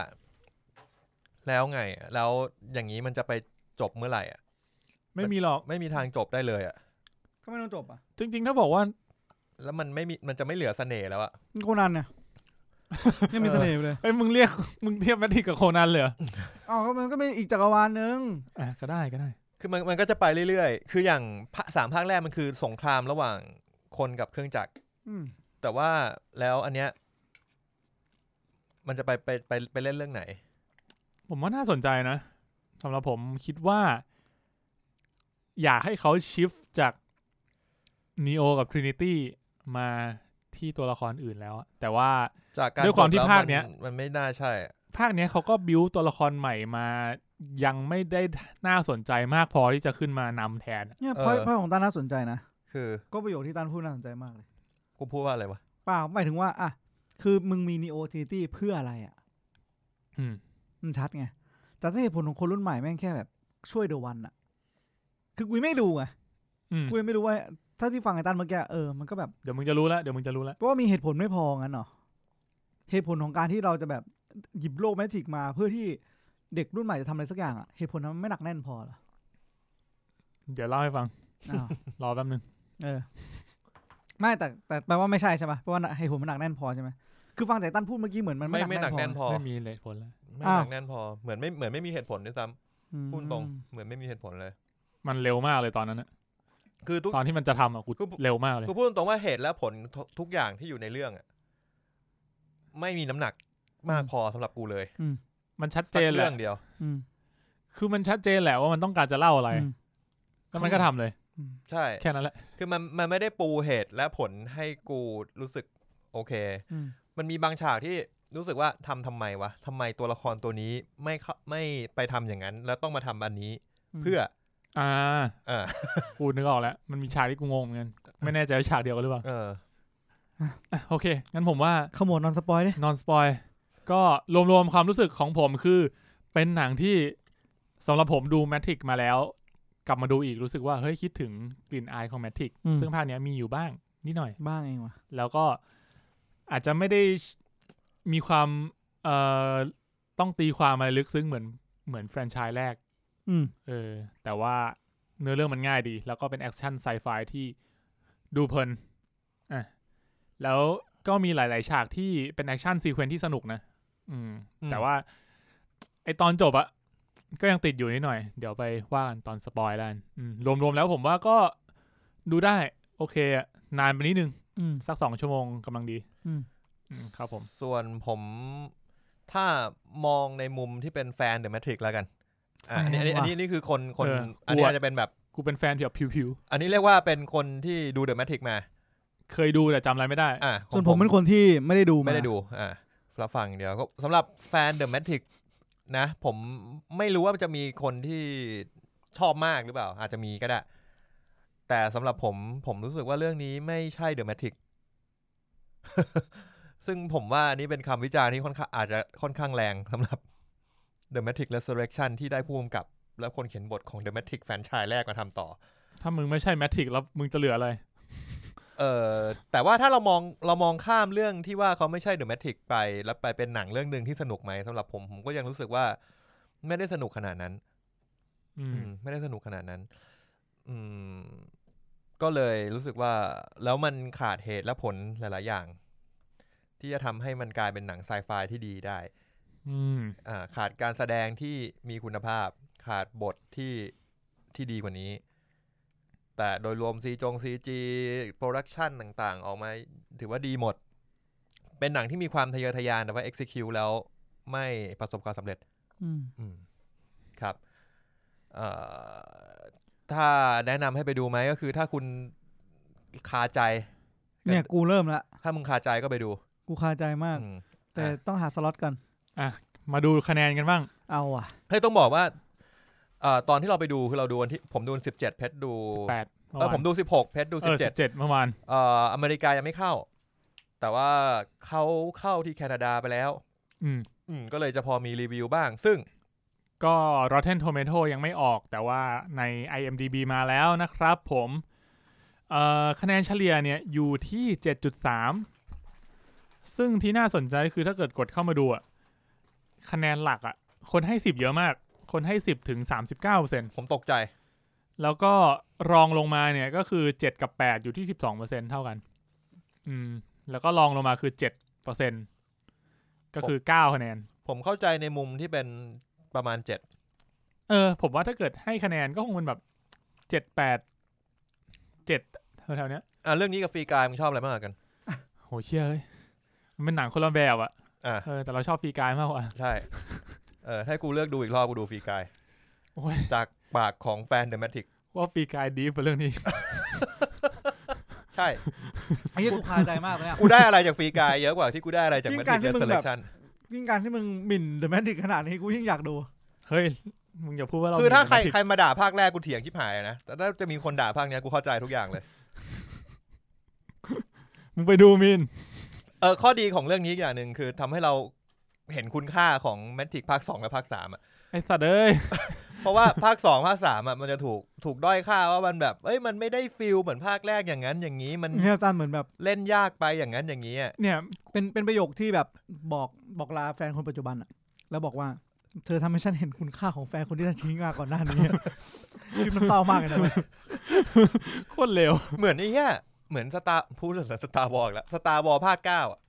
Speaker 2: แล้วไงอะแล้วอย่างนี้มันจะไปจบเมื่อไหร่อ่ะ
Speaker 3: ไม่มีหรอก
Speaker 2: ไม่มีทางจบได้เลยอ่ะ
Speaker 1: ก็ไม่ต้องจบอ่ะ
Speaker 3: จริง ๆ ถ้าบอกว่า
Speaker 2: แล้วมันไม่มีมันจะไม่เหลือเสน่ห์แล้วอะ
Speaker 1: โคนันเนี่ยยังมีเสน่ห์อยู่เลย
Speaker 3: เอ้ยมึงเรียก มึงเทียบแมทริกกับโคนันเลยเหรอ
Speaker 1: อ๋อก็มันก็เป็นอีกจักรวาลหนึง
Speaker 3: อ่ะก็ได้ก็ได้
Speaker 2: คือมันมันก็จะไปเรื่อยๆ คืออย่างภาคสามภาคแรกมันคือสงครามระหว่างคนกับเครื่องจักร
Speaker 1: อืม
Speaker 2: แต่ว่าแล้วอันเนี้ย มันจะไปไปไปไปเล่นเรื่องไหน
Speaker 3: ผมว่าน่าสนใจนะสำหรับผมคิดว่า อยากให้เขาชิฟจากนีโอกับทรินิตี้มาที่ตัวละครอื่นแล้วอะแต่ว่า
Speaker 2: จากการ
Speaker 3: ด้วยความ
Speaker 2: จบ
Speaker 3: ที่
Speaker 2: แล้
Speaker 3: ภาคเนี้ย
Speaker 2: มันไม่น่าใช่อะ
Speaker 3: ภาคเนี้ยเขาก็บิวตัวละครใหม่มายังไม่ได้น่าสนใจมากพอที่จะขึ้นมานำแทนอะ
Speaker 1: เนี่ยพอยพอยของต้านน่าสนใจนะ
Speaker 2: คือ
Speaker 1: ก็ประโยคที่ต้านพูดน่าสนใจมากเลย
Speaker 2: กูพูดว่าอะไรวะ
Speaker 1: เปล่าหมายถึงว่าอ่ะคือมึงมีนีโอทีตี้เพื่ออะไรอ่ะ
Speaker 3: อืม
Speaker 1: มันชัดไง แต่ถ้าเหตุผลของคนรุ่นใหม่แม่งแค่แบบช่วยเดอะวันอะคือกูยังไม่ดูไง
Speaker 3: อืม
Speaker 1: กูยังไม่รู้ว่า ถ้าที่ฟังไอ้ตันเมื่อกี้เออ มันก็แบบ
Speaker 3: เดี๋ยวมึงจะรู้แล้วเดี๋ยวมึงจะรู้แล้ว
Speaker 1: เพราะว่ามีเหตุผลไม่พองั้นเหรอ เหตุผลของการที่เราจะแบบหยิบโลกแมทริกมาเพื่อที่เด็กรุ่นใหม่จะทำอะไรสักอย่างอะเหตุผลนั้นมันไม่หนักแน่นพอเหรอ
Speaker 3: เดี๋ยวเล่าให้ฟั ง
Speaker 1: อ้าว
Speaker 3: รอแป๊บนึง
Speaker 1: เออ ไม่แต่แต่แปลว่าไม่ใช่ใช่ปะเพราะว่าเหตุผลมันหนักแน่นพอใช่ไหมคือฟังจากไอ้ตันพูดเมื่อกี้เหมือนมัน
Speaker 2: ไม่ไม่
Speaker 1: ไม่
Speaker 2: หนักแน่นพอ
Speaker 3: ไม่มีเลยผลแล้ว
Speaker 2: ไม่หนักแน่นพอ เหมือนไม่เหมือนไม่มีเหตุผลด้วยซ้
Speaker 1: อืม
Speaker 2: ำพูดตรง เหมือนไม่มีเหตุผลเลย
Speaker 3: มันเร็วมากเลยตอนนั้นอะ
Speaker 2: คือทุก
Speaker 3: ตอนที่มันจะทำอะกู
Speaker 2: คือ
Speaker 3: เร็วมากเลย
Speaker 2: คือพูดตรงๆว่าเหตุและผลทุกทุกอย่างที่อยู่ในเรื่องอะไม่มีน้ำหนักมากพอสำหรับกูเลย
Speaker 3: มันชัดเจ
Speaker 2: สัก
Speaker 3: นแห
Speaker 2: เรื่
Speaker 3: ละ
Speaker 2: องเดียว
Speaker 1: อืม
Speaker 3: คือมันชัดเจนแหละว่ามันต้องการจะเล่าอะไร
Speaker 1: อืม
Speaker 3: แล้วมันก็ทำเลย
Speaker 1: อืม
Speaker 2: ใช่
Speaker 3: แค่นั้นแหละ
Speaker 2: คือมันมันไม่ได้ปูเหตุและผลให้กูรู้สึกโอเค
Speaker 1: อืม
Speaker 2: มันมีบางฉากที่รู้สึกว่าทำทำไมวะทำไมตัวละครตัวนี้ไม่เข้าไม่ไปทำอย่างนั้น แล้วต้องมาทำอันนี้ เพื่อ
Speaker 3: อ่า
Speaker 2: เออ
Speaker 3: กูนึกออกแล้ว มันมีฉากที่กูงงเหมือนกันไม่แน่ใจว่าฉากเดียวกันหรือเปล่า
Speaker 2: เออ
Speaker 3: อ่ะโอเค งั้นผมว่า
Speaker 1: ขโมยนอนสปอยดิ
Speaker 3: นอนสปอยก็รวมๆความรู้สึกของผมคือเป็นหนังที่สำหรับผมดูแมทริกมาแล้ว กลับมาดูอีกรู้สึกว่า เฮ้ย คิดถึงกลิ่นอายของแมทริก
Speaker 1: อืม
Speaker 3: ซึ่งภาคเนี้ยมีอยู่บ้าง นิดหน่อย
Speaker 1: บ้างเองวะ
Speaker 3: แล้วก็อาจจะไม่ได้มีความเอ่อต้องตีความอะไรลึกซึ้งเหมือนเหมือนแฟรนไชส์แรก
Speaker 1: อืม
Speaker 3: เออ แต่ว่าเนื้อเรื่องมันง่ายดี แล้วก็เป็นแอคชั่นไซไฟที่ดูเพลินอ่ะแล้วก็มีหลาย ๆ ฉากที่เป็นแอคชั่นซีเควนซ์ที่สนุกนะ อืม
Speaker 2: อืม
Speaker 3: แต่ว่า ไอตอนจบอะก็ยังติดอยู่นิดหน่อย เดี๋ยวไปว่ากันตอนสปอยแล้วกันอืมรวม ๆ แล้วผมว่าก็ดูได้ โอเคอะนานไปนิดนึง
Speaker 1: อืม
Speaker 3: สักสองชั่วโมงกำลังดี
Speaker 1: อืม
Speaker 3: อืมครับผม
Speaker 2: ส่วนผมถ้ามองในมุมที่เป็นแฟนเดอะแมทริกแล้วกันอ่ะอันนี้อันนี้
Speaker 1: แฟนว่ะ
Speaker 2: อันนี้นี่คือคนคน
Speaker 3: เออ
Speaker 2: อันนี้
Speaker 3: กลัว
Speaker 2: อาจจะเป็นแบบ
Speaker 3: กูเป็นแฟนแบบผิว
Speaker 2: อันนี้เรียกว่าเป็นคนที่ดูเดอะแมทริกมา
Speaker 3: ๆ เคยดูแต่จำอะไรไม่ได้
Speaker 2: อ่ะของ
Speaker 1: ส่วนผมเป็นคนที่ไม่ได้ดูา
Speaker 2: ไม่ได้ดูอ่ะรับฟังอย่างเดียวก็สำหรับแฟนเดอะแมทริกนะ ผมไม่รู้ว่าจะมีคนที่ชอบมากหรือเปล่า อาจจะมีก็ได้ แต่สำหรับผมผมรู้สึกว่าเรื่องนี้ไม่ใช่เดอะแมทริก ซึ่งผมว่านี่เป็นคำวิจารณ์ที่ค่อนข้างอาจจะค่อนข้างแรงสำหรับ The Matrix Resurrection ที่ได้ผู้กำกับ และคนเขียนบทของ The Matrix แฟนชายแรกมาทำต่อ
Speaker 3: ถ้ามึงไม่ใช่แมทริกแล้วมึงจะเหลืออะไร
Speaker 2: เออแต่ว่าถ้าเรามองเรามองข้ามเรื่องที่ว่าเขาไม่ใช่เดอะแมทริกไป แล้วไปเป็นหนังเรื่องหนึ่งที่สนุกไหมสำหรับผมผมก็ยังรู้สึกว่า ไม่ได้สนุกขนาดนั้น
Speaker 3: อื
Speaker 2: อื
Speaker 3: ม
Speaker 2: ม ไม่ได้สนุกขนาดนั้น อืม ก็เลยรู้สึกว่า แล้วมันขาดเหตุและผลหลาย ๆ อย่าง ที่จะทำให้มันกลายเป็นหนังไซไฟที่ดีได้
Speaker 3: อืม
Speaker 2: อ่าขาดการแสดงที่มีคุณภาพ ขาดบทที่ที่ดีกว่านี้ แต่โดยรวมซีจงซีจีโปรดักชันต่างๆ ออกมาถือว่าดีหมด เป็นหนังที่มีความทะเยอทะยานแต่ว่า execute แล้วไม่ประสบความสำเร็จ
Speaker 1: อืม
Speaker 2: อืมครับเอ่อถ้าแนะนำให้ไปดูไหมก็คือถ้าคุณคาใจ
Speaker 1: เนี่ยกูเริ่มละ
Speaker 2: ถ้ามึงคาใจก็ไปดู
Speaker 1: กูคาใจมาก
Speaker 2: อืม
Speaker 1: แต่
Speaker 2: อ่ะ
Speaker 1: ต้องหาสล็อตก่อน
Speaker 3: มาดูคะแนนกันบ้าง
Speaker 1: เอาอ่ะ
Speaker 2: เฮ้ยต้องบอกว่าเอ่อตอนที่เราไปดูคือเราดูวันที่ผมดูสิบเจ็ดเพชรดู
Speaker 3: 18เมื่
Speaker 2: เอ
Speaker 3: อ
Speaker 2: อ
Speaker 3: วา
Speaker 2: ผ
Speaker 3: น
Speaker 2: มดู 16 เพชรดู
Speaker 3: เออ
Speaker 2: 17
Speaker 3: 17 เมื่อวาน
Speaker 2: เอ่ออเมริกายังไม่เข้า แต่ว่าเขาเข้าที่แคนาดาไปแล้ว
Speaker 3: อืม
Speaker 2: อืมก็เลยจะพอมีรีวิวบ้าง ซึ่ง
Speaker 3: ก็ Rotten Tomato ยังไม่ออก แต่ว่าใน IMDB มาแล้วนะครับผมเอ่อคะแนนเฉลี่ยเนี่ยอยู่ที่ 7.3 ซึ่งที่น่าสนใจคือถ้าเกิดกดเข้ามาดูอะคะแนนหลักอะคนให้ 10 เยอะมาก คนให้ 10 ถึง 39%
Speaker 2: ผมตกใจ
Speaker 3: แล้วก็รองลงมาเนี่ยก็คือ 7 กับ 8 อยู่ที่ 12%เท่ากัน อืม แล้วก็รองลงมาคือ 7%ก็คือ 9 คะแนน
Speaker 2: ผมเข้าใจในมุมที่เป็นประมาณ 7
Speaker 3: เออผมว่าถ้าเกิดให้คะแนนก็คงเป็นแบบเจ็ดแปดเจ็ดแถวๆเนี้ย
Speaker 2: อ่ะเรื่องนี้กับฟรีกายมึงชอบอะไรมากกว่ากัน
Speaker 3: โห เชี่ยเอ้ยมันเป็นหนังคนละแบบอะ
Speaker 2: อ่ะ
Speaker 3: เออแต่เราชอบฟรีกายมากกว่า
Speaker 2: ใช่ เออถ้าให้กูเลือกดูอีกรอบกูดูฟรีกาย
Speaker 3: โอ้ย
Speaker 2: จากปากของแฟนเดอะแมทริก
Speaker 3: ว่าฟรีกายดีฟเป็นเรื่องนี้
Speaker 2: ใช่
Speaker 1: ไอ้เหี้ยกูคาใจมากเลยอะ
Speaker 2: กูได้อะไรจากฟรีกายเยอะกว่าที่กูได้อะไรจากแมทริกเดอะเซเลคชั่น
Speaker 1: ยิ่งการที่มึงหมิ่นเดอะแมทริกขนาดนี้กูยิ่งอยากดู
Speaker 3: เฮ้ย มึงอย่าพูดว่าเรา
Speaker 2: คือถ้า
Speaker 3: ห
Speaker 2: ใคร
Speaker 3: มิ่น
Speaker 2: ใครมาด่าภาคแรกกูเถียงชิบหายนะแต่ถ้าจะมีคนด่าภาคเนี้ยกูเข้าใจทุกอย่างเลย
Speaker 3: มึงไปดูมิน
Speaker 2: เออข้อดีของเรื่องนี้อีกอย่างหนึ่งคือทำให้เราเห็นคุณค่าของแมทริกภาคสองและภาคสามอะ
Speaker 3: ไอ้สัตว์เอ้ย
Speaker 2: เพราะว่าภาคสองภาคสามอ่ะมันจะถูกถูกด้อยค่าว่ามันแบบเอ้ยมันไม่ได้ฟิลเหมือนภาคแรกอย่างนั้นอย่างนี้มัน
Speaker 1: เนี่ยตานเหมือนแบบ
Speaker 2: เล่นยากไปอย่างนั้นอย่างนี้อ่ะ
Speaker 3: เนี่ย
Speaker 1: เป็นเป็นประโยคที่แบบบอกบอกลาแฟนคนปัจจุบันอะแล้วบอกว่า เธอทำให้ฉันเห็นคุณค่าของแฟนคนที่ฉันทิ้งมาก่อนหน้านี้อะ คือมันเศร้ามากเลยนะเว้ย
Speaker 3: โคตรเร็ว
Speaker 2: เหมือนไอ้เนี้ยเหมือนสตาพูดเรื่องสตาร์วอลแล้วสตาร์วอลภาคเก้าอ่ะ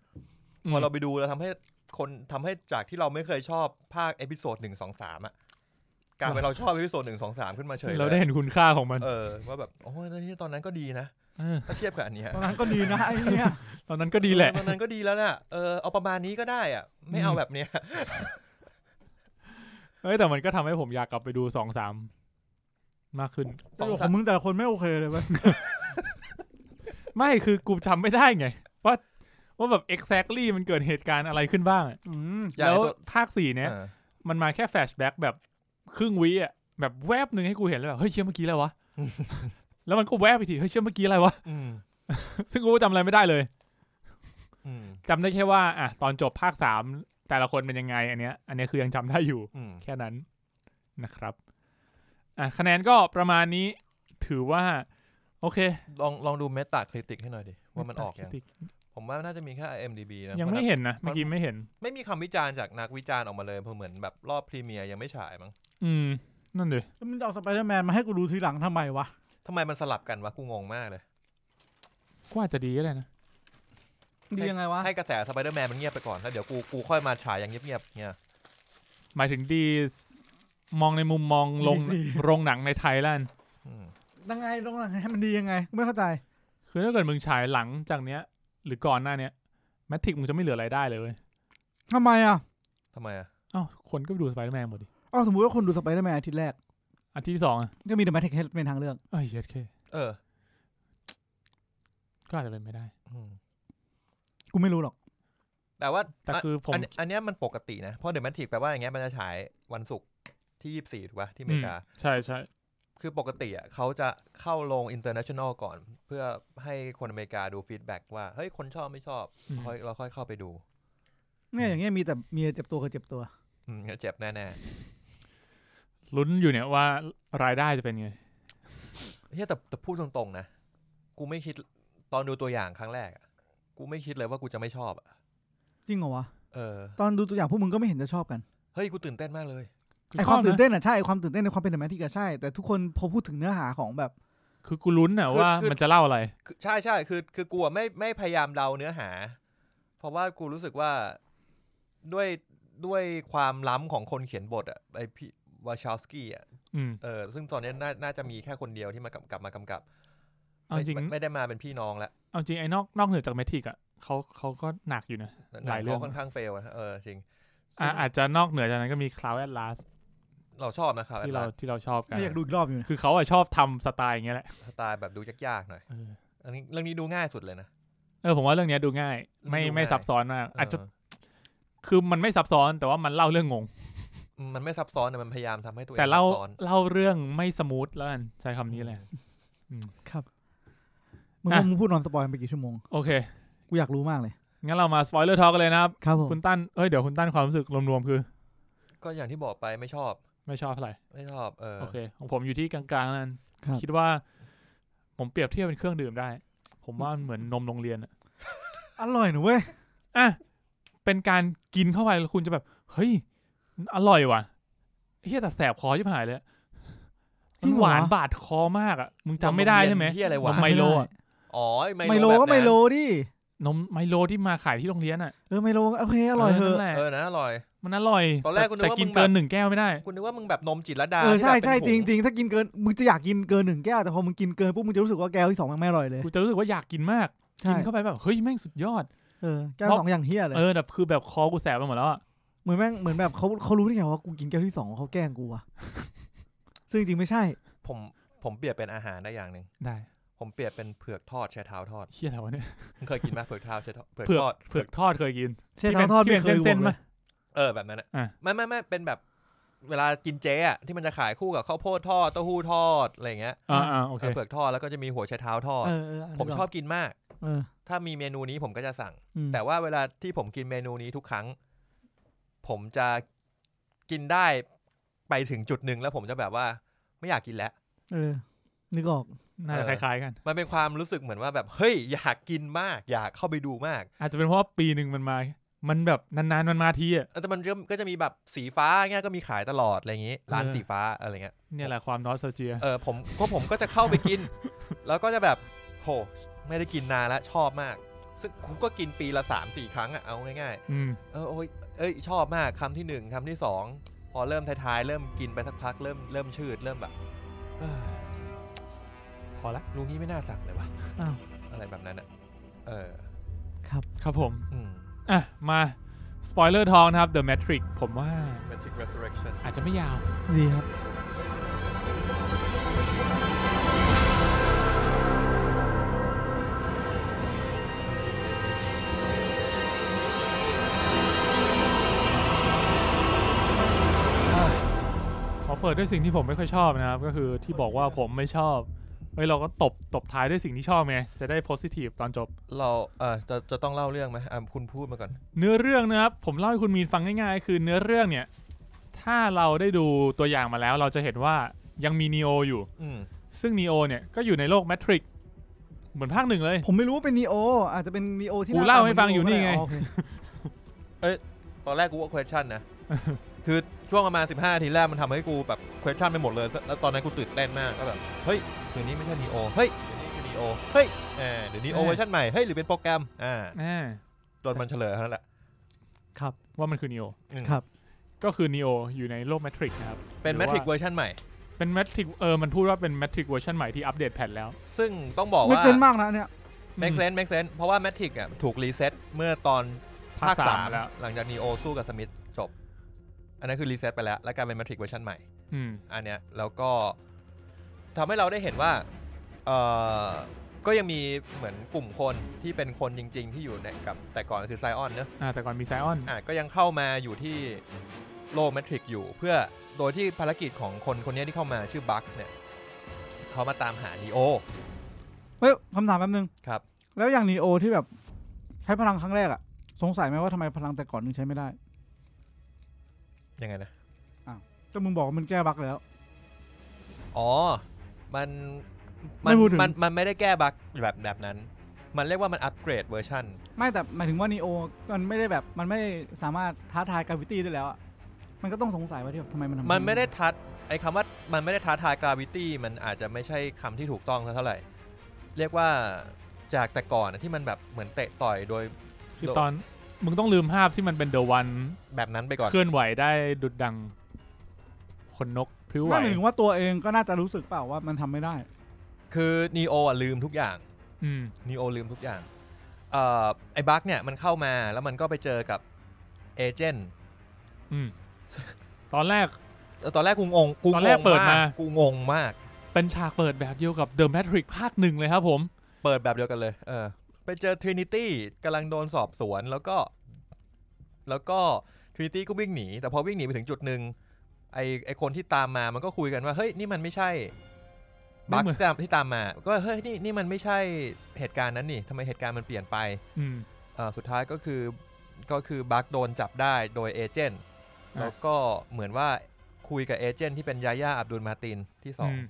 Speaker 2: พอเราไปดูแล้วทำให้คนทำให้จากที่เราไม่เคยชอบภาคเอพิโซดหนึ่งสองสามอ่ะกลายเป็นเราชอบเอพิโซดหนึ่งสองสามขึ้นมาเฉย
Speaker 3: เรา
Speaker 2: เล
Speaker 3: ได้
Speaker 2: ย
Speaker 3: เห็นคุณค่าของมัน
Speaker 2: เออว่าแบบโอ้ยแล้วที่ตอนนั้นก็ดีนะ
Speaker 3: เออ
Speaker 2: ถ้าเทียบกับอันเนี้ย
Speaker 1: ตอนนั้นก็ดีนะไอ้เนี่ย
Speaker 3: ตอนนั้นก็ดีแหละ
Speaker 2: เออตอนนั้นก็ดีแล้วน่ะเออเอาประมาณนี้ก็ได้อ่ะ ไม่เอาแบบเนี้ย
Speaker 3: เอ้ยแต่มันก็ทำให้ผมอยากกลับไปดูสองสามมากขึ้น
Speaker 1: สรุปของมึงแต่ละคนไม่โอเคเลยเว้ย
Speaker 3: ไม่คือกูจำไม่ได้ไง ว่าว่าแบบ exactly มันเกิดเหตุการณ์อะไรขึ้นบ้างอะ
Speaker 1: อืม
Speaker 2: อยาก
Speaker 3: แล้ว
Speaker 2: ให้ตัว
Speaker 3: ภาคสี่เนี้ย
Speaker 2: เออ
Speaker 3: มันมาแค่แฟลชแบ็กแบบครึ่งวิอ่ะแบบแวบหนึ่งให้กูเห็นแล้วแบบเฮ้ยเชื่อเมื่อกี้อะไร วะ แล้วมันก็แวบไปทีเฮ้ยเชื่อเมื่อกี้อะไรวะ
Speaker 2: อืม
Speaker 3: ซึ่งกูก็จำอะไรไม่ได้เลย
Speaker 2: อืม
Speaker 3: จำได้แค่ว่าอ่ะตอนจบภาคสามแต่ละคนเป็นยังไงอันเนี้ย อันเนี้ยคือยังจำได้อยู่
Speaker 2: อืม
Speaker 3: แค่นั้นนะครับอ่ะคะแนนก็ประมาณนี้ถือว่า โอเค
Speaker 2: ลองลองดูเมตาคริติกให้หน่อยดิ ว่ามันออกยัง
Speaker 3: ติก
Speaker 2: ผมว่าน่าจะมีแค่ IMDB นะ
Speaker 3: ยัง
Speaker 2: เพราะ
Speaker 3: ไม่
Speaker 2: นัก
Speaker 3: เห็นนะเมื่อกี้ไม่เห็น
Speaker 2: ไม่มีคำวิจารณ์จากนักวิจารณ์ออกมาเลยเพราะเหมือนแบบรอบพรีเมียร์ยังไม่ฉายมั้ง
Speaker 3: อืม นั่นเลย
Speaker 1: แล้วมึงจะเอาสไปเดอร์แมนมาให้กูดูทีหลังทำไมวะ
Speaker 2: ทำไมมันสลับกันวะ กูงงมากเลย
Speaker 3: กว่าจจะดีก็ได้นะ
Speaker 1: ดียังไงวะ
Speaker 2: ให้กระแสสไปเดอร์แมนมันเงียบไปก่อน แล้วเดี๋ยวกูกูค่อยมาฉายอย่างเงียบๆเนี่ย
Speaker 3: หมายถึงดี มองในมุมมองลง โรงหนังในไทยแลนด์
Speaker 2: อืม
Speaker 1: ยังไงตรงไหนให้มันดียังไงกูไม่เข้าใจ
Speaker 3: คือถ้าเกิดมึงฉายหลังจากเนี้ย หรือก่อนหน้าเนี้ยแมทริกมึงจะไม่เหลืออะไรายได้เลยเว้ย
Speaker 1: ทำไมอ่ะ
Speaker 2: ทำไมอ่ะ
Speaker 3: เอ้าวคนก็ไปดูสไปเดอร์แมนหมดดิ
Speaker 1: เอาสมมุติว่าคนดูสไปเดอร์แมนอาทิตย์แรก
Speaker 3: อาทิตย์ที่สองอ่ะ
Speaker 1: ก็มีเดอะแมทริกเป็นทางเลือก
Speaker 3: เอ้ยเย็ดเค
Speaker 2: เออ
Speaker 3: ก็อาจจะเป็นไม่ได้
Speaker 2: อืม
Speaker 1: กูไม่รู้หรอก
Speaker 2: แต่ว่า
Speaker 3: แต่คือผม
Speaker 2: นอันเนี้ยมันปกตินะ เพราะเดี๋ยวมันถีกแปลว่าอย่างเงี้ยมันจะฉายวันศุกร์ที่ยี่สิบสี่ถูกปะที่อเมริกา
Speaker 3: ใช่ใช่
Speaker 2: คือปกติอ่ะเขาจะเข้าลง international ก่อน เพื่อให้คนอเมริกาดูฟีดแบ็กว่าเฮ้ยคนชอบไม่ชอบ
Speaker 3: อืม
Speaker 2: ค่อยเราค่อยเข้าไปดู
Speaker 1: เนี่ยอย่างเงี้ยมีแต่เมียเจ็บตัวกับเจ็บตัว
Speaker 2: อืมเจ็บแน่
Speaker 3: ลุ้นอยู่เนี่ยว่ารายได้จะเป็นไง
Speaker 2: ๆเฮียแต่แต่พูดตรงๆนะ กูไม่คิดตอนดูตัวอย่างครั้งแรกอะกูไม่คิดเลยว่ากูจะไม่ชอบอะ
Speaker 1: จริงเหรอวะ
Speaker 2: เออ
Speaker 1: ตอนดูตัวอย่างพวกมึงก็ไม่เห็นจะชอบกัน
Speaker 2: เฮ้ย กูตื่นเต้นมากเลย
Speaker 1: ไอความตื่นเต้นอ่ะใช่ไอ้ความตื่นเต้นในความเป็นเดอะแมทริกอะใช่ แต่ทุกคนพอพูดถึงเนื้อหาของแบบ
Speaker 3: คือกูลุ้นอะ
Speaker 2: คือ
Speaker 3: ว่า
Speaker 2: คือ
Speaker 3: มันจะเล่าอะไร
Speaker 2: คือใช่ใช่คือคือกูอะไม่ไม่พยายามเดาเนื้อหา เพราะว่ากูรู้สึกว่าด้วยด้วยความล้ำของคนเขียนบทอะไอพี่วาชาวสกี้อะ
Speaker 3: อืม
Speaker 2: เออซึ่งตอนนี้น่าน่าจะมีแค่คนเดียวที่มากำกับมากำกับ
Speaker 3: เอาจริง
Speaker 2: ไม่ไม่ได้มาเป็นพี่น้องละ
Speaker 3: เอาจริงไอ้นอกนอกเหนือจากแมทริกอะเขาเขาก็หนักอยู่นะ หลายเรื่อง
Speaker 2: ขค่อนข้างเฟลอะเออจริง
Speaker 3: อ่ะอาจจะนอกเหนือจากนั้นก็มีคลาวแอตลาส
Speaker 2: เราชอบนะครับ
Speaker 3: ที่เราที่เราชอบกัน
Speaker 1: ไม่อยากดูอีกรอบอยู่นะ
Speaker 3: คือเขาอะชอบทำสไตล์อย่างเงี้ยแหละ
Speaker 2: สไตล์แบบดูยากๆหน่อย
Speaker 3: เออ
Speaker 2: อันนี้เรื่องนี้ดูง่ายสุดเลยนะ
Speaker 3: เออผมว่าเรื่องเนี้ยดูง่าย ไม่
Speaker 2: ดูง่าย
Speaker 3: ไม่ซับซ้อนมากอาจจะ
Speaker 2: เ
Speaker 3: คือมันไม่ซับซ้อนแต่ว่ามันเล่าเรื่องงง
Speaker 2: ออมันไม่ซับซ้อนนะมันพยายามทำให้ตัวเอง
Speaker 3: แต่เล่า
Speaker 2: ซับซ้อน
Speaker 3: เล่าเรื่องไม่สมูทแล้วกันใช้คำนี้เลย
Speaker 1: มึง
Speaker 3: อ่ะ
Speaker 1: มึงพูดนอนสปอยล์ไปกี่ชั่วโมง
Speaker 3: โอเค
Speaker 1: กูอยากรู้มากเลย
Speaker 3: งั้นเรามาสปอยเลอร์ทอกันเลยนะครับ
Speaker 1: ครับผม
Speaker 3: คุณตั้นเอ้ยเดี๋ยวคุณตั้นความรู้สึกรวมๆคือ
Speaker 2: ก็อย่างที่บอกไปไม่ชอบ
Speaker 3: ไม่ชอบเท่าไหร่
Speaker 2: ไม่ชอบเออ
Speaker 3: โอเคของผมอยู่ที่กลางๆนั่น
Speaker 1: ครับ
Speaker 3: คิดว่า ผมเปรียบเทียบเป็นเครื่องดื่มได้ ผมว่ามันเหมือนนมโรงเรียนอะ
Speaker 1: อร่อยหนูเว้ย
Speaker 3: อ่ะเป็นการกินเข้าไปแล้วคุณจะแบบ เฮ้ยมันอร่อยว่ะเฮียแต่แสบคอชิบหายเลยอะ
Speaker 1: จริง
Speaker 3: มัน
Speaker 1: เหรอ
Speaker 3: หวานบาดคอมากอ่ะมึงจำไม่ได้ใช่ไหม
Speaker 2: นเที่อะไร
Speaker 3: น
Speaker 2: วะ
Speaker 3: มไมโลอะ
Speaker 2: อ๋ออ้
Speaker 1: ไมโลก็ไมโลดิ
Speaker 3: นมไมโลที่มาขายที่โรงเรียนอ่ะ
Speaker 1: เออไมโลโอเคอร่อยเถอะ
Speaker 3: นั่นแหละ
Speaker 2: เออนะอร่อย
Speaker 3: มันอร่อย
Speaker 2: ตอนแรกกูนึก
Speaker 3: แต่
Speaker 2: ว่า
Speaker 3: กิน
Speaker 2: มึง
Speaker 3: เกิน
Speaker 2: แบบ
Speaker 3: หนึ่งแก้วไม่ได้
Speaker 2: คุณนึกว่ามึงแบบนมจิตรลดา
Speaker 1: เออใช่
Speaker 2: ที่แบบ
Speaker 1: ใช่
Speaker 2: เป็น
Speaker 1: จ
Speaker 2: ผ
Speaker 1: ริ
Speaker 2: ง
Speaker 1: งจริงถ้ากินเกิน มึงจะอยากกินเกินหนึ่งแก้วแต่พอมึงกินเกินปุ๊บมึงจะรู้สึกว่าแก้วที่สองแม่งไม่อร่อยเลย
Speaker 3: กูจะรู้สึกว่าอยากกินมาก
Speaker 1: ใช่
Speaker 3: กินเข้าไปแบบเฮ้ยแม่งสุดยอด
Speaker 1: เออแก้ว
Speaker 3: เพราะ
Speaker 1: สองอย่างเฮี้ยเลย
Speaker 3: เออแบบคือแบบคอกูแสบไปหมดแล้วอะ
Speaker 1: เหมือนแม่งเหมือนแบบเขาเขารู้ได้ไงว่ากูกินแก้วที่สองเขาแกล้งกูอะซึ่งจริงไม่ใช่
Speaker 2: ผมผมเปรียบเป็นอาหารได้อย่างหนึ่ง
Speaker 3: ได้
Speaker 2: ผมเปรียบเป็นเผือกทอดใช้เท้าทอด
Speaker 3: เฮียอะไรวะเนี่ย
Speaker 2: มึงเคยกินไหมเผือกเท้าใช้เท้าเผือก
Speaker 3: เผื
Speaker 2: ท
Speaker 3: อก
Speaker 2: อด
Speaker 3: เผือกทอดเคยกิน
Speaker 1: ใช่เท้าทอด
Speaker 3: ที่
Speaker 1: ไม่
Speaker 3: ป็น
Speaker 1: เคย
Speaker 3: เส้นๆ
Speaker 1: ไห
Speaker 3: ไห
Speaker 1: ม
Speaker 3: ม
Speaker 2: เออแบบนั้นอะ
Speaker 3: อ่ะ
Speaker 2: ไม่ไม่ไม่เป็นแบบเวลากินเจอะที่มันจะขายคู่กับข้าวโพดทอดเต้าหู้ทอดอะไรอย่างเงี้ย
Speaker 3: อ่าอ่าโอเค
Speaker 2: เออเผือกทอดแล้วก็จะมีหัวใช้เท้าทอด
Speaker 1: เออเอออันนี้
Speaker 2: ผม
Speaker 1: ก่น
Speaker 2: ชอบกินมาก
Speaker 1: เออ
Speaker 2: ถ้ามีเมนูนี้ผมก็จะสั่ง
Speaker 1: อืม
Speaker 2: แต่ว่าเวลาที่ผมกินเมนูนี้ทุกครั้ง ผมจะกินได้ไปถึงจุดหนึ่งแล้วผมจะแบบว่าไม่อยากกินแล้ว
Speaker 1: เออนึกออก
Speaker 3: น่าจะ
Speaker 2: เออ
Speaker 3: คล้ายๆกัน
Speaker 2: มันเป็นความรู้สึกเหมือนว่าแบบเฮ้ยอยากกินมาก อยากเข้าไปดูมาก
Speaker 3: อาจจะเป็นเพราะว่าปีหนึ่งมันมา มันแบบนานๆมันมาทีอ่ะ
Speaker 2: แต่มันก็ก็จะมีแบบสีฟ้าเงี้ยก็มีขายตลอดอะไรอย่างงี้ร้าน
Speaker 3: เออ
Speaker 2: สีฟ้าอะไรเงี้ย
Speaker 3: เนี่ยแหละความนอสเจีย
Speaker 2: เออผมก็ผมก็จะเข้าไปกิน แล้วก็จะแบบโหไม่ได้กินนานแล้วชอบมาก ซึ่งกูก็กินปีละสามสี่ครั้งอะเอาง่ายๆ
Speaker 3: อืม
Speaker 2: เออโอ้ยเอ้ยชอบมากคำที่หนึ่งคำที่สองพอเริ่มท้ายๆ เริ่มกินไปสักพักเริ่มเริ่มชืดเริ่มแบบเอ้ย
Speaker 3: พอละ
Speaker 2: รู้งี้ไม่น่าสั่งเลยวะ
Speaker 1: อ้าว
Speaker 2: อะไรแบบนั้นอะเออ
Speaker 1: ครับ
Speaker 3: ครับผม
Speaker 2: อืม
Speaker 3: อ่ะ มา สปอยเลอร์ทองนะครับ The Matrix ผมว่า
Speaker 2: Magic Resurrection
Speaker 3: อาจจะไม่ยาว
Speaker 1: ดีครับ
Speaker 3: ขอเปิดด้วยสิ่งที่ผมไม่ค่อยชอบนะครับ ก็คือที่บอกว่าผมไม่ชอบเฮ้ยเราก็ตบตบท้ายด้วยสิ่งที่ชอบไง จะได้ positive ตอนจบ
Speaker 2: เราเออจะจะต้องเล่าเรื่องไหมอ่ะคุณพูดมาก่อน
Speaker 3: เนื้อเรื่องนะครับ ผมเล่าให้คุณมีนฟังง่ายๆ คือเนื้อเรื่องเนี่ย ถ้าเราได้ดูตัวอย่างมาแล้ว เราจะเห็นว่ายังมีนีโออยู่
Speaker 2: อืม
Speaker 3: ซึ่งนีโอเนี่ยก็อยู่ในโลกแมทริกเหมือนภาคหนึ่งเลย
Speaker 1: ผมไม่รู้ว่าเป็นนีโอ อาจจะเป็นนีโอที่
Speaker 3: กู
Speaker 1: น้
Speaker 3: เล่า
Speaker 1: ต
Speaker 3: ให้
Speaker 1: มื
Speaker 3: ฟังอยู่นี่ไง
Speaker 1: โเค
Speaker 2: ตอนแรกกูว่า question นะ คือช่วงประมาณ 15นาทีแรกมันทำให้กูแบบ question ไปหมดเลย แล้วตอนนั้นกูตื่นเต้นมากก็แบบ เฮ้ยเดี๋ยวนี้ไม่ใช่ Neo เฮ้ยเดี๋ยวนี้คือ Neo เฮ้ยเออเดี๋ยวนี้ Neo เวอร์ชันใหม่เฮ้ยหรือเป็นโปรแกรมอ่า
Speaker 3: อ่า
Speaker 2: โดนมันเฉลยเท่านั้นแหละ
Speaker 1: ครับ
Speaker 3: ว่ามันคือนีโอ
Speaker 2: อืม
Speaker 1: ครับ ก็
Speaker 3: ก็คือนีโออยู่ในโลกแมทริกนะครับ
Speaker 2: เป็น
Speaker 3: หรือว่า
Speaker 2: Matrix เวอร์ชันใหม่
Speaker 3: เป็นแมทริกเออ มันพูดว่าเป็นแมทริกเวอร์ชันใหม่ที่อัปเดตแพทแล้ว
Speaker 2: ซึ่งต้องบอก
Speaker 1: ไม่
Speaker 2: ว่า
Speaker 1: เกินมากนะเนี่ย
Speaker 2: make sense make sense เพราะว่า Matrix อ่ะถูกรีเซ็ตเมื่อตอน
Speaker 3: ภาคสามแล้ว
Speaker 2: หลังจาก Neo สู้กับสมิธจบ อันนั้นคือรีเซ็ตไปแล้ว แล้วกลายเป็น Matrix เวอร์ชันใหม่
Speaker 3: อืม
Speaker 2: อันเนี้ยแล้วก็ทำให้เราได้เห็นว่าเออก็ยังมีเหมือนกลุ่มคนที่เป็นคนจริง ๆ ที่อยู่ในกับแต่ก่อนคือไซออนเนอะ
Speaker 3: อ่า แต่ก่อนมีไซออน
Speaker 2: อ่ะก็ยังเข้ามาอยู่ที่โลกแมทริกอยู่ เพื่อโดยที่ภารกิจของคนคนเนี้ยที่เข้ามาชื่อบัคเนี่ยเขามาตามหานีโอ
Speaker 1: เฮ้ยคำถามแป๊บนึง
Speaker 2: ครับ
Speaker 1: แล้วอย่างนีโอที่แบบ ใช้พลังครั้งแรกอะสงสัยไหมว่าทำไมพลังแต่ก่อนถึงใช้ไม่ได้
Speaker 2: ยังไงนะ
Speaker 1: แต่มึงบอกว่ามันแก้บั๊กแล้ว
Speaker 2: อ๋อ มัน
Speaker 1: ไม่
Speaker 2: มัน
Speaker 1: พูดถึง
Speaker 2: มันมันไม่ได้แก้บั๊กแบบแบบนั้น มันเรียกว่ามันอัปเกรดเวอร์ชัน
Speaker 1: ไม่แต่หมายถึงว่านีโอมันไม่ได้แบบมันไม่ได้สามารถท้าทายกราวิตี้ได้แล้วอะมันก็ต้องสงสัยว่าที่แบบทำไมมันทำ
Speaker 2: มันไม่ได้ทัดไอ้คำว่ามันไม่ได้ท้าทายกราวิตี้มันอาจจะไม่ใช่คำที่ถูกต้องสักเท่าไหร่ เรียกว่าจากแต่ก่อนนะที่มันแบบเหมือนเตะต่อยโดย
Speaker 3: คือตอน มึงต้องลืมภาพที่มันเป็นเดอะวัน
Speaker 2: แบบนั้นไปก่อน
Speaker 3: เคลื่อนไหวได้ดุดดัง คนนกพลิ้วไหว
Speaker 1: ไม่หมายถึงว่าตัวเองก็น่าจะรู้สึกเปล่าว่ามันทำไม่ได้
Speaker 2: คือนีโออ่ะลืมทุกอย่าง
Speaker 3: อืม
Speaker 2: นีโอลืมทุกอย่างเอ่อไอ้บั๊กเนี่ยมันเข้ามาแล้วมันก็ไปเจอกับเอเจนต์
Speaker 3: อืม ตอนแรก
Speaker 2: ตอนแรกกูงงกู
Speaker 3: ตอน
Speaker 2: ง
Speaker 3: แรก
Speaker 2: ง
Speaker 3: เปิ
Speaker 2: มาม
Speaker 3: ดาม
Speaker 2: กกูงงมาก
Speaker 3: เป็นฉากเปิดแบบเดียวกับเดอะแมทริกภาคหนึ่งเลยครับผม
Speaker 2: เปิดแบบเดียวกันเลย เออ ไปเจอทรินิตี้กำลังโดนสอบสวนแล้วก็ แล้วก็ทรินิตี้ก็วิ่งหนี แต่พอวิ่งหนีไปถึงจุดหนึ่งไอไอคนที่ตามมามันก็คุยกันว่า เฮ้ย นี่มันไม่ใช่บัค
Speaker 3: ไม่เหมือน
Speaker 2: ที่ตามที่ตามมา ก็เฮ้ยนี่นี่มันไม่ใช่เหตุการณ์นั้นนี่ทำไมเหตุการณ์มันเปลี่ยนไป
Speaker 3: อืม
Speaker 2: เอ่อสุดท้ายก็คือก็คือบัคโดนจับได้โดยเอเจนต์
Speaker 3: อ่ะ
Speaker 2: แล้วก็เหมือนว่าคุยกับเอเจนต์ที่เป็นยาย่าอับดุลมาตินที่สอง
Speaker 3: อืม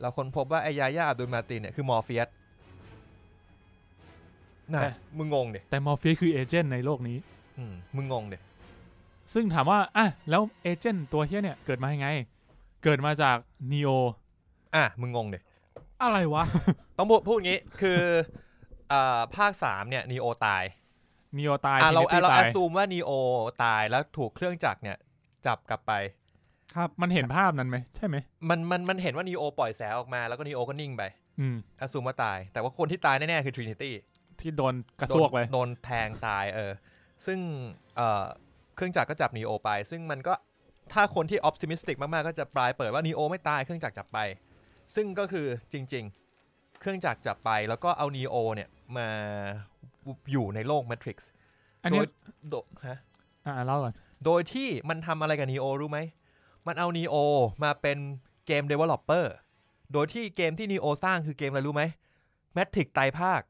Speaker 2: เราค้นพบว่าไอยาย่าอับดุลมาตินเนี่ยคือมอร์เฟียสนะมึงงงดิ
Speaker 3: แต่มอร์ฟีคือเอเจนต์ในโลกนี้
Speaker 2: อืมมึงงงเด็
Speaker 3: ซึ่งถามว่า อ่ะ แล้วเอเจนต์ตัวเฮียเนี่ย เกิดมายังไง เกิดมาจากนีโอ
Speaker 2: อ่ะ มึงงงเด็
Speaker 1: อะไรวะ
Speaker 2: ต้องพูดพูดงี้ คืออ่าภาคสามเนี่ยนีโอตาย
Speaker 3: นีโอตาย
Speaker 2: อ่ะเรา
Speaker 3: Trinity
Speaker 2: เรา
Speaker 3: ต
Speaker 2: แอย ซูมว่านีโอตายแล้วถูกเครื่องจักรเนี่ย จับกลับไป
Speaker 1: ครับ
Speaker 3: มันเห็นภาพนั้นไหมใช่ไหม
Speaker 2: มันมันมันเห็นว่านีโอปล่อยแสงออกมาแล้วก็นีโอก็นิ่งไป
Speaker 3: อืม
Speaker 2: แอซูมว่าตาย แต่ว่าคนที่ตายแน่ๆคือทรินิตี้
Speaker 3: ที่โดนกระซวกไป
Speaker 2: โดนโดนแทงตายเออ ซึ่งเอ่อเครื่องจักรก็จับนีโอไป ซึ่งมันก็ถ้าคนที่ออ t ติมิสติกมาก ๆ ก็จะปลายเปิดว่านีโอไม่ตายเครื่องจักรจับไป ซึ่งก็คือจริง ๆ เครื่องจักรจับไปแล้วก็เอานีโอเนี่ยมาอยู่ในโลกแมทริกซ์
Speaker 3: อันนี้
Speaker 2: โดยฮะ
Speaker 3: อ่าเล่าก่อน
Speaker 2: โดยที่มันทำอะไรกับนีโอรู้ไหม มันเอานีโอมาเป็นเกม Developer โดยที่เกมที่นีโอสร้างคือเกมอะไรรู้ไหมแมทริกไตรภาค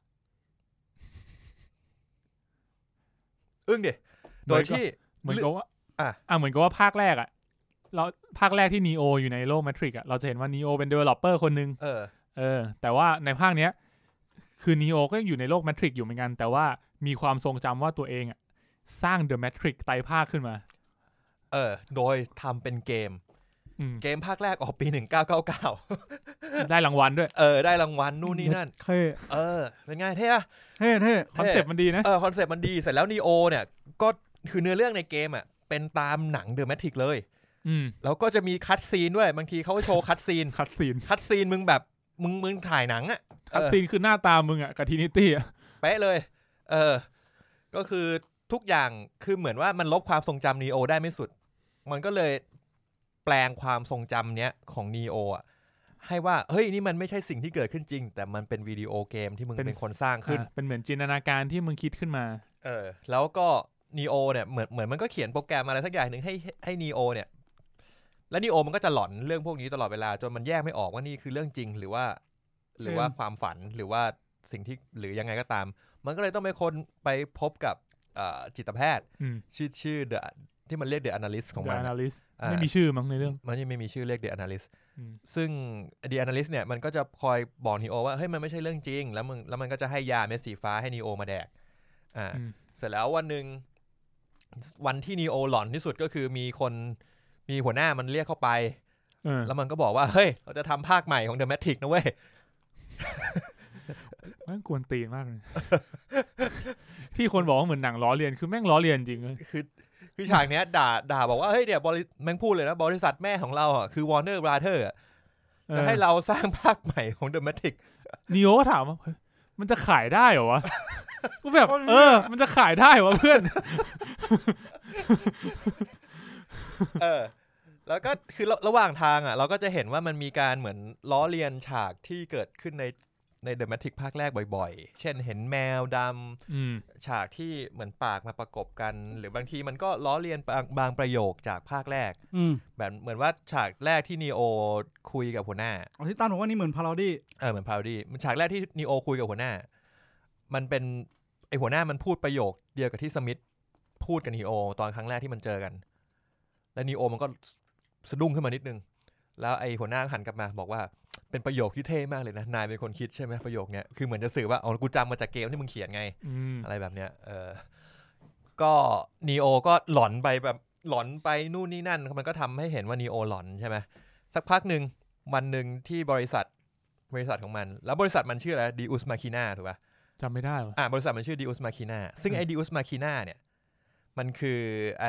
Speaker 2: อึ้งดิ โดยที่
Speaker 3: เหมือนกับว่า
Speaker 2: อ่ะ
Speaker 3: อ่าเหมือนกับว่าภาคแรกอ่ะเราภาคแรกที่นีโออยู่ในโลกแมทริกอ่ะเราจะเห็นว่านีโอเป็นเดเวลลอปเปอร์คนหนึ่ง
Speaker 2: เออ
Speaker 3: เออแต่ว่าในภาคเนี้ยคือนีโอก็ยังอยู่ในโลกแมทริกอยู่เหมือนกัน แต่ว่ามีความทรงจำว่าตัวเองอะสร้างเดอะแมทริกไตรภาคขึ้นมา
Speaker 2: เออ โดยทำเป็นเกม
Speaker 3: อืม
Speaker 2: เกมภาคแรกออกปี 1999
Speaker 3: ได้รางวัลด้วย
Speaker 2: เออ ได้รางวัลนู่นนี่นั่น
Speaker 1: เท่
Speaker 2: เออ เป็นไงเท่อะ
Speaker 1: เท่เท่
Speaker 3: คอนเซปต์มันดีนะ
Speaker 2: เออ คอนเซปต์มันดี เสร็จแล้วนีโอเนี่ย ก็คือเนื้อเรื่องในเกมอ่ะ เป็นตามหนังเดอะแมทริกเลย
Speaker 3: อืม
Speaker 2: แล้วก็จะมีคัดซีนด้วย บางทีเขาก็โชว์คัดซีน
Speaker 3: คัดซีน
Speaker 2: คัดซีนมึงแบบ มึงมึงถ่ายหนังอ่ะเอ
Speaker 3: คัด
Speaker 2: อ
Speaker 3: ซีนคือหน้าตามึงอะกับทีนิตี้อะ
Speaker 2: เป๊ะเลย เออ ก็คือทุกอย่างคือเหมือนว่ามันลบความทรงจำนีโอได้ไม่สุด มันก็เลยแปลงความทรงจำเนี้ยของนีโออ่ะ ให้ว่า เฮ้ย นี่มันไม่ใช่สิ่งที่เกิดขึ้นจริง แต่มันเป็นวิดีโอเกมที่มึงเป็นคนสร้างขึ้น
Speaker 3: อ่ะเป็นเหมือนจินตนาการที่มึงคิดขึ้นมา
Speaker 2: เออ แล้วก็นีโอเนี่ยเหมือนเหมือนมันก็เขียนโปรแกรมอะไรสักอย่างหนึ่งให้ให้นีโอเนี่ย แล้วนีโอมันก็จะหลอนเรื่องพวกนี้ตลอดเวลา จนมันแยกไม่ออกว่านี่คือเรื่องจริงหรือว่า หรือว่าความฝันหรือว่าสิ่งที่หรือยังไงก็ตาม มันก็เลยต้องไปคนไปพบกับเอ่อจิตแพทย์
Speaker 3: อืม
Speaker 2: ชื่อชื่อ The ที่มันเรียก The Analyst ของ
Speaker 3: เด
Speaker 2: มั
Speaker 3: อะ
Speaker 2: น
Speaker 3: แอ
Speaker 2: อะ
Speaker 3: นาลิส
Speaker 2: อ่า
Speaker 3: ไม่มีชื่อมั้งในเรื่อง
Speaker 2: มันยังไม่มีชื่อเรียก The Analyst
Speaker 3: อืม
Speaker 2: ซึ่ง The Analyst เนี่ยมันก็จะคอยบอกนีโอว่าเฮ้ยมันไม่ใช่เรื่องจริง แล้วมึงแล้วมันก็จะให้ยาเม็ดสีฟ้าให้นีโอมาแดกอ่า
Speaker 3: อืม
Speaker 2: เสร็จแล้ววันหนึ่งวันที่นีโอหลอนที่สุดก็คือมีคนมีหัวหน้ามันเรียกเข้าไป
Speaker 3: เออ
Speaker 2: แล้วมันก็บอกว่า เฮ้ย เราจะทำภาคใหม่ของเดอะแมทริกนะเว้ย
Speaker 3: แม่งกวนตีนมากเลย ที่คนบอกว่าเหมือนหนังล้อเลียนคือแม่งล้อเลียนจริงเลย
Speaker 2: คือฉากเนี้ยด่าด่าบอกว่า เฮ้ยเนี่ยบริแม่งพูดเลยนะ บริษัทแม่ของเราอ่ะคือวอร์เนอร์บราเธอร์
Speaker 3: เออ
Speaker 2: จะให้เราสร้างภาคใหม่ของเดอะแมทริก
Speaker 3: นีโอก็ถามว่าเฮ้ยมันจะขายได้เหรอ วะก็แบบ
Speaker 2: โอ้ย
Speaker 3: เออ มันจะขายได้เหรอวะเพื่อน
Speaker 2: เออ แล้วก็คือระระหว่างทางอ่ะ เราก็จะเห็นว่ามันมีการเหมือนล้อเลียนฉากที่เกิดขึ้นในในเดอะแมทริกภาคแรกบ่อยๆ เช่นเห็นแมวดำ
Speaker 3: อืม
Speaker 2: ฉากที่เหมือนปากมาประกบกัน หรือบางทีมันก็ล้อเลียนบางบางประโยคจากภาคแรก
Speaker 1: อืม
Speaker 2: แบบเหมือนว่าฉากแรกที่นีโอคุยกับหัวหน้า
Speaker 1: เอาที่ตันบอกว่านี่เหมือนพาราดี้
Speaker 2: เออเหมือนพาวดี้มันฉากแรกที่นีโอคุยกับหัวหน้า มันเป็นไอหัวหน้ามันพูดประโยคเดียวกับที่สมิธพูดกับนีโอตอนครั้งแรกที่มันเจอกัน แล้วนีโอมันก็สะดุ้งขึ้นมานิดนึง แล้วไอหัวหน้าหันกลับมา บอกว่าเป็นประโยคที่เท่มากเลยนะนายเป็นคนคิดใช่ไหมประโยคเนี้ยคือเหมือนจะสื่อว่าอ๋อกูจำมาจากเกมที่มึงเขียนไง
Speaker 3: อืม
Speaker 2: อะไรแบบเนี้ย เออ ก็นีโอก็หลอนไปแบบหลอนไปนู่นนี่นั่น มันก็ทำให้เห็นว่านีโอหลอนใช่ไหมสักพักหนึ่งวันหนึ่งที่บริษัทบริษัทของมัน แล้วบริษัทมันชื่ออะไรดีอุสมาคินาถูกปะ
Speaker 3: จำไม่ได้ว่ะ
Speaker 2: อ่ะบริษัทมันชื่อดีอุสมาคินาซึ่ง
Speaker 3: อืม
Speaker 2: ไอดีอุสมาคินาเนี่ย มันคือไอ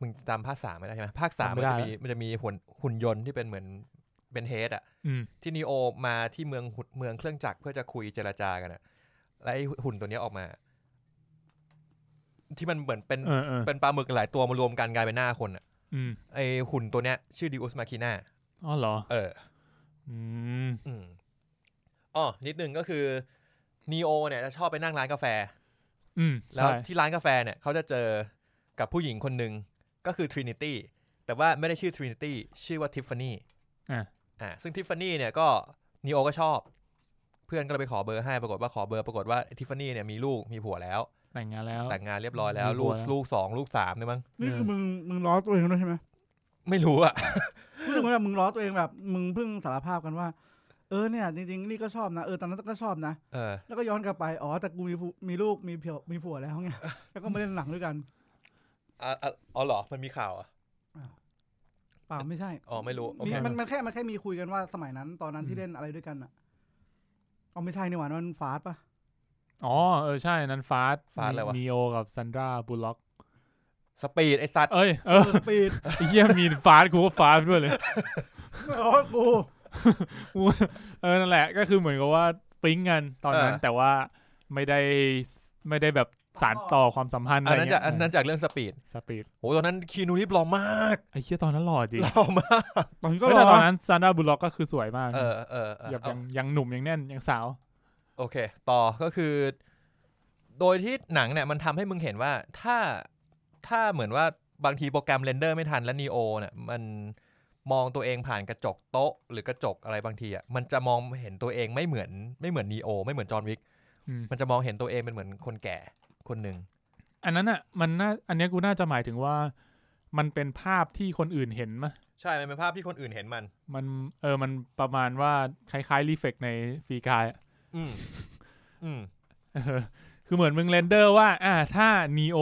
Speaker 2: มึงตามภาคสามไม่ได้ใช่ไหมภาคสามมันจะมีมันจะมีหุ่นหุ่นยนต์ที่เป็นเหมือนเป็นเฮดอะ
Speaker 3: อืม
Speaker 2: ที่นีโอมาที่เมืองหุ่นเมืองเครื่องจักรเพื่อจะคุยเจรจากันอะแล้วไอ้หุ่นตัวเนี้ยออกมา ที่มันเหมือนเป็น
Speaker 3: เออเออ
Speaker 2: เป็นปลาหมึกหลายตัวมารวมกันกลายเป็นหน้าคนอะ
Speaker 3: อืม
Speaker 2: ไอ้หุ่นตัวเนี้ยชื่อดิอุสมาคินา
Speaker 3: อ๋อเหรอ
Speaker 2: เออ
Speaker 3: อืม
Speaker 2: อืมอ๋อนิดนึงก็คือนีโอเนี่ยจะชอบไปนั่งร้านกาแฟ
Speaker 3: อืม
Speaker 2: แล้ว
Speaker 3: ใช่
Speaker 2: ที่ร้านกาแฟเนี่ยเขาจะเจอกับผู้หญิงคนหนึ่งก็คือทรินิตี้แต่ว่าไม่ได้ชื่อทรินิตี้ชื่อว่าทิฟฟานี่
Speaker 3: อ่ะ
Speaker 2: อ่าซึ่งทิฟฟานี่เนี่ยก็นีโอก็ชอบ เพื่อนก็เลยไปขอเบอร์ให้ปรากฏว่าขอเบอร์ปรากฏว่าทิฟฟานี่เนี่ยมีลูกมีผัวแล้ว
Speaker 3: แต่งงานแล้ว
Speaker 2: แต่งงานเรียบร้อยแล้ว
Speaker 3: มีผั
Speaker 2: ลู
Speaker 3: ว
Speaker 2: ก
Speaker 3: แล้ว
Speaker 2: ลูกสองลูกสามเนี่ยมั้ง
Speaker 1: นี่คือมึงมึงล้อตัวเองด้วยใช่ไหม
Speaker 2: ไม่รู้อะ
Speaker 1: รู้สึกว่าแบบมึงล้อตัวเองแบบ มึงเพิ่งสารภาพกันว่า เออเนี่ยจริงๆนี่ก็ชอบนะเออตอนนั้นก็ชอบนะ
Speaker 2: เออ
Speaker 1: แล้วก็ย้อนกลับไป อ๋อ แต่กูมีผู้มีลูก มีเผียวมีผัวแล้วไง แล้วก็มาเล่นหนังด้วยกัน
Speaker 2: อ่ะอ่ะอ๋อเหรอมันมีข่าวอะ
Speaker 1: เปล่าไม่ใช่
Speaker 2: อ๋อไม่รู้โอ
Speaker 1: มี
Speaker 2: เค
Speaker 1: มันมันแค่มันแค่มีคุยกันว่าสมัยนั้น ตอนนั้นที่เล่นอะไรด้วยกันอ่ะเอาไม่ใช่นี่หว่ามันฟาสปะ
Speaker 3: อ๋อ เออ ใช่ นั้นฟาส
Speaker 2: Fast อะไรวะ
Speaker 3: นีโอ กับซันดราบูลล็อก
Speaker 2: สปีดไอสัตว์
Speaker 3: เอ้ย เอ
Speaker 1: เอ
Speaker 3: อ
Speaker 1: อปีด
Speaker 3: ไอ้เฮียมีฟาสกูก็ฟาสด้วยเลย
Speaker 1: อ๋อกู
Speaker 3: เออ นั่นแหละ ก็คือเหมือนกับว่า ปิ๊งกันตอนนั้น แต่ว่า ไม่ได้ไม่ได้แบบสารต่อความสัมพันธ์อะ
Speaker 2: อัน
Speaker 3: ไร
Speaker 2: นั้น
Speaker 3: เงี้
Speaker 2: จาก
Speaker 3: ย
Speaker 2: อันนั้นจากเรื่องสปีด
Speaker 3: สปีด
Speaker 2: โหตอนนั้นคีนูรีบหล่อมาก
Speaker 3: ไอ้เหี้ยตอนนั้นหล่อจริง
Speaker 2: หล่อมาก
Speaker 1: ตอนนี้ก็
Speaker 3: เฮ้
Speaker 1: ร
Speaker 3: ยแต่
Speaker 1: อ
Speaker 3: ตอนนั้นซานดราบุลล็อกก็คือสวยมาก
Speaker 2: เออเออเออ
Speaker 3: แบบ
Speaker 2: เอา
Speaker 3: ยังยังหนุ่มยังแน่นยังสาว
Speaker 2: โอเค ต่อก็คือ โดยที่หนังเนี่ยมันทำให้มึงเห็นว่าถ้าถ้าเหมือนว่าบางทีโปรแกรมเรนเดอร์ไม่ทันแล้วนีโอเนี่ยมันมองตัวเองผ่านกระจกโต๊ะ หรือกระจกอะไรบางทีอ่ะมันจะมองเห็นตัวเองไม่เหมือนไม่เหมือนนีโอไม่เหมือนจอห์นวิก
Speaker 3: อืม
Speaker 2: มันจะมองเห็นตัวเองเป็นเหมือนคนแก่คนหนึ่ง
Speaker 3: อันนั้นอ่ะมันน่าอันเนี้ยกูน่าจะหมายถึงว่า มันเป็นภาพที่คนอื่นเห็นมะ
Speaker 2: ใช่ มันเป็นภาพที่คนอื่นเห็นมัน
Speaker 3: มันเออมันประมาณว่าคล้ายๆรีเฟกในฟรีกายอะ
Speaker 2: อืมอืม
Speaker 3: เออคือเหมือนมึงเรนเดอร์ว่า อ่าถ้านีโอ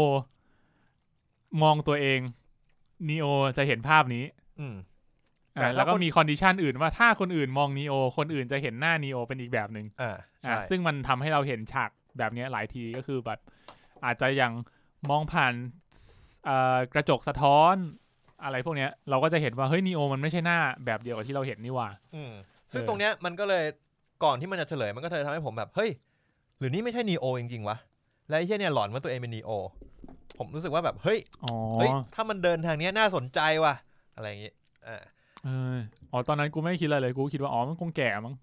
Speaker 3: มองตัวเองนีโอจะเห็นภาพนี้
Speaker 2: อืม แต่
Speaker 3: อ่า
Speaker 2: ถ้า
Speaker 3: แล้วก็
Speaker 2: คน
Speaker 3: มีคอนดิชันอื่นว่าถ้าคนอื่นมองนีโอคนอื่นจะเห็นหน้านีโอเป็นอีกแบบหนึ่ง
Speaker 2: อ่า
Speaker 3: อ่ะ
Speaker 2: ใช่
Speaker 3: ซึ่งมันทำให้เราเห็นฉากแบบเนี้ยหลายทีก็คือแบบอาจจะยังมองผ่านเอ่อกระจกสะท้อนอะไรพวกเนี้ยเราก็จะเห็นว่าเฮ้ยนีโอมันไม่ใช่หน้าแบบเดียวกับที่เราเห็นนี่หว่า
Speaker 2: อืมซึ่ง
Speaker 3: เออ
Speaker 2: ตรงเนี้ยมันก็เลยก่อนที่มันจะเฉลยมันก็เลยทำให้ผมแบบเฮ้ย หรือนี่ไม่ใช่นีโอจริงๆวะ และไอ้เฮียเนี่ยหลอนว่าตัวเองเป็นนีโอ ผมรู้สึกว่าแบบเฮ้ย
Speaker 3: อ๋อ
Speaker 2: เฮ้ยถ้ามันเดินทางเนี้ยน่าสนใจว่ะ อะไรอย่างงี้อ่ า
Speaker 3: เอออ๋อตอนนั้นกูไม่คิดอะไรเลยกูคิดว่าอ๋อมันคงแก่มั้ง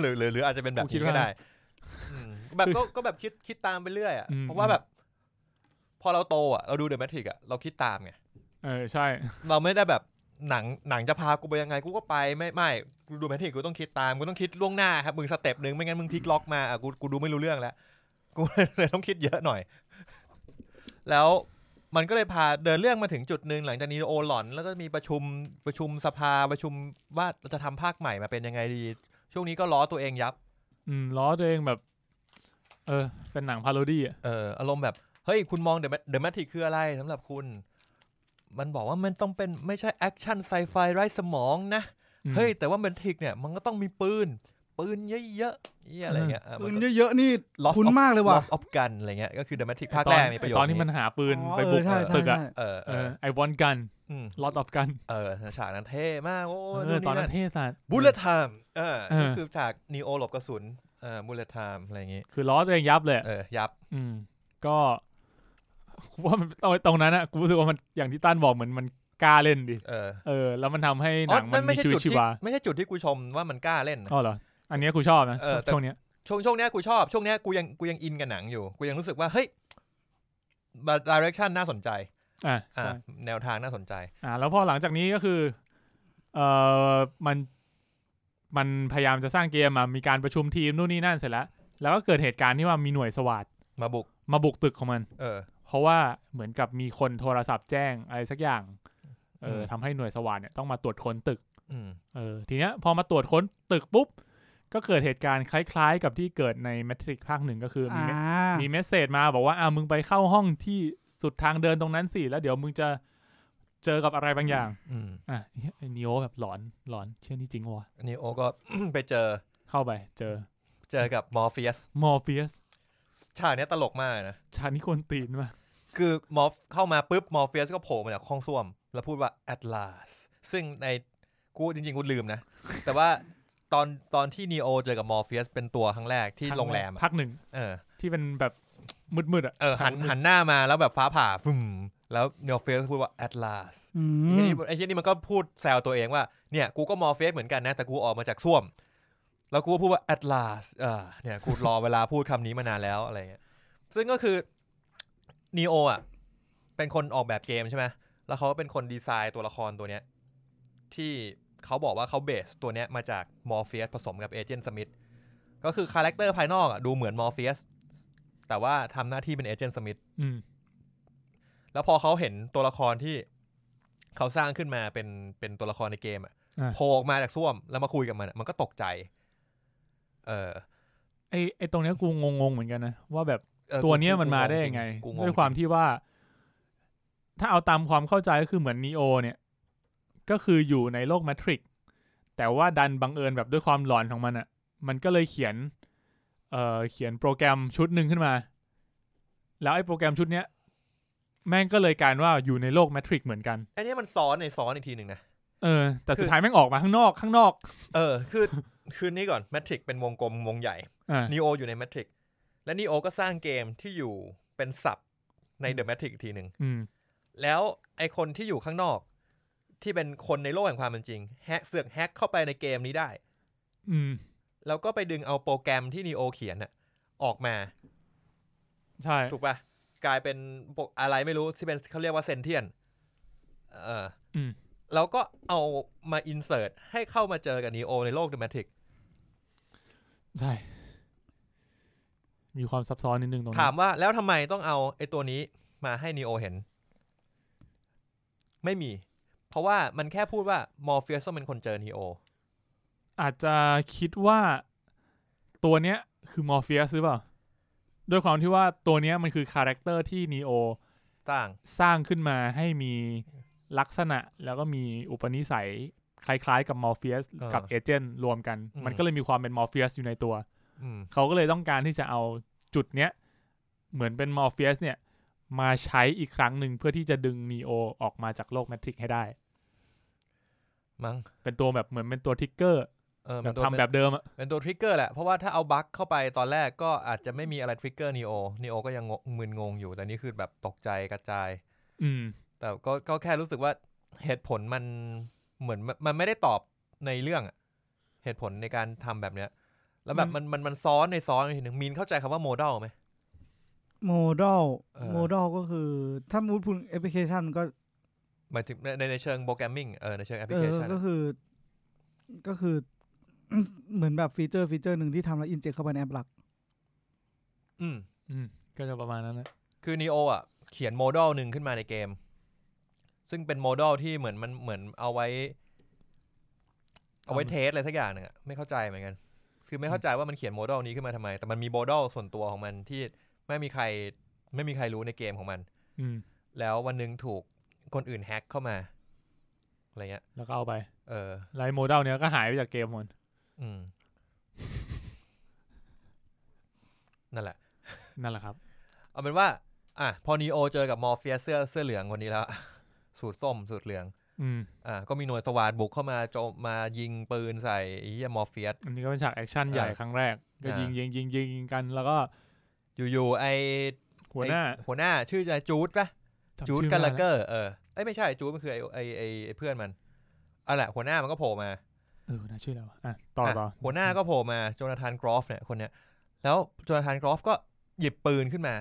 Speaker 2: หรือหรือหรืออาจจะเป็นแบบ
Speaker 3: กูคิด
Speaker 2: นี้ก็
Speaker 3: ว่า
Speaker 2: ได้อืมแบบก็ก็แบบคิดคิดตามไปเรื่อยอ่ะ
Speaker 3: อืม
Speaker 2: เพราะว่าแบบ พอเราโตอ่ะเราดูเดอะแมทริกอ่ะเราคิดตามไง
Speaker 3: เออใช่
Speaker 2: เราไม่ได้แบบหนังหนังจะพากูไปยังไงกูก็ไปไม่ไม่กูดูแมทริกกูต้องคิดตามกูต้องคิดล่วงหน้าครับมึงสเต็ปหนึ่งไม่งั้นมึงพลิกล็อกมาอ่ะกูกูดูไม่รู้เรื่องแล้วกู เลยต้องคิดเยอะหน่อย แล้วมันก็เลยพาเดินเรื่องมาถึงจุดหนึ่งหลังจากนี้โอหลอน แล้วก็มีประชุมประชุมสภาประชุมว่าเราจะทำภาคใหม่มาเป็นยังไงดี ช่วงนี้ก็ล้อตัวเองยับ
Speaker 3: อืมล้อตัวเองแบบ เออ เป็นหนังพาโรดี้อ่ะ
Speaker 2: เอออารมณ์แบบ เฮ้ย คุณมองเดอะแมทริกคืออะไรสำหรับคุณ มันบอกว่ามันต้องเป็นไม่ใช่แอคชั่นไซไฟไร้สมองนะ
Speaker 3: อืม
Speaker 2: เฮ้ย แต่ว่าแมทริกเนี่ย มันก็ต้องมีปืน ปืนเยอะๆเหี้ยอะไรเงี้ย
Speaker 1: ปืนเยอะๆนี่
Speaker 2: ล็อส
Speaker 1: คุ้นมากเลยว่ะ
Speaker 2: ออฟกันอะไรเงี้ยก็คือเดอะแมทริกภาค
Speaker 3: ไอ้ตอน
Speaker 2: แรกมีประโยชน์
Speaker 3: ไอ้ตอนที่มันหาปืนไปบุก
Speaker 1: เออใช่ใช่
Speaker 3: ตึกอ่ะ
Speaker 1: ใช่
Speaker 2: เออเอ
Speaker 3: เอ
Speaker 2: อ
Speaker 3: อไอวอนกัน
Speaker 2: ม
Speaker 3: ลอตออฟกัน
Speaker 2: เออฉากนั้นเท่มากโอ้
Speaker 3: เออตอนนั้นเท่สัส
Speaker 2: บูลเลตไทม์เออ
Speaker 3: เออ
Speaker 2: นี่คือฉากนีโอหลบกระสุนเออบูลเลตไทม์อะไรอย่างงี้
Speaker 3: คือล้อตัวเองยับเลยอะ
Speaker 2: เออยับ
Speaker 3: อืมก็ กูว่ามันตรงตรงนั้นอะกูรู้สึกว่ามันอย่างที่ต้านบอกเหมือนมันกล้าเล่นดิ
Speaker 2: เออ
Speaker 3: เออ แล้วมันทำให้ห
Speaker 2: อ๋อ
Speaker 3: นังมัน
Speaker 2: ไม่
Speaker 3: มี
Speaker 2: ใช่
Speaker 3: ชีวิต
Speaker 2: จุด
Speaker 3: ชี
Speaker 2: ที่
Speaker 3: วา
Speaker 2: ไม่ใช่จุดที่กูชมว่ามันกล้าเล่นนะ
Speaker 3: อ๋อเหรออันเนี้ยกูชอบนะ
Speaker 2: เออแต่
Speaker 3: ช่วงเนี้ย
Speaker 2: ช่วงช่วงเนี้ยกูชอบช่วงเนี้ยกูยังกูยังอินกับหนังอยู่ กูยังรู้สึกว่า เฮ้ยดิเรกชันน่าสนใจ
Speaker 3: อ่ะ
Speaker 2: อ่า
Speaker 3: ใช่
Speaker 2: แนวทางน่าสนใจ
Speaker 3: อ่ะแล้วพอหลังจากนี้ก็คือเออมันมันพยายามจะสร้างเกมมามีการประชุมทีมนู่นนี่นั่นเสร็จแล้ว แล้วก็เกิดเหตุการณ์ที่ว่ามีหน่วยสวาด
Speaker 2: มาบุก
Speaker 3: มาบุกตึกของมัน
Speaker 2: เออ
Speaker 3: เพราะว่าเหมือนกับมีคนโทรศัพท์แจ้งอะไรสักอย่างเออ
Speaker 2: ม
Speaker 3: ทำให้หน่วยสวาดเนี่ยต้องมาตรวจค้นตึก
Speaker 2: อืม
Speaker 3: เออทีเนี้ยพอมาตรวจค้นตึกปุ๊บ ก็เกิดเหตุการณ์คล้ายๆ กับที่เกิดในแมทริกภาคหนึ่งก็คือมี
Speaker 1: อ่า
Speaker 3: เมมีเมสเซจมาบอกว่าอ่ามึงไปเข้าห้องที่สุดทางเดินตรงนั้นสิแล้วเดี๋ยวมึงจะเจอกับอะไรบางอย่าง
Speaker 2: อืม
Speaker 3: อ่ะเหี้ยไอ้นิโอแบบหลอนหลอนเชื่อนี่จริงวะ
Speaker 2: อันนี้โอก็ ไปเจอ
Speaker 3: เข้าไปเจอ
Speaker 2: เจอกับมอร์ฟีส
Speaker 3: มอร์เฟียส
Speaker 2: ฉากเนี้ยตลกมากนะ
Speaker 3: ชานิคนตีนมา
Speaker 2: คือมอร์เข้ามาปุ๊บมอร์ฟีสก็โผล่มาจากห้องส้วม แล้วพูดว่า at last ซึ่งในกูจริงๆ กูลืมนะ แต่ว่าตอนตอนที่นีโอเจอกับมอร์ฟีสเป็นตัวครั้งแรกที่โรงแรมอะ
Speaker 3: พักหนึ่ง
Speaker 2: เออ
Speaker 3: ที่เป็นแบบมืดๆอ่ะ
Speaker 2: เออหัน
Speaker 3: มืด
Speaker 2: หันหน้ามาแล้วแบบฟ้าผ่าฟึ่มแล้วมอร์ฟีสพูดว่า at last
Speaker 1: อื
Speaker 2: ไ
Speaker 1: ม
Speaker 2: อ้เหี้ยนี่ไอ้เหี้ยนี่มันก็พูดแซวตัวเองว่าเนี่ยกูก็มอร์เฟสเหมือนกันนะ แต่กูออกมาจากส้วม แล้วกูก็พูดว่า at last อ่าเนี่ยกูรอเวลาพูดคำนี้มานานแล้วอะไรเงี้ยซึ่งก็คือนีโออ่ะ เป็นคนออกแบบเกมใช่ไหมแล้วเขาก็เป็นคนดีไซน์ตัวละครตัวเนี้ย ที่เขาบอกว่าเขาเบสตัวเนี้ยมาจากมอร์เฟสผสมกับเอเจนต์สมิธก็คือคาแรคเตอร์ภายนอกอ่ะดูเหมือนมอร์เฟสแต่ว่าทำหน้าที่เป็นเอเจนต์สมิธ
Speaker 3: อืม
Speaker 2: แล้วพอเขาเห็นตัวละครที่เขาสร้างขึ้นมาเป็นเป็นตัวละครในเกมอะ
Speaker 3: ะ
Speaker 2: โผล่ออกมาจากส้วมแล้วมาคุยกับมันอะมันก็ตกใจ เออ
Speaker 3: ไอไอตรงเนี้ยกูงงๆเหมือนกันนะว่าแบบ
Speaker 2: ออ
Speaker 3: ตัวเนี้ยมัน
Speaker 2: กู
Speaker 3: มาได้ยังไง
Speaker 2: กูง
Speaker 3: ด้วย ยความที่ว่า ถ้าเอาตามความเข้าใจก็คือเหมือนนีโอเนี่ย ก็คืออยู่ในโลกแมทริกซ์แต่ว่าดันบังเอิญแบบด้วยความหลอนของมันอะ่ะ มันก็เลยเขียน เอ่อเขียนโปรแกรมชุดหนึ่งขึ้นมา แล้วไอ้โปรแกรมชุดเนี้ย แม่งก็เลยกลารว่าอยู่ในโลกแมทริกซ์เหมือนกัน
Speaker 2: อันเนี้ยมันซ้อนในซ้อนอีกทีหนึ่งนะ
Speaker 3: เออ แต่
Speaker 2: คือ
Speaker 3: สุดท้ายแม่งออกมาข้างนอกข้างนอก
Speaker 2: เออ คือ คืนนี้ก่อนแมทริกเป็นวงกลมวงใหญ่
Speaker 3: อ่า
Speaker 2: นีโออยู่ในแมทริก และนีโอก็สร้างเกมที่อยู่เป็นสับในเดอะแมทริกอีกทีหนึ่ง
Speaker 3: อืม
Speaker 2: แล้วไอคนที่อยู่ข้างนอกที่เป็นคนในโลกแห่งความเป็นจริงแฮกเสือกแฮกเข้าไปในเกมนี้ได้
Speaker 3: อืม
Speaker 2: แล้วก็ไปดึงเอาโปรแกรมที่นีโอเขียนน่ะออกมา
Speaker 3: ใช่
Speaker 2: ถูกปะกลายเป็นปกอะไรไม่รู้ที่เป็นเขาเรียกว่าเซนเทียนเออ
Speaker 3: อืม
Speaker 2: แล้วก็เอามาอินเสิร์ตให้เข้ามาเจอกับนีโอในโลกเดอะแมทริก
Speaker 3: ใช่ มีความซับซ้อนนิดนึงตรงนี้
Speaker 2: ถามว่าแล้วทำไมต้องเอาไอตัวนี้มาให้นีโอเห็น ไม่มี เพราะว่ามันแค่พูดว่ามอร์เฟียสต้องเป็นคนเจอนีโอ
Speaker 3: อาจจะคิดว่าตัวเนี้ยคือมอร์เฟียสหรือเปล่า ด้วยความที่ว่าตัวเนี้ยมันคือคาแรคเตอร์ที่นีโอ
Speaker 2: สร้าง
Speaker 3: สร้างขึ้นมาให้มีลักษณะแล้วก็มีอุปนิสัย คล้ายๆกับมอร์เฟียส
Speaker 2: เออ
Speaker 3: กับเอเจนต์รวมกัน
Speaker 2: อืม
Speaker 3: มันก็เลยมีความเป็นมอร์เฟียสอยู่ในตัว
Speaker 2: อืม
Speaker 3: เขาก็เลยต้องการที่จะเอาจุดเนี้ย เหมือนเป็นมอร์เฟียสเนี่ย มาใช้อีกครั้งหนึ่งเพื่อที่จะดึงนีโอออกมาจากโลกแมทริกให้ได้
Speaker 2: มั้ง
Speaker 3: เป็นตัวแบบเหมือนเป็นตัวทริกเกอร์
Speaker 2: เออ
Speaker 3: แบ
Speaker 2: มัน
Speaker 3: บ
Speaker 2: ตัว
Speaker 3: ทำแบบเดิมอะ
Speaker 2: เป็นตัวทริกเกอร์แหละ เพราะว่าถ้าเอาบั๊กเข้าไปตอนแรกก็อาจจะไม่มีอะไรทริกเกอร์นีโอนีโอก็ยังงงมึนงงอยู่ แต่นี่คือแบบตกใจกระจาย
Speaker 3: อืม
Speaker 2: แต่ก็ก็แค่รู้สึกว่าเหตุผลมันเหมือนมันมันไม่ได้ตอบในเรื่องอะเหตุผลในการทำแบบเนี้ย แล้วแบบ
Speaker 3: มั
Speaker 2: มัน นมันมันซ้อนในซ้อนอีกทีหนึ่งมีนเข้าใจคำว่าโมด a ลไหม
Speaker 1: โมดอล
Speaker 2: เออ
Speaker 1: โมดอลก็คือ ถ้ามูดพูดแอปพลิเคชันมันก็
Speaker 2: หมายถึงในในในเชิงโปรแกรมมิ่งเออในเชิงแอปพ
Speaker 1: เอ
Speaker 2: ลิเค
Speaker 1: อ
Speaker 2: ชัน
Speaker 1: ก็คือ ก็คือ เหมือนแบบฟีเจอร์ฟีเจอร์หนึ่งที่ทำแล้วอินเจกเข้าไปในแอปหลัก
Speaker 2: อืม
Speaker 3: อืม ก็จะประมาณนั้นนะ
Speaker 2: คือนีโออ่ะ เขียนโมด a ลหนึ่งขึ้นมาในเกม ซึ่งเป็นโมด a ลที่เหมือนมันเหมือนเอาไว้ เอาไว้เทสอะไรสักอย่างหนึ่งอะไม่เข้าใจเหมือนกัน คือไม่เข้าใจว่ามันเขียนโมด a ลนี้ขึ้นมาทำไม แต่มันมีโมด a ลส่วนตัวของมันที่ไม่มีใครไม่มีใครรู้ในเกมของมัน
Speaker 3: อืม
Speaker 2: แล้ววันหนึ่งถูกคนอื่นแฮ็กเข้ามาอะไรเงี้ย
Speaker 3: แล้วก็เอาไป
Speaker 2: เออ
Speaker 3: ไลน์โมเดลเนี้ยก็หายไปจากเกมหมด
Speaker 2: อืม นั่นแหละ
Speaker 3: นั่นแหละครับ
Speaker 2: เอาเป็นว่า อ่ะ พอนีโอเจอกับมอร์เฟียเสื้อเสื้อเหลืองคนนี้แล้ว สูตรส้ม สูตรเหลือง
Speaker 3: อืม
Speaker 2: อ่ะก็มีหน่วยสวาดบุกเข้ามาโจมมายิงปืนใส่ไอ้เหี้ยมอร์เฟียส
Speaker 3: อันนี้ก็เป็นฉากแอคชั่นใหญ่
Speaker 2: อ่า
Speaker 3: ครั้งแรก ก็
Speaker 2: อ่ายิ
Speaker 3: ยิงยิงยิงยิงยิงกัน แล้วก็
Speaker 2: อยู่ๆไอ
Speaker 3: หัวหน้า
Speaker 2: ไอ้หัวหน้าชื่ออะไรจูดปะ
Speaker 3: จำ
Speaker 2: จูด
Speaker 3: ชื่อ
Speaker 2: กัน
Speaker 3: ไม่
Speaker 2: ลา
Speaker 3: ได้
Speaker 2: เกอร์เออเอ้ยไม่ใช่จูดมันคือไอไอไอไอ้เพื่อนมันเอาแหละหัวหน้ามันก็โผล่มา
Speaker 3: เออน่าชื่อแล้วะอ่ะต่อต่อ
Speaker 2: อ่ะหัวหน้าก็โผล่มาโจนาธานกรอฟเนี่ยคนเนี้ยแล้วโจนาธานกรอฟก็หยิบปืนขึ้นมา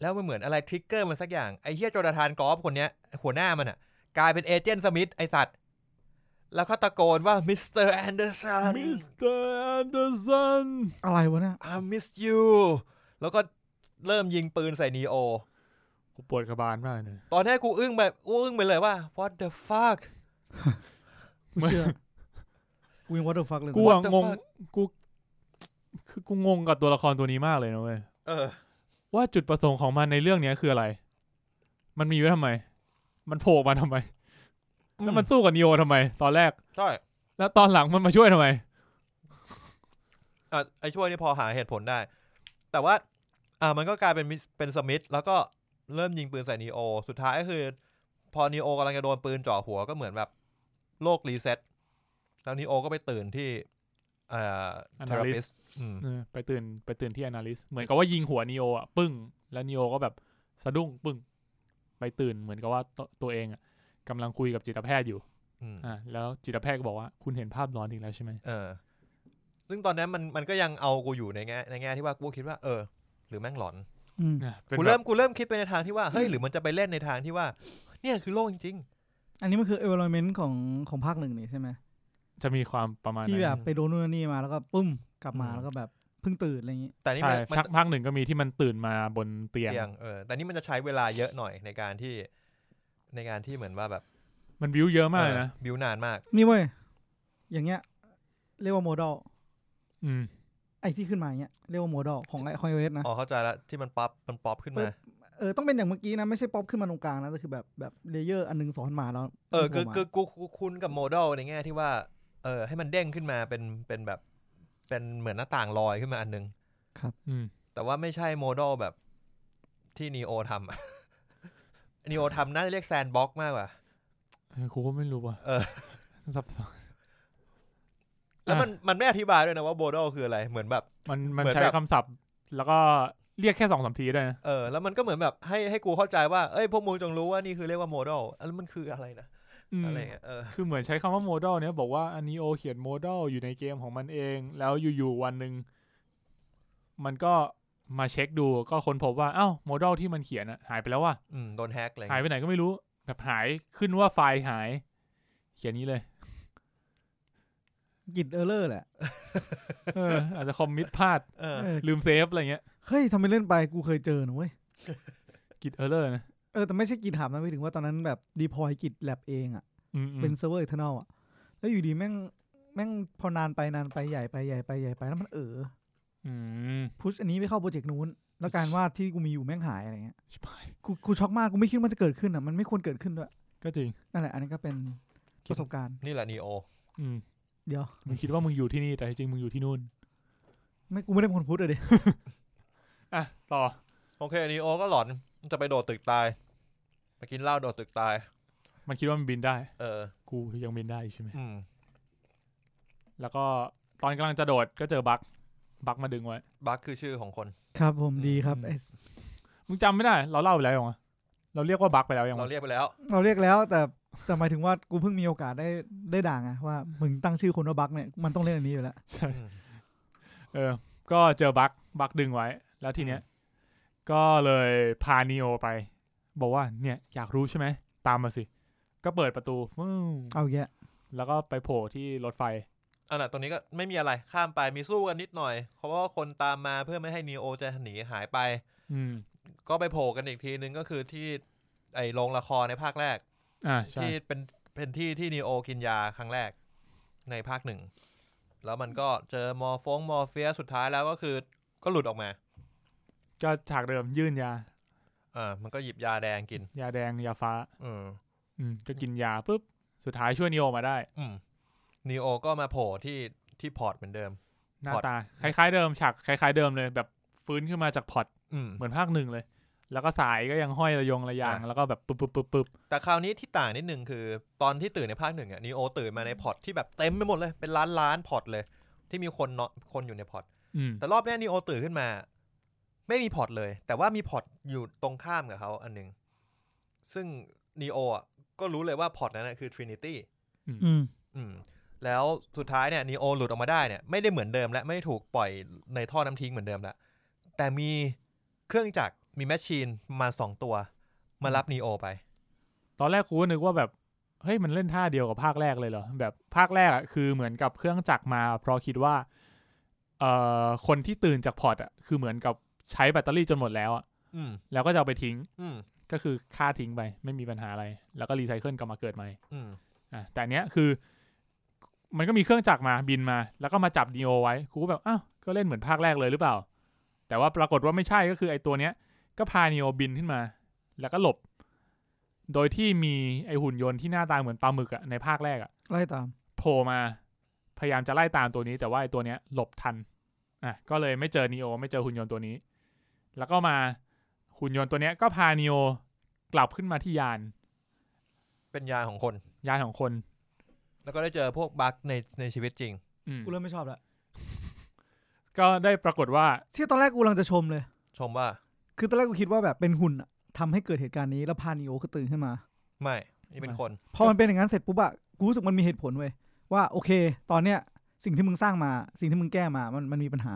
Speaker 2: แล้วมันเหมือนอะไรทริกเกอร์มันสักอย่างไอ้เฮียโจนาธานกรอฟคนเนี้ยหัวหน้ามันอ่ะ กลายเป็นเอเจนต์สมิธไอสัตว์ แล้วก็ตะโกนว่ามิสเตอร์แอนเดอร์สัน
Speaker 3: มิสเตอร์แอนเดอร์สัน
Speaker 1: อะไรวะเนี่ย
Speaker 2: I miss you แล้วก็เริ่มยิงปืนใส่นีโอ
Speaker 3: กูปวดกระบาลมากเลย
Speaker 2: ตอนแรกกูอึ้งแบบกูอึ้งไปเลยว่า what the fuck
Speaker 1: กูเชื่อกูยังวัตเตอร์ฟักเลยนะ
Speaker 3: กูอะ
Speaker 2: What the
Speaker 3: งง
Speaker 2: fuck?
Speaker 3: กูคือกูงงกับตัวละครตัวนี้มากเลยนะเว้ย
Speaker 2: เออ
Speaker 3: ว่าจุดประสงค์ของมันในเรื่องเนี้ยคืออะไร มันมีไว้ทำไม มันโผล่มาทำไม แล้วมันสู้กับนิโอทำไม ตอนแรก
Speaker 2: ใช่
Speaker 3: แล้วตอนหลังมันมาช่วยทำไม
Speaker 2: อ่ะไอช่วยนี่พอหาเหตุผลได้ แต่ว่า อ่ามันก็กลายเป็นมิสเป็นสมิธแล้วก็เริ่มยิงปืนใส่นีโอ สุดท้ายก็คือ พอนีโอกำลังจะโดนปืนจ่อหัวก็เหมือนแบบ โลกรีเซ็ตแล้วนีโอก็ไปตื่นที่เอ่อ
Speaker 3: Analyst
Speaker 2: เทอราปิสอืม
Speaker 3: เออไปตื่นไปตื่นที่ analyst เหมือนกับว่ายิงหัวนิโออ่ะปึ้ง แล้วนิโอก็แบบสะดุ้งปึ้ง ไปตื่นเหมือนกับว่าตตัวเองอ่ะกำลังคุยกับจิตแพทย์อยู่
Speaker 2: อืม
Speaker 3: อ่าแล้วจิตแพทย์ก็บอกว่าคุณเห็นภาพหลอนอีกแล้วใช่ไหม
Speaker 2: เออ ซึ่งตอนนั้นมันมันก็ยังเอากูอยู่ในแง่ในแง่ที่ว่ากูคิดว่าเออ หรือแม่งหลอน
Speaker 1: อืม
Speaker 3: อ่ะเป็น
Speaker 2: กู
Speaker 3: แบ
Speaker 2: เริ่
Speaker 3: บ
Speaker 2: มกูเริ่มคิดไปในทางที่ว่าเฮ้ยหรือมันจะไปเล่นในทางที่ว่า เนี่ยคือโลกจริง
Speaker 1: อันนี้มันคือ environment ของของภาคหนึ่งนี่ใช่ไหม
Speaker 3: จะมีความประมาณ
Speaker 1: ที่
Speaker 3: นั้น
Speaker 1: แบบไปโดนนู่นนี่มาแล้วก็ปุ้มกลับมา
Speaker 2: อืม
Speaker 1: แล้วก็แบบเพิ่งตื่นอะไรอย่างงี้
Speaker 2: ๆ แต่นี่
Speaker 3: ใช่
Speaker 2: มันมัน
Speaker 3: พักพักหนึ่งก็มีที่มันตื่นมาบนเตียง
Speaker 2: เตียงเออแต่นี่มันจะใช้เวลาเยอะหน่อยในการที่ ในการที่เหมือนว่าแบบ
Speaker 3: มันวิวเยอะมากเลย
Speaker 2: เออ
Speaker 3: นะ
Speaker 2: บิวนานมาก
Speaker 1: นี่เว้ย อย่างเงี้ย เรียกว่าโมดอล
Speaker 3: อืม
Speaker 1: ไอ้ที่ขึ้นมาอย่างเงี้ยเรียกว่าโมดอลของไอคอนเวสนะ
Speaker 2: อ๋อเข้าใจละที่มันป๊อปมันป๊อปขึ้นมา
Speaker 1: เออต้องเป็นอย่างเมื่อกี้นะ ไม่ใช่ป๊อปขึ้นมาตรงกลางนะแต่คือแบบแบบเลเยอร์อันหนึงซ้อนมาแล้ว
Speaker 2: เออคือ
Speaker 1: โผล่มา
Speaker 2: คือกูกูคุ้นกับโมเดลในแง่ที่ว่า เออ ให้มันเด้งขึ้นมาเป็นเป็นแบบ เป็นเหมือนหน้าต่างลอยขึ้นมาอันนึง
Speaker 3: อืม
Speaker 2: แต่ว่าไม่ใช่โมเดลแบบที่นีโอทำอะ นีโอทำน่าจะเรียกแซนบ็อกมากกว่า
Speaker 3: เออกูก็ไม่รู้ว่ะ
Speaker 2: เออ
Speaker 3: ซับซ้อน
Speaker 2: แล้ว
Speaker 3: อ่ะ
Speaker 2: มันมันไม่อธิบายด้วยนะว่าโมเดลคืออะไรเหมือนแบบ
Speaker 3: มันมัน
Speaker 2: เหมือน
Speaker 3: ใช้
Speaker 2: แบบ
Speaker 3: คำศัพท์ แล้วก็เรียกแค่สองสามทีด้วยนะ
Speaker 2: เออแล้วมันก็เหมือนแบบให้ให้กูเข้าใจว่าเอ้ยพวกมึงจงรู้ว่านี่คือเรียกว่าโมดลแล้วมันคืออะไรนะ
Speaker 3: อืม
Speaker 2: อะไรเงี้ยเออ
Speaker 3: คือเหมือนใช้คำว่าโมด a ลเนี่ยบอกว่าอันนี้โอเขียนโมด a ลอยู่ในเกมของมันเอง แล้วอยู่ๆวันหนึ่งมันก็มาเช็คดูก็ค้นพบว่า เอ้าโมด a ลที่มันเขียนอะหายไปแล้วว่ะ
Speaker 2: อืมโดนแฮกอะไร
Speaker 3: หาย
Speaker 2: เงี้ย
Speaker 3: ไปไหนก็ไม่รู้ แบบหายขึ้นว่าไฟล์หาย เขียนนี้เลย
Speaker 1: กิดเออร์เลอร์แหละ
Speaker 3: เออ อาจจะคอมมิตพลาด
Speaker 2: เออ
Speaker 1: เออ
Speaker 3: ลืมเซฟอะไรเงี้ย
Speaker 1: เฮ้ยทำไมเล่นไปกูเคยเจอนะเว้ย
Speaker 3: กิดเออร์เลอร์นะ
Speaker 1: เออแต่ไม่ใช่กิดหับนะไปถึงว่าตอนนั้นแบบดีพอยกิดแลบเองอ่ะ
Speaker 3: อืมอืม
Speaker 1: เป็นเซิร์ฟเวอร์เทอร์นอลอ่ะ แล้วอยู่ดีแม่งแม่งพอนานไปนานไปใหญ่ไปใหญ่ไปใหญ่ไปแล้วมันเออ
Speaker 3: อืม
Speaker 1: พุชอันนี้ไปเข้าโปรเจกต์นู้น แล้วการวาดที่กูมีอยู่แม่งหายอะไรเงี้ย
Speaker 3: ชิบหาย
Speaker 1: กูกูช็อกมากกูไม่คิดว่ามันจะเกิดขึ้นอ่ะมันไม่ควรเกิดขึ้นด้วย
Speaker 3: ก็จริง
Speaker 1: นั่นแหละอันนี้ก็เป็นประสบการณ์
Speaker 2: นี่แหละนีโอ
Speaker 3: อืม
Speaker 1: เดี๋ยว
Speaker 3: มึงคิดว่ามึงอยู่ที่นี่แต่จริงๆมึงอยู่ที่นู่น
Speaker 1: ไม่กูไม่ได้เป็นคนพุชเลยดิ
Speaker 3: อ่ะ ต่อ
Speaker 2: โอเคนีโอก็หลอนจะไปโดดตึกตายไปกินเหล้าโดดตึกตาย
Speaker 3: มันคิดว่ามันบินได้
Speaker 2: เออ
Speaker 3: กูยังบินได้อยู่ใช่ไหม
Speaker 2: อืม
Speaker 3: แล้วก็ตอนกำลังจะโดดก็เจอบั๊กบั๊กมาดึงไว้
Speaker 2: บัคคือชื่อของคน
Speaker 1: ครับผมดีครับ
Speaker 3: อืม
Speaker 1: ไอ้
Speaker 3: มึงจำไม่ได้ เราเล่าไปแล้วยังวะเราเรียกว่าบั๊กไปแล้วยัง
Speaker 2: เรา
Speaker 3: วะ
Speaker 2: เรียกไปแล้ว
Speaker 1: เราเรียกแล้วแต่แต่หมายถึงว่ากูเพิ่งมีโอกาสได้ได้ด่างไงว่ามึงตั้งชื่อคนว่าบักเนี่ยมันต้องเล่นอันนี้อยู่แล้ว
Speaker 3: ใช่ เออ ก็เจอบั๊กบั๊กดึงไว้ แล้วทีเนี้ย ก็เลยพานีโอไป บอกว่าเนี่ยอยากรู้ใช่ไหม ตามมาสิ ก็เปิดประตูฟึ่ง
Speaker 1: เอาอย่างเงี้ย
Speaker 3: แล้วก็ไปโผล่ที่รถไฟ
Speaker 2: อันน่ะตรงนี้ก็ไม่มีอะไรข้ามไปมีสู้กันนิดหน่อย เพราะว่าคนตามมาเพื่อไม่ให้นีโอจะหนีหายไป
Speaker 3: อืม
Speaker 2: ก็ไปโผล่กันอีกทีนึงก็คือที่ไอ้โรงละครในภาคแรก
Speaker 3: อ่าใช่
Speaker 2: ที่เป็นเป็นที่ที่นีโอกินยาครั้งแรกในภาคหนึ่ง แล้วมันก็เจอมอร์ฟงมอร์เฟียสสุดท้ายแล้วก็คือก็หลุดออกมา
Speaker 3: ก็ฉากเดิมยื่นยา
Speaker 2: อ่ามันก็หยิบยาแดงกิน
Speaker 3: ยาแดงยาฟ้า
Speaker 2: อืม
Speaker 3: อืม ก็กินยาปุ๊บ สุดท้ายช่วยนีโอมาได้
Speaker 2: อืมนีโอก็มาโผล่ที่ที่พอร์ตเหมือนเดิม
Speaker 3: หน้า
Speaker 2: พอร์ต
Speaker 3: ตา คล้ายๆเดิมฉากคล้าย ๆเดิมเลย แบบฟื้นขึ้นมาจากพอร์ต
Speaker 2: อืม
Speaker 3: เหมือนภาคหนึ่งเลย แล้วก็สายก็ยังห้อยระยงระยาง
Speaker 2: อ่ะ
Speaker 3: แล้วก็แบบปุ๊บปุ๊บปุ๊บปุ๊บ
Speaker 2: แต่คราวนี้ที่ต่างนิดนึงคือตอนที่ตื่นในภาคหนึ่งอ่ะนีโอตื่นมาในพอร์ตที่แบบเต็มไปหมดเลยเป็นล้านล้านพอร์ตเลย ที่มีคนเนาะคนอยู่ในพอร์ต
Speaker 3: อืม
Speaker 2: แต่รอบเนี้ยนีโอตื่นขึ้นมา ไม่มีพอร์ตเลย แต่ว่ามีพอร์ตอยู่ตรงข้ามกับเขาอันหนึง ซึ่งนีโออ่ะก็รู้เลยว่าพอร์ตนั้นนะคือทรินิตี้
Speaker 1: อืม
Speaker 2: อืมแล้วสุดท้ายเนี่ยนีโอหลุดออกมาได้เนี่ยไม่ได้เหมือนเดิมและไม่ได้ถูกปล่อยในท่อน้ำทิ้งเหมือนเดิมละแต่มีเครื่องจักรมีแมชชีนมาสองตัว มารับนีโอไป
Speaker 3: ตอนแรกกูก็นึกว่าแบบ เฮ้ย มันเล่นท่าเดียวกับภาคแรกเลยเหรอ แบบภาคแรกอ่ะคือเหมือนกับเครื่องจักรมา เพราะคิดว่าเอ่อคนที่ตื่นจากพอร์ตอ่ะคือเหมือนกับใช้แบตเตอรี่จนหมดแล้วอ่ะ
Speaker 2: อืม
Speaker 3: แล้วก็จะเอาไปทิ้ง
Speaker 2: อืม
Speaker 3: ก็คือค่าทิ้งไปไม่มีปัญหาอะไร แล้วก็รีไซเคิลกลับมาเกิดใหม่
Speaker 2: อืม
Speaker 3: อ่ะแต่อันเนี้ยคือ มันก็มีเครื่องจักรมาบินมา แล้วก็มาจับดีโอไว้กูก็แบบอ้าวก็เล่นเหมือนภาคแรกเลยหรือเปล่า แต่ว่าปรากฏว่าไม่ใช่ก็คือไอ้ตัวเนี้ย ก็พานีโอบินขึ้นมา แล้วก็หลบ โดยที่มีไอ้หุ่นยนต์ที่หน้าตาเหมือนปลาหมึกอะในภาคแรกอะ
Speaker 1: ไล่ตาม
Speaker 3: โผล่มา พยายามจะไล่ตามตัวนี้ แต่ว่าไอ้ตัวเนี้ยหลบทันอ่ะก็เลยไม่เจอนีโอไม่เจอหุ่นยนต์ตัวนี้ แล้วก็มาหุ่นยนต์ตัวเนี้ยก็พานีโอกลับขึ้นมาที่ยาน
Speaker 2: เป็นยาของคน
Speaker 3: ยานของคน
Speaker 2: แล้วก็ได้เจอพวกบั๊กในในชีวิตจริง
Speaker 3: อืม
Speaker 1: กูเริ่มไม่ชอบละ
Speaker 3: ก็ได้ปรากฏว่า
Speaker 1: ที่ตอนแรกกูกำลังจะชมเลย
Speaker 2: ชมว่า
Speaker 1: คือตอนแรกกูคิดว่าแบบเป็นหุ่นอะทำให้เกิดเหตุการณ์นี้แล้วพานิโอคือตื่นขึ้นมา
Speaker 2: ไม่ นี่เป็นคน
Speaker 1: พอมันเป็นอย่างนั้นเสร็จปุ๊บอะกูรู้สึกมันมีเหตุผลเว้ยว่าโอเค ตอนเนี้ยสิ่งที่มึงสร้างมา สิ่งที่มึงแก้มามันมันมีปัญหา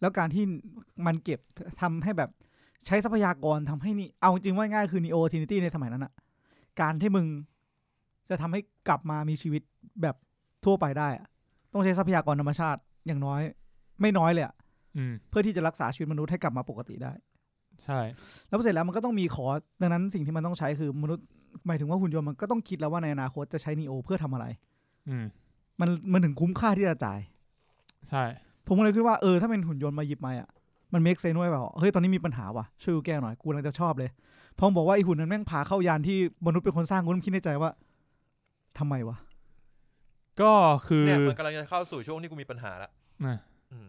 Speaker 1: แล้วการที่มันเก็บทำให้แบบใช้ทรัพยากรทำให้นี่เอาจริงว่าง่ายคือนีโอทินิตี้ในสมัยนั้นอะการที่มึงจะทำให้กลับมามีชีวิตแบบทั่วไปได้อะต้องใช้ทรัพยากรธรรมชาติอย่างน้อย ไม่น้อยเลยอะ
Speaker 3: อืม
Speaker 1: เพื่อที่จะรักษาชีวิตมนุษย์ให้กลับมาปกติได้
Speaker 3: ใช่
Speaker 1: แล้วเสร็จแล้วมันก็ต้องมีคอร์สดังนั้นสิ่งที่มันต้องใช้คือมนุษย์หมายถึงว่าหุ่นยนต์มันก็ต้องคิดแล้วว่าในอนาคตจะใช้นีโอเพื่อทำอะไร
Speaker 3: อืม
Speaker 1: มันมันถึงคุ้มค่าที่จะจ่าย
Speaker 3: ใช่
Speaker 1: ผมก็เลยคิดว่าเออถ้าเป็นหุ่นยนต์มาหยิบมาอ่ะมันเมคเซนด้วยเปล่าเฮ้ยตอนนี้มีปัญหาว่ะช่วยกูแก้หน่อยกูกำลังจะชอบเลยพอมนบอกว่าไอหุ่นนั้นแม่งพาเข้ายานที่มนุษย์เป็นคนสร้างกูต้องคิดในใจว่าทำไมวะ
Speaker 3: ก็คือ
Speaker 2: เนี่ยมันกำลังจะเข้าสู่ช่วงที่กูมีปัญหาละ
Speaker 3: น่ะ
Speaker 2: อืม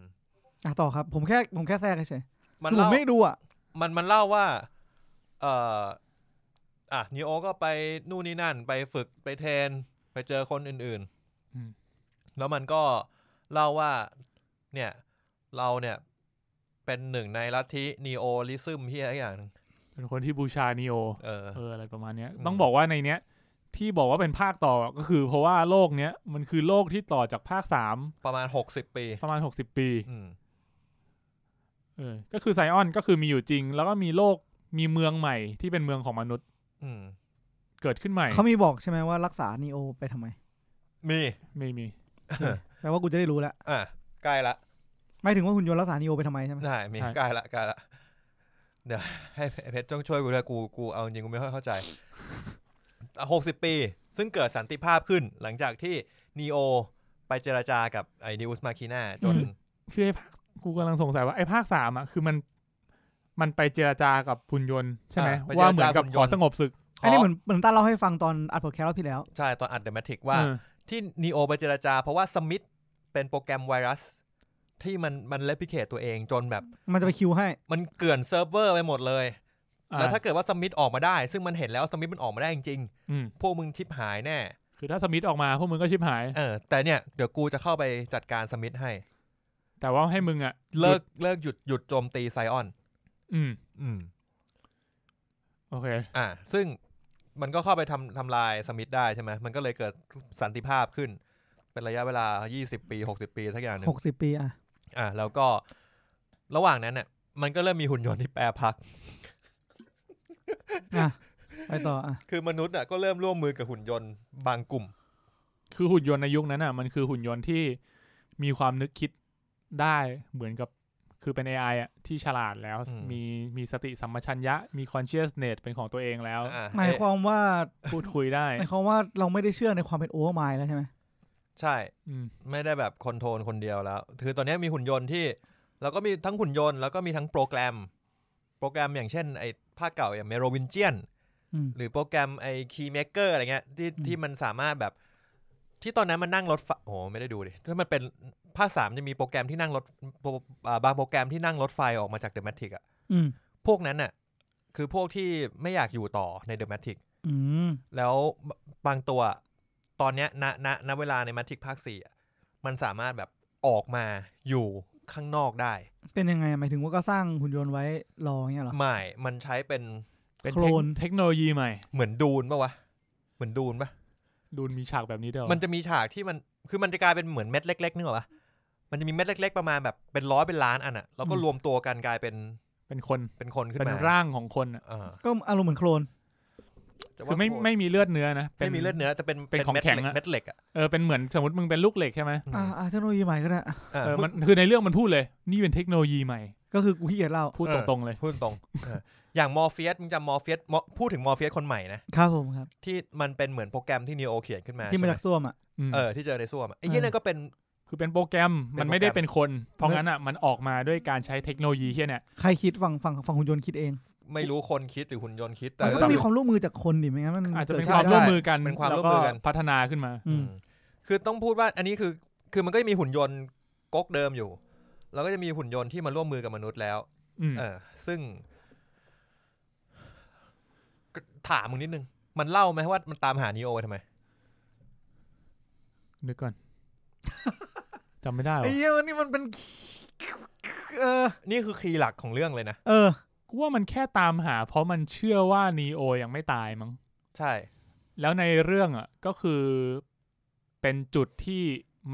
Speaker 1: อ่ะต่อครับ ผมแค่ผมแค่แทรกเฉยๆ
Speaker 2: มัน
Speaker 1: คือผ
Speaker 2: เล่าม
Speaker 1: ไม่ดูอ่ะ
Speaker 2: มันมันเล่าว่า เอ่อ อ่ะนีโอก็ไปนู่นนี่นั่น ไปฝึกไปเทรนไปเจอคนอื่น
Speaker 3: อืม
Speaker 2: ๆ แล้วมันก็เล่าว่า เนี่ย เราเนี่ย เป็นหนึ่งในลัทธินีโอลิซึมที่อะไรอย่างหนึ่ง
Speaker 3: เป็นคนที่บูชานีโอ
Speaker 2: เออ
Speaker 3: เอออะไรประมาณเนี้ย
Speaker 2: อืม
Speaker 3: ต้องบอกว่าในเนี้ย ที่บอกว่าเป็นภาคต่อก็คือ เพราะว่าโลกเนี้ยมันคือโลกที่ต่อจากภาคสาม
Speaker 2: ประมาณหกสิบปี
Speaker 3: ประมาณหกสิบปี
Speaker 2: อืม
Speaker 3: เออก็คือไซออนก็คือมีอยู่จริง แล้วก็มีโลกมีเมืองใหม่ที่เป็นเมืองของมนุษย์
Speaker 2: อืม
Speaker 3: เกิดขึ้นใหม่
Speaker 1: เขามีบอกใช่ไหมว่ารักษานีโอไปทำไม
Speaker 2: มี
Speaker 3: ไม่มี
Speaker 1: แปลว่ากูจะได้รู้แล้ว
Speaker 2: อ่ะใกล้ละ
Speaker 1: ไม่ถึงว่าหุ่นยนต์รักษานีโอไปทำไมใช่ไหม
Speaker 2: ได้มีใกล้ละใกล้ละเดี๋ยวให้เพชรต้องช่วยกูด้วยกูกูเอาจริงกูไม่ค่อยเข้าใจหกสิบปี ซึ่งเกิดสันติภาพขึ้น หลังจากที่นีโอไปเจราจากับไอดิอุสมาคิน่าจน
Speaker 3: คือไอ้ภาคกูกำลังสงสัยว่าไอ้ภาคสามอ่ะคือมันมันไปเจรจากับหุ่นยนต์ใช่ไหม
Speaker 2: อ่าไปเจรจา
Speaker 3: ว่าเหมือนกับ
Speaker 2: หุ่นยนต์
Speaker 3: ขอสงบศึก
Speaker 2: ข
Speaker 1: อันนี้เหมือนเหมือนต้าเล่าให้ฟังตอนอัดพอดแคสต์รอบที่แล้ว
Speaker 2: ใช่ตอนอัดเดอะแมทริกว่า
Speaker 3: เออ
Speaker 2: ที่นีโอไปเจรจา เพราะว่าสมิธเป็นโปรแกรมไวรัส ที่มันมันเลพิเคตตัวเองจนแบบ
Speaker 1: มันจะไปคิวให้
Speaker 2: มันเกลื่อนเซิร์ฟเวอร์ไปหมดเลย
Speaker 3: อ่า
Speaker 2: แล้วถ้าเกิดว่าสมิธออกมาได้ ซึ่งมันเห็นแล้วสมิธมันออกมาได้จริง
Speaker 3: อืม
Speaker 2: ๆพวกมึงทิพหายแน่
Speaker 3: คือถ้าสมิธออกมาพวกมึงก็ชิบหาย
Speaker 2: เออแต่เนี่ยเดี๋ยวกูจะเข้าไปจัดการสมิธให้
Speaker 3: แต่ว่าให้มึงอ่ะ
Speaker 2: เลิกเลิกหยุดหยุดโจมตีไซออน
Speaker 3: อืม
Speaker 2: อืม
Speaker 3: โอเค
Speaker 2: อ่า ซึ่งมันก็เข้าไปทำทำลายสมิธได้ใช่ไหมมันก็เลยเกิดสันติภาพขึ้น เป็นระยะเวลา 20 ปี 60 ปีทักอย่างหนึ่ง
Speaker 1: 60 ปีอ่ะ
Speaker 2: อ่า แล้วก็ระหว่างนั้นเนี่ยมันก็เริ่มมีหุ่นยนต์ที่แปรพัก
Speaker 1: อ่ะ ไปต่ออ่ะ
Speaker 2: คือมนุษย์อ่ะก็เริ่มร่วมมือกับหุ่นยนต์บางกลุ่ม
Speaker 3: คือหุ่นยนต์ในยุคนั้นอ่ะมันคือหุ่นยนต์ที่มีความนึกคิดได้เหมือนกับคือเป็น AI อ่ะที่ฉลาดแล้ว
Speaker 2: อืม
Speaker 3: มีมีสติสัมปชัญญะมี consciousness เป็นของตัวเองแล้ว
Speaker 2: อ่ะ
Speaker 1: หมายความว่า
Speaker 3: พูดคุยได้
Speaker 1: หมายความว่าเราไม่ได้เชื่อในความเป็นโอเวอร์ไมล์แล้วใช่ไหม
Speaker 2: ใช่
Speaker 3: อืม
Speaker 2: ไม่ได้แบบคอนโทรลคนเดียวแล้ว คือตอนนี้มีหุ่นยนต์ที่ แล้วก็มีทั้งหุ่นยนต์แล้วก็มีทั้งโปรแกรม โปรแกรมอย่างเช่นไอ้ภาคเก่าอย่างเมโรวินเจียน
Speaker 1: อืม
Speaker 2: หรือโปรแกรมไอ้คีย์เมเกอร์อะไรเงี้ยที่
Speaker 1: อืม
Speaker 2: ที่มันสามารถแบบ ที่ตอนนั้นมันนั่งรถไฟโอ้โหไม่ได้ดูดิถ้ามันเป็นภาคสามจะมีโปรแกรมที่นั่งรถโปรอ่าบางโปรแกรมที่นั่งรถไฟออกมาจากเดอะแมทริกอะ
Speaker 1: อืม
Speaker 2: พวกนั้นน่ะคือพวกที่ไม่อยากอยู่ต่อในเดอะแมทริก
Speaker 1: อืม
Speaker 2: แล้วบางตัวตอนเนี้ยณณณเวลาในมัทิกภาคสี่อะมันสามารถแบบออกมาอยู่ข้างนอกได้
Speaker 1: เป็นยังไงหมายถึงว่าก็สร้างหุ่นยนต์ไว้รออย่างเงี้ยเหรอ
Speaker 2: ไม่มันใช้เป็นเป็น
Speaker 1: โคล
Speaker 2: เทคน
Speaker 3: เทคโนโลยีใหม่
Speaker 2: เหมือนดูนปะวะ เหมือนดูนปะ
Speaker 3: ดูมีฉากแบบนี้เดียว
Speaker 2: มันจะมีฉากที่มันคือมันจะกลายเป็นเหมือนเม็ดเล็กๆนึกออกปะมันจะมีเม็ดเล็ก ๆ ประมาณแบบเป็นร้อยเป็นล้านอันอะแล้วก็รวมตัวกันกลายเป็น
Speaker 3: เป็นคน
Speaker 2: เป็นคนขึ้น
Speaker 3: เป็น
Speaker 2: มา
Speaker 3: ร่างของคนอ่ะ
Speaker 2: เออ
Speaker 1: ก็อารมณ์เหมือนโคลน
Speaker 2: แต่ว่า
Speaker 3: คือไม่
Speaker 2: โคตร
Speaker 3: ไม่มีเลือดเนื้อนะป็น
Speaker 2: ไม่มีเลือดเนื้อแต่เป็น
Speaker 3: เป็นของ
Speaker 2: ม็ด
Speaker 3: แข็ง
Speaker 2: หล็ก
Speaker 3: อะ
Speaker 2: เม็ดเหล็กอะ
Speaker 3: เออเป็นเหมือนสมมติมึงเป็นลูกเหล็กใช่ไหม
Speaker 1: อ่าอ่าเทคโนโลยีใหม่ก็ได้อ่ะ
Speaker 2: เออ
Speaker 3: เออ
Speaker 2: พูด
Speaker 3: มันคือในเรื่องมันพูดเลย นี่เป็นเทคโนโลยีใหม่
Speaker 1: ก็คือกูขี้เกียจเล่า
Speaker 3: พูด
Speaker 2: เอ
Speaker 3: ต
Speaker 2: อ
Speaker 3: รงๆเลย
Speaker 2: พูดตรงๆเอออย่างมอร์เฟียสมึงจำมอร์เฟียสมอพูดถึงมอร์เฟียสคนใหม่นะ
Speaker 1: ครับผมครับ
Speaker 2: ที่มันเป็นเหมือนโปรแกรมที่นีโอเขียนขึ้นมา
Speaker 1: ที่มา
Speaker 2: ใช่ไห
Speaker 1: จากส้วมอ่ะ
Speaker 3: อืม
Speaker 2: เออที่เจอในส้วมอะไอ้เหี้ย
Speaker 1: เออ
Speaker 2: นั่นก็เป็น
Speaker 3: คือเป็นโปรแกรมมันไม่ได้เป็นคน เพราะงั้นอ่ะมันออกมาด้วยการใช้เทคโนโลยีเหียเนี่ย
Speaker 1: ใครคิดฝั่งฝั่งฝั่งหุ่นยนต์คิดเอง
Speaker 2: ไม่รู้คนคิดหรือหุ่นยนต์คิด แต่
Speaker 1: มันก็ต้องมีความร่วมมือจากคนดิไม่งั้นมัน
Speaker 3: อาจจะ
Speaker 1: กิ
Speaker 3: เป็
Speaker 1: ด
Speaker 3: น
Speaker 1: ขึ้
Speaker 3: ความ
Speaker 1: ไได้
Speaker 3: ร่วมมือกัน
Speaker 2: เป็นความร่วมมือกัน
Speaker 3: แล้พัฒนาขึ้นมา
Speaker 1: อืม
Speaker 2: คือต้องพูดว่าอันนี้คือคือมันก็จะมีหุ่นยนต์ก๊กเดิมอยู่ แล้วก็จะมีหุ่นยนต์ที่มาร่วมมือกับมนุษย์แล้ว
Speaker 3: อืม
Speaker 2: เออ ซึ่งก็ถามมึงนิดนึง มันเล่าไหมว่ามันตามหานีโอไปทำไม
Speaker 3: นึกก่อน จำไม่ได้หร
Speaker 1: ไอ้
Speaker 3: อ
Speaker 1: เหี้ยมันนี่มันเป็นเออ
Speaker 2: นี่คือคีย์หลักของเรื่องเลยนะ
Speaker 1: เออ
Speaker 3: กูว่ามันแค่ตามหา เพราะมันเชื่อว่านีโอยังไม่ตายมั้ง
Speaker 2: ใช่
Speaker 3: แล้วในเรื่องอ่ะก็คือเป็นจุดที่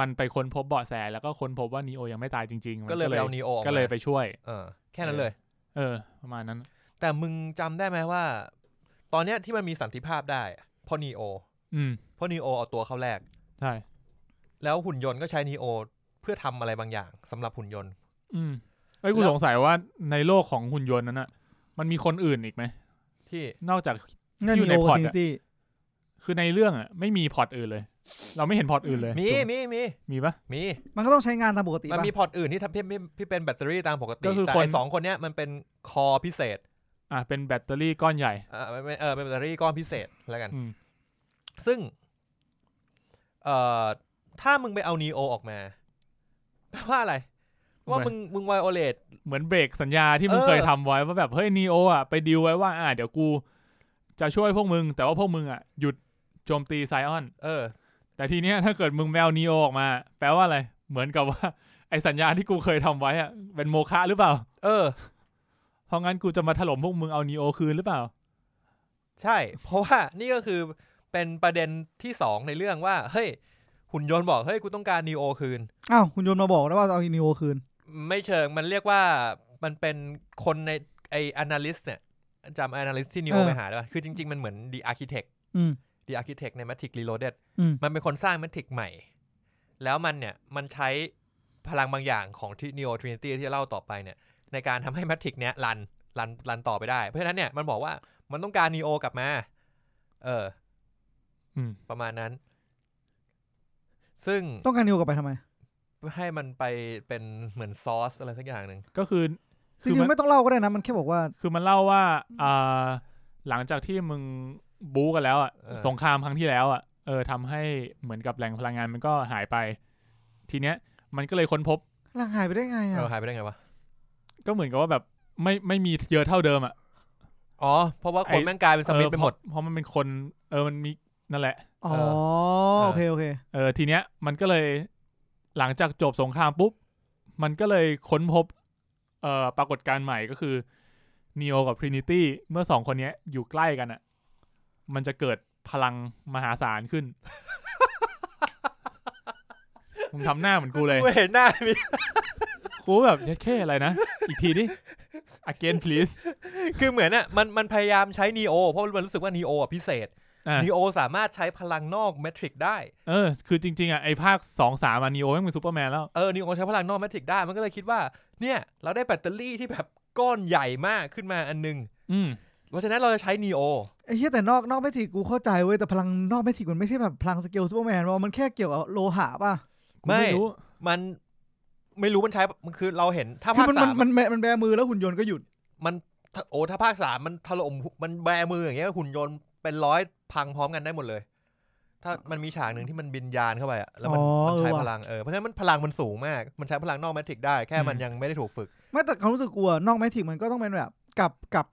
Speaker 3: มันไปค้นพบเบาะแส แล้วก็ค้นพบว่านีโอยังไม่ตายจริงๆมัน
Speaker 2: ก็เลยไปเอานีโอออก
Speaker 3: ก็เลย
Speaker 2: มา
Speaker 3: ไปช่วย
Speaker 2: เออ แค่นั้นเลย
Speaker 3: เออ ประมาณนั้น
Speaker 2: แต่มึงจำได้ไหมว่า ตอนเนี้ยที่มันมีสันติภาพได้อะเพราะนีโอ
Speaker 3: อืม
Speaker 2: เพราะนีโอเอาตัวเข้าแรก
Speaker 3: ใช่
Speaker 2: แล้วหุ่นยนต์ก็ใช้นีโอเพื่อทำอะไรบางอย่างสำหรับหุ่นยนต์
Speaker 3: อืมเอ้ยกู
Speaker 2: แล้ว
Speaker 3: สงสัยว่าในโลกของหุ่นยนต์นั้นอ่ะ มันมีคนอื่นอีกไหม
Speaker 2: ที่
Speaker 3: นอกจาก
Speaker 1: นั่น
Speaker 3: ที่อยู่
Speaker 1: มี
Speaker 3: ใน
Speaker 1: โอ
Speaker 3: พอร์ต
Speaker 1: ทิ
Speaker 3: อะ
Speaker 1: นิตี้
Speaker 3: คือในเรื่องอ่ะไม่มีพล็อร์ตอื่นเลย เราไม่เห็นพล็อร์ตอื่นเลย
Speaker 2: มี
Speaker 3: ถูกไหม
Speaker 2: มีมี
Speaker 3: มีปะ
Speaker 2: มี
Speaker 1: มันก็ต้องใช้งานตามปกติ
Speaker 2: มัน
Speaker 1: ป่ะ
Speaker 2: มีพอร์ตอื่นที่ทำเพี้ยนพี่เป็นแบตเตอรี่ตามปกติ
Speaker 3: ก็คือ
Speaker 2: แต่
Speaker 3: คน
Speaker 2: ไอสองคนเนี้ยมันเป็นคอพิเศษ
Speaker 3: อ่ะเป็นแบตเตอรี่ก้อนใหญ่
Speaker 2: เออเป็นเออเป็นแบตเตอรี่ก้อนพิเศษแล้วกัน
Speaker 3: อืม
Speaker 2: ซึ่งเอ่อถ้ามึงไปเอานีโอออกมาแปลว่าอะไรว่ามึงมึงไวโอเลต
Speaker 3: เหมือนเบรกสัญญาที่มึง
Speaker 2: เออ
Speaker 3: เคยทำไว้ว่าแบบเฮ้ยนีโออ่ะไปดีลไว้ว่าอ่ะเดี๋ยวกู จะช่วยพวกมึง แต่ว่าพวกมึงอ่ะหยุดโจมตีไซออน
Speaker 2: เออ
Speaker 3: แต่ทีเนี้ยถ้าเกิดมึงแมวนีโอออกมา แปลว่าอะไร เหมือนกับว่า ไอสัญญาที่กูเคยทำไว้อะเป็นโมฆะหรือเปล่า
Speaker 2: เออ
Speaker 3: เพราะงั้นกูจะมาถล่มพวกมึงเอานีโอคืนหรือเปล่า
Speaker 2: ใช่ เพราะว่านี่ก็คือเป็นประเด็นที่สองในเรื่องว่า เฮ้ย หุ่นยนต์บอก เฮ้ย กูต้องการนีโอคืน
Speaker 1: อ้าวคุณโยนมาบอกแล้วว่าจะเอาอีนิโอคืน
Speaker 2: ไม่เชิงมันเรียกว่ามันเป็นคนในไอ analyst เนี่ยจำ analyst ที่นิโอ
Speaker 1: เออ
Speaker 2: ไปหาได้ป่ะคือจริง ๆ มันเหมือน the architect
Speaker 1: อืม
Speaker 2: the architect ใน matrix reloaded
Speaker 1: อืม
Speaker 2: มันเป็นคนสร้าง matrix ใหม่ แล้วมันเนี่ย มันใช้พลังบางอย่างของที่ neo trinity ที่จะเล่าต่อไปเนี่ย ในการทำให้ matrix เนี้ยรันรันรันต่อไปได้ เพราะฉะนั้นเนี่ย มันบอกว่ามันต้องการ neo กลับมา เออ
Speaker 3: อืม
Speaker 2: ประมาณนั้น ซึ่ง
Speaker 1: ต้องการนิโอกลับไปทำไม
Speaker 2: ให้มันไปเป็นเหมือนซอสอะไรสักอย่างหนึ่ง
Speaker 3: ก็คือ
Speaker 1: จ
Speaker 3: คือ
Speaker 1: ริ
Speaker 3: มั
Speaker 1: งๆ
Speaker 3: น
Speaker 1: ไม่ต้องเล่าก็ได้นะ มันแค่บอกว่า
Speaker 3: คือมันเล่าว่าอ่าหลังจากที่มึงบู๊กันแล้วอ่ะ
Speaker 2: เออ
Speaker 3: สงครามครั้งที่แล้วอ่ะเออทำให้เหมือนกับแหล่งพลังงานมันก็หายไป ทีเนี้ย มันก็เลยค้นพบ
Speaker 1: หลังหายไปได้ไงอ่ะ
Speaker 2: เราหายไปได้ไงวะ
Speaker 3: ก็เหมือนกับว่าแบบไม่ไม่มีเยอะเท่าเดิมอ่ะ
Speaker 2: อ๋อ เพราะว่าคน
Speaker 3: ไอ้
Speaker 2: แม่งกลายเป็นสมิธไปหมด
Speaker 3: เพราะเพราะมันเป็นคน เออมันมีนั่นแหละ
Speaker 1: อ๋อ โอเค โอเค
Speaker 3: เออทีเนี้ยมันก็เลยหลังจากจบสงครามปุ๊บ มันก็เลยค้นพบเอ่อปรากฏการณ์ใหม่ก็คือนีโอกับทรินิตี้เมื่อสองคนเนี้ยอยู่ใกล้กันอะ่ะ มันจะเกิดพลังมหาศาลขึ้น มึงทำหน้าเหมือนกูเลย
Speaker 2: เห็นหน้า มี
Speaker 3: กูแบบเย็ดแค่อะไรนะ อีกทีดิ again please
Speaker 2: คือเหมือนอ่ะมันมันพยายามใช้นีโอเพราะมันรู้สึกว่านีโอะพิเศษ
Speaker 3: อ่ะ
Speaker 2: นีโอสามารถใช้พลังนอกแมทริกซ์ได้
Speaker 3: เออ คือจริง ๆ อ่ะ ไอภาคสองสามอะนีโอเป็นซูเปอร์แมนแล้ว
Speaker 2: เออนีโอใช้พลังนอกแมทริกซ์ได้ มันก็เลยคิดว่า เนี่ย เราได้แบตเตอรี่ที่แบบก้อนใหญ่มากขึ้นมาอันหนึง
Speaker 3: อืม
Speaker 2: เพราะฉะนั้นเราจะใช้นีโอ
Speaker 1: ไอ้เหี้ยแต่นอกนอกแมทริกกูเข้าใจเว้ยแต่พลังนอกแมทริกมันไม่ใช่แบบพลังสเกลซูเปอร์แมนว่ามันแค่เกี่ยวกับโลหะป่ะ
Speaker 3: กูไม่รู้
Speaker 2: มันไม่รู้มันใช้ มันคือเราเห็นถ้า
Speaker 1: คือ
Speaker 2: ภาค
Speaker 1: มันมั
Speaker 2: สาน ม
Speaker 1: มันแบมันแบมือแล้วหุ่นยนต์ก็หยุด
Speaker 2: มันถ้าโอ้ถ้าภาคสามมันถล่มมันแบมืออย่างเงี้ยหุ่นยนต์เป็นร้อยพังพร้อมกันได้หมดเลย ถ้ามันมีฉากหนึ่งที่มันบินยานเข้าไปอะแล้วมัน
Speaker 1: อ๋อ
Speaker 2: มันใช้
Speaker 1: เออว่ะ
Speaker 2: พลังเออเพราะฉะนั้นมันพลังมันสูงมากมันใช้พลังนอกแมทริกซ์ได้แค่มัน
Speaker 3: อืม
Speaker 2: ยังไม่ได้ถูกฝึก
Speaker 1: ไม่แต่ความรู้สึกกูอะนอกแมทริกมันก็ต้องเป็นแบบกับกับ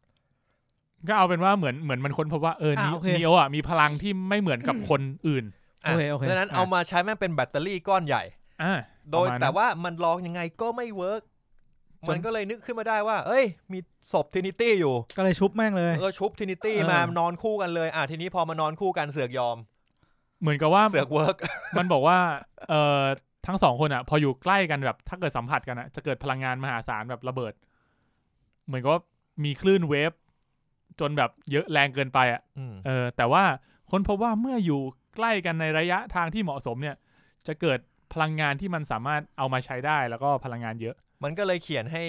Speaker 3: ก็เอาเป็นว่าเหมือนเหมือนมันค้นพบว่าเออ
Speaker 1: อ่ะ
Speaker 3: นี
Speaker 1: โอเค
Speaker 3: นีโออ่ะมีพลังที่ไม่เหมือนกับคนอื่น
Speaker 2: อ่ะ
Speaker 1: โอเคโอเค
Speaker 2: ดังนั้น
Speaker 1: อ่ะ
Speaker 2: เอามาใช้แม่งเป็นแบตเตอรี่ก้อนใหญ่
Speaker 3: อ่า
Speaker 2: โดย
Speaker 3: ประมาณนั้น
Speaker 2: แต่ว่ามันลองยังไงก็ไม่เวิร์กมันก็เลยนึกขึ้นมาได้ว่า เอ้ย มีศพทินิตี้อยู่
Speaker 1: ก็เลยชุบแม่งเลย
Speaker 2: เออชุบทินิตี้
Speaker 3: เออ
Speaker 2: มานอนคู่กันเลย อ่ะทีนี้พอมานอนคู่กันเสือกยอม
Speaker 3: เหมือนกับว่า
Speaker 2: เสือกเวิร์ก
Speaker 3: มันบอกว่าเอ่อทั้งสองคนอ่ะ พออยู่ใกล้กันแบบ ถ้าเกิดสัมผัสกันอ่ะจะเกิดพลังงานมหาศาลแบบระเบิด เหมือนกับว่ามีคลื่นเวฟจนแบบเยอะแรงเกินไปอ่ะ
Speaker 2: อืม
Speaker 3: เออแต่ว่าค้นพบว่าเมื่ออยู่ใกล้กันในระยะทางที่เหมาะสมเนี่ย จะเกิดพลังงานที่มันสามารถเอามาใช้ได้แล้วก็พลังงานเยอะ
Speaker 2: มันก็เลยเขียนให้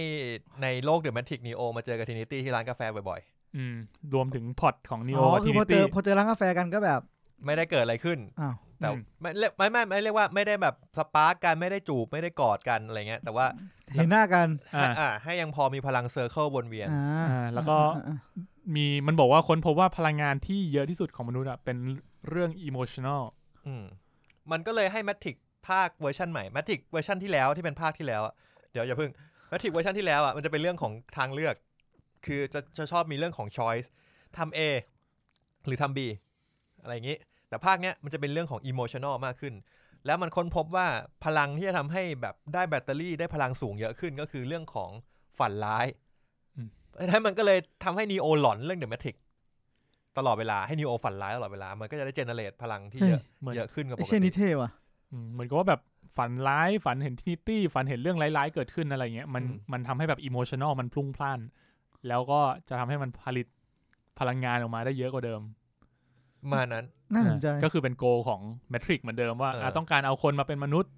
Speaker 2: ในโลกเดอะแมทริกนีโอมาเจอกับทินิตี้ที่ร้านกาแฟบ่อย
Speaker 3: อืมรวมถึงพอตของนี
Speaker 1: อ๋
Speaker 3: โอ
Speaker 1: อ
Speaker 3: กับ
Speaker 1: คื
Speaker 3: ที
Speaker 1: อพอเจ
Speaker 3: ตี้
Speaker 1: อพอเจอร้านกาแฟกันก็แบบ
Speaker 2: ๆ ไม่ได้เกิดอะไรขึ้น
Speaker 1: อ้าว
Speaker 2: แต่
Speaker 3: อืม
Speaker 2: ไม่เรียกไม่ไม่ไม่เรียกว่าไม่ได้แบบสปาร์กกันไม่ได้จูบไม่ได้กอดกันอะไรเงี้ย แต่ว่า
Speaker 1: เห็นหน้ากัน
Speaker 2: ให้อ่ะให้ยังพอมีพลังเซอร์เคิลวนเวียน
Speaker 1: อ่า
Speaker 3: อ่าแล้วก็
Speaker 1: อ่า
Speaker 3: มีมันบอกว่าค้นพบว่าพลังงานที่เยอะที่สุดของมนุษย์อะเป็นเรื่อง emotional
Speaker 2: อืมมันก็เลยให้แมทริกภาคเวอร์ชันใหม่แมทริกเวอร์ชันที่แล้วที่เป็นภาคที่แล้วอะเดี๋ยวอย่าเพิ่งแมทริกเวอร์ชันที่แล้วอ่ะมันจะเป็นเรื่องของทางเลือก คือจะจะชอบมีเรื่องของ choice ทำ A หรือทำ B อะไรอย่างนี้ แต่ภาคเนี้ยมันจะเป็นเรื่องของ emotional มากขึ้น แล้วมันค้นพบว่าพลังที่จะทำให้แบบได้แบตเตอรี่ได้พลังสูงเยอะขึ้นก็คือเรื่องของฝันร้าย
Speaker 3: อืม
Speaker 2: เพราะฉะนั้นมันก็เลยทำให้นีโอหลอนเรื่องเดอะแมทริกตลอดเวลาให้นีโอฝันร้ายตลอดเวลามันก็จะได้เจเนเรตพลังที่เยอะ
Speaker 3: เหมือน
Speaker 2: เยอะขึ้นกับป
Speaker 1: ไอ้
Speaker 2: ก
Speaker 1: เช่น
Speaker 2: ติ
Speaker 1: นิเท่ว่ะ
Speaker 3: อืมเหมือนกับว่าแบบฝันร้ายฝันเห็นทินิตี้ฝันเห็นเรื่องร้ายๆเกิดขึ้นอะไรเงี้ยมันมันทำให้แบบ emotional มันพลุ่งพล่าน แล้วก็จะทำให้มันผลิตพลังงานออกมาได้เยอะกว่าเดิม
Speaker 2: ประมาณนั้น
Speaker 1: น่าสนใจ
Speaker 3: ก็คือเป็นโกของ Matrix เหมือนเดิม
Speaker 2: เอออ่
Speaker 3: ว่าะต้องการเอาคนมาเป็นมนุษย์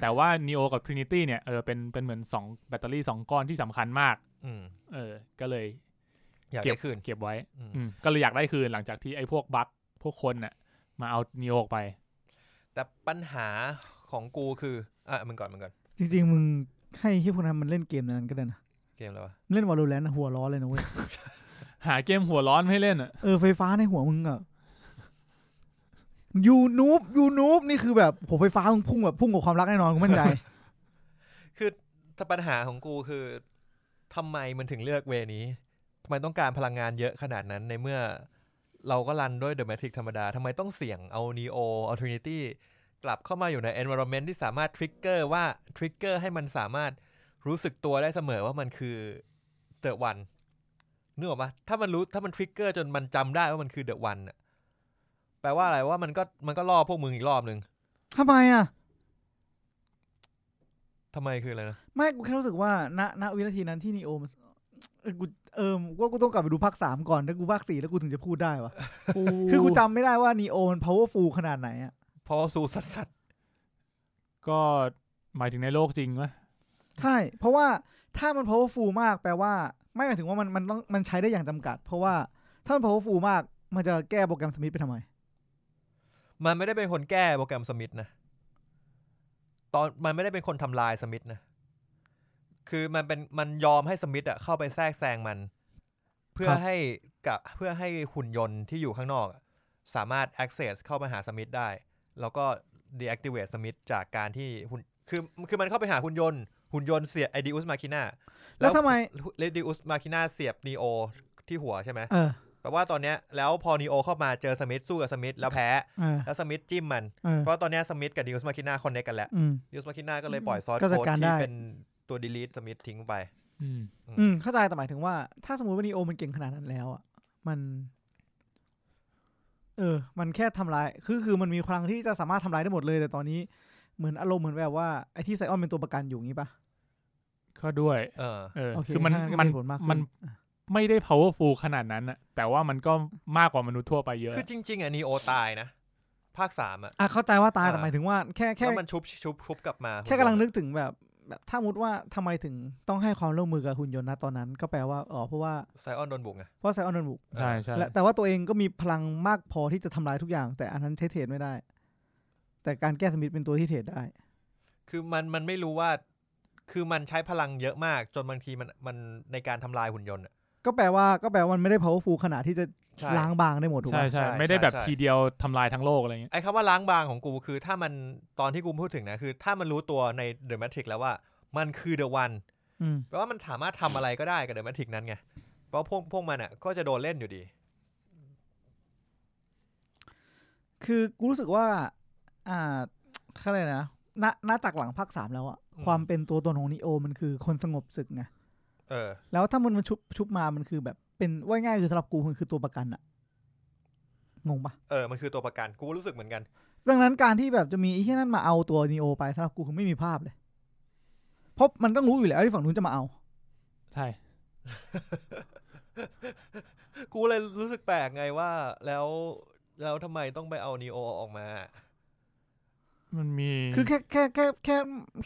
Speaker 3: แต่ว่า Neo กับ Trinity เนี่ยเออเป็นเป็นเหมือนสองแบตเตอรี่สองก้อนที่สำคัญมาก
Speaker 2: อืม
Speaker 3: เออก็เลย
Speaker 2: อยากได้คืน
Speaker 3: เก็บไว้
Speaker 2: อืม
Speaker 3: อืมก็เลยอยากได้คืนหลังจากที่ไอ้พวกบัคพวกคนน่ะมาเอา Neo ออกไป
Speaker 2: แต่ปัญหาของกูคือ อ่ะมึงก่อนมึงก่อน
Speaker 1: จริงๆมึงให้ที่พวกนั้นมันเล่นเกมนั้นก็ได้นะ
Speaker 2: เกมอะไรวะ
Speaker 1: เล่นวอลเลนหัวร้อนเลยนะเว้ย
Speaker 3: หาเกมหัวร้อนไม่ให้เล่นอ่ะ
Speaker 1: เออไฟฟ้าในหัวมึงอะยูนูบยูนูบนี่คือแบบโหไฟฟ้ามึงพุ่งแบบพุ่งกับความรักแน่นอนกูมั่น ใจ
Speaker 2: แต่ปัญหาของกูคือทำไมมันถึงเลือกเวนี้ทำไมต้องการพลังงานเยอะขนาดนั้นในเมื่อเราก็รันด้วยเดอะแมทริกธรรมดาทำไมต้องเสี่ยงเอานีโอเอาทรินิตี้ กลับเข้ามาอยู่ใน environment ที่สามารถ trigger ว่า trigger ให้มันสามารถรู้สึกตัวได้เสมอว่ามันคือ the one นึกออกปะถ้ามันรู้ถ้ามัน trigger จนมันจำได้ว่ามันคือ the one น่ะแปลว่าอะไรว่ามันก็มันก็ล่อพวกมึงอีกรอบนึง
Speaker 1: ทำไมอ่ะ
Speaker 2: ทำไมคืออะไรนะ
Speaker 1: ไม่กูแค่รู้สึกว่าณณวินาทีนั้นที่นีโอมนเออกูเออว่ากูต้องกลับไปดูภาคสามก่อนถ้ากูภาคสี่แล้วกูถึงจะพูดได้วะคือกูจำไม่ได้ว่านีโอมัน powerful ขนาดไหนอ่ะ
Speaker 2: เพราะว่าสู้สัตว์สัตว์
Speaker 3: ก็หมายถึงในโลกจริงวะ
Speaker 1: ใช่ เพราะว่าถ้ามัน powerful มากแปลว่า ไม่หมายถึงว่ามันมันต้องมันใช้ได้อย่างจำกัด เพราะว่าถ้ามัน powerful มากมันจะแก้โปรแกรมสมิธไปทำไม
Speaker 2: มันไม่ได้เป็นคนแก้โปรแกรมสมิธนะ ตอนมันไม่ได้เป็นคนทำลายสมิธนะ คือมันเป็นมันยอมให้สมิธอะเข้าไปแทรกแซงมัน เพื่อ
Speaker 1: ครับ
Speaker 2: ให้กับเพื่อให้หุ่นยนต์ที่อยู่ข้างนอกอะสามารถ access เข้าไปหาสมิธได้ แล้วก็ deactivate สมิธจากการที่หุ่นคือคือมันเข้าไปหาหุ่นยนต์หุ่นยนต์เสียบไอดิอุสมาคิน่า
Speaker 1: แล้วทำไม
Speaker 2: เลดิอุสมาคิน่าเสียบนีโอที่หัวใช่ไหม
Speaker 1: เออ
Speaker 2: แปลว่าตอนเนี้ยแล้วพอนีโอเข้ามาเจอสมิธสู้กับสมิธแล้วแพ้
Speaker 1: เออ
Speaker 2: แล้วสมิธจิ้มมัน
Speaker 1: เออ
Speaker 2: เพราะตอนเนี้ยสมิธกับดิวส์มาคิน่าคอนเนคกันแล้ว
Speaker 1: อืม
Speaker 2: ดิวส์มาคิน่าก็เลยปล่อยซอส
Speaker 1: ก็จัด
Speaker 2: โค้ด
Speaker 1: การได้
Speaker 2: ที่เป็นตัวดีลีทสมิธทิ้งไป
Speaker 3: อืม
Speaker 1: อืมเข้าใจแต่หมายถึงว่า ถ้าสมมติว่านีโอมันเก่งขนาดนั้นแล้วอ่ะมัน เออ มันแค่ทำลาย คือคือมันมีพลังที่จะสามารถทำลายได้หมดเลย แต่ตอนนี้เหมือนอารมณ์เหมือนแบบว่าไอ้ที่ไซออนเป็นตัวประกันอยู่งี้ปะ
Speaker 3: ก็ด้วย
Speaker 2: เออ
Speaker 3: เออ
Speaker 1: โอเค
Speaker 3: คือมัน
Speaker 1: ถ้างั้นก็
Speaker 3: มัน
Speaker 1: มีผลมากขึ้น
Speaker 3: มันไม่ได้ powerful ขนาดนั้นอะแต่ว่ามันก็มากกว่ามนุษย์ทั่วไปเยอะ
Speaker 2: คือจริง ๆอ่ะนีโอตายนะ ภาคสามอ่ะ
Speaker 1: อ่ะเข้าใจว่าตาย
Speaker 2: อ่า
Speaker 1: แต่หมายถึงว่า แค่แค่
Speaker 2: แล้วมันชุบชุบชุบกลับมา
Speaker 1: แค่กำลังนึกถึงแบบ แบบถ้ามุดว่าทำไมถึงต้องให้ความร่วมมือกับหุ่นยนต์นะตอนนั้น ก็แปลว่าอ๋อเพราะว่า
Speaker 2: ไซออนโดนบุกไง
Speaker 1: เพราะไซออนโดนบุก
Speaker 3: ใช่ใช่
Speaker 1: และแต่ว่าตัวเองก็มีพลังมากพอที่จะทำลายทุกอย่าง แต่อันนั้นใช้เทรดไม่ได้ แต่การแก้สมิธเป็นตัวที่เทรดได้
Speaker 2: คือมันมันไม่รู้ว่า คือมันใช้พลังเยอะมาก จนบางทีมันมันในการทำลายหุ่นยนต์อะ
Speaker 1: ก็แปลว่าก็แปลว่ามันไม่ได้ powerful ขนาดที่จะ
Speaker 2: ใช่
Speaker 1: ล้างบางได้หมดถูก
Speaker 3: ใช่
Speaker 1: ไหม
Speaker 3: ใช่
Speaker 2: ใช่
Speaker 3: ไม่ได้แบบ
Speaker 2: ใช่
Speaker 3: ทีเดียวทำลายทั้งโลกอะไรเงี้ย
Speaker 2: ไอ้คำว่าล้างบางของกูคือถ้ามันตอนที่กูพูดถึงนะคือ ถ้ามันรู้ตัวในเดอะแมทริกแล้วว่า มันคือเดอะวัน
Speaker 1: อืม
Speaker 2: แปลว่ามันสามารถทำอะไรก็ได้กับเดอะแมทริกนั้นไง เพราะพวกพวกมันอ่ะ ก็จะโดนเล่นอยู่ดี
Speaker 1: คือกูรู้สึกว่า อ่าเขาเรียกอะไรนะณณจากหลังภาคสามแล้วอะ
Speaker 2: อืม
Speaker 1: ความเป็นตัวตนของนิโอมันคือคนสงบศึกไง
Speaker 2: เออ
Speaker 1: แล้วถ้ามันมันชุบชุบมามันคือแบบเป็นว่าง่ายคือสำหรับกูมันคือตัวประกันอะงงปะ
Speaker 2: เออ มันคือตัวประกัน กูก็รู้สึกเหมือนกัน
Speaker 1: ดังนั้นการที่แบบจะมีไอ้ที่นั่นมาเอาตัวนิโอไปสำหรับกูคือไม่มีภาพเลยเพราะมันต้องรู้อยู่แล้วที่ฝั่งนู้นจะมาเอา
Speaker 3: ใช่
Speaker 2: กูเลยรู้สึกแปลกไงว่า แล้วแล้วทำไมต้องไปเอานีโอออกมา
Speaker 3: มันมี
Speaker 1: คือแค่แค่แค่แค่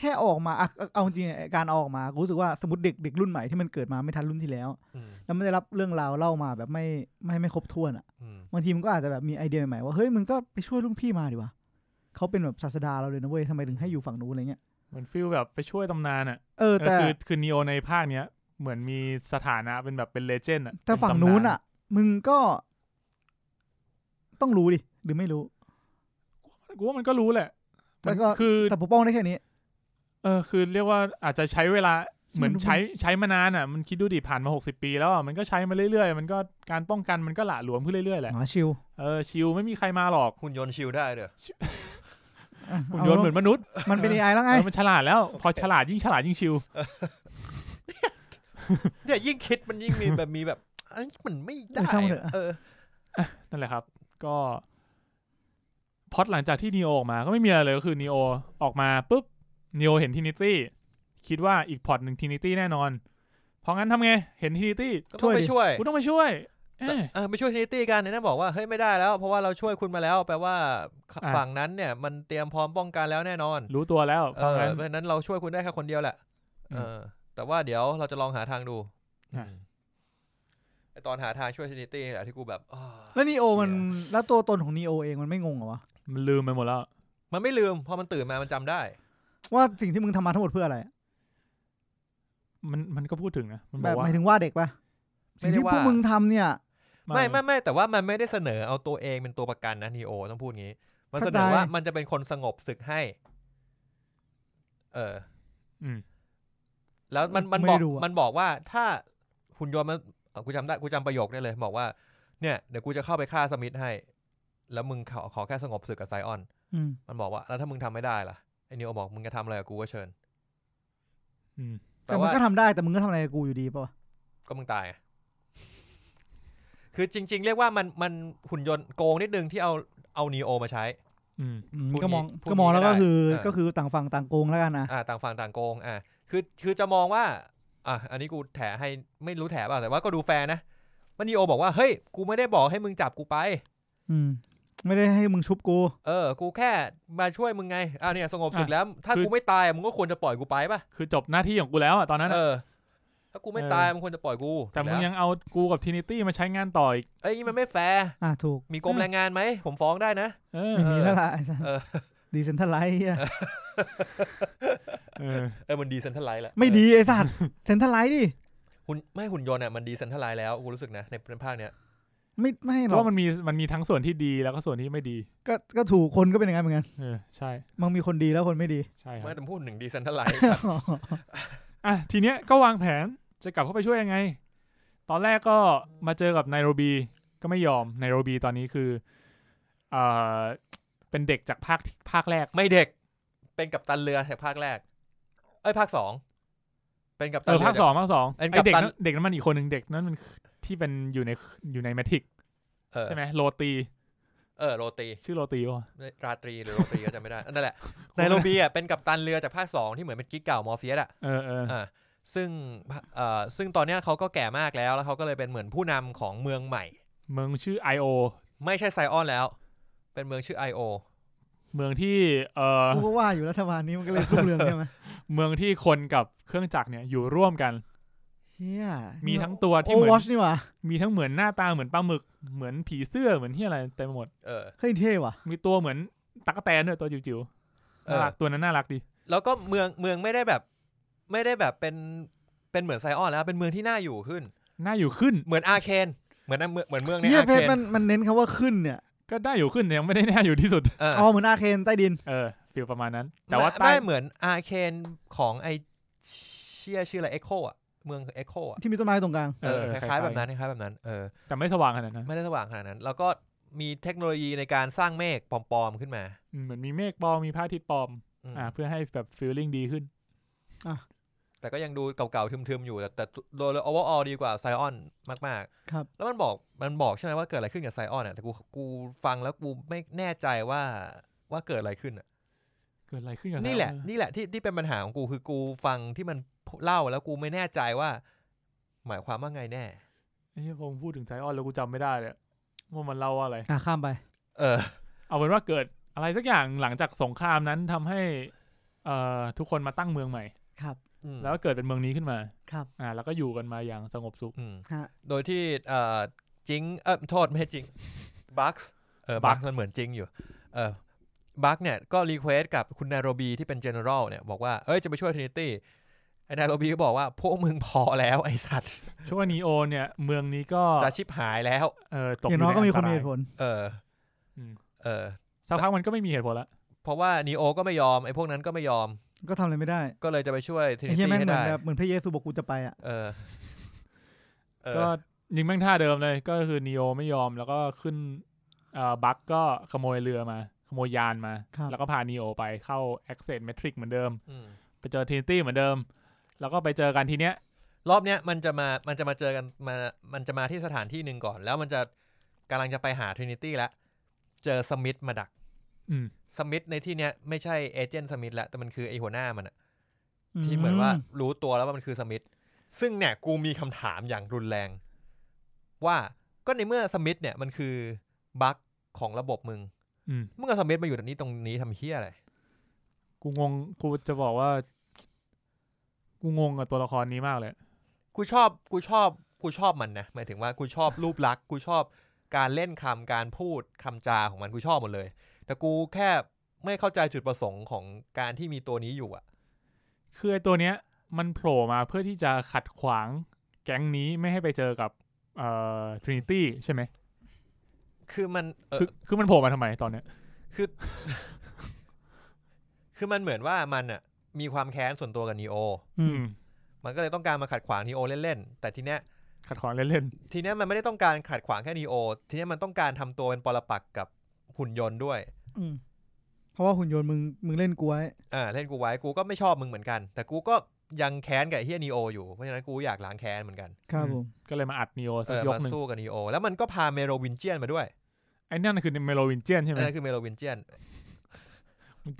Speaker 1: แค่ออกมาอะเอาจริงๆไอ้การเอาออกมากูรู้สึกว่าสมมติเด็กเด็กรุ่นใหม่ที่มันเกิดมาไม่ทันรุ่นที่แล้ว
Speaker 2: อืม
Speaker 1: แล้วไม่ได้รับเรื่องราวเล่ามาแบบไม่ไม่ไม่ครบถ้วนอ่ะ
Speaker 2: อืม
Speaker 1: บางทีมันก็อาจจะแบบมีไอเดียใหม่ๆว่าเฮ้ยมึงก็ไปช่วยรุ่นพี่มาดีวะเขาเป็นแบบศาสดาเราเลยนะเว้ยทำไมถึงให้อยู่ฝั่งนู้นอะไรเงี้ย
Speaker 3: เหมือนฟิลแบบไปช่วยตำนานอะ
Speaker 1: เออแต่
Speaker 3: เออคือคือนีโอในภาคเนี้ย เหมือนมีสถานะเป็นแบบเป็นเลเจนด์อะ
Speaker 1: แต่
Speaker 3: เป็
Speaker 1: ฝั่ง
Speaker 3: ตำา
Speaker 1: นู้นอ่ะ มึงก็ ต้องรู้ดิหรือไม่รู้
Speaker 3: กูว่ามันก็รู้แหละ
Speaker 1: แต่ก็
Speaker 3: มันคือ
Speaker 1: แต่ปกป้องได้แค่นี้
Speaker 3: เออคือเรียกว่าอาจจะใช้เวลาเหมือน
Speaker 1: มัน
Speaker 3: ใช้ใช้มานานอ่ะ มันคิดดูดิผ่านมาหกสิบปีแล้วอ่ะมันก็ใช้มาเรื่อยๆ มันก็การป้องกันมันก็หละหลวมขึ้นเรื่อยๆแหละ
Speaker 1: หมอชิว
Speaker 3: เออชิลไม่มีใครมาหรอก
Speaker 2: หุ่นยนต์ชิลได้เด้อ
Speaker 1: อ่ะ
Speaker 3: หุ่น
Speaker 1: าย
Speaker 3: นต์เหมือนมนุษย์
Speaker 1: มันเป็นไอแล้ว
Speaker 3: เอ
Speaker 1: ไง
Speaker 3: อมันฉลาดแล้ว พอฉลาดยิ่งฉลาดยิ่งชิล
Speaker 2: เนี่ยยิ่งคิดมันยิ่งมีแบบมีแบบเอ้ยมันไม่ได้เออ
Speaker 3: นั่นแหละครับ ก็พล็อดหลังจากที่นีโอออกมาก็ไม่มีอะไรเลยก็คือนีโอออกมาปุ๊บนีโอเห็นทินิตี้คิดว่าอีกพล็อดหนึ่งทินิตี้แน่นอนเพราะงั้นทำไงเห็นทินิตี้
Speaker 2: ก็ต้องไปช่วย
Speaker 3: กูต้องมาช่วยเอ้ย
Speaker 2: เออไปช่วยเทนิตี้กันเนี่ยนะบอกว่าเฮ้ยไม่ได้แล้ว เพราะว่าเราช่วยคุณมาแล้ว แปลว่า
Speaker 3: อ่ะ
Speaker 2: ฝั่งนั้นเนี่ย มันเตรียมพร้อมป้องกันแล้วแน่นอน
Speaker 3: รู้ตัวแล้ว
Speaker 2: เอ
Speaker 3: เพราะ
Speaker 2: อ
Speaker 3: งั้น
Speaker 2: เพราะฉะนั้นเราช่วยคุณได้แค่คนเดียวแหละ
Speaker 3: อืม
Speaker 2: เออ แต่ว่าเดี๋ยวเราจะลองหาทางดู
Speaker 3: อ่ะ
Speaker 2: อืมไอตอนหาทางช่วยท r นิตี้แหละที่กูแบบอ้าว
Speaker 1: แล้วนีโอมัน แล้วตัวตนของนีโอเองมันไม่งงเหรอวะ
Speaker 3: มันลืมไปหมดแล้ว
Speaker 2: มันไม่ลืมพอมันตื่นมามันจำได้
Speaker 1: ว่าสิ่งที่มึงทำมาทั้งหมดเพื่ออะไร
Speaker 3: มันมันก็พูดถึงนะมันบ
Speaker 1: แบ
Speaker 3: อบ ก
Speaker 1: ห
Speaker 3: ว่า
Speaker 1: มายถึงว่าเด็กปะ
Speaker 2: ไม่
Speaker 1: สิ่ง
Speaker 2: ได้
Speaker 1: ที่
Speaker 2: ว่า
Speaker 1: พวกมึงทำเนี่ย
Speaker 2: ไม่ไม่ไม่แต่ว่ามันไม่ได้เสนอเอาตัวเองเป็นตัวประกันนะนีโอต้องพูดงี้ มันเสนอ
Speaker 1: เข้าใจ
Speaker 2: ว่ามันจะเป็นคนสงบศึกให้ เออ
Speaker 3: อืม
Speaker 2: แล้วมันมัน
Speaker 1: ไม่
Speaker 2: บอก
Speaker 1: รู้อะ
Speaker 2: มันบอกว่าถ้าหุ่นยนต์มันเอ่อกูจำได้กูจำประโยคได้เลย บอกว่าเนี่ยเดี๋ยวกูจะเข้าไปฆ่าสมิธให้ แล้วมึงขอขอแค่สงบศึกกับไซออน
Speaker 1: อืม
Speaker 2: มันบอกว่าแล้วถ้ามึงทำไม่ได้ล่ะไอ้นิวบอกมึงจะทำอะไรกับกูก็เชิญ
Speaker 3: อืม
Speaker 1: แต่มึงก็ทำได้แต่มึงก็ทำอะไรกับกูอยู่ดีป่ะวะ
Speaker 2: ก็มึงตายอะคือจริง ๆ เรียกว่ามันมันหุ่นยนต์โกงนิดนึงที่เอาเอานีโอมาใช้
Speaker 3: อืม
Speaker 1: อืม
Speaker 2: พูด
Speaker 1: ก็มอง
Speaker 2: งี้พูด
Speaker 1: ก็มอง
Speaker 2: งี้
Speaker 1: แล้ว
Speaker 2: ก็
Speaker 1: ก็
Speaker 2: ได้
Speaker 1: คือ
Speaker 2: เออ
Speaker 1: ก็คือต่างฝั่งต่างโกงแล้วกันนะ
Speaker 2: อ่าต่างฝั่งต่างโกงอ่าคือคือจะมองว่าอ่ะอันนี้กูแถให้ไม่รู้แถเปล่าแต่ว่าก็ดูแฟร์นะมันนีโอบอกว่าเฮ้ยกูไม่ได้บอกให้มึงจับกูไป
Speaker 1: อืม ไม่ได้ให้มึงชุบกู
Speaker 2: เออ กูแค่มาช่วยมึงไงอ่าเนี่ยสงบศึกแล้ว ถ้ากูไม่ตายมึงก็ควรจะปล่อยกูไปป่ะ
Speaker 3: คือจบหน้าที่ของกูแล้วอ่ะตอนนั้น
Speaker 2: เออ
Speaker 3: อะ
Speaker 2: ถ้ากูไม่ตายมึงควรจะปล่อยกู
Speaker 3: แต่มึง
Speaker 2: ถูกล้ว
Speaker 3: ยังเอากูกับทินิตี้มาใช้งานต่ออีก
Speaker 2: เอ้ยนี่มันไม่แฟร์
Speaker 1: อ่ะถูก
Speaker 2: มีกรมแรงงานไหมผมฟ้องได้นะ
Speaker 3: เออ
Speaker 1: ไม่มีแล้วล่ะ
Speaker 2: เออ
Speaker 1: ดีเซนทรัลไลท์
Speaker 3: เออ
Speaker 2: เออมันดีเซนทัลไลท์ละ
Speaker 1: ไม่ดีไอ้สัตว์เซนทรัลไลท์ดิ
Speaker 2: หุ่นไม่หุ่นยนต์อ่ะมันดีเซนทัลไลท์แล้วกูรู้สึกนะในในภาคเนี้ย
Speaker 1: ไม่ไม่หร
Speaker 3: เพ
Speaker 1: อก
Speaker 3: ราะว่ามันมีมันมีทั้งส่วนที่ดีแล้วก็ส่วนที่ไม่ดี
Speaker 1: ก็ก็ถูกคนก็เป็นอย่างนั้นเหมือนกัน
Speaker 3: เออใช่
Speaker 1: มันมีคนดีแล้วคนไม่ดี
Speaker 3: ใช่ค
Speaker 2: ไม่
Speaker 3: รับ
Speaker 2: แต่พูดถึงดีเซนทัลไลท์
Speaker 3: อ่ะทีเนี้ยก็วางแผนจะกลับเข้าไปช่วยยังไง ตอนแรกก็มาเจอกับไนโรบีก็ไม่ยอมไนโรบีตอนนี้คือเอ่อเป็นเด็กจากภาคภาคแรก
Speaker 2: ไม่เด็ก เป็นกัปตันเรือแต่ภาคแรก เอ้ยภาคสองเป็นกัปตั
Speaker 3: เอน อ
Speaker 2: เรื
Speaker 3: ภา
Speaker 2: อ
Speaker 3: ค
Speaker 2: จา
Speaker 3: ส
Speaker 2: ก
Speaker 3: องภาคสอง
Speaker 2: เอ็น
Speaker 3: ไอ
Speaker 2: กัปตัน
Speaker 3: เด็กนั้นเด็กนั้นมันอีกคนหนึ่งเด็กนั้นมันที่เป็นอยู่ในอยู่ในแมทริก
Speaker 2: เออ
Speaker 3: ใช่ไหมโรตี
Speaker 2: เออโรตี
Speaker 3: ชื่อโรตีป่ะ
Speaker 2: ราตรีหรือโรตีก็จำไม่ได้นั่นแหละในโรบีอ่ะเป็นกัปตันเรือจากภาคสองที่เหมือนเป็นกิ๊กเก่ามอร์เฟียสอ่ะ
Speaker 3: เออเออ
Speaker 2: อ่าซึ่งเอ่อซึ่งตอนเนี้ยเขาก็แก่มากแล้ว แล้วเขาก็เลยเป็นเหมือนผู้นำของเมืองใหม่
Speaker 3: เมืองชื่อ I.O.
Speaker 2: ไม่ใช่ไซออนแล้ว เป็นเมืองชื่อ I.O.
Speaker 3: เมืองที่เออ
Speaker 1: กูก็ว่าอยู่รัฐบาลนี้มันก็เลยรุ่งเรืองใช่ไหม
Speaker 3: เมืองที่คนกับเครื่องจักรเนี่ยอยู่ร่วมกัน
Speaker 1: เฮีย
Speaker 3: มีทั้งตัวที่
Speaker 1: โอ้
Speaker 3: เหมือน
Speaker 1: วอชนี่หว่า
Speaker 3: มีทั้งเหมือนหน้าตาเหมือนปลาหมึกเหมือนผีเสื้อเหมือนที่อะไรเต็มไปหมด
Speaker 2: เออ
Speaker 1: เฮ้ยเท่ว่ะ
Speaker 3: มีตัวเหมือนตั๊กแตนด้วยตัวจิ๋วๆ
Speaker 2: เอ
Speaker 3: น่า
Speaker 2: อ
Speaker 3: รักตัวนั้นน่ารักดี
Speaker 2: แล้วก็เมืองเมืองไม่ได้แบบ ไม่ได้แบบเป็นเป็นเหมือนไซออนแล้ว เป็นเมืองที่น่าอยู่ขึ้น เห
Speaker 3: น่าอยู่ขึ้น
Speaker 2: หมือนอาเคนเหมือนเหมือนเหมือนเมืองใน
Speaker 1: เฮีย
Speaker 2: อา
Speaker 1: เพช
Speaker 2: เค
Speaker 1: รมัน
Speaker 2: น
Speaker 1: มันเน้นคำว่าขึ้นเนี่ย
Speaker 3: ก็ได้อยู่ขึ้นแต่ยังไม่ได้น่าอยู่ที่สุด
Speaker 2: เออ
Speaker 1: อ๋อเหมือนอาเคนใต้ดิน
Speaker 3: เออฟีลประมาณนั้น แต่
Speaker 2: แต่ว่า
Speaker 3: ว่า
Speaker 2: ไม่
Speaker 3: ใต้
Speaker 2: เหมือนอาเคนของไอเชี่ยชื่ออะไรเอ็กโคอะเมืองเอ็กโคอะ
Speaker 1: ที่มีต้นไม้ตรงกลาง
Speaker 2: เออคล้ายๆแบบนั้นคล้ายๆแบบนั้นเออ
Speaker 3: แต่ไม่สว่างขนาดนั้น
Speaker 2: ไม่ได้สว่างขนาดนั้น แล้วก็มีเทคโนโลยีในการสร้างเมฆปลอมๆขึ้นมา
Speaker 3: อืมเหมือนมีเมฆปลอมมีพระอาทิตย์ปลอม
Speaker 2: อืม
Speaker 3: อ่าเพื่อให้แบบฟีลลิ่งดีขึ้น
Speaker 2: แต่ก็ยังดูเก่าๆทึมๆอยู่ แต่แต่โดยโอเวอร์ออดีกว่าไซออนมากๆ
Speaker 1: ครับ
Speaker 2: แล้วมันบอกมันบอกใช่ไหมว่าเกิดอะไรขึ้นกับไซออนอ่ะแต่กูกูฟังแล้วกูไม่แน่ใจว่าว่าเกิดอะไรขึ้นอะ
Speaker 3: เกิดอะไรขึ้นกับ
Speaker 2: นี่แหละ
Speaker 3: ไซออ
Speaker 2: นี่แหละที่ที่เป็นปัญหาของกูคือกูฟังที่มันเล่าแล้วกูไม่แน่ใจว่า หมายความว่าไงแน่
Speaker 3: เอ้ยผมพูดถึงไซออนแล้วกูจำไม่ได้เลยว่ามันเล่าว่าอะไร
Speaker 1: อ่ะข้ามไป
Speaker 2: เออ
Speaker 3: เอาเป็นว่าเกิดอะไรสักอย่างหลังจากสงครามนั้นทำให้เอ่อทุกคนมาตั้งเมืองใหม่
Speaker 1: ครับ
Speaker 2: อืม
Speaker 3: แล้วเกิดเป็นเมืองนี้ขึ้นมา
Speaker 1: ครับ
Speaker 3: อ่าแล้วก็อยู่กันมาอย่างสงบสุข
Speaker 2: อืม
Speaker 1: ฮะ
Speaker 2: โดยที่เอ่อจิงเออโทษไม่ใช่ จิงบัคเออบัค
Speaker 3: Bugs
Speaker 2: มันเหมือนจิงอยู่เออบัคเนี่ยก็รีเควสกับคุณนายโรบีที่เป็นเจเนอเรลเนี่ยบอกว่าเอ้ยจะไปช่วยทรินิตี้ไอ้นายโรบีก็บอกว่า พวกมึงพอแล้วไอ้สัตว์
Speaker 3: ช่วงนีโอเนี่ยเมืองนี้ก็
Speaker 2: จะชิบหายแล้ว
Speaker 3: เออตก
Speaker 1: อย่างน้อยก็มีคนมี
Speaker 3: ใ
Speaker 1: เหตุผล
Speaker 2: เออ
Speaker 3: อืม
Speaker 2: เออ
Speaker 3: สักพักมันก็ไม่มีเหตุผลละ
Speaker 2: เพราะว่านีโอก็ไม่ยอมไอ้พวกนั้นก็ไม่ยอม
Speaker 1: ก็ทำอะไรไม่ได้
Speaker 2: ก็เลยจะไปช่วยทริ
Speaker 1: ไอ้
Speaker 2: นิ
Speaker 1: เฮีย
Speaker 2: ตี้
Speaker 1: แม่ง
Speaker 2: ให้
Speaker 1: เหมือน
Speaker 2: ได้
Speaker 1: แบบเหมือนพระเยซูบอกกูจะไปอ่ะ
Speaker 2: เออเออ
Speaker 3: ก็ยิงแม่งท่าเดิมเลยก็คือนีโอไม่ยอมแล้วก็ขึ้นเอ่อบัคก็ขโมยเรือมา ขโมยยานมา
Speaker 1: ครับ
Speaker 3: แล้วก็พานีโอไปเข้า Access Metric เหมือนเดิม
Speaker 2: อืม
Speaker 3: ไปเจอทินตี้เหมือนเดิม แล้วก็ไปเจอกันทีเนี้ย
Speaker 2: รอบเนี้ยมันจะมามันจะมาเจอกันมามันจะมาที่สถานที่หนึ่งก่อน แล้วมันจะกำลังจะไปหาทรินิตี้แล้วเจอสมิธมาดัก
Speaker 3: อืม
Speaker 2: สมิธในที่เนี้ยไม่ใช่เอเจนต์สมิธแล้วแต่มันคือไอหัวหน้ามันอะที่เหมือนว่ารู้ตัวแล้วว่ามันคือสมิธซึ่งเนี่ยกูมีคำถามอย่างรุนแรง ว่าก็ในเมื่อสมิธเนี่ยมันคือบั๊กของระบบมึง
Speaker 3: อืม
Speaker 2: มึงกับสมิธมาอยู่ตรงนี้ตรงนี้ทำเฮี้ยอะไร
Speaker 3: กูงง กูจะบอกว่า กูงงกับตัวละครนี้มากเลย
Speaker 2: กูชอบกูชอบกูชอบมันนะหมายถึงว่ากูชอบรูปลักษณ์กูชอบการเล่นคำการพูดคำจาของมันกูชอบหมดเลย แต่กูแค่ไม่เข้าใจจุดประสงค์ของการที่มีตัวนี้อยู่อะ
Speaker 3: คือไอ้ตัวเนี้ย มันโผล่มาเพื่อที่จะขัดขวางแก๊งนี้ไม่ให้ไปเจอกับ เอ่อทรินิตี้ใช่ไหม
Speaker 2: คือมันเออ
Speaker 3: คือคือมันโผล่มาทำไมตอนเนี้ย
Speaker 2: คือมันเหมือนว่ามันอ่ะมีความแค้นส่วนตัวกับนีโอ
Speaker 1: อื
Speaker 3: อื
Speaker 1: ม
Speaker 3: ม
Speaker 2: มันก็เลยต้องการมาขัดขวางนีโอเล่นๆ แต่ทีเนี้ย
Speaker 3: ขัดขวางเล่น
Speaker 2: ทีเนี้ยมันไม่ได้ต้องการขัดขวางแค่นีโอ ทีเนี้ยมันต้องการทำตัวเป็นปรปักษ์กับหุ่นยนต์ด้วย
Speaker 1: อืม เพราะว่าหุ่นยนต์มึงมึงเล่นกล้วย
Speaker 2: อ่าเล่นกูไว้กูก็ไม่ชอบมึงเหมือนกัน แต่กูก็ยังแค้นกับไอ้เฮียนีโออยู่ เพราะฉะนั้นกูอยากล้างแค้นเหมือนกัน
Speaker 1: ครับ
Speaker 3: อืม
Speaker 1: ผม
Speaker 3: ก็เลยมาอัดนีโอ
Speaker 2: เอ
Speaker 3: สัก
Speaker 2: อย
Speaker 3: ก
Speaker 2: มา
Speaker 3: หนึ่ง
Speaker 2: สู้กับนีโอแล้วมันก็พาเมโรวินเจียนมาด้วย
Speaker 3: ไอ้นั่นคือเมโลวินเจียนใช่ไหม
Speaker 2: นั่นคือเมโรวินเจียน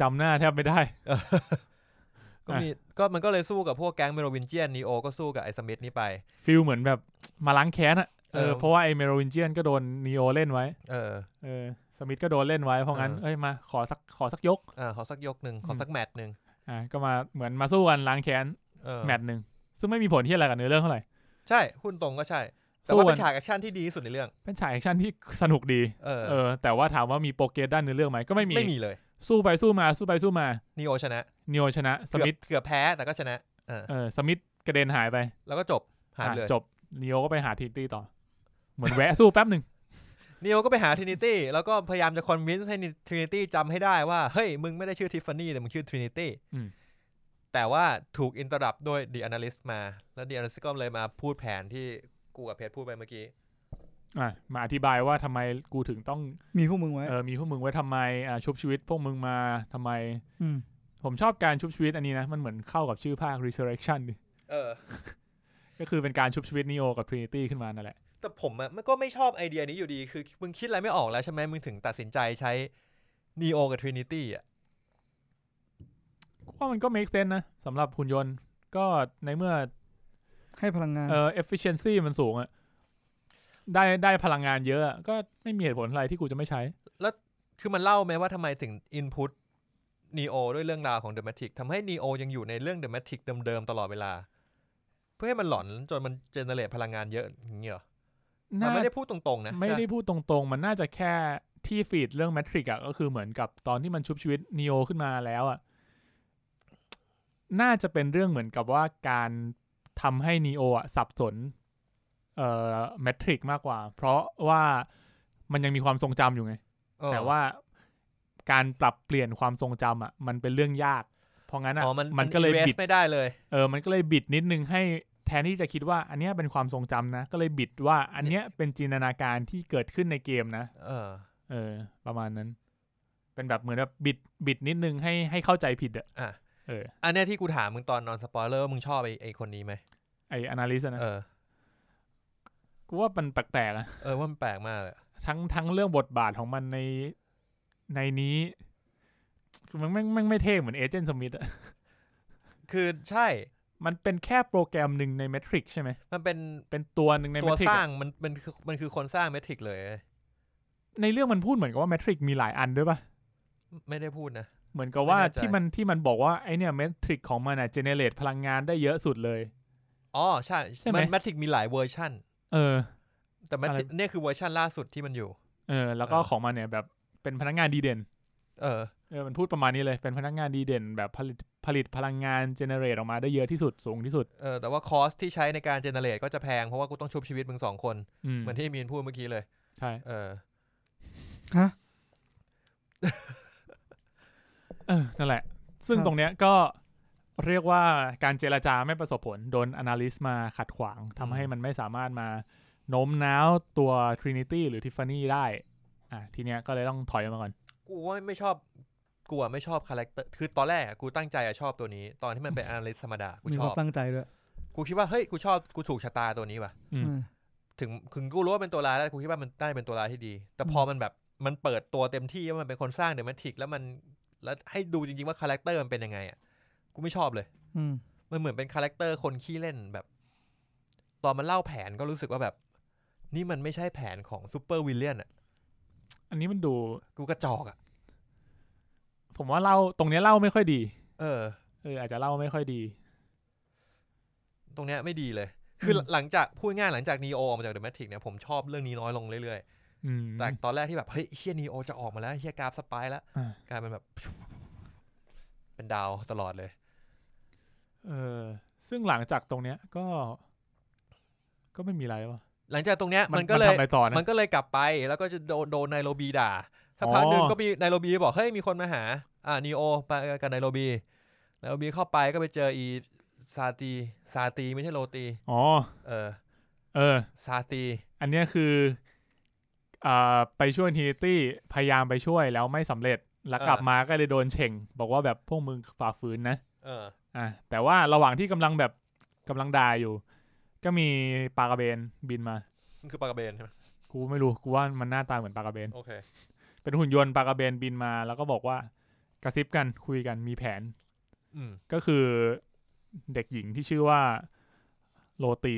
Speaker 3: จำหน้าแทบไม่ได้
Speaker 2: ก็มีก็มันก็เลยสู้กับพวกแก๊งเมโรวินเจียนนีโอก็สู้กับไอ้สมิธนี่ไป
Speaker 3: ฟิลเหมือนแบบมาล้างแค้นอะเอ
Speaker 2: เอ
Speaker 3: อ
Speaker 2: อ
Speaker 3: เพราะว่าไอ้เมโลวินเจียนก็โดนนีโอเล่นไว้
Speaker 2: เออ
Speaker 3: เออสมิธก็โดนเล่นไว้เพราะงั้น
Speaker 2: เออ
Speaker 3: เอ้ยมาขอสักขอสักยก
Speaker 2: อ่าขอสักยกหนึ่งขอสักแมตช์หนึ่ง
Speaker 3: อ่าก็มาเหมือนมาสู้กันล้างแค้น
Speaker 2: เออ
Speaker 3: แมตช์หนึ่งซึ่งไม่มีผลที่อะไรกับเนื้อเรื่องเท่าไหร่
Speaker 2: ใช่หุ้นตรงก็ใช่ แต่
Speaker 3: สู้
Speaker 2: ว่า
Speaker 3: กั
Speaker 2: เป็น
Speaker 3: น
Speaker 2: ฉากแอคชั่นที่ดีที่สุดในเรื่อง
Speaker 3: เป็นฉากแอคชั่น ที่สนุกดี
Speaker 2: เออ
Speaker 3: เออ แต่ว่าถามว่ามีโปรเกรสด้านเนื้อเรื่องไหมก็ไม่มี
Speaker 2: ไม่มีเลย
Speaker 3: สู้ไปสู้มาสู้ไปสู้มา
Speaker 2: นีโอชนะ
Speaker 3: นีโอชนะส
Speaker 2: เกือบ
Speaker 3: มิธ
Speaker 2: เกือบแพ้แต่ก็ชนะเออ
Speaker 3: เออสมิธกระเด็นหายไป
Speaker 2: แล้วก็จบหายไป
Speaker 3: อ่ะ
Speaker 2: เลย
Speaker 3: จบนีโอก็ไปหาทีตี้ต่อ เหมือนแวะสู้แป๊บหนึ่ง
Speaker 2: นีโอก็ไปหาทรินิตี้แล้วก็พยายามจะคอนวินส์ให้ทรินิตี้จำให้ได้ว่า เฮ้ย มึงไม่ได้ชื่อทิฟฟานี่แต่มึงชื่อทรินิตี้แต่ว่าถูกอินเตอร์ดับด้วยดีแอนาลิสมาแล้วดีแอนาลิสก็เลยมาพูดแผนที่กูกับเพชรพูดไปเมื่อกี้
Speaker 3: อ่ะมาอธิบายว่าทำไมกูถึงต้อง
Speaker 1: มีพวกมึงไว้
Speaker 3: เออมีพวกมึงไว้ทำไมอ่ะชุบชีวิตพวกมึงมาทำไม
Speaker 1: อืม
Speaker 3: ผมชอบการชุบชีวิตอันนี้นะ มันเหมือนเข้ากับชื่อภาค resurrection ดิ
Speaker 2: เออ
Speaker 3: ก็คือเป็นการชุบชีวิตนีโอกับ trinity ขึ้นมานั่นแหละ
Speaker 2: แต่ผมอะมันก็ไม่ชอบไอเดียนี้อยู่ดี คือมึงคิดอะไรไม่ออกแล้วใช่ไหมมึงถึงตัดสินใจใช้นีโอกับทรินิตี้อ่ะ
Speaker 3: กูว่ามันก็ make sense นะสำหรับหุ่นยนต์ ก็ในเมื่อ
Speaker 1: ให้พลังงาน
Speaker 3: เอ่อ efficiency มันสูงอะได้ได้พลังงานเยอะอะก็ไม่มีเหตุผลอะไรที่กูจะไม่ใช้
Speaker 2: คือมันเล่าไหมว่าทำไมถึงอินพุตนีโอด้วยเรื่องราวของเดอะแมทริกทำให้นีโอยังอยู่ในเรื่องเดอะแมทริกเดิมๆตลอดเวลา เพื่อให้มันหลอนจนมันเจเนเรตพลังงานเยอะอย่างเงี้ยเหรอมัน
Speaker 3: น่า
Speaker 2: ไม่ได้พูดตรงๆนะ
Speaker 3: ไม่
Speaker 2: ใช่
Speaker 3: ได้พูดตรงๆ มันน่าจะแค่ที่ฟีดเรื่องแมทริกอะก็คือเหมือนกับตอนที่มันชุบชีวิตนีโอขึ้นมาแล้วอะน่าจะเป็นเรื่องเหมือนกับว่าการทำให้นีโออะสับสน เอ่อแมทริกมากกว่า เพราะว่ามันยังมีความทรงจำอยู่ไง
Speaker 2: เออ
Speaker 3: แต่ว่าการปรับเปลี่ยนความทรงจำอ่ะ มันเป็นเรื่องยาก เพราะงั้นอ่ะ
Speaker 2: อ๋อมัน
Speaker 3: มันก็เลย
Speaker 2: อิว
Speaker 3: บิด
Speaker 2: สไม่ได้เลย
Speaker 3: เออมันก็เลยบิดนิดนึงให้แทนที่จะคิดว่า อันเนี้ยเป็นความทรงจำนะ ก็เลยบิดว่า อันเนี้ยเป็นจินตนาการที่เกิดขึ้นในเกมนะ
Speaker 2: เออ
Speaker 3: เออ ประมาณนั้น เป็นแบบเหมือนแบบบิดบิดนิดนึงให้ให้เข้าใจผิดอ่ะ
Speaker 2: อ่ะ
Speaker 3: เออ
Speaker 2: อันเนี้ยที่กูถามมึงตอนนอนสปอยเลอร์มึงชอบไอไอคนนี้ไหม
Speaker 3: ไอ analyst อะนะ
Speaker 2: เออ
Speaker 3: กูว่ามันแปลกๆอะ
Speaker 2: เออว่ามันแปลกมากเลย
Speaker 3: ทั้งทั้งเรื่องบทบาทของมันในในนี้คือมันแม่งแม่งไม่เท่เหมือนเอเจนต์สมิธอะ
Speaker 2: คือใช่
Speaker 3: มันเป็นแค่โปรแกรมหนึ่งในแมทริกใช่ไหม
Speaker 2: มันเป็น
Speaker 3: เป็นตัวหนึ่งใน
Speaker 2: ตั
Speaker 3: แม
Speaker 2: ว
Speaker 3: ทริก
Speaker 2: สร้างมันมันคือมันคือคนสร้างแมทริกเลย
Speaker 3: ในเรื่องมันพูดเหมือนกับว่าแมทริกมีหลายอันด้วยปะ
Speaker 2: ไม่ได้พูดนะ
Speaker 3: เหมือนกับว่า
Speaker 2: ไม่แน่ใจ
Speaker 3: ที่มันที่มันบอกว่าไอเนี่ยแมทริกของมันอะเจเนเรตพลังงานได้เยอะสุดเลย
Speaker 2: อ๋อใช่
Speaker 3: ใช่ไหม
Speaker 2: มันแมทริกมีหลายเวอร์ชัน
Speaker 3: เออ
Speaker 2: แต่แมทริก
Speaker 3: อะไร
Speaker 2: เนี่ยคือเวอร์ชันล่าสุดที่มันอยู่
Speaker 3: เออ แล้วก็
Speaker 2: เออ
Speaker 3: ของมันเนี่ยแบบเป็นพนักงานดีเด่น
Speaker 2: เออ
Speaker 3: เออ มันพูดประมาณนี้เลย เป็นพนักงานดีเด่น แบบผลิตผลิตพลังงานเจเนเรตออกมาได้เยอะที่สุดสูงที่สุด
Speaker 2: เออแต่ว่าคอสที่ใช้ในการเจเนเรตก็จะแพง เพราะว่ากูต้องชุบชีวิตมึงสองคน
Speaker 3: อืม
Speaker 2: เหมือนที่มีนพูดเมื่อกี้เลย
Speaker 3: ใช่
Speaker 2: เออ
Speaker 3: เออนั่นแหละ ซึ่ง
Speaker 1: ครับ
Speaker 3: ตรงเนี้ยก็เรียกว่าการเจรจาไม่ประสบผลโดน Analyst มาขัดขวางทำให้มันไม่สามารถมาโน้มน้าวตัว Trinity หรือ Tiffany ได้อ่ะทีเนี้ยก็เลยต้องถอยออกมาก่อน
Speaker 2: กูว่าไม่ชอบกูอะไม่ชอบคาแรคเตอร์คือตอนแรกอะกูตั้งใจอะชอบตัวนี้ ตอนที่มันเป็นอ n น l y ิสธรรมดา กู
Speaker 1: มี
Speaker 2: ช
Speaker 1: ค
Speaker 2: อ
Speaker 1: วาม
Speaker 2: บ
Speaker 1: ตั้งใจด้วย
Speaker 2: กูคิดว่าเฮ้ยกูชอบกูถูกชะตาตัวนี้ว่ะ
Speaker 3: อืม
Speaker 1: อ่า
Speaker 2: ถึงถึงกูรู้ว่าเป็นตัวร้ายแล้วกูคิดว่ามันได้เป็นตัวร้ายที่ดี แต่พอมันแบบมันเปิดตัวเต็มที่ว่ามันเป็นคนสร้างเดอะแมทริกแล้วมันแล้วให้ดูจริงๆว่าคาแรคเตอร์มันเป็นยังไงอ่ะกูไม่ชอบเลย
Speaker 1: อืม
Speaker 2: มันเหมือนเป็นคาแรคเตอร์คนขี้เล่นแบบ ตอนมันเล่าแผนก็รู้สึกว่าแบบ นี่มันไม่ใช่แผนของซูเปอร์วิลเลียนอ่ะ
Speaker 3: อันนี้มันดู
Speaker 2: กูกระจอกอ่ะ
Speaker 3: ผมว่าเล่าตรงเนี้ยเล่าไม่ค่อยดี
Speaker 2: เออ
Speaker 3: เอออาจจะเล่าไม่ค่อยดี
Speaker 2: ตรงเนี้ยไม่ดีเลย คือ
Speaker 1: ม
Speaker 2: หลังจากพูดง่ายหลังจากนีโอออกมาจากเดอะแมทริกเนี่ยผมชอบเรื่องนี้น้อยลงเรื่อย
Speaker 3: อืม
Speaker 2: ๆ แต่ตอนแรกที่แบบ เฮ้ยเฮียนีโอจะออกมาแล้วเฮียกราฟสปายแล้ว
Speaker 3: อ่า
Speaker 2: กลายเป็นแบบ เป็นดาวตลอดเลย
Speaker 3: เออ ซึ่งหลังจากตรงเนี้ยก็ ก็ไม่มีอะไรวะ
Speaker 2: หลังจากตรงเนี้ยมันก็
Speaker 3: มัน
Speaker 2: เลย
Speaker 3: ทำอะไรต่อนะ
Speaker 2: มันก็เลยกลับไปแล้วก็จะโดนโดนไนโรบีด่าสักพักหนึ่ง
Speaker 3: อ๋อ
Speaker 2: ก็มีไนโรบีบอกเฮ้ยมีคนมาหา อ่านีโอไปกับไนโรบีไนโรบีเข้าไปก็ไปเจออีซาตีซาตีไม่ใช่โรตี
Speaker 3: อ๋อ
Speaker 2: เออ
Speaker 3: เออ
Speaker 2: ซาตี
Speaker 3: อันเนี้ยคืออ่าไปช่วยทีตี้พยายามไปช่วยแล้วไม่สำเร็จ แล้วกลับมาก็เลยโดนเช่ง บอกว่าแบบพวกมึงฝ่าฝืนนะ
Speaker 2: เออ
Speaker 3: อ่ะแต่ว่าระหว่างที่กำลังแบบกำลังด่าอยู่ ก็มีปลากระเบนบินมา
Speaker 2: มันคือปลากระเบนใช่ไหม
Speaker 3: กูไม่รู้กูว่ามันหน้าตาเหมือนปลากระเบน
Speaker 2: โอเค
Speaker 3: เป็นหุ่นยนต์ปลากระเบนบินมา แล้วก็บอกว่ากระซิบกันคุยกันมีแผน
Speaker 2: อืม
Speaker 3: ก็คือเด็กหญิงที่ชื่อว่าโรตี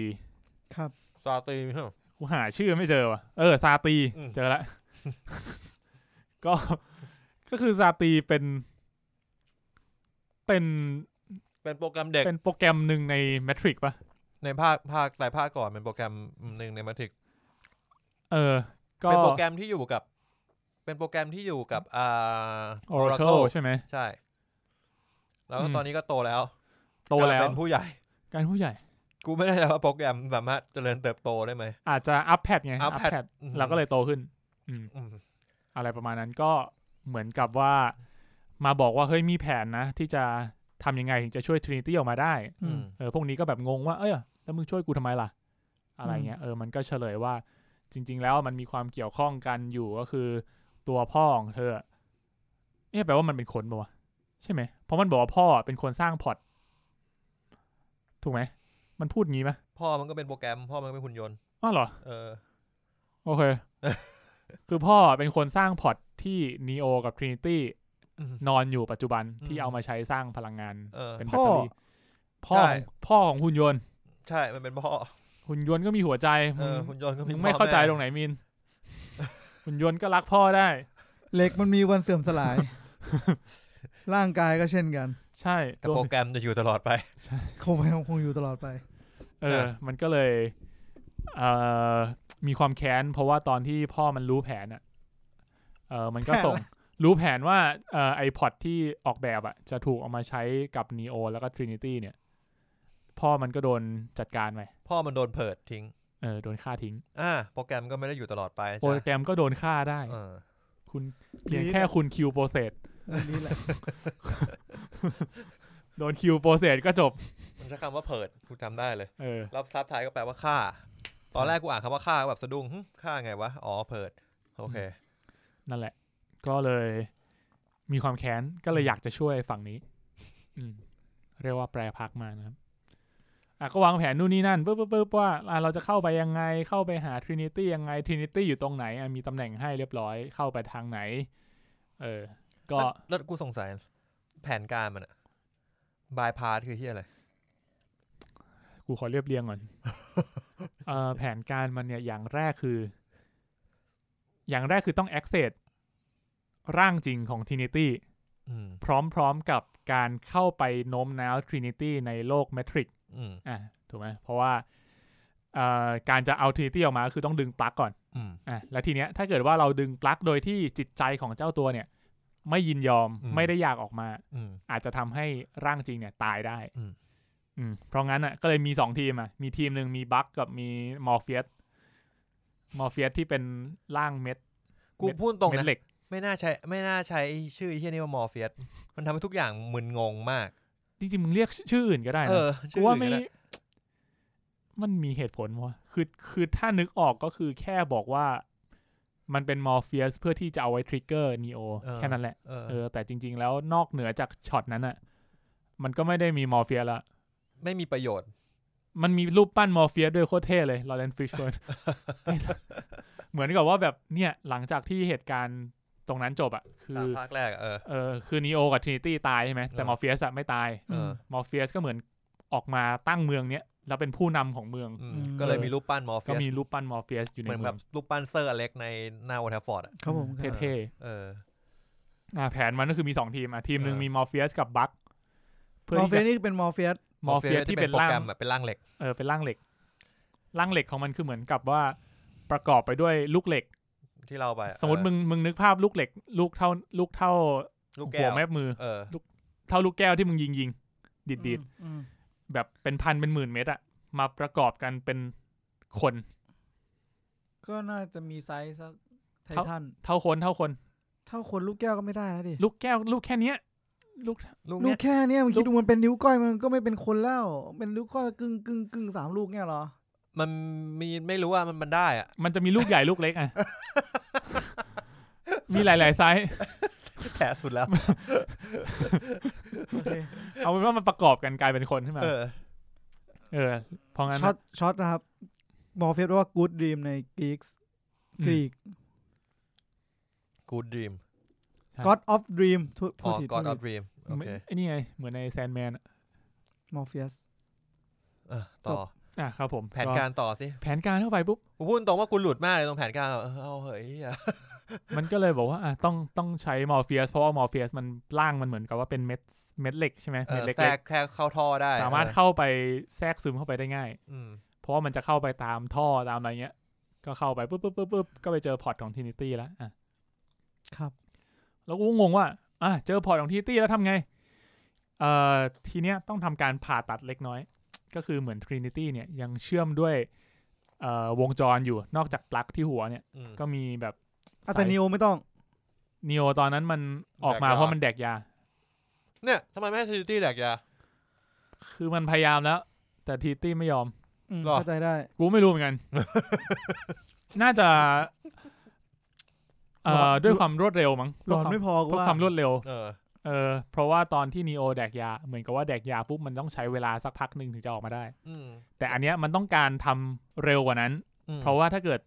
Speaker 1: ครับ
Speaker 2: ซาตีมใช่ไหม
Speaker 3: กูหาชื่อไม่เจอว่ะ เออ ซาตี
Speaker 2: อืม
Speaker 3: เจอละ ก็ ก็คือซาตีเป็น เป็น
Speaker 2: เป็นโปรแกรมเด็ก
Speaker 3: เป็นโปรแกรมหนึ่งในแมทริกปะ
Speaker 2: ในภาคภาคแต่ภาคก่อนเป็นโปรแกรมหนึ่งในมาทิก
Speaker 3: เออ ก็
Speaker 2: เป็นโปรแกรมที่อยู่กับ เป็นโปรแกรมที่อยู่กับอ่า
Speaker 3: Oracle ใช่ไหม
Speaker 2: ใช่ แล้วก็
Speaker 3: อืม
Speaker 2: ตอนนี้ก็โตแล้ว
Speaker 3: โตแล้ว
Speaker 2: กายเป็นผู้ใหญ่
Speaker 3: การผู้ใหญ่
Speaker 2: กูไม่แน่ใจว่าโปรแกรมสามารถเจริญเติบโตได้ไหม
Speaker 3: อาจจะอัพแพดไง
Speaker 2: up
Speaker 3: อัพแพด
Speaker 2: อืม
Speaker 3: เราก็เลยโตขึ้น อืม
Speaker 2: อืม
Speaker 3: อะไรประมาณนั้นก็เหมือนกับว่า มาบอกว่า เฮ้ยมีแผนนะ ที่จะทำยังไงถึงจะช่วยทรินิตี้ออกมาได้
Speaker 1: อื
Speaker 2: อื
Speaker 1: ม
Speaker 2: ม
Speaker 3: เออพวกนี้ก็แบบงงว่าเอ้ยแล้วมึงช่วยกูทำไมล่ะ อะไรเงี้ยเออมันก็เฉลยว่าจริง ๆ แล้วมันมีความเกี่ยวข้องกันอยู่ก็คือ ตัวพ่อของเธอเนี่ยแปลว่ามันเป็นคนปะวะใช่ไหมเพราะมันบอกว่าพ่อเป็นคนสร้างพล็อตถูกไหมมันพูดงี้ไหม
Speaker 2: พ่อมันก็เป็นโปรแกรม พ่อมันก็เป็นหุ่นยนต์
Speaker 3: อ้าวเหรอ
Speaker 2: เออ
Speaker 3: โอเค คือพ่อเป็นคนสร้างพล็อตที่นีโอกับทรินิตี้
Speaker 2: อืม
Speaker 3: นอนอยู่ปัจจุบันที่
Speaker 2: อืม
Speaker 3: เอามาใช้สร้างพลังงาน
Speaker 2: เออ
Speaker 3: เป็น
Speaker 1: พ่
Speaker 3: แบต
Speaker 1: อ
Speaker 3: เตอรี่พ่อ
Speaker 2: ใช่
Speaker 3: ของพ่อของหุ่นยนต์
Speaker 2: ใช่ มันเป็นพ่อ
Speaker 3: หุ่นยนต์ก็มีหัวใจ
Speaker 2: เออ
Speaker 3: มึง
Speaker 2: หุ่นยนต์ก็
Speaker 3: มึ
Speaker 2: มี
Speaker 3: งไม่
Speaker 2: พ่อ
Speaker 3: เข้าใจ
Speaker 2: แ
Speaker 3: ตรงไหนมิน หุ่นยนต์ก็รักพ่อได้
Speaker 1: เหล็กมันมีวันเสื่อมสลาย ร่างกายก็เช่นกัน
Speaker 3: ใช่
Speaker 2: แต่
Speaker 3: รวม
Speaker 2: โปร
Speaker 3: ถึง
Speaker 2: แกรมจะอยู่ตลอดไป
Speaker 1: คงคงอยู่ตลอดไป
Speaker 3: เออ มันก็เลยเอ่อมีความแค้น เพราะว่าตอนที่พ่อมันรู้แผนอ่ะเออมันก็ส่ง
Speaker 1: แผนอะไร
Speaker 3: รู้แผนว่าเอ่อไอพอดที่ออกแบบอ่ะ จะถูกเอามาใช้กับนีโอแล้วก็ทรินิตี้เนี่ย พ่อมันก็โดนจัดการไป
Speaker 2: พ่อมันโดนเพิดทิ้ง
Speaker 3: เออโดนฆ่าทิ้ง
Speaker 2: อ่า โปรแกรมก็ไม่ได้อยู่ตลอดไป
Speaker 3: โปร
Speaker 2: จ้ะ
Speaker 3: แกรมก็โดนฆ่าได้
Speaker 2: เออ
Speaker 3: คุณเพียงแค่คุณคิวโปรเซส
Speaker 1: นี่แหละ
Speaker 3: โดนคิวโปรเซสก็จบ
Speaker 2: มันใช้คำว่าเพิดกูจำได้เลย
Speaker 3: เออ
Speaker 2: รับซับไทยก็แปลว่าฆ่า ตอนแรกกูอ่านคำว่าฆ่าก็แบบสะดุ้งหึฆ่าไงวะ อ๋อ เพิดโอเค
Speaker 3: นั่นแหละ ก็เลยมีความแค้น ก็เลยอยากจะช่วยฝั่งนี้ อืม เรียกว่าแปรพักมานะครับ อ่ะก็วางแผนนู่นนี่นั่นปึ๊บปึ๊บปึ๊บว่าอ่ะเราจะเข้าไปยังไง เข้าไปหาทรินิตี้ยังไงทรินิตี้อยู่ตรงไหนอ่ะมีตำแหน่งให้เรียบร้อย เข้าไปทางไหน เออ ก็
Speaker 2: แล้วแล้วกูสงสัย แผนการมันอะบายพาสคือที่อะไร
Speaker 3: กูขอเรียบเรียง ก่อน เออแผนการมันเนี่ยอย่างแรกคือ อย่างแรกคือต้อง access ร่างจริงของทรินิตี้
Speaker 2: อืม
Speaker 3: พร้อมๆกับการเข้าไปโน้มน้าวทรินิตี้ในโลกแมทริก
Speaker 2: อืม
Speaker 3: อ่ะถูกไหมเพราะว่าเอ่อการจะเอาทรินิตี้ออกมาคือต้องดึงปลั๊กก่อน
Speaker 2: อืม
Speaker 3: อ่ะแล้วทีเนี้ยถ้าเกิดว่าเราดึงปลั๊กโดยที่จิตใจของเจ้าตัวเนี่ย ไม่ยินยอม
Speaker 2: อืม
Speaker 3: ไม่ได้อยากออกมา
Speaker 2: อืม
Speaker 3: อาจจะทำให้ร่างจริงเนี่ยตายได้
Speaker 2: อืม
Speaker 3: อืมเพราะงั้นอ่ะก็เลยมีสองทีมอ่ะมีทีมหนึ่งมีบัคกับมีมอร์เฟียสมอร์เฟียสที่เป็นร่างเม็ด
Speaker 2: กูพูดตรง
Speaker 3: เม็ด
Speaker 2: นะ
Speaker 3: เหล็ก
Speaker 2: ไม่น่าใช้ไม่น่าใช้ชื่อไอ้เฮียนี่ว่ามอร์เฟียส มันทำให้ทุกอย่างมึนงงมาก
Speaker 3: จริงๆมึงเรียกชื่ออื่นก็ได้นะ
Speaker 2: เออ
Speaker 3: กู
Speaker 2: ชื่อ
Speaker 3: ว่า
Speaker 2: อื่น
Speaker 3: ไม่
Speaker 2: ก็ได้
Speaker 3: มันมีเหตุผลวะคือ คือถ้านึกออกก็คือแค่บอกว่า มันเป็นมอร์เฟียสเพื่อที่จะเอาไว้ทริกเกอร์นีโอแค่นั้นแหละ
Speaker 2: เออ
Speaker 3: เออ แต่จริง ๆ แล้วนอกเหนือจากช็อตนั้นอะมันก็ไม่ได้มีมอร์เฟียสละ
Speaker 2: ไม่มีประโยชน์
Speaker 3: มันมีรูปปั้นมอร์เฟียสด้วยโคตรเท่เลยลอเรนฟิชเฟิร์น เหมือนกับว่าแบบเนี่ย หลังจากที่เหตุการณ์ตรงนั้นจบอะคื
Speaker 2: ตาม
Speaker 3: อ
Speaker 2: ภาคแรกอะเออ
Speaker 3: เออ คือนีโอกับทรินิตี้ตายใช่ไหมแต่
Speaker 2: เออ
Speaker 3: มอร์เฟียสอะไม่ตาย
Speaker 2: เออ
Speaker 3: มอร์เฟียสก็เหมือนออกมาตั้งเมืองเนี้ยแล้วเป็นผู้นำของเมือง
Speaker 2: อืม
Speaker 1: อืม
Speaker 2: ก็เลยมีรูปปั้นมอร์
Speaker 3: ก็
Speaker 2: เฟียส
Speaker 3: มีรูปปั้นมอร์เฟียสอยู่ใน
Speaker 2: เหมือน
Speaker 3: เมื
Speaker 2: แบ
Speaker 3: อง
Speaker 2: บรูปปั้นเซอร์อเล็กในหน้าโอทฟฟอร์ดอะ
Speaker 1: ครับผม
Speaker 3: เท่
Speaker 2: เออ
Speaker 3: ๆอ่ะแผนมันก็คือมีสองทีมอ่ะทีมหนึ่ง
Speaker 2: เออ
Speaker 3: มีมอร์เฟียสกับบัคเพื่อ
Speaker 1: มอร์เฟียส
Speaker 3: ที่จะ
Speaker 1: นี่เป็นมอร์เฟียส
Speaker 3: มอร์เฟียสที่เป็น
Speaker 2: โปร
Speaker 3: ร่าง
Speaker 2: แกรมแบบเป็นร่างเหล็ก
Speaker 3: เออเป็นร่างเหล็กร่างเหล็กของมันคือเหมือนกับว่าประกอบไปด้วยลูกเหล็ก
Speaker 2: ที่เราไปอะ
Speaker 3: สมมติ
Speaker 2: เออ
Speaker 3: มึงมึงนึกภาพลูกเหล็ก ลูกเท่าลูกเท่า
Speaker 2: ลูกแก้
Speaker 3: หัว
Speaker 2: ว
Speaker 3: แม่มือ
Speaker 2: เออ
Speaker 3: เท่าลูกแก้วที่มึงยิงยิงๆดีดดีด
Speaker 1: อืม
Speaker 3: ๆแบบเป็นพันเป็นหมื่นเม็ดอะมาประกอบกันเป็นคน
Speaker 1: ก็น่าจะมีไซส์สักไท
Speaker 3: เท่า
Speaker 1: ทัน
Speaker 3: เท่าคนเท่าคน
Speaker 1: เท่าคนลูกแก้วก็ไม่ได้นะดิ
Speaker 3: ลูกแก้วลูกแค่เนี้ย ลูก
Speaker 2: ลูก
Speaker 1: ลู
Speaker 2: เนี้
Speaker 1: ก
Speaker 2: ย
Speaker 1: แค่เนี้ยมันคิ
Speaker 3: ลู
Speaker 1: ด
Speaker 3: ก
Speaker 1: ดูมันเป็นนิ้วก้อยมันก็ไม่เป็นคนแล้ว เป็นนิ้วก้อยกึ่งกึ่งกึ่งสามลูกเนี่ยเหรอ
Speaker 2: มันมีไม่รู้ว่ามันมันได้อะ
Speaker 3: มันจะมีลูกใหญ่ลูกเล็กอ่ะ มีหลาย ๆ ไซส์
Speaker 2: แผลสุดแล้ว
Speaker 1: โอเค
Speaker 3: เอาเป็นว่ามันประกอบกันกลายเป็นคนขึ้นมา
Speaker 2: เออ
Speaker 3: เออเพราะงั้น
Speaker 1: ช็อตช็อตนะครับมอร์เฟียสว่า good dream ใน Geeks
Speaker 3: อืม
Speaker 1: Greek
Speaker 2: Good Dream
Speaker 3: ครับ
Speaker 1: God of Dream ทุก
Speaker 2: อ๋อ
Speaker 1: ผิด
Speaker 2: God of Dream โอเค
Speaker 3: ไอ้นี่ไง เหมือนในแซนแมนอะ
Speaker 1: มอร์เฟียส
Speaker 2: เออต่อ
Speaker 3: อ่ะครับผม
Speaker 2: แผนการต่อสิ
Speaker 3: แผนการเข้าไปปุ๊บ
Speaker 2: กูพูดตรงว่ากูหลุดมากเลยตรงแผนการเออเอาเฮ้ยอ่ะ
Speaker 3: มันก็เลยบอกว่าอ่ะต้องต้องใช้มอร์เฟียสเพราะว่ามอร์เฟียสมันร่างมันเหมือนกับว่าเป็นเม็ดเม็ดเหล็กใช่ไหม
Speaker 2: เอ
Speaker 3: เม็ด
Speaker 2: อ
Speaker 3: เหล็ก
Speaker 2: แทรกแค่เข้าท่อได้
Speaker 3: ๆสามารถเข้าไปแทรกซึมเข้าไปได้ง่าย
Speaker 2: อืม
Speaker 3: เพราะว่ามันจะเข้าไปตามท่อตามอะไรเงี้ย ก็เข้าไปปุ๊บปุ๊บปุ๊บปุ๊บก็ไปเจอพอร์ตของทินิตี้แล้วอ่ะ
Speaker 1: ครับ
Speaker 3: แล้วกูก็งงว่าอ่ะเจอพอร์ตของทินิตี้แล้วทำไงเอ่อทีเนี้ยต้องทำการผ่าตัดเล็กน้อย ก็คือเหมือนทรินิตี้เนี่ยยังเชื่อมด้วยเอ่อวงจรอยู่นอกจากปลั๊กที่หัวเนี่ย
Speaker 2: อืม
Speaker 3: ก็มีแบบ
Speaker 1: อัต
Speaker 3: สาย
Speaker 1: เนิโอไม่ต้อง
Speaker 3: เนโอตอนนั้นมันออกมา
Speaker 2: แดกยา
Speaker 3: เพราะมันแดกยา
Speaker 2: เนี่ยทำไมไม่ให้ทีตี้แหลกยา
Speaker 3: คือมันพยายามแล้ว แต่ทีตี้ไม่ยอม
Speaker 1: อืม
Speaker 2: หรอ
Speaker 1: เข้าใจได้
Speaker 3: กูไม่รู้เหมือน กัน น่าจะเอ่
Speaker 1: หลอ
Speaker 3: อน ด้วยความรวดเร็วมั้ง
Speaker 1: หลอนไม่พอ
Speaker 3: เพ
Speaker 1: กู
Speaker 3: ราะ
Speaker 1: ว่า
Speaker 3: ความรวดเร็ว
Speaker 2: เออ
Speaker 3: เออเพราะว่าตอนที่นีโอแดกยา เหมือนกับว่าแดกยาปุ๊บมันต้องใช้เวลาสักพักหนึ่งถึงจะออกมาได้
Speaker 2: อืม
Speaker 3: แต่อันเนี้ยมันต้องการทำเร็วกว่านั้น
Speaker 2: อืม
Speaker 3: เพราะว่าถ้าเกิด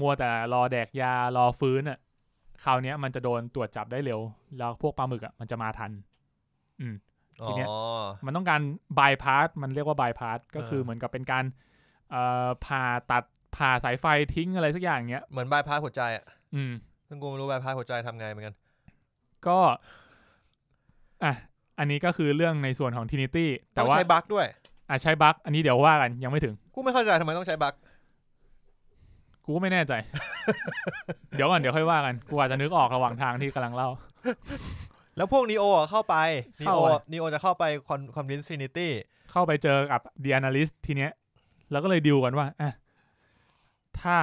Speaker 3: มัวแต่รอแดกยารอฟื้นอ่ะคราวเนี้ยมันจะโดนตรวจจับได้เร็ว แล้วพวกปลาหมึกอ่ะมันจะมาทัน อืม
Speaker 2: อ๋
Speaker 3: ทีเนี้ย
Speaker 2: อ
Speaker 3: มันต้องการบายพาสมันเรียกว่าบายพาสก็คือ
Speaker 2: เออ
Speaker 3: เหมือนกับเป็นการเอ่อผ่าตัดผ่าสายไฟทิ้งอะไรสักอย่างเงี้ย
Speaker 2: เหมือนบายพาสหัวใจอ่ะ
Speaker 3: อืม
Speaker 2: ซึ่งกูไม่รู้บายพาสหัวใจทำไงเหมือนกัน
Speaker 3: ก็อ่ะอันนี้ก็คือเรื่องในส่วนของทินิตี้แต่
Speaker 2: ต้อง
Speaker 3: ว่า
Speaker 2: ใช้บั๊กด้วย
Speaker 3: อ่ะใช้บั๊กอันนี้เดี๋ยวว่ากันยังไม่ถึง
Speaker 2: กูไม่เข้าใจทำไมต้องใช้บั๊ก
Speaker 3: กูก็ไม่แน่ใจ เดี๋ยวก่อนเดี๋ยวค่อยว่ากัน กูอาจจะนึกออกระหว่างทางที่กำลังเล่า
Speaker 2: แล้วพวกนีโออะเข้าไปนีโอ
Speaker 3: เข้าอะ
Speaker 2: นีโอจะเข้าไปคอนคอนวินซินิตี้
Speaker 3: เข้าไปเจอกับดีแอนาลิสทีเนี้ย แล้วก็เลยดิวกันว่าอ่ะถ้า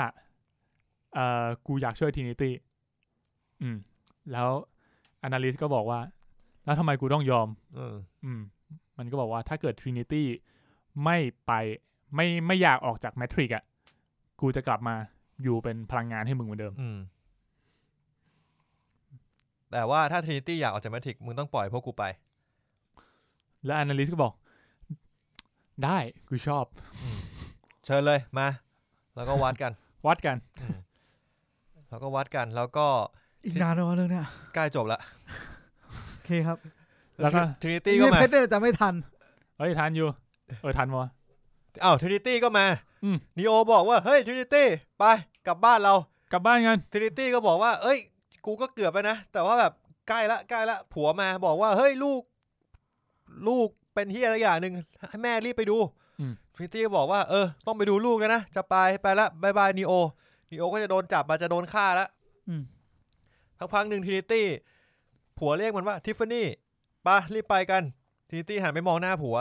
Speaker 3: เอ่อกูอยากช่วยทีนิตี้อืม แล้วอนาลิสก็บอกว่า แล้วทำไมกูต้องยอม
Speaker 2: อืม
Speaker 3: อืม มันก็บอกว่าถ้าเกิดทรินิตี้ไม่ไปไม่ไม่อยากออกจากแมทริกอ่ะ กูจะกลับมาอยู่เป็นพลังงานให้มึงเหมือนเดิม
Speaker 2: อืมแต่ว่าถ้าทรินิตี้อยากออกจากแมทริกซ์มึงต้องปล่อยพวกกูไป
Speaker 3: แล้วอนาลิสก็บอก ได้กูชอบ
Speaker 2: เชิญเลยมา แล้วก็วัดกัน
Speaker 3: วัดกัน
Speaker 2: แล้วก็วัดกันแล้วก็
Speaker 1: อีกนานเลยวะเรื่องเนี้ย
Speaker 2: ใกล้จบละ
Speaker 1: โอเคครับ
Speaker 3: แล้วก็
Speaker 2: ทรินิตี้
Speaker 1: นี่
Speaker 2: ก็มา
Speaker 1: เพชรเนี่ยจะไม่ทัน
Speaker 3: เฮ้ยทันอยู่เออทันวะ
Speaker 2: อ้าวทรินิตี้ก็มา
Speaker 3: อืม
Speaker 2: นีโอบอกว่า เฮ้ยทรินิตี้ไปกลับบ้านเรา
Speaker 3: กลับบ้านกัน
Speaker 2: ทรินิตี้ก็บอกว่า เอ้ย กูก็เกือบไปนะ แต่ว่าแบบใกล้ละใกล้ละ ผัวมาบอกว่า เฮ้ยลูก ลูกเป็นเฮียอะไรอย่างหนึ่งให้แม่รีบไปดู
Speaker 3: อืม
Speaker 2: ทรินิตี้ก็บอกว่า เออ ต้องไปดูลูกแล้วนะ จะไปไปละบายบายนีโอนีโอก็จะโดนจับมาจะโดนฆ่าละ
Speaker 1: อืม
Speaker 2: ทั้งพักหนึ่งทรินิตี้ ผัวเรียกมันว่าทิฟฟานี่ปะรีบไปกัน ทรินิตี้หันไปมองหน้าผัว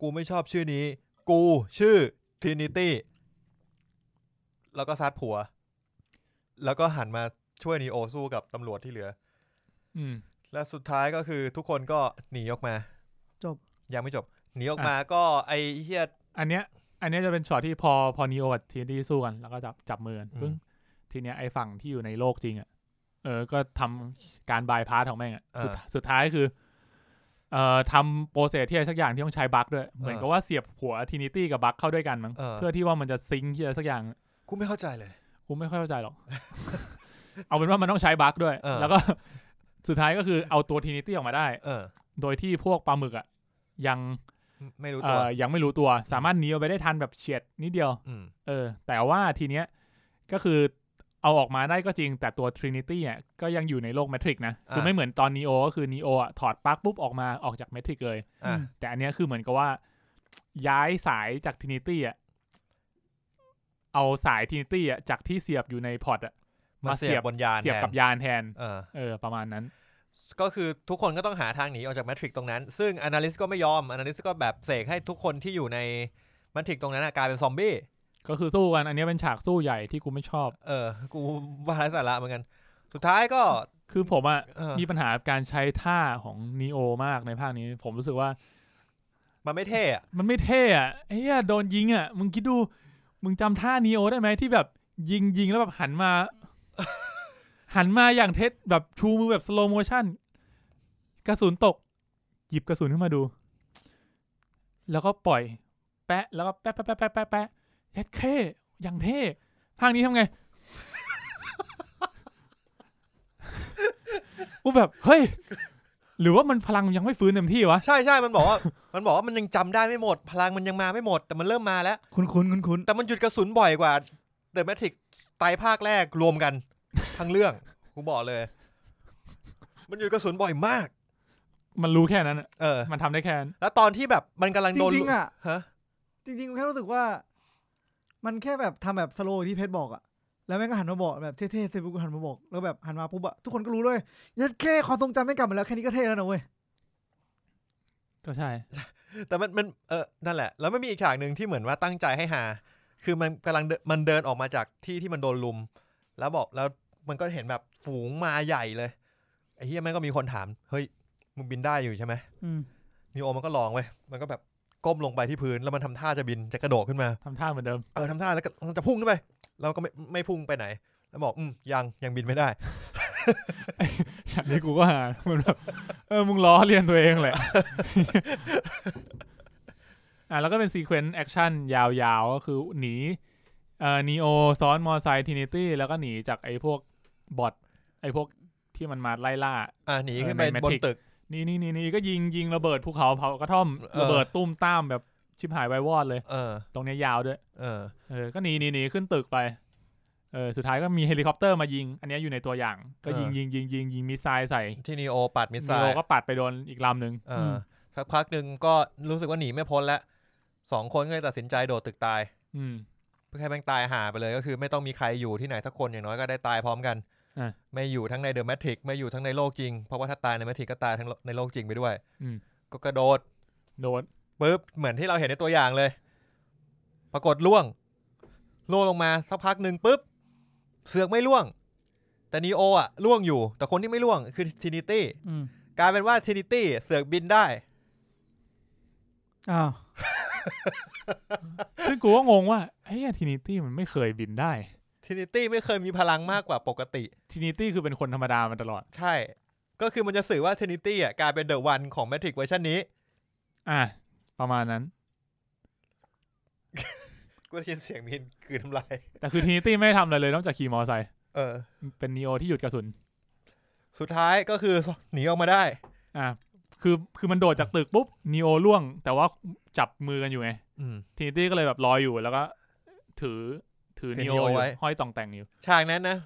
Speaker 2: กูไม่ชอบชื่อนี้ กูชื่อทรินิตี้ แล้วก็ซัดผัว แล้วก็หันมาช่วยนีโอสู้กับตำรวจที่เหลือ
Speaker 3: อืม
Speaker 2: และสุดท้ายก็คือทุกคนก็หนีออกมา
Speaker 1: จบ
Speaker 2: ยังไม่จบ หนีออกมาก็ไอเฮีย
Speaker 3: อันเนี้ยอันเนี้ยจะเป็นช็อตที่พอพอนีโอกับทีนตี้สู้กัน แล้วก็จับจับมือกัน
Speaker 2: อืม
Speaker 3: ปึ้งทีเนี้ยไอ้ฝั่งที่อยู่ในโลกจริงอ่ะเออ ก็ทำการบายพาสของแม่งอ่ะสุดสุดท้ายคือเอ่อทำโปรเซสที่อะไรสักอย่างที่ต้องใช้บั๊กด้วย เหมือนกับว่าเสียบหัวทีนิตี้กับบั๊กเข้าด้วยกันมั้ง
Speaker 2: เออ
Speaker 3: เพื่อที่ว่ามันจะซิงค์ที่อะไรสักอย่าง
Speaker 2: กูไม่เข้าใจเลย
Speaker 3: กูไม่ค่อยเข้าใจหรอก เอาเป็นว่ามันต้องใช้บั๊กด้วย
Speaker 2: เออ
Speaker 3: แล้วก็ สุดท้ายก็คือเอาตัวทีนิตี้ออกมาได้
Speaker 2: เออ
Speaker 3: โดยที่พวกปลาหมึกอ่ะยัง
Speaker 2: ไม่รู้
Speaker 3: เอ่
Speaker 2: ตัว
Speaker 3: อยังไม่รู้ตัว สามารถหนีออกไปได้ทันแบบเฉียดนิดเดียว
Speaker 2: ม
Speaker 3: เออแต่ว่าทีเนี้ยก็คือเอาออกมาได้ก็จริง แต่ตัว Trinity อ่ะก็ยังอยู่ในโลกแมทริกนะ คือไม่เหมือนตอนนีโอก็คือนีโออ่ะถอดปลั๊กปุ๊บออกมาออกจากแมทริกเลย
Speaker 2: อ่ะ
Speaker 1: อืม
Speaker 3: แต่อันเนี้ยคือเหมือนกับว่า ย้ายสายจาก Trinity อ่ะเอาสาย Trinity อ่ะจากที่เสียบอยู่ในพอร์ตอ่ะ
Speaker 2: มา
Speaker 3: มาเสี
Speaker 2: เสี
Speaker 3: ยบ
Speaker 2: ยบบนยาน
Speaker 3: เสียบ
Speaker 2: แทน
Speaker 3: กับยานแทน
Speaker 2: เออ
Speaker 3: เออ ประมาณนั้น
Speaker 2: ก็คือทุกคนก็ต้องหาทางหนีออกจากแมทริกซ์ตรงนั้น ซึ่งอนาลิสก็ไม่ยอมอนาลิสก็แบบเสกให้ทุกคนที่อยู่ในแมทริกซ์ตรงนั้นนะกลายเป็นซอมบี้
Speaker 3: ก็คือสู้กัน อันเนี้ยเป็นฉากสู้ใหญ่ที่กูไม่ชอบ
Speaker 2: เออ กูว่าไร้สาระเหมือนกัน สุดท้ายก็
Speaker 3: คือผมอ่ะ
Speaker 2: เออ
Speaker 3: มีปัญหากับการใช้ท่าของนีโอมากในภาคนี้ ผมรู้สึกว่า
Speaker 2: มันไม่เท่อะ
Speaker 3: มันไม่เท่อะเฮียโดนยิงอะมึงคิดดู มึงจำท่านีโอได้ไหมที่แบบยิงยิงแล้วแบบหันมา หันมาอย่างเท็จแบบชูมือแบบสโลโมชั่น กระสุนตก หยิบกระสุนขึ้นมาดู แล้วก็ปล่อย แปะ แล้วก็แปะแปะแปะแปะแปะแปะยัดเข้อย่างเท่ภาคนี้ทำไง กูแบบ เฮ้ย หรือว่ามันพลังยังไม่ฟื้นเต็มที่วะ
Speaker 2: ใช่ใช่มันบอกว่า มันบอกว่ามันยังจำได้ไม่หมด พลังมันยังมาไม่หมด แต่มันเริ่มมาแล้ว
Speaker 1: คุณคุณคุณคุณ
Speaker 2: แต่มันหยุดกระสุนบ่อยกว่าเดอะแมทริกไตรภาคแรกรวมกัน ทั้งเรื่องกูบอกเลย มันหยุดกระสุนบ่อยมาก
Speaker 3: มันรู้แค่นั้นอะ
Speaker 2: เออ
Speaker 3: มันทำได้แค่นั้น
Speaker 2: แล้วตอนที่แบบมันกำลัง
Speaker 1: จ
Speaker 2: โดน
Speaker 1: ริงๆอ่ะ
Speaker 2: ฮะ
Speaker 1: จริงๆกูแค่รู้สึกว่า มันแค่แบบทำแบบสโลว์ที่เพชรบอกอะแล้วแม่งก็หันมาบอกแบบเท่ๆเซบุกหันมาบอก แล้วแบบหันมาปุ๊บอะทุกคนก็รู้เลยยัดแค่ความทรงจำไม่กลับมาแล้วแค่นี้ก็เท่แล้วนะเว้ย
Speaker 3: ก็ใช่
Speaker 2: แต่มันมันเออนั่นแหละ แล้วไม่มีอีกฉากหนึ่งที่เหมือนว่าตั้งใจให้หา คือมันกำลังเดินมันเดินออกมาจากที่ที่มันโดนลุม แล้วบอกแล้วมันก็เห็นแบบฝูงมาใหญ่เลยไอ้เฮียแม่งก็มีคนถามเฮ้ยมึงบินได้อยู่ใช่ไหม
Speaker 1: อืม
Speaker 2: นิโอมันก็ลองเว้ย มันก็แบบก้มลงไปที่พื้น แล้วมันทำท่าจะบิน จะกระโดดขึ้นมา
Speaker 3: ทำท่าเหมือนเดิม
Speaker 2: เออทำท่าแล้วก็จะพุ่งขึ้นไป แล้วก็ไม่ไม่พุ่งไปไหน แล้วบอก อืม ยังยังบินไม่ได้
Speaker 3: ฉากนี้กูก็หามันแบบเออ มึงล้อเลียนตัวเองแหละ อ่ะแล้วก็เป็นซีเควนต์แอคชั่นยาวๆ ก็คือหนีเอ่อนีโอซ้อนมอไซค์ทินิตี้แล้วก็หนีจากไอ้พวกบอทไอ้พวกที่มันมาไล่ล่า
Speaker 2: อ่าหนี
Speaker 3: เออ
Speaker 2: ขึ้นไป
Speaker 3: ใน
Speaker 2: บน
Speaker 3: Matrix
Speaker 2: ตึก
Speaker 3: นี่นี่นี่นี่ก็ยิงยิงระเบิดภูเขาเผากระท่อม
Speaker 2: เออ
Speaker 3: ระเบิดตุ้มตามแบบชิบหายไวายวอดเลย
Speaker 2: เออ
Speaker 3: ตรงเนี้ยยาวด้วย
Speaker 2: เออ
Speaker 3: เออ ก็หนีหนีหนีขึ้นตึกไป เออ สุดท้ายก็มีเฮลิคอปเตอร์มายิง อันเนี้ยอยู่ในตัวอย่าง ก็ยิง
Speaker 2: เออ
Speaker 3: ยิงยิงยิงยิงมิสไซล์ใส่
Speaker 2: ที่นีโอปัดมิสไซ
Speaker 3: นีโอ
Speaker 2: ล์
Speaker 3: ก็ปัดไปโดนอีกลำหนึ่ง
Speaker 2: เออสักพักหนึ่งก็รู้สึกว่าหนีไม่พ้นแล้วสองคนก็เลยตัดสินใจโดดตึกตาย
Speaker 3: อืม
Speaker 2: เพื่อให้แม่งตายหาไปเลยก็คือไม่ต้องมีใครอยู่ที่ไหนสักคนอย่างน้อยก็ได้ตายพร้อมกัน
Speaker 3: อ่ะ
Speaker 2: ไม่อยู่ทั้งในเดอะแมทริกไม่อยู่ทั้งในโลกจริง เพราะว่าถ้าตายในแมทริกก็ตายทั้งในโลกจริงไปด้วย
Speaker 3: อืม
Speaker 2: ก็กระโดด
Speaker 3: โดน
Speaker 2: ปุ๊บเหมือนที่เราเห็นในตัวอย่างเลย ปรากฏล่วงล่วงลงมาสักพักหนึ่งปุ๊บ เสือกไม่ล่วง แต่นีโออะล่วงอยู่ แต่คนที่ไม่ล่วงคือทินิตี้
Speaker 1: อืม
Speaker 2: กลายเป็นว่าทินิตี้เสือกบินได้
Speaker 1: อ้าว
Speaker 3: ซึ่งกูก็งงว่าเฮ้ยทินิตี้มันไม่เคยบินได้
Speaker 2: ทินิตี้ไม่เคยมีพลังมากกว่าปกติ
Speaker 3: ทินิตี้คือเป็นคนธรรมดามาตลอด
Speaker 2: ใช่ ก็คือมันจะสื่อว่าทินิตี้อะกลายเป็นเดอะวันของแมทริกเวอร์ชันนี้
Speaker 3: อ่ะ ประมาณนั้น
Speaker 2: กูได้ยินเสียงมีนกลืนทำลาย
Speaker 3: แต่คือทินิตี้ไม่ได้ทำอะไรเลยนอกจากขี่มอไซค์
Speaker 2: เออ
Speaker 3: เป็นนีโอที่หยุดกระสุน
Speaker 2: สุดท้ายก็คือหนีออกมาได้
Speaker 3: อ่ะคือคือมันโดดจากตึกปุ๊บนีโอล่วง แต่ว่าจับมือกันอยู่ไง
Speaker 2: อืม
Speaker 3: ทินิตี้ก็เลยแบบลอยอยู่แล้วก็ ถือถือ
Speaker 2: ถือ
Speaker 3: นี
Speaker 2: Neo
Speaker 3: โออยู่
Speaker 2: ไว้
Speaker 3: ห้อยต่องแต่งอยู่
Speaker 2: ฉากนั้นนะ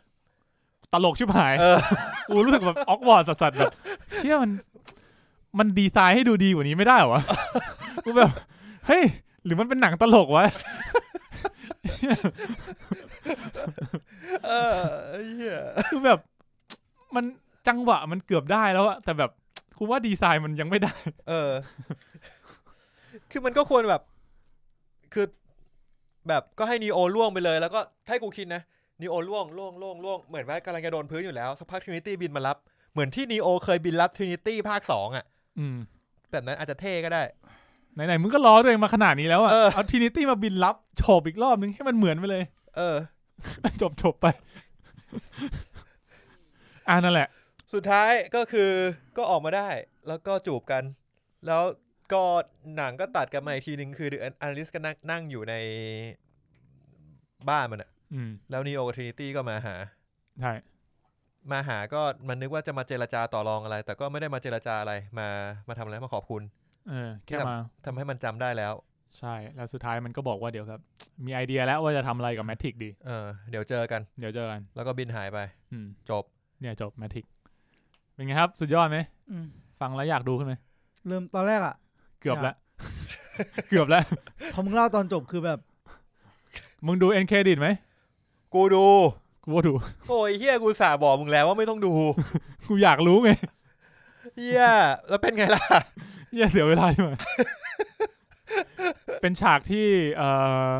Speaker 3: ตลกชิบหาย
Speaker 2: เออ
Speaker 3: กูรู้สึกแบบออกวอร์ดสัสๆแบบเชื่อมันมันดีไซน์ให้ดูดีกว่านี้ไม่ได้เหรอวะกูแบบ เฮ้ย หรือมันเป็นหนังตลกวะ
Speaker 2: เออเหี้ย
Speaker 3: คือแบบ มันจังหวะมันเกือบได้แล้วอะแต่แบบกูว่าดีไซน์มันยังไม่ได้
Speaker 2: เออ คือมันก็ควรแบบ คือแบบก็ให้นีโอล่วงไปเลย แล้วก็ให้กูคิดนะนีโอล่วงล่วงล่วงล่วงเหมือนว่ากำลังจะโดนพื้นอยู่แล้วสักพักทรินิตี้บินมารับ เหมือนที่นีโอเคยบินรับทรินิตี้ภาคสองอ่ะ
Speaker 3: อืม
Speaker 2: แบบนั้นอาจจะเท่ก็ได้
Speaker 3: ไหนๆมึงก็ล้อตัวเองมาขนาดนี้แล้วอะ
Speaker 2: เออ
Speaker 3: เอาทีนิตี้มาบินรับโฉบอีกรอบนึงให้มันเหมือนไปเลย
Speaker 2: เออ
Speaker 3: จบจบไป อ่านั่นแหละ
Speaker 2: สุดท้ายก็คือก็ออกมาได้ แล้วก็จูบกัน แล้วก็หนังก็ตัดกลันมาอีกทีหนึ่งคืออันลิสก็นั่งนั่งอยู่ในบ้านมันอะ
Speaker 3: อืม
Speaker 2: แล้วนีโอกับทรินิตี้ก็มาหา
Speaker 3: ใช่
Speaker 2: มาหาก็มันนึกว่าจะมาเจรจาต่อรองอะไร แต่ก็ไม่ได้มาเจรจาอะไรมามาทำอะไรมาขอบคุณ
Speaker 3: เออแค่มา
Speaker 2: ทำให้มันจำได้แล้ว
Speaker 3: ใช่ แล้วสุดท้ายมันก็บอกว่าเดี๋ยวครับ มีไอเดียแล้วว่าจะทำอะไรกับแมทริกดี
Speaker 2: เออ เดี๋ยวเจอกัน
Speaker 3: เดี๋ยวเจอกัน
Speaker 2: แล้วก็บินหายไป
Speaker 3: อืม
Speaker 2: จบ
Speaker 3: เนี่ยจบแมทริกเป็นไงครับ สุดยอดไหม
Speaker 1: อืม
Speaker 3: ฟังแล้วอยากดูขึ้นไหม
Speaker 1: เริ่มตอนแรกอะ
Speaker 3: เกือบละ เกือบละ
Speaker 1: พอมึงเล่าตอนจบคือแบบ
Speaker 3: มึงดูเอ็นเครดิตไหม
Speaker 2: กูดู
Speaker 3: กูว่าดู
Speaker 2: โอ้ยเฮียกูสาบอกมึงแล้วว่าไม่ต้องดู
Speaker 3: กูอยากรู้ไง
Speaker 2: เฮียแล้วเป็นไงล่ะ
Speaker 3: อย่าเสียเวลาดีกว่า เป็นฉากที่เอ่อ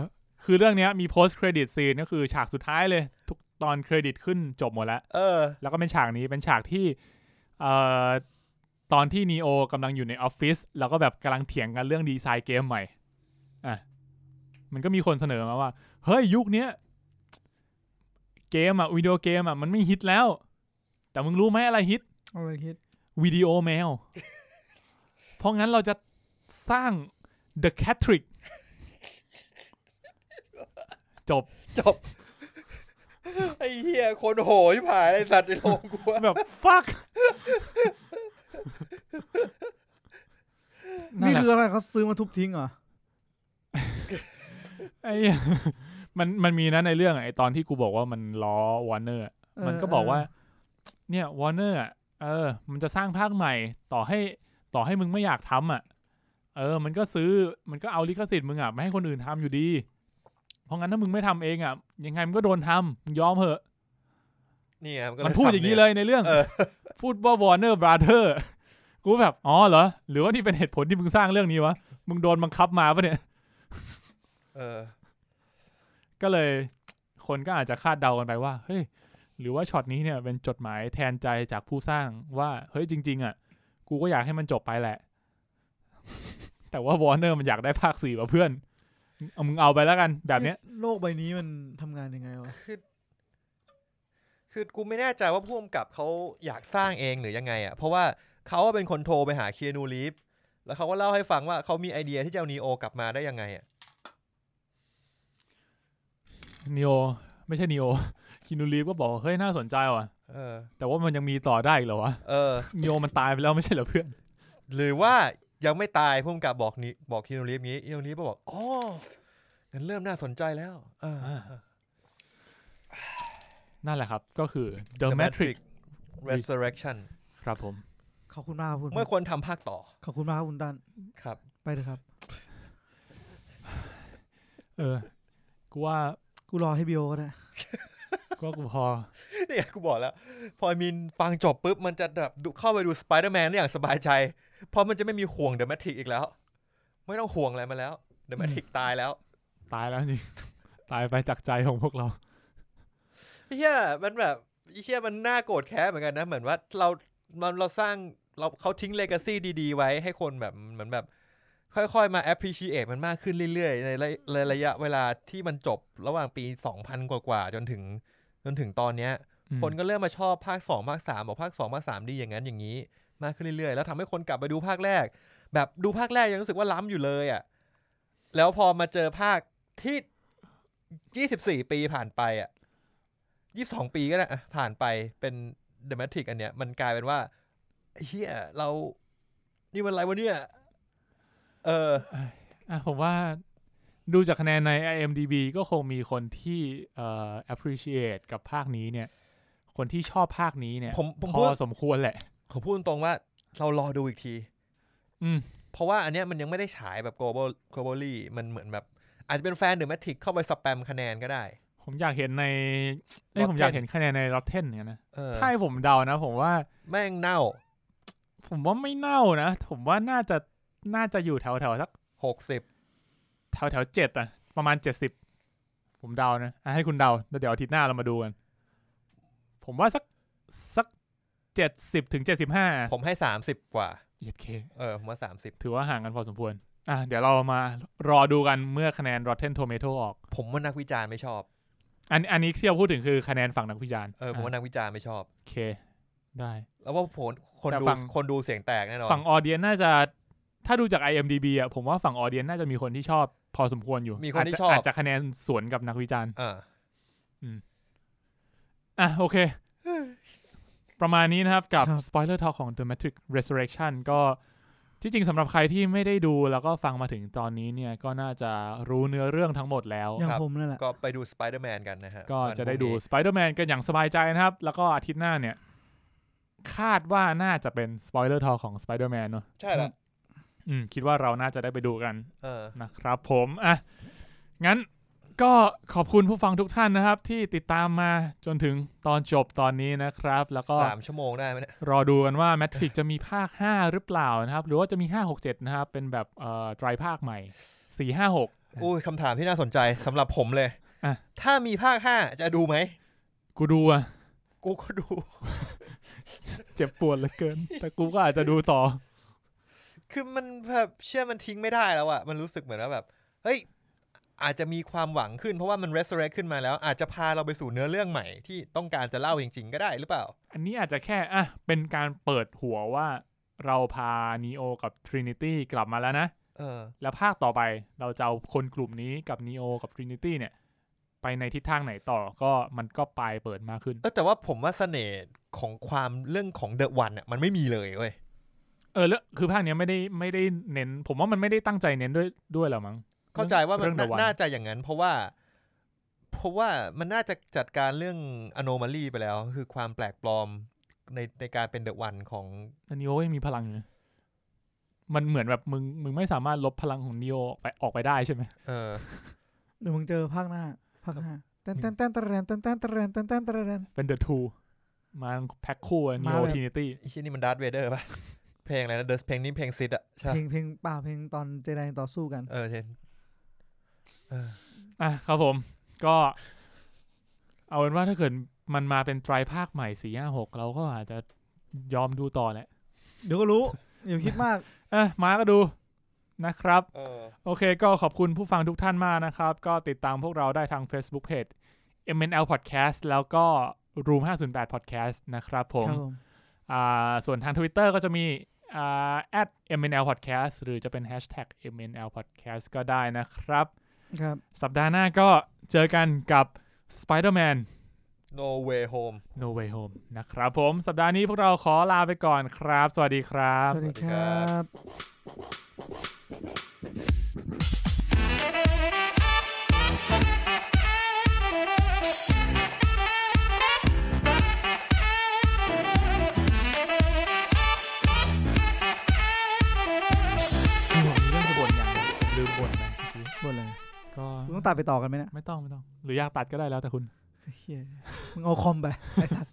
Speaker 3: คือเรื่องเนี้ยมี post credit scene ก็คือฉากสุดท้ายเลย ทุกตอนเครดิตขึ้นจบหมดแล้ว
Speaker 2: เออ
Speaker 3: แล้วก็เป็นฉากนี้เป็นฉากที่เอ่อตอนที่นีโอกำลังอยู่ในออฟฟิศแล้วก็แบบกำลังเถียงกันเรื่องดีไซน์เกมใหม่อ่ะมันก็มีคนเสนอมาว่า เฮ้ยยุคเนี้ยเกมอ่ะวิดีโอเกมอ่ะมันไม่ฮิตแล้ว แต่มึงรู้ไหมอะไรฮิต
Speaker 1: อะไรคิด
Speaker 3: วิดีโอแมว เพราะงั้นเราจะสร้าง The c a t r i c จบ
Speaker 2: จบ ไอ้เหี้ยคนโหยผ่ายไอ้สัตว์ในโรงกูอะ
Speaker 3: แบบ fuck นั่น
Speaker 1: นี่
Speaker 3: แหละ
Speaker 1: คืออะไรเขาซื้อมาทุบทิ้งเหรอ
Speaker 3: ไอ้เหี้ย มันมันมีนะในเรื่องอะไอ้ตอนที่กูบอกว่ามันล้อวอร์เนอร์
Speaker 1: เออ
Speaker 3: มันก็บอกว่า
Speaker 1: เออ
Speaker 3: เนี่ยวอร์เนอร์เออ มันจะสร้างภาคใหม่ต่อให้ต่อให้มึงไม่อยากทำอ่ะ เออ มันก็ซื้อมันก็เอาลิขสิทธิ์มึงอ่ะมาให้คนอื่นทำอยู่ดี เพราะงั้นถ้ามึงไม่ทำเองอ่ะ ยังไงมันก็โดนทำมึงยอมเหอะ
Speaker 2: นี่ไงก็
Speaker 3: มันพูดอย่างนี้
Speaker 2: นี้
Speaker 3: เลยในเรื่อง
Speaker 2: เออ
Speaker 3: พูดว่าวอร์เนอร์บราเธอร์กูแบบ อ๋อเหรอ หรือว่านี่เป็นเหตุผลที่มึงสร้างเรื่องนี้วะ มึงโดนบังคับมาปะเนี่ย
Speaker 2: เออ
Speaker 3: ก็เลยคนก็อาจจะคาดเดากันไปว่า เฮ้ย หรือว่าช็อตนี้เนี่ยเป็นจดหมายแทนใจจากผู้สร้างว่า เฮ้ยจริง ๆ อ่ะ กูก็อยากให้มันจบไปแหละ แต่ว่าวอร์เนอร์มันอยากได้ภาคสี่ว่ะเพื่อนเอามึงเอาไปแล้วกันแบบเนี้ย
Speaker 1: โลกใบนี้มันทำงานยังไงวะ
Speaker 2: คือกูไม่แน่ใจว่าพ่วงกับเขาอยากสร้างเองหรือยังไงอ่ะ เพราะว่าเขาเป็นคนโทรไปหาเคียนูรีฟแล้วเขาก็เล่าให้ฟังว่าเขามีไอเดียที่จะเอานีโอกลับมาได้ยังไงอ่ะ
Speaker 3: n ีโอไม่ใช่ n ีโอ คินูรีฟก็บอกเฮ้ยน่าสนใจว่ะ
Speaker 2: เออ
Speaker 3: แต่ว่ามันยังมีต่อได้อีกเหรอวะ
Speaker 2: เออ
Speaker 3: น e โอมันตายไปแล้วไม่ใช่เหรอเพื่อน
Speaker 2: หรือว่ายังไม่ตายพ่วงกับบอกนี้บอกเคียนูรีฟงี้เคียนูรีฟก็บอกอ๋องั้นเริ่มน่าสนใจแล้วเออ
Speaker 3: อ่า นั่นแหละครับ ก็คือ The,
Speaker 2: The
Speaker 3: Matrix
Speaker 2: Matrix Resurrection
Speaker 3: ครับผม
Speaker 1: ขอบคุณมากครับคุณ
Speaker 2: ไม่ควรทำภาคต่อ
Speaker 1: ขอบคุณมากครับคุณตัน
Speaker 2: ครับ
Speaker 1: ไปเถอะครับ
Speaker 3: เออกูว่า
Speaker 1: กูรอให้บิโอก็ได้
Speaker 3: ก็กูพอ
Speaker 2: เนี่ยกูบอกแล้ว พอมินฟังจบปุ๊บ มันจะแบบดูเข้าไปดูสไปเดอร์แมนได้อย่างสบายใจ เพราะมันจะไม่มีห่วงเดอะแมทริกอีกแล้ว ไม่ต้องห่วงอะไรมาแล้วเดอะแมทริกตายแล้ว
Speaker 3: ตายแล้วจริง ตายไปจากใจของพวกเรา
Speaker 2: ไอ้เฮียมันแบบไอ้เฮียมันน่าโกรธแค้นเหมือนกันนะ เหมือนว่าเรามันเราสร้างเราเขาทิ้งเลกาซีดีๆ ไว้ให้คนแบบเหมือนแบบ ค่อยๆ มา appreciate มันมากขึ้นเรื่อยๆ ในระในระยะเวลาที่มันจบระหว่างปี 2000 กว่าๆจนถึงจนถึงตอนเนี้ย คนก็เริ่มมาชอบภาค 2 ภาค 3 บอกภาค 2 ภาค 3 ดีอย่างนั้นอย่างนี้ มากขึ้นเรื่อยๆ แล้วทำให้คนกลับไปดูภาคแรก แบบดูภาคแรกยังรู้สึกว่าล้ำอยู่เลยอะ่ะแล้วพอมาเจอภาคที่ 24 ปีผ่านไปอะ่ะ22 ปีก็ได้อะผ่านไปเป็น The Matrix อันเนี้ยมันกลายเป็นว่าเฮียเรา นี่มันอะไรวะเนี่ย เออ
Speaker 3: อ่ะผมว่าดูจากคะแนนใน IMDb ก็คงมีคนที่เอ่อ appreciate กับภาคนี้เนี่ย คนที่ชอบภาคนี้เนี่ย
Speaker 2: ผมผม
Speaker 3: พ
Speaker 2: พู
Speaker 3: อ
Speaker 2: ด
Speaker 3: สมควรแหละ
Speaker 2: ผมพูดตรงๆว่าเรารอดูอีกที
Speaker 3: อืม
Speaker 2: เพราะว่าอันเนี้ยมันยังไม่ได้ฉายแบบ global globally มันเหมือนแบบ อาจจะเป็นแฟนหรือแมทริกเข้าไปสแปมคะแนนก็ได้
Speaker 3: ผมอยากเห็นในเอ้ย
Speaker 2: Rotten
Speaker 3: ผมอยากเห็นคะแนนใน Rotten เนี่ยนะ
Speaker 2: เออ
Speaker 3: ถ้าให้ผมเดานะ ผมว่า
Speaker 2: แม่งเน่า
Speaker 3: ผมว่าไม่เน่านะ ผมว่าน่าจะน่าจะอยู่แถวแถวๆสัก
Speaker 2: หกสิบ
Speaker 3: แถวแถวเจ็ดอะประมาณเจ็ดสิบผมเดานะอ่ะให้คุณเดาแล้วเดี๋ยวอาทิตย์หน้าเรามาดูกันผมว่าสักสักเจ็ดสิบถึงเจ็ดสิบห้า
Speaker 2: ผมให้สามสิบกว่า
Speaker 3: เย็ดเค
Speaker 2: เออ ผมว่าสามสิบ
Speaker 3: ถือว่าห่างกันพอสมควร อ่ะ เดี๋ยวเรามารอดูกันเมื่อคะแนน Rotten Tomato ออก
Speaker 2: ผมว่านักวิจารณ์ไม่ชอบ
Speaker 3: อันอันนี้ที่เราพูดถึงคือคะแนนฝั่งนักวิจารณ์
Speaker 2: เออ ผมว่านักวิจารณ์ไม่ชอบ
Speaker 3: โอเค ได้
Speaker 2: แล้วว่าผลคน
Speaker 3: แต่
Speaker 2: ดู
Speaker 3: ฝั่ง
Speaker 2: คนดูเสียงแตกแน่นอน
Speaker 3: ฝั่งออเดียนน่าจะ ถ้าดูจาก IMDB อ่ะ ผมว่าฝั่งออเดียนน่าจะมีคนที่ชอบ พอสมควรอยู่
Speaker 2: มีคนที่
Speaker 3: าจจะ
Speaker 2: ชอบ
Speaker 3: อาจจะคะแนนสวนกับนักวิจารณ์
Speaker 2: อ่า
Speaker 3: อ่ะ โอ เค ประมาณนี้นะครับกับ
Speaker 1: ครับ
Speaker 3: Spoiler Talk ของ The Matrix Resurrection ก็ที่จริงสำหรับใครที่ไม่ได้ดูแล้วก็ฟังมาถึงตอนนี้เนี่ยก็น่าจะรู้เนื้อเรื่องทั้งหมดแล้ว
Speaker 1: อย่างผมนั่นแหละ
Speaker 2: ก็ไปดูสไปเดอร์แมนกันนะฮะ
Speaker 3: ก็
Speaker 2: วัน
Speaker 3: จะได้
Speaker 2: พ
Speaker 3: ดู
Speaker 2: รุ่งนี้
Speaker 3: Spider-Man กันอย่างสบายใจนะครับ แล้วก็อาทิตย์หน้าเนี่ย คาดว่าน่าจะเป็น Spoiler Talk ของ Spider-Man เนอะ
Speaker 2: ใช่ละ
Speaker 3: อืม คิดว่าเราน่าจะได้ไปดูกัน
Speaker 2: เออ
Speaker 3: นะครับผมอ่ะงั้นก็ขอบคุณผู้ฟังทุกท่านนะครับ ที่ติดตามมาจนถึงตอนจบตอนนี้นะครับ แล้วก็
Speaker 2: สามชั่วโมงได้ไหมเนี่ย
Speaker 3: รอดูกันว่า Matrix จะมีภาค 5 หรือเปล่านะครับ หรือว่าจะมี 5 6 7 นะครับ เป็นแบบเอ่อไตรภาคใหม่ 4 5
Speaker 2: อุ้ยคำถามที่น่าสนใจสำหรับผมเลย
Speaker 3: อ่ะ
Speaker 2: ถ้ามีภาคห้าจะดูไหม
Speaker 3: 6 กูดูอะ
Speaker 2: กูก็ดู
Speaker 3: เจ็บปวดเหลือเกิน แต่กูก็อาจจะดูต่อ
Speaker 2: คือมันแบบเชื่อมันทิ้งไม่ได้แล้วอะมันรู้สึกเหมือนว่าแบบ เฮ้ย อาจจะมีความหวังขึ้นเพราะว่ามัน resurrect ขึ้นมาแล้ว อาจจะพาเราไปสู่เนื้อเรื่องใหม่ที่ต้องการจะเล่าจริงๆ ก็ได้หรือเปล่า
Speaker 3: อันนี้อาจจะแค่อ่ะเป็นการเปิดหัวว่าเราพานีโอกับทรินิตี้กลับมาแล้วนะ
Speaker 2: เออ
Speaker 3: แล้วภาคต่อไปเราจะเอาคนกลุ่มนี้กับนีโอกับทรินิตี้เนี่ย ไปในทิศทางไหนต่อก็มันก็ปลายเปิดมากขึ้น
Speaker 2: เออแต่ว่าผมว่าเสน่ห์ของความเรื่องของเดอะวันอ่ะมันไม่มีเลยเว้ย
Speaker 3: เออแล้วคือภาคเนี้ยไม่ได้ไม่ได้เน้น ผมว่ามันไม่ได้ตั้งใจเน้นด้วยด้วยหรอมั้ง
Speaker 2: เข้าใจว่ามัน
Speaker 3: เรื่อง
Speaker 2: น่า
Speaker 3: The One
Speaker 2: น่าจะอย่างนั้น เพราะว่า เพราะว่ามันน่าจะจัดการเรื่อง anomaly ไปแล้ว คือความแปลกปลอมในในการเป็นเดอะวันของ
Speaker 3: แต่นีโอยังมีพลังอยู่นะมันเหมือนแบบมึงมึงไม่สามารถลบพลังของนีโอออกไปออกไปได้ใช่ไหม
Speaker 2: เออ
Speaker 1: เดี๋ยวมึงเจอภาคหน้าภาคหน้าแต้นแต้นแต้นตะแรนแต้นแต้นตะแรนแต้นแต้นตะแรน
Speaker 3: เป็นเดอะทูมาแพ็คคู่นี
Speaker 1: มา
Speaker 3: โอ
Speaker 1: แบบ
Speaker 3: ทินิตี้
Speaker 2: ไอ้ชิ้นนี้มันดาร์ h เวเดอร์ป่ะ เพลงอะไรนะเดอะเพลงนี้เพลงซิดอะใช่
Speaker 1: เพลงเพลงป่าเพลงตอนเจไดต่อสู้กัน
Speaker 2: เออเชนเออ
Speaker 3: อ่ะครับผม ก็ เอาเป็นว่าถ้าเกิดมันมาเป็นไตรภาคใหม่สี่ห้าหกเราก็อาจจะยอมดูต่อแหละ
Speaker 1: เดี๋ยวก็รู้ อย่าคิดมาก
Speaker 3: อ่ะมาก็ดูนะครับ
Speaker 2: เออ
Speaker 3: โอเคก็ขอบคุณผู้ฟังทุกท่านมากนะครับ ก็ติดตามพวกเราได้ทาง Facebook Page MNL Podcast แล้วก็ Room 508 Podcast นะครับผม
Speaker 1: ครับผม
Speaker 3: อ่าส่วนทาง Twitter ก็จะมีอ่า @mnl podcast หรือจะเป็น hashtag mnl podcast ก็ได้นะครับ
Speaker 1: ครับ
Speaker 3: สัปดาห์หน้าก็เจอกันกับ Spider-Man
Speaker 2: no way home
Speaker 3: No Way Home นะครับผม สัปดาห์นี้พวกเราขอลาไปก่อนครับ สวัสดีครับ
Speaker 1: สวัสดีครับ
Speaker 3: เรื่องจะบ่นอย่างลืมบ่นไปเมื่อกี้
Speaker 1: บนเลย
Speaker 3: ก็
Speaker 1: มึงต้องตัดไปต่อกันไหมเนี่ย
Speaker 3: ไม่ต้องไม่ต้อง หรืออยากตัดก็ได้แล้วแต่คุณ
Speaker 1: เหี้ยมึงเอาคอมไปไอ้สัตว์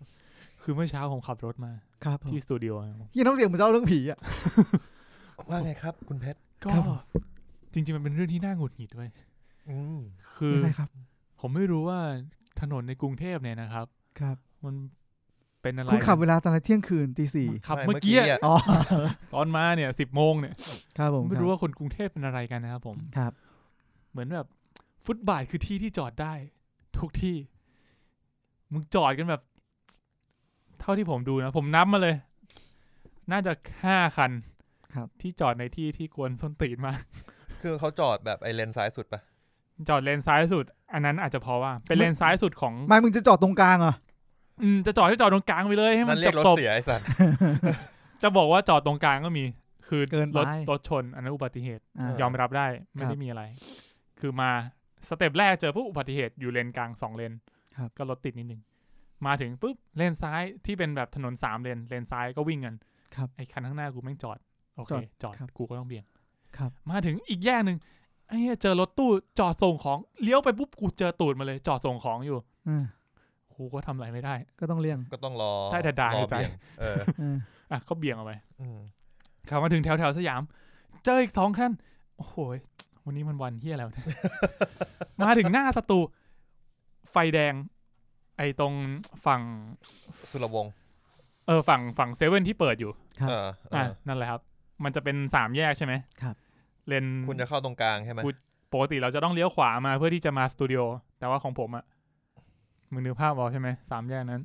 Speaker 3: คือเมื่อเช้าผมขับรถมา
Speaker 1: ครับผม
Speaker 3: ที่สตูดิโอครับผม
Speaker 1: ยี่น้ำเสียงเหมือนจะเล่าเรื่องผีอ่ะ
Speaker 2: ว่าไงครับ คุณเพชร
Speaker 3: ก็
Speaker 1: ครับผม
Speaker 3: จริงๆ มันเป็นเรื่องที่น่าหงุดหงิดเว้ย
Speaker 2: อืม
Speaker 3: คือ
Speaker 1: ยังไงครับ
Speaker 3: ผมไม่รู้ว่าถนนในกรุงเทพเนี่ยนะครับ
Speaker 1: ครับ
Speaker 3: มันเป็นอะไร
Speaker 1: คุณขับเวลาตอนเที่ยงคืนตีสี่
Speaker 3: ขับเมื่อกี้อะ
Speaker 2: ะ
Speaker 1: อ๋อ
Speaker 3: ตอนมาเนี่ยสิบโมงเนี่ย
Speaker 1: ครับผม
Speaker 3: ไม่รู้ว่าคนกรุงเทพเป็นอะไรกันนะครับผม
Speaker 1: ครับ
Speaker 3: เหมือนแบบฟุตบาทคือที่ที่จอดได้ ทุกที่ มึงจอดกันแบบ เท่าที่ผมดูนะ ผมนับมาเลย น่าจะห้าคัน
Speaker 1: ครับ
Speaker 3: ที่จอดในที่ที่กวนส้นตีนมาก
Speaker 2: คือเขาจอดแบบไอเลนซ้ายสุดปะ
Speaker 3: จอดเลนซ้ายสุด อันนั้นอาจจะเพอว่า เป็นเลนซ้ายสุดของ
Speaker 1: ไม่มึงจะจอดตรงกลางเหรอ
Speaker 3: อืมจะจอดให้จอดตรงกลางไปเลยให้มั
Speaker 2: นั่
Speaker 3: น
Speaker 2: นเรี
Speaker 3: จ
Speaker 2: ยกรถ
Speaker 3: บๆ
Speaker 2: เสียไอสัตว์
Speaker 3: จะบอกว่าจอดตรงกลางก็มี คือ
Speaker 1: เกินไป
Speaker 3: รถรถชนอันนั้นอุบัติเหตุ
Speaker 1: อ่า
Speaker 2: เ
Speaker 3: ยอมรับได้ไม่
Speaker 1: ครั
Speaker 3: ได้
Speaker 1: บ
Speaker 3: มีอะไร คือมาสเต็ปแรกเจอปุ๊บอุบัติเหตุอยู่เลนกลางสองเลน
Speaker 1: ครับ
Speaker 3: ก็รถติดนิดนึงมาถึงปุ๊บเลนซ้ายที่เป็นแบบถนนสามเลนเลนซ้ายก็วิ่งกัน
Speaker 1: ครับ
Speaker 3: ไอ้คันข้างหน้ากูแม่งจอดโอเค
Speaker 1: จอด
Speaker 3: จอด
Speaker 1: ครับ
Speaker 3: กูก็ต้องเบี่ยง
Speaker 1: ครับ
Speaker 3: มาถึงอีกแยกหนึ่งไอ้เหี้ยเจอรถตู้จอดส่งของเลี้ยวไปปุ๊บกูเจอตูดมาเลยจอดส่งของอยู่
Speaker 1: อ่า
Speaker 3: กูก็ทำอะไรไม่ได้
Speaker 1: ก็ต้องเลี่ยง
Speaker 2: ก็ต้องรอ
Speaker 3: ได้แต่ด่าร
Speaker 2: อ
Speaker 3: ในใจ
Speaker 2: เบี่ยงเออ
Speaker 1: อ่า
Speaker 3: อ่ะก็เบี่ยงเอาไป
Speaker 2: อืม
Speaker 3: ขับมาถึงแถวแถวๆสยาม เจออีกสองคันโอ้โหยวันนี้มันวันเฮียอะไรวะ เนี่ย มาถึงหน้าสตูไฟแดง ไอ้ตรงฝั่ง
Speaker 2: สุรวงศ์
Speaker 3: เออฝั่งฝั่งเซเว่นที่เปิดอยู่
Speaker 2: เออเอ
Speaker 3: อ่ะ
Speaker 2: อ
Speaker 3: นั่นแหละครับ มันจะเป็นสามแยกใช่ไหมเลน
Speaker 2: คุณจะเข้าตรงกลางใช่ไหม
Speaker 3: กู ปกติเราจะต้องเลี้ยวขวามาเพื่อที่จะมาสตูดิโอแต่ว่าของผมอะมึงนึกภาพออกใช่ไหมสามแยกนั้น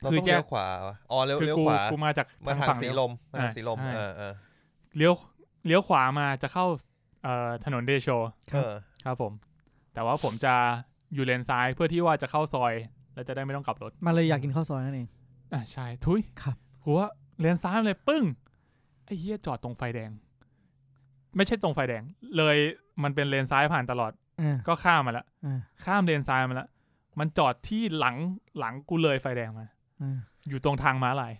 Speaker 2: เรา
Speaker 3: คือ
Speaker 2: ต้อง
Speaker 3: แยก
Speaker 2: เลี้ยวขวาวะอ๋อเลี้ยว
Speaker 3: คือ
Speaker 2: เลี้ยว
Speaker 3: กู
Speaker 2: ขวา
Speaker 3: กูมาจาก
Speaker 2: มาทาง
Speaker 3: ฝั่ง
Speaker 2: สี
Speaker 3: เลี้ยว
Speaker 2: ลมมาทาง
Speaker 3: อ่ะ
Speaker 2: สีลม
Speaker 3: ใช่
Speaker 2: เออเออ
Speaker 3: เลี้ยวเลี้ยวขวามาจะเข้าเอ่อถนนเดโช
Speaker 2: เออ
Speaker 3: ครับผม แต่ว่าผมจะอยู่เลนซ้ายเพื่อที่ว่าจะเข้าซอย แล้วจะได้ไม่ต้องกลับรถ
Speaker 1: มาเลยอยากกินข้าวซอยนั่นเอง
Speaker 3: อ่ะใช่ทุย
Speaker 1: ครับ
Speaker 3: กูว่าเลนซ้ายเลยปึ้งไอ้เหี้ยจอดตรงไฟแดง ไม่ใช่ตรงไฟแดง เลยมันเป็นเลนซ้ายผ่านตลอด
Speaker 1: อ่า
Speaker 3: ก็ข้ามมาละ
Speaker 1: อ่า
Speaker 3: ข้ามเลนซ้ายมาละมันจอดที่หลังหลังกูเลยไฟแดงมา
Speaker 1: อ่า
Speaker 3: อยู่ตรงทางม้าลาย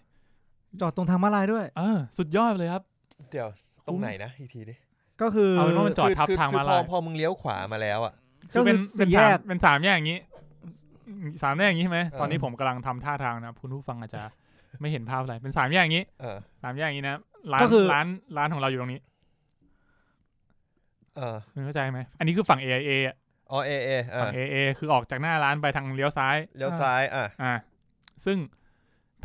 Speaker 1: จอดตรงทางม้าลายด้วย
Speaker 3: เออสุดยอดเลยครับ
Speaker 2: เดี๋ยวตรงไหนนะอีกทีดิ
Speaker 1: ก็คือ
Speaker 3: เอาเป็นว่ามันจอด
Speaker 2: คื
Speaker 3: ทับทาง
Speaker 2: คือ
Speaker 3: ม้า
Speaker 2: พอ
Speaker 3: ลาย
Speaker 2: พอมึงเลี้ยวขวามาแล้วอ่ะ
Speaker 3: คืเป็นเป็น
Speaker 1: สี่แย
Speaker 3: สาม
Speaker 1: ก
Speaker 3: เป็นสามแยกอย่างนี้สามแยกอย่างนี้ใช่ไหม
Speaker 2: เออ
Speaker 3: ตอนนี้ผมกำลังทำท่าทางนะครับคุณผู้ฟังอาจจะไม่เห็นภาพอะไรเป็นสามแยกอย่างนี้
Speaker 2: เออ
Speaker 3: สามแยกอย่างนี้นะร้าน
Speaker 1: ก็คือ
Speaker 3: ร้านร้านของเราอยู่ตรงนี้
Speaker 2: เออ
Speaker 3: คุณเข้าใจไหมอันนี้คือฝั่ง AIA อะ
Speaker 2: อ๋อเอเอเอ
Speaker 3: ฝั่
Speaker 2: อง
Speaker 3: AIA คือออกจากหน้าร้านไปทางเลี้ยวซ้าย
Speaker 2: เลี้ยวซ้ายอ่ะ
Speaker 3: อ่า ซึ่ง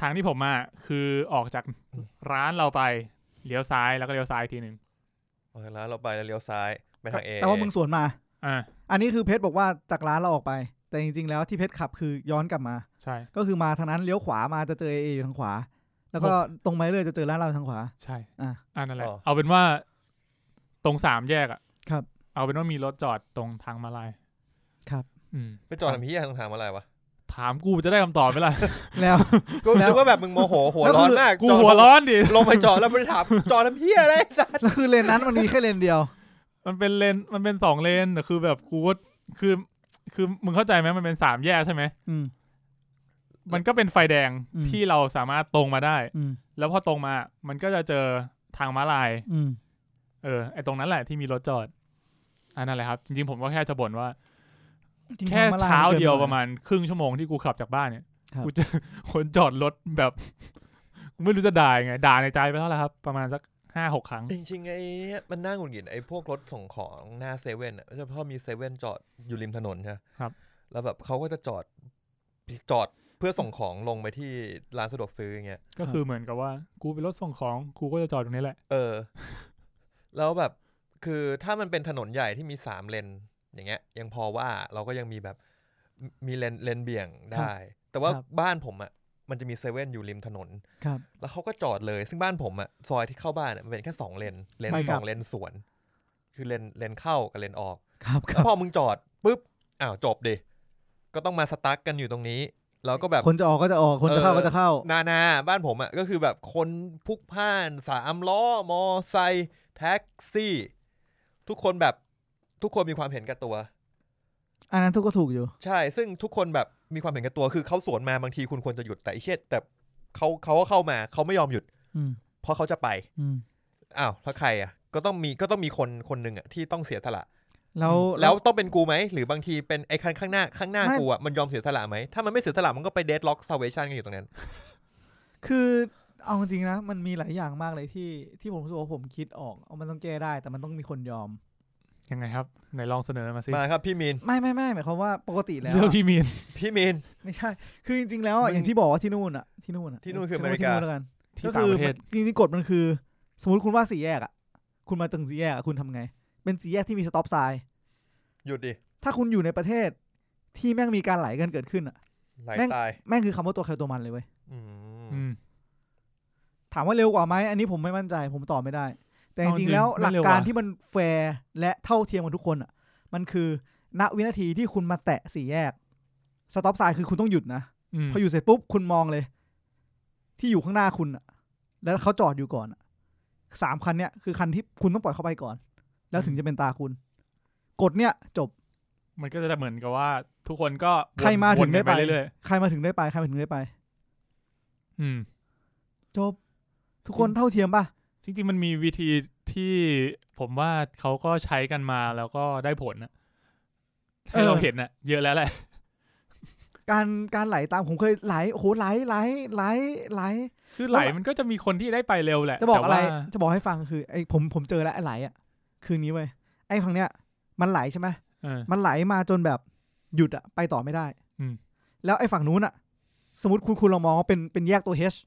Speaker 3: ทางที่ผมมาคือออกจากร้านเราไปเลี้ยวซ้ายแล้วก็เลี้ยวซ้ายอีกทีหนึ่ง
Speaker 2: ออกจากร้านเราไปแล้วเลี้ยวซ้ายไปทางเอ
Speaker 1: แต่ว่ามึงสวนมา
Speaker 3: อ่า
Speaker 1: อันนี้คือเพชรบอกว่าจากร้านเราออกไป แต่จริงๆแล้วที่เพชรขับคือย้อนกลับมา
Speaker 3: ใช่
Speaker 1: ก็คือมาทางนั้นเลี้ยวขวามาจะเจอเออยู่ทางขวา แล้วก็ตรงไปเรื่อยจะเจอร้านเราทางขวา
Speaker 3: ใช่
Speaker 1: อ่ะ
Speaker 3: อันนั่นแหละ
Speaker 2: อ๋อ
Speaker 3: เอาเป็นว่าตรงสามแยกอ่ะ
Speaker 1: ครับ
Speaker 3: เอาเป็นว่ามีรถจอดตรงทางมาลาย
Speaker 1: ครับ
Speaker 3: อืม
Speaker 2: ไปจอดทำพี่ทางถามอะไรวะ
Speaker 3: ถามกูจะได้คำตอบไหม ล่ะ
Speaker 1: แล้ว
Speaker 2: กู
Speaker 1: แล้ว
Speaker 2: นึกว่าแบบมึงโมโหหัวร้อน
Speaker 1: แล้วคือ
Speaker 2: มาก
Speaker 3: กู
Speaker 2: จอด
Speaker 3: หัวร้อนดิ
Speaker 2: ลงไปจอดแล้วไปถามจอดทำเพี้ยอะไร
Speaker 1: แล้วคือเลนนั้นมันมีแค่เลนเดียว
Speaker 3: มันเป็นเลนมันเป็นสองเลนแต่คือแบบกูว่าคือ คือมึงเข้าใจไหมมันเป็นสามแยกใช่ไหม
Speaker 1: อืม
Speaker 3: มันก็เป็นไฟแดง
Speaker 1: อืม
Speaker 3: ที่เราสามารถตรงมาได้
Speaker 1: อืม
Speaker 3: แล้วพอตรงมา มันก็จะเจอทางม้าลาย
Speaker 1: อืม
Speaker 3: เออไอตรงนั้นแหละที่มีรถจอดอันนั่นแหละครับ จริงๆผมก็แค่จะบ่นว่า
Speaker 1: จริงๆ
Speaker 3: แค่
Speaker 1: ทงมลย
Speaker 3: เช้า
Speaker 1: มันกิน
Speaker 3: เดียวประ
Speaker 1: ห
Speaker 3: มาณครึ่งชั่วโมงที่กูขับจากบ้านเนี่ย
Speaker 1: ครับ
Speaker 3: กูเจอ คนจอดรถแบบ กูไม่รู้จะด่ายังไงด่าในใจไปเท่าไหร่ครับ ประมาณสักห้าหกครั้ง
Speaker 2: จริงๆไอ้เนี่ยมันน่าหงุดหงิดไอ้พวกรถส่งของหน้าเซเว่นอ่ะเพราะมีเซเว่นจอดอยู่ริมถนนใช่ไหม
Speaker 3: ครับ
Speaker 2: แล้วแบบเขาก็จะจอดจอดเพื่อส่งของลงไปที่ร้านสะดวกซื้ออย่างเงี้ย
Speaker 3: ก็คือเหมือนกับว่า กูเป็นรถส่งของกูก็จะจอดตรงนี้แหละ
Speaker 2: เออ แล้วแบบคือถ้ามันเป็นถนนใหญ่ที่มีสามเลนอย่างเงี้ย ยังพอว่าเราก็ยังมีแบบมมีเลนเลนเบี่ยงได้ แต่ว่า
Speaker 1: ครับ
Speaker 2: บ้านผมอ่ะมันจะมีเซเว่นอยู่ริมถนน
Speaker 1: ครับ
Speaker 2: แล้วเขาก็จอดเลย ซึ่งบ้านผมอะซอยที่เข้าบ้านอะมันเป็นแค่สองเลน เลน
Speaker 1: ไม่ค
Speaker 2: ส
Speaker 1: รับ
Speaker 2: องเลนสวน คือเลนเลนเข้ากับเลนออก
Speaker 1: ครับค
Speaker 2: แล้
Speaker 1: รั
Speaker 2: ว
Speaker 1: บ
Speaker 2: พอมึงจอดปุ๊บ อ้าวจบดิ ก็ต้องมาสตั๊กกันอยู่ตรงนี้ แล้วก็แบบ
Speaker 1: คนจะออกก็จะออก คนจะเข้า
Speaker 2: เออ
Speaker 1: ก็จะเข้า
Speaker 2: นานาบ้านผมอะก็คือแบบคนพลุกพล่านสามล้อ มอไซค์แท็กซี่ ทุกคนแบบทุกคนมีความเห็นแกับตัว
Speaker 1: อันนั้นทุกก็ถูกอยู่
Speaker 2: ใช่ ซึ่งทุกคนแบบมีความเห็นแกับตัว คือเขาสวนมาบางทีคุณควรจะหยุดแต่ไอ้เช็ดแต่เขาเขาก็เข้ามาเขาไม่ยอมหยุด
Speaker 1: อืม
Speaker 2: เพราะเขาจะไป
Speaker 1: อืม
Speaker 2: อ้าวแล้วใครอ่ะก็ต้องมีก็ต้องมีคนคนหนึ่งอ่ะที่ต้องเสียสละ
Speaker 1: แล้ว
Speaker 2: แล้วต้องเป็นกูไหม หรือบางทีเป็นไอ้คันข้างหน้าข้างหน้า
Speaker 1: ไม่
Speaker 2: กูอ่ะมันยอมเสียสละไหม ถ้ามันไม่เสียสละมันก็ไปเดดล็อกซ v เวชันกันอยู่ตรงนั้น
Speaker 1: คือเอาจริงๆนะ มันมีหลายอย่างมากเลยที่ที่ผมรู้สึกว่าผมคิดออกเอามันต้องแก้ได้ แต่มันต้องมีคนยอม
Speaker 3: ยังไงครับไหนลองเสนอมาสิ
Speaker 2: มาครับพี่มีน
Speaker 1: ไม่ไม่ไม่หมายความว่าปกติแล้ว
Speaker 3: เรื่อง
Speaker 1: อะ
Speaker 3: พี่มีน
Speaker 2: พี่มีน
Speaker 1: ไม่ใช่ คือจริงๆแล้วอะ
Speaker 2: มึง
Speaker 1: อย่างที่บอกว่าที่นู่นอะที่นู่นอะ
Speaker 2: ที่นู่นคือ
Speaker 1: ใช้
Speaker 2: อเมริ
Speaker 1: ว่
Speaker 2: กา
Speaker 1: ที่นู่นแล้วกัน
Speaker 3: ที่
Speaker 1: ก็
Speaker 3: ต่าง
Speaker 1: คือ
Speaker 3: ประเทศ
Speaker 1: มันจริงๆกฎมันคือ สมมติคุณว่าสี่แยกอะคุณมาถึงสี่แยกอะคุณทำไง เป็นสี่แยกที่มีสต็อปไซน์
Speaker 2: หยุดดิ
Speaker 1: ถ้าคุณอยู่ในประเทศที่แม่งมีการไหลกันเกิดขึ้นอะ
Speaker 2: ไหล
Speaker 1: แม่ง
Speaker 2: ตาย
Speaker 1: แม่งคือคำว่าตัวใครตัวมันเลยเว้ย
Speaker 2: อืม
Speaker 3: อืม
Speaker 1: ถามว่าเร็วกว่าไหมอันนี้ผมไม่มั่นใจ ผมตอบไม่ได้ แต่จ
Speaker 3: เอาจริ
Speaker 1: ริ
Speaker 3: ง
Speaker 1: งๆแล้ว
Speaker 3: ไม่
Speaker 1: หลัก
Speaker 3: เร็ว
Speaker 1: การ
Speaker 3: ว่ะ
Speaker 1: ที่มันแฟร์และเท่าเทียมกับทุกคนอ่ะ มันคือณวินาทีที่คุณมาแตะสี่แยกสต็อปไซน์คือคุณต้องหยุดนะ
Speaker 3: อืม
Speaker 1: พออยู่เสร็จปุ๊บคุณมองเลย ที่อยู่ข้างหน้าคุณอะแล้วเขาจอดอยู่ก่อนอะสามคันเนี่ยคือคันที่คุณต้องปล่อยเข้าไปก่อน แล้วถึงจะเป็นตาคุณ กฎเนี่ยจบ
Speaker 3: มันก็จะเหมือนกับว่า ทุกคนก็วน
Speaker 1: ใครมาถึง
Speaker 3: วน
Speaker 1: ได้
Speaker 3: กัน
Speaker 1: ไป
Speaker 3: ไปเรื่อย
Speaker 1: ใครมาถึงได้ไปใครมาถึงได้ไป
Speaker 3: ๆอืม
Speaker 1: จบ ทุกคนเท่าเทียมป่ะ
Speaker 3: จริงๆ มันมีวิธีที่ผมว่าเขาก็ใช้กันมาแล้วก็ได้ผลนะให้เรา
Speaker 1: เออ
Speaker 3: เห็นนะเยอะแล้วแหละ
Speaker 1: การการไหลตามผมเคยไหลโอ้โหไหลไหลไหลไหล
Speaker 3: คือไหลมันก็จะมีคนที่ได้ไปเร็วแหละ
Speaker 1: จะบอก
Speaker 3: แต่
Speaker 1: อะไร
Speaker 3: ว่า
Speaker 1: จะบอกให้ฟังคือไอ้ผมผมเจอแล้วไอ้ไหลอ่ะ คืนนี้เว้ยไอ้ฝั่งเนี้ย มันไหลใช่ไหม
Speaker 3: เออ
Speaker 1: มันไหลมาจนแบบหยุดอ่ะไปต่อไม่ได้
Speaker 3: อืม
Speaker 1: แล้วไอ้ฝั่งนู้นอ่ะ สมมติคุณคุณลองมองว่าเป็นเป็นแยกตัว H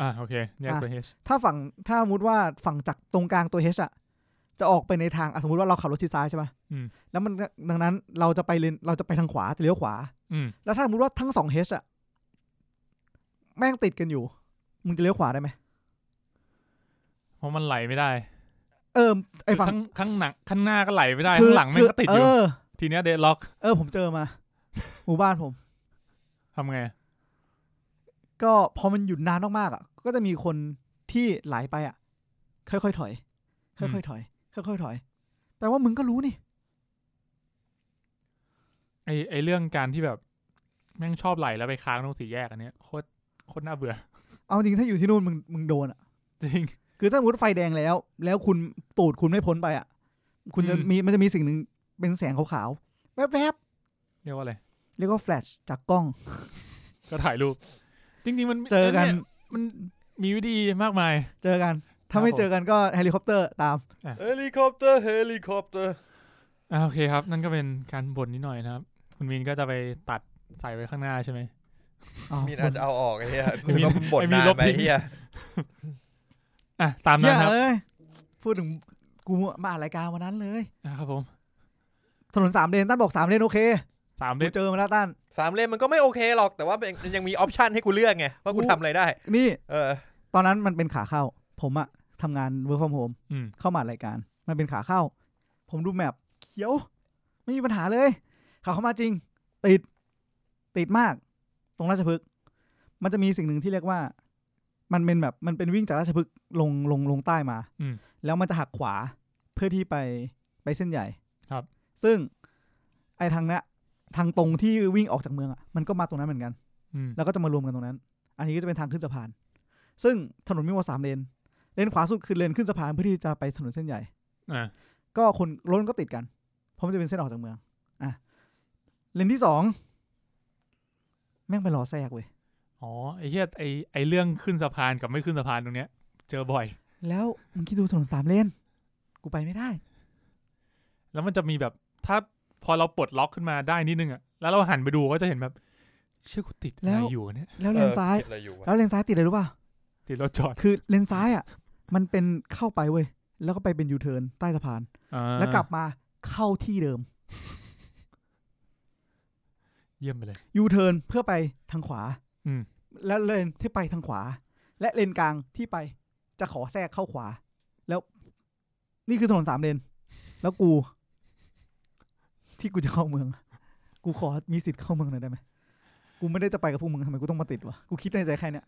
Speaker 3: อ่ะโอเคแยกตัว H
Speaker 1: ถ้าฝั่งถ้าสมมติว่าฝั่งจากตรงกลางตัว H อ่ะ จะออกไปในทางอ่ะสมมติว่าเราขับรถชิดซ้ายใช่ไหม
Speaker 3: อืม
Speaker 1: แล้วมันดังนั้นเราจะไปเลนเราจะไปทางขวาจะเลี้ยวขวา
Speaker 3: อืม
Speaker 1: แล้วถ้าสมมติว่าทั้งสอง H อ่ะแม่งติดกันอยู่ มึงจะเลี้ยวขวาได้ไหม
Speaker 3: เพราะมันไหลไม่ได้
Speaker 1: เออไอ้ฝั่ง
Speaker 3: ข้างข้างหนักข้างหน้าก็ไหลไม่ได้
Speaker 1: คื
Speaker 3: ข้างหลังแม่งก็ติดอยู่
Speaker 1: เอ
Speaker 3: ทีเนี้ยเดดล็อก
Speaker 1: เออผมเจอมา หมู่บ้านผม
Speaker 3: ทำไง
Speaker 1: ก็พอมันหยุดนานมากๆอ่ะ ก็จะมีคนที่ไหลไปอ่ะ ค่อยๆถอย
Speaker 3: อืม
Speaker 1: ค่อยๆถอย ค่อยๆถอยแปลว่ามึงก็รู้นี่
Speaker 3: ไอไอเรื่องการที่แบบ แม่งชอบไหลแล้วไปค้างตรงสี่แยกอันเนี้ยโคตรโคตรน่าเบื่อ
Speaker 1: เอาจริงถ้าอยู่ที่นู่นมึงมึงโดนอ่ะ
Speaker 3: จริง
Speaker 1: คือถ้าสมมติไฟแดงแล้ว แล้วคุณตูดคุณไม่พ้นไปอ่ะ คุณจะ
Speaker 3: อืม
Speaker 1: มีมันจะมีสิ่งหนึ่งเป็นแสงขาวๆ แวบ
Speaker 3: เรียกว่าอะไร
Speaker 1: ๆ เรียกว่าแฟลชจากกล้อง
Speaker 3: ก็ถ่ายรูป จริงๆมัน
Speaker 1: เจอกัน
Speaker 3: ยมันมีวิธีมากมาย
Speaker 1: เจอกัน
Speaker 3: ครั
Speaker 1: ถ้า
Speaker 3: บ
Speaker 1: ไม่
Speaker 3: ผม
Speaker 1: เจอกันก็เฮลิคอปเตอร์ตาม
Speaker 2: เฮลิคอปเตอร์เฮลิคอปเตอร์
Speaker 3: อ่าโอเคครับ นั่นก็เป็นการบ่นนิดหน่อยนะครับ คุณมีนก็จะไปตัดใส่ไว้ข้างหน้าใช่ไหม
Speaker 1: อ๋อ
Speaker 2: มีนอาจจะเอาออกไอ้เหี้ย
Speaker 3: ไอ้
Speaker 2: รู้สึกว่า
Speaker 3: มีน
Speaker 2: มันบ่น
Speaker 3: ไอ้มีน
Speaker 2: นาน
Speaker 3: ลบ
Speaker 2: ไป
Speaker 3: ทิ้ง
Speaker 2: ไอ้เหี้ย
Speaker 3: อ่ะตาม
Speaker 1: เหี้
Speaker 3: นั้
Speaker 1: ย
Speaker 3: นครับ
Speaker 1: เอ้ยพูดถึงกูมาอ่านรายการวันนั้นเลย
Speaker 3: อ่ะครับผม
Speaker 1: นนสามเลนตั้นบอกสามเลนโอเค
Speaker 3: สามเล
Speaker 1: กู
Speaker 3: น
Speaker 1: เจอมาแล้วตั้น
Speaker 2: สามเล่มมันก็ไม่โอเคหรอกแต่ว่ามันยังมีออปชันให้กูเลือกไงว่ากู
Speaker 1: กู
Speaker 2: ทำอะไรได้
Speaker 1: นี่
Speaker 2: เออ
Speaker 1: ตอนนั้นมันเป็นขาเข้า ผมอะทำงาน work from home
Speaker 3: อืม
Speaker 1: เข้ามารายการ มันเป็นขาเข้า ผมดูแมพเขียว ไม่มีปัญหาเลย ขาเข้ามาจริง ติด ติดมาก ตรงราชพฤกษ์มันจะมีสิ่งหนึ่งที่เรียกว่า มันเป็นแบบมันเป็นวิ่งจากราชพฤกษ์ลงลงลงใต้มา
Speaker 3: อืม
Speaker 1: แล้วมันจะหักขวาเพื่อที่ไปไปเส้นใหญ่
Speaker 3: ครับ
Speaker 1: ซึ่งไอ้ทางเนี้ยทางตรงที่วิ่งออกจากเมืองอ่ะมันก็มาตรงนั้นเหมือนกัน
Speaker 3: อืม
Speaker 1: แล้วก็จะมารวมกันตรงนั้น อันนี้ก็จะเป็นทางขึ้นสะพาน ซึ่งถนนมีว่าสามเลน เลนขวาสุดคือเลนขึ้นสะพานเพื่อที่จะไปถนนเส้นใหญ่
Speaker 3: อ่า
Speaker 1: ก็คนรถก็ติดกัน เพราะมันจะเป็นเส้นออกจากเมือง อ่ะ เลนที่สองแม่งไปรอแทรกเว้ย
Speaker 3: อ๋อไอ้เหี้ยไอ้ไอ้เรื่องขึ้นสะพานกับไม่ขึ้นสะพานตรงเนี้ย เจอบ่อย
Speaker 1: แล้วมึงคิดดูถนนสามเลน กูไปไม่ได้
Speaker 3: แล้วมันจะมีแบบถ้าพอเราปลดล็อกขึ้นมาได้นิดนึงอะแล้วเราหันไปดูก็จะเห็นแบบ เชื่อกูติดอะ
Speaker 1: แล้
Speaker 3: ไร
Speaker 1: ว
Speaker 3: อยู่วะเนี่ย
Speaker 1: แล้วเลนซ้าย
Speaker 2: เออคิดอะไรอยู่วะ
Speaker 1: แล้วเลนซ้ายติดอะไรรู้ป่ะ
Speaker 3: ติดรถจอด
Speaker 1: คือเลนซ้ายอ่ะ มันเป็นเข้าไปเว้ย แล้วก็ไปเป็นยูเทิร์นใต้สะพาน
Speaker 3: อ่า
Speaker 1: แล้วกลับมาเข้าที่เดิม
Speaker 3: เยี่ยมไปเลย
Speaker 1: ยูเทิร์นเพื่อไปทางขวา
Speaker 3: อืม
Speaker 1: และเลนที่ไปทางขวา และเลนกลางที่ไปจะขอแทรกเข้าขวา แล้วนี่คือถนนสามเลน แล้วกู ที่กูจะเข้าเมือง กูขอมีสิทธิ์เข้าเมืองหน่อยได้ไหมกูไม่ได้จะไปกับพวกมึงทำไมกูต้องมาติดวะกูคิดในใจแค่เนี้ย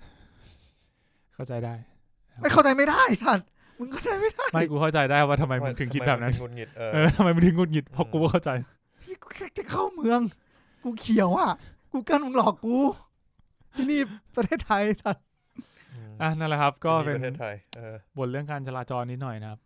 Speaker 3: เข้าใจได้
Speaker 1: ไม่เข้าใจไม่ได้ท่านมึงเข้าใจไม่ได้
Speaker 3: ไม่กูเข้าใจได้ว่าทำไมมึงถึงคิดแบบนั้น
Speaker 2: ทำไมมึงถึงหงุดหงิดเออ
Speaker 3: เออทำไมมึงถึงหงุดหงิดเพราะกูก็เข้าใจ
Speaker 1: ที่กูแค่จะเข้าเมือง กูเขียวอ่ะกูเกั้นมึงหลอกกู ที่นี่ประเทศไทยท่าน
Speaker 3: อ่ะนั่นแหละครับ ก็เป็น
Speaker 2: ประเทศไทยเออบ
Speaker 3: ทเรื่องการจราจรนิดหน่อยนะครับ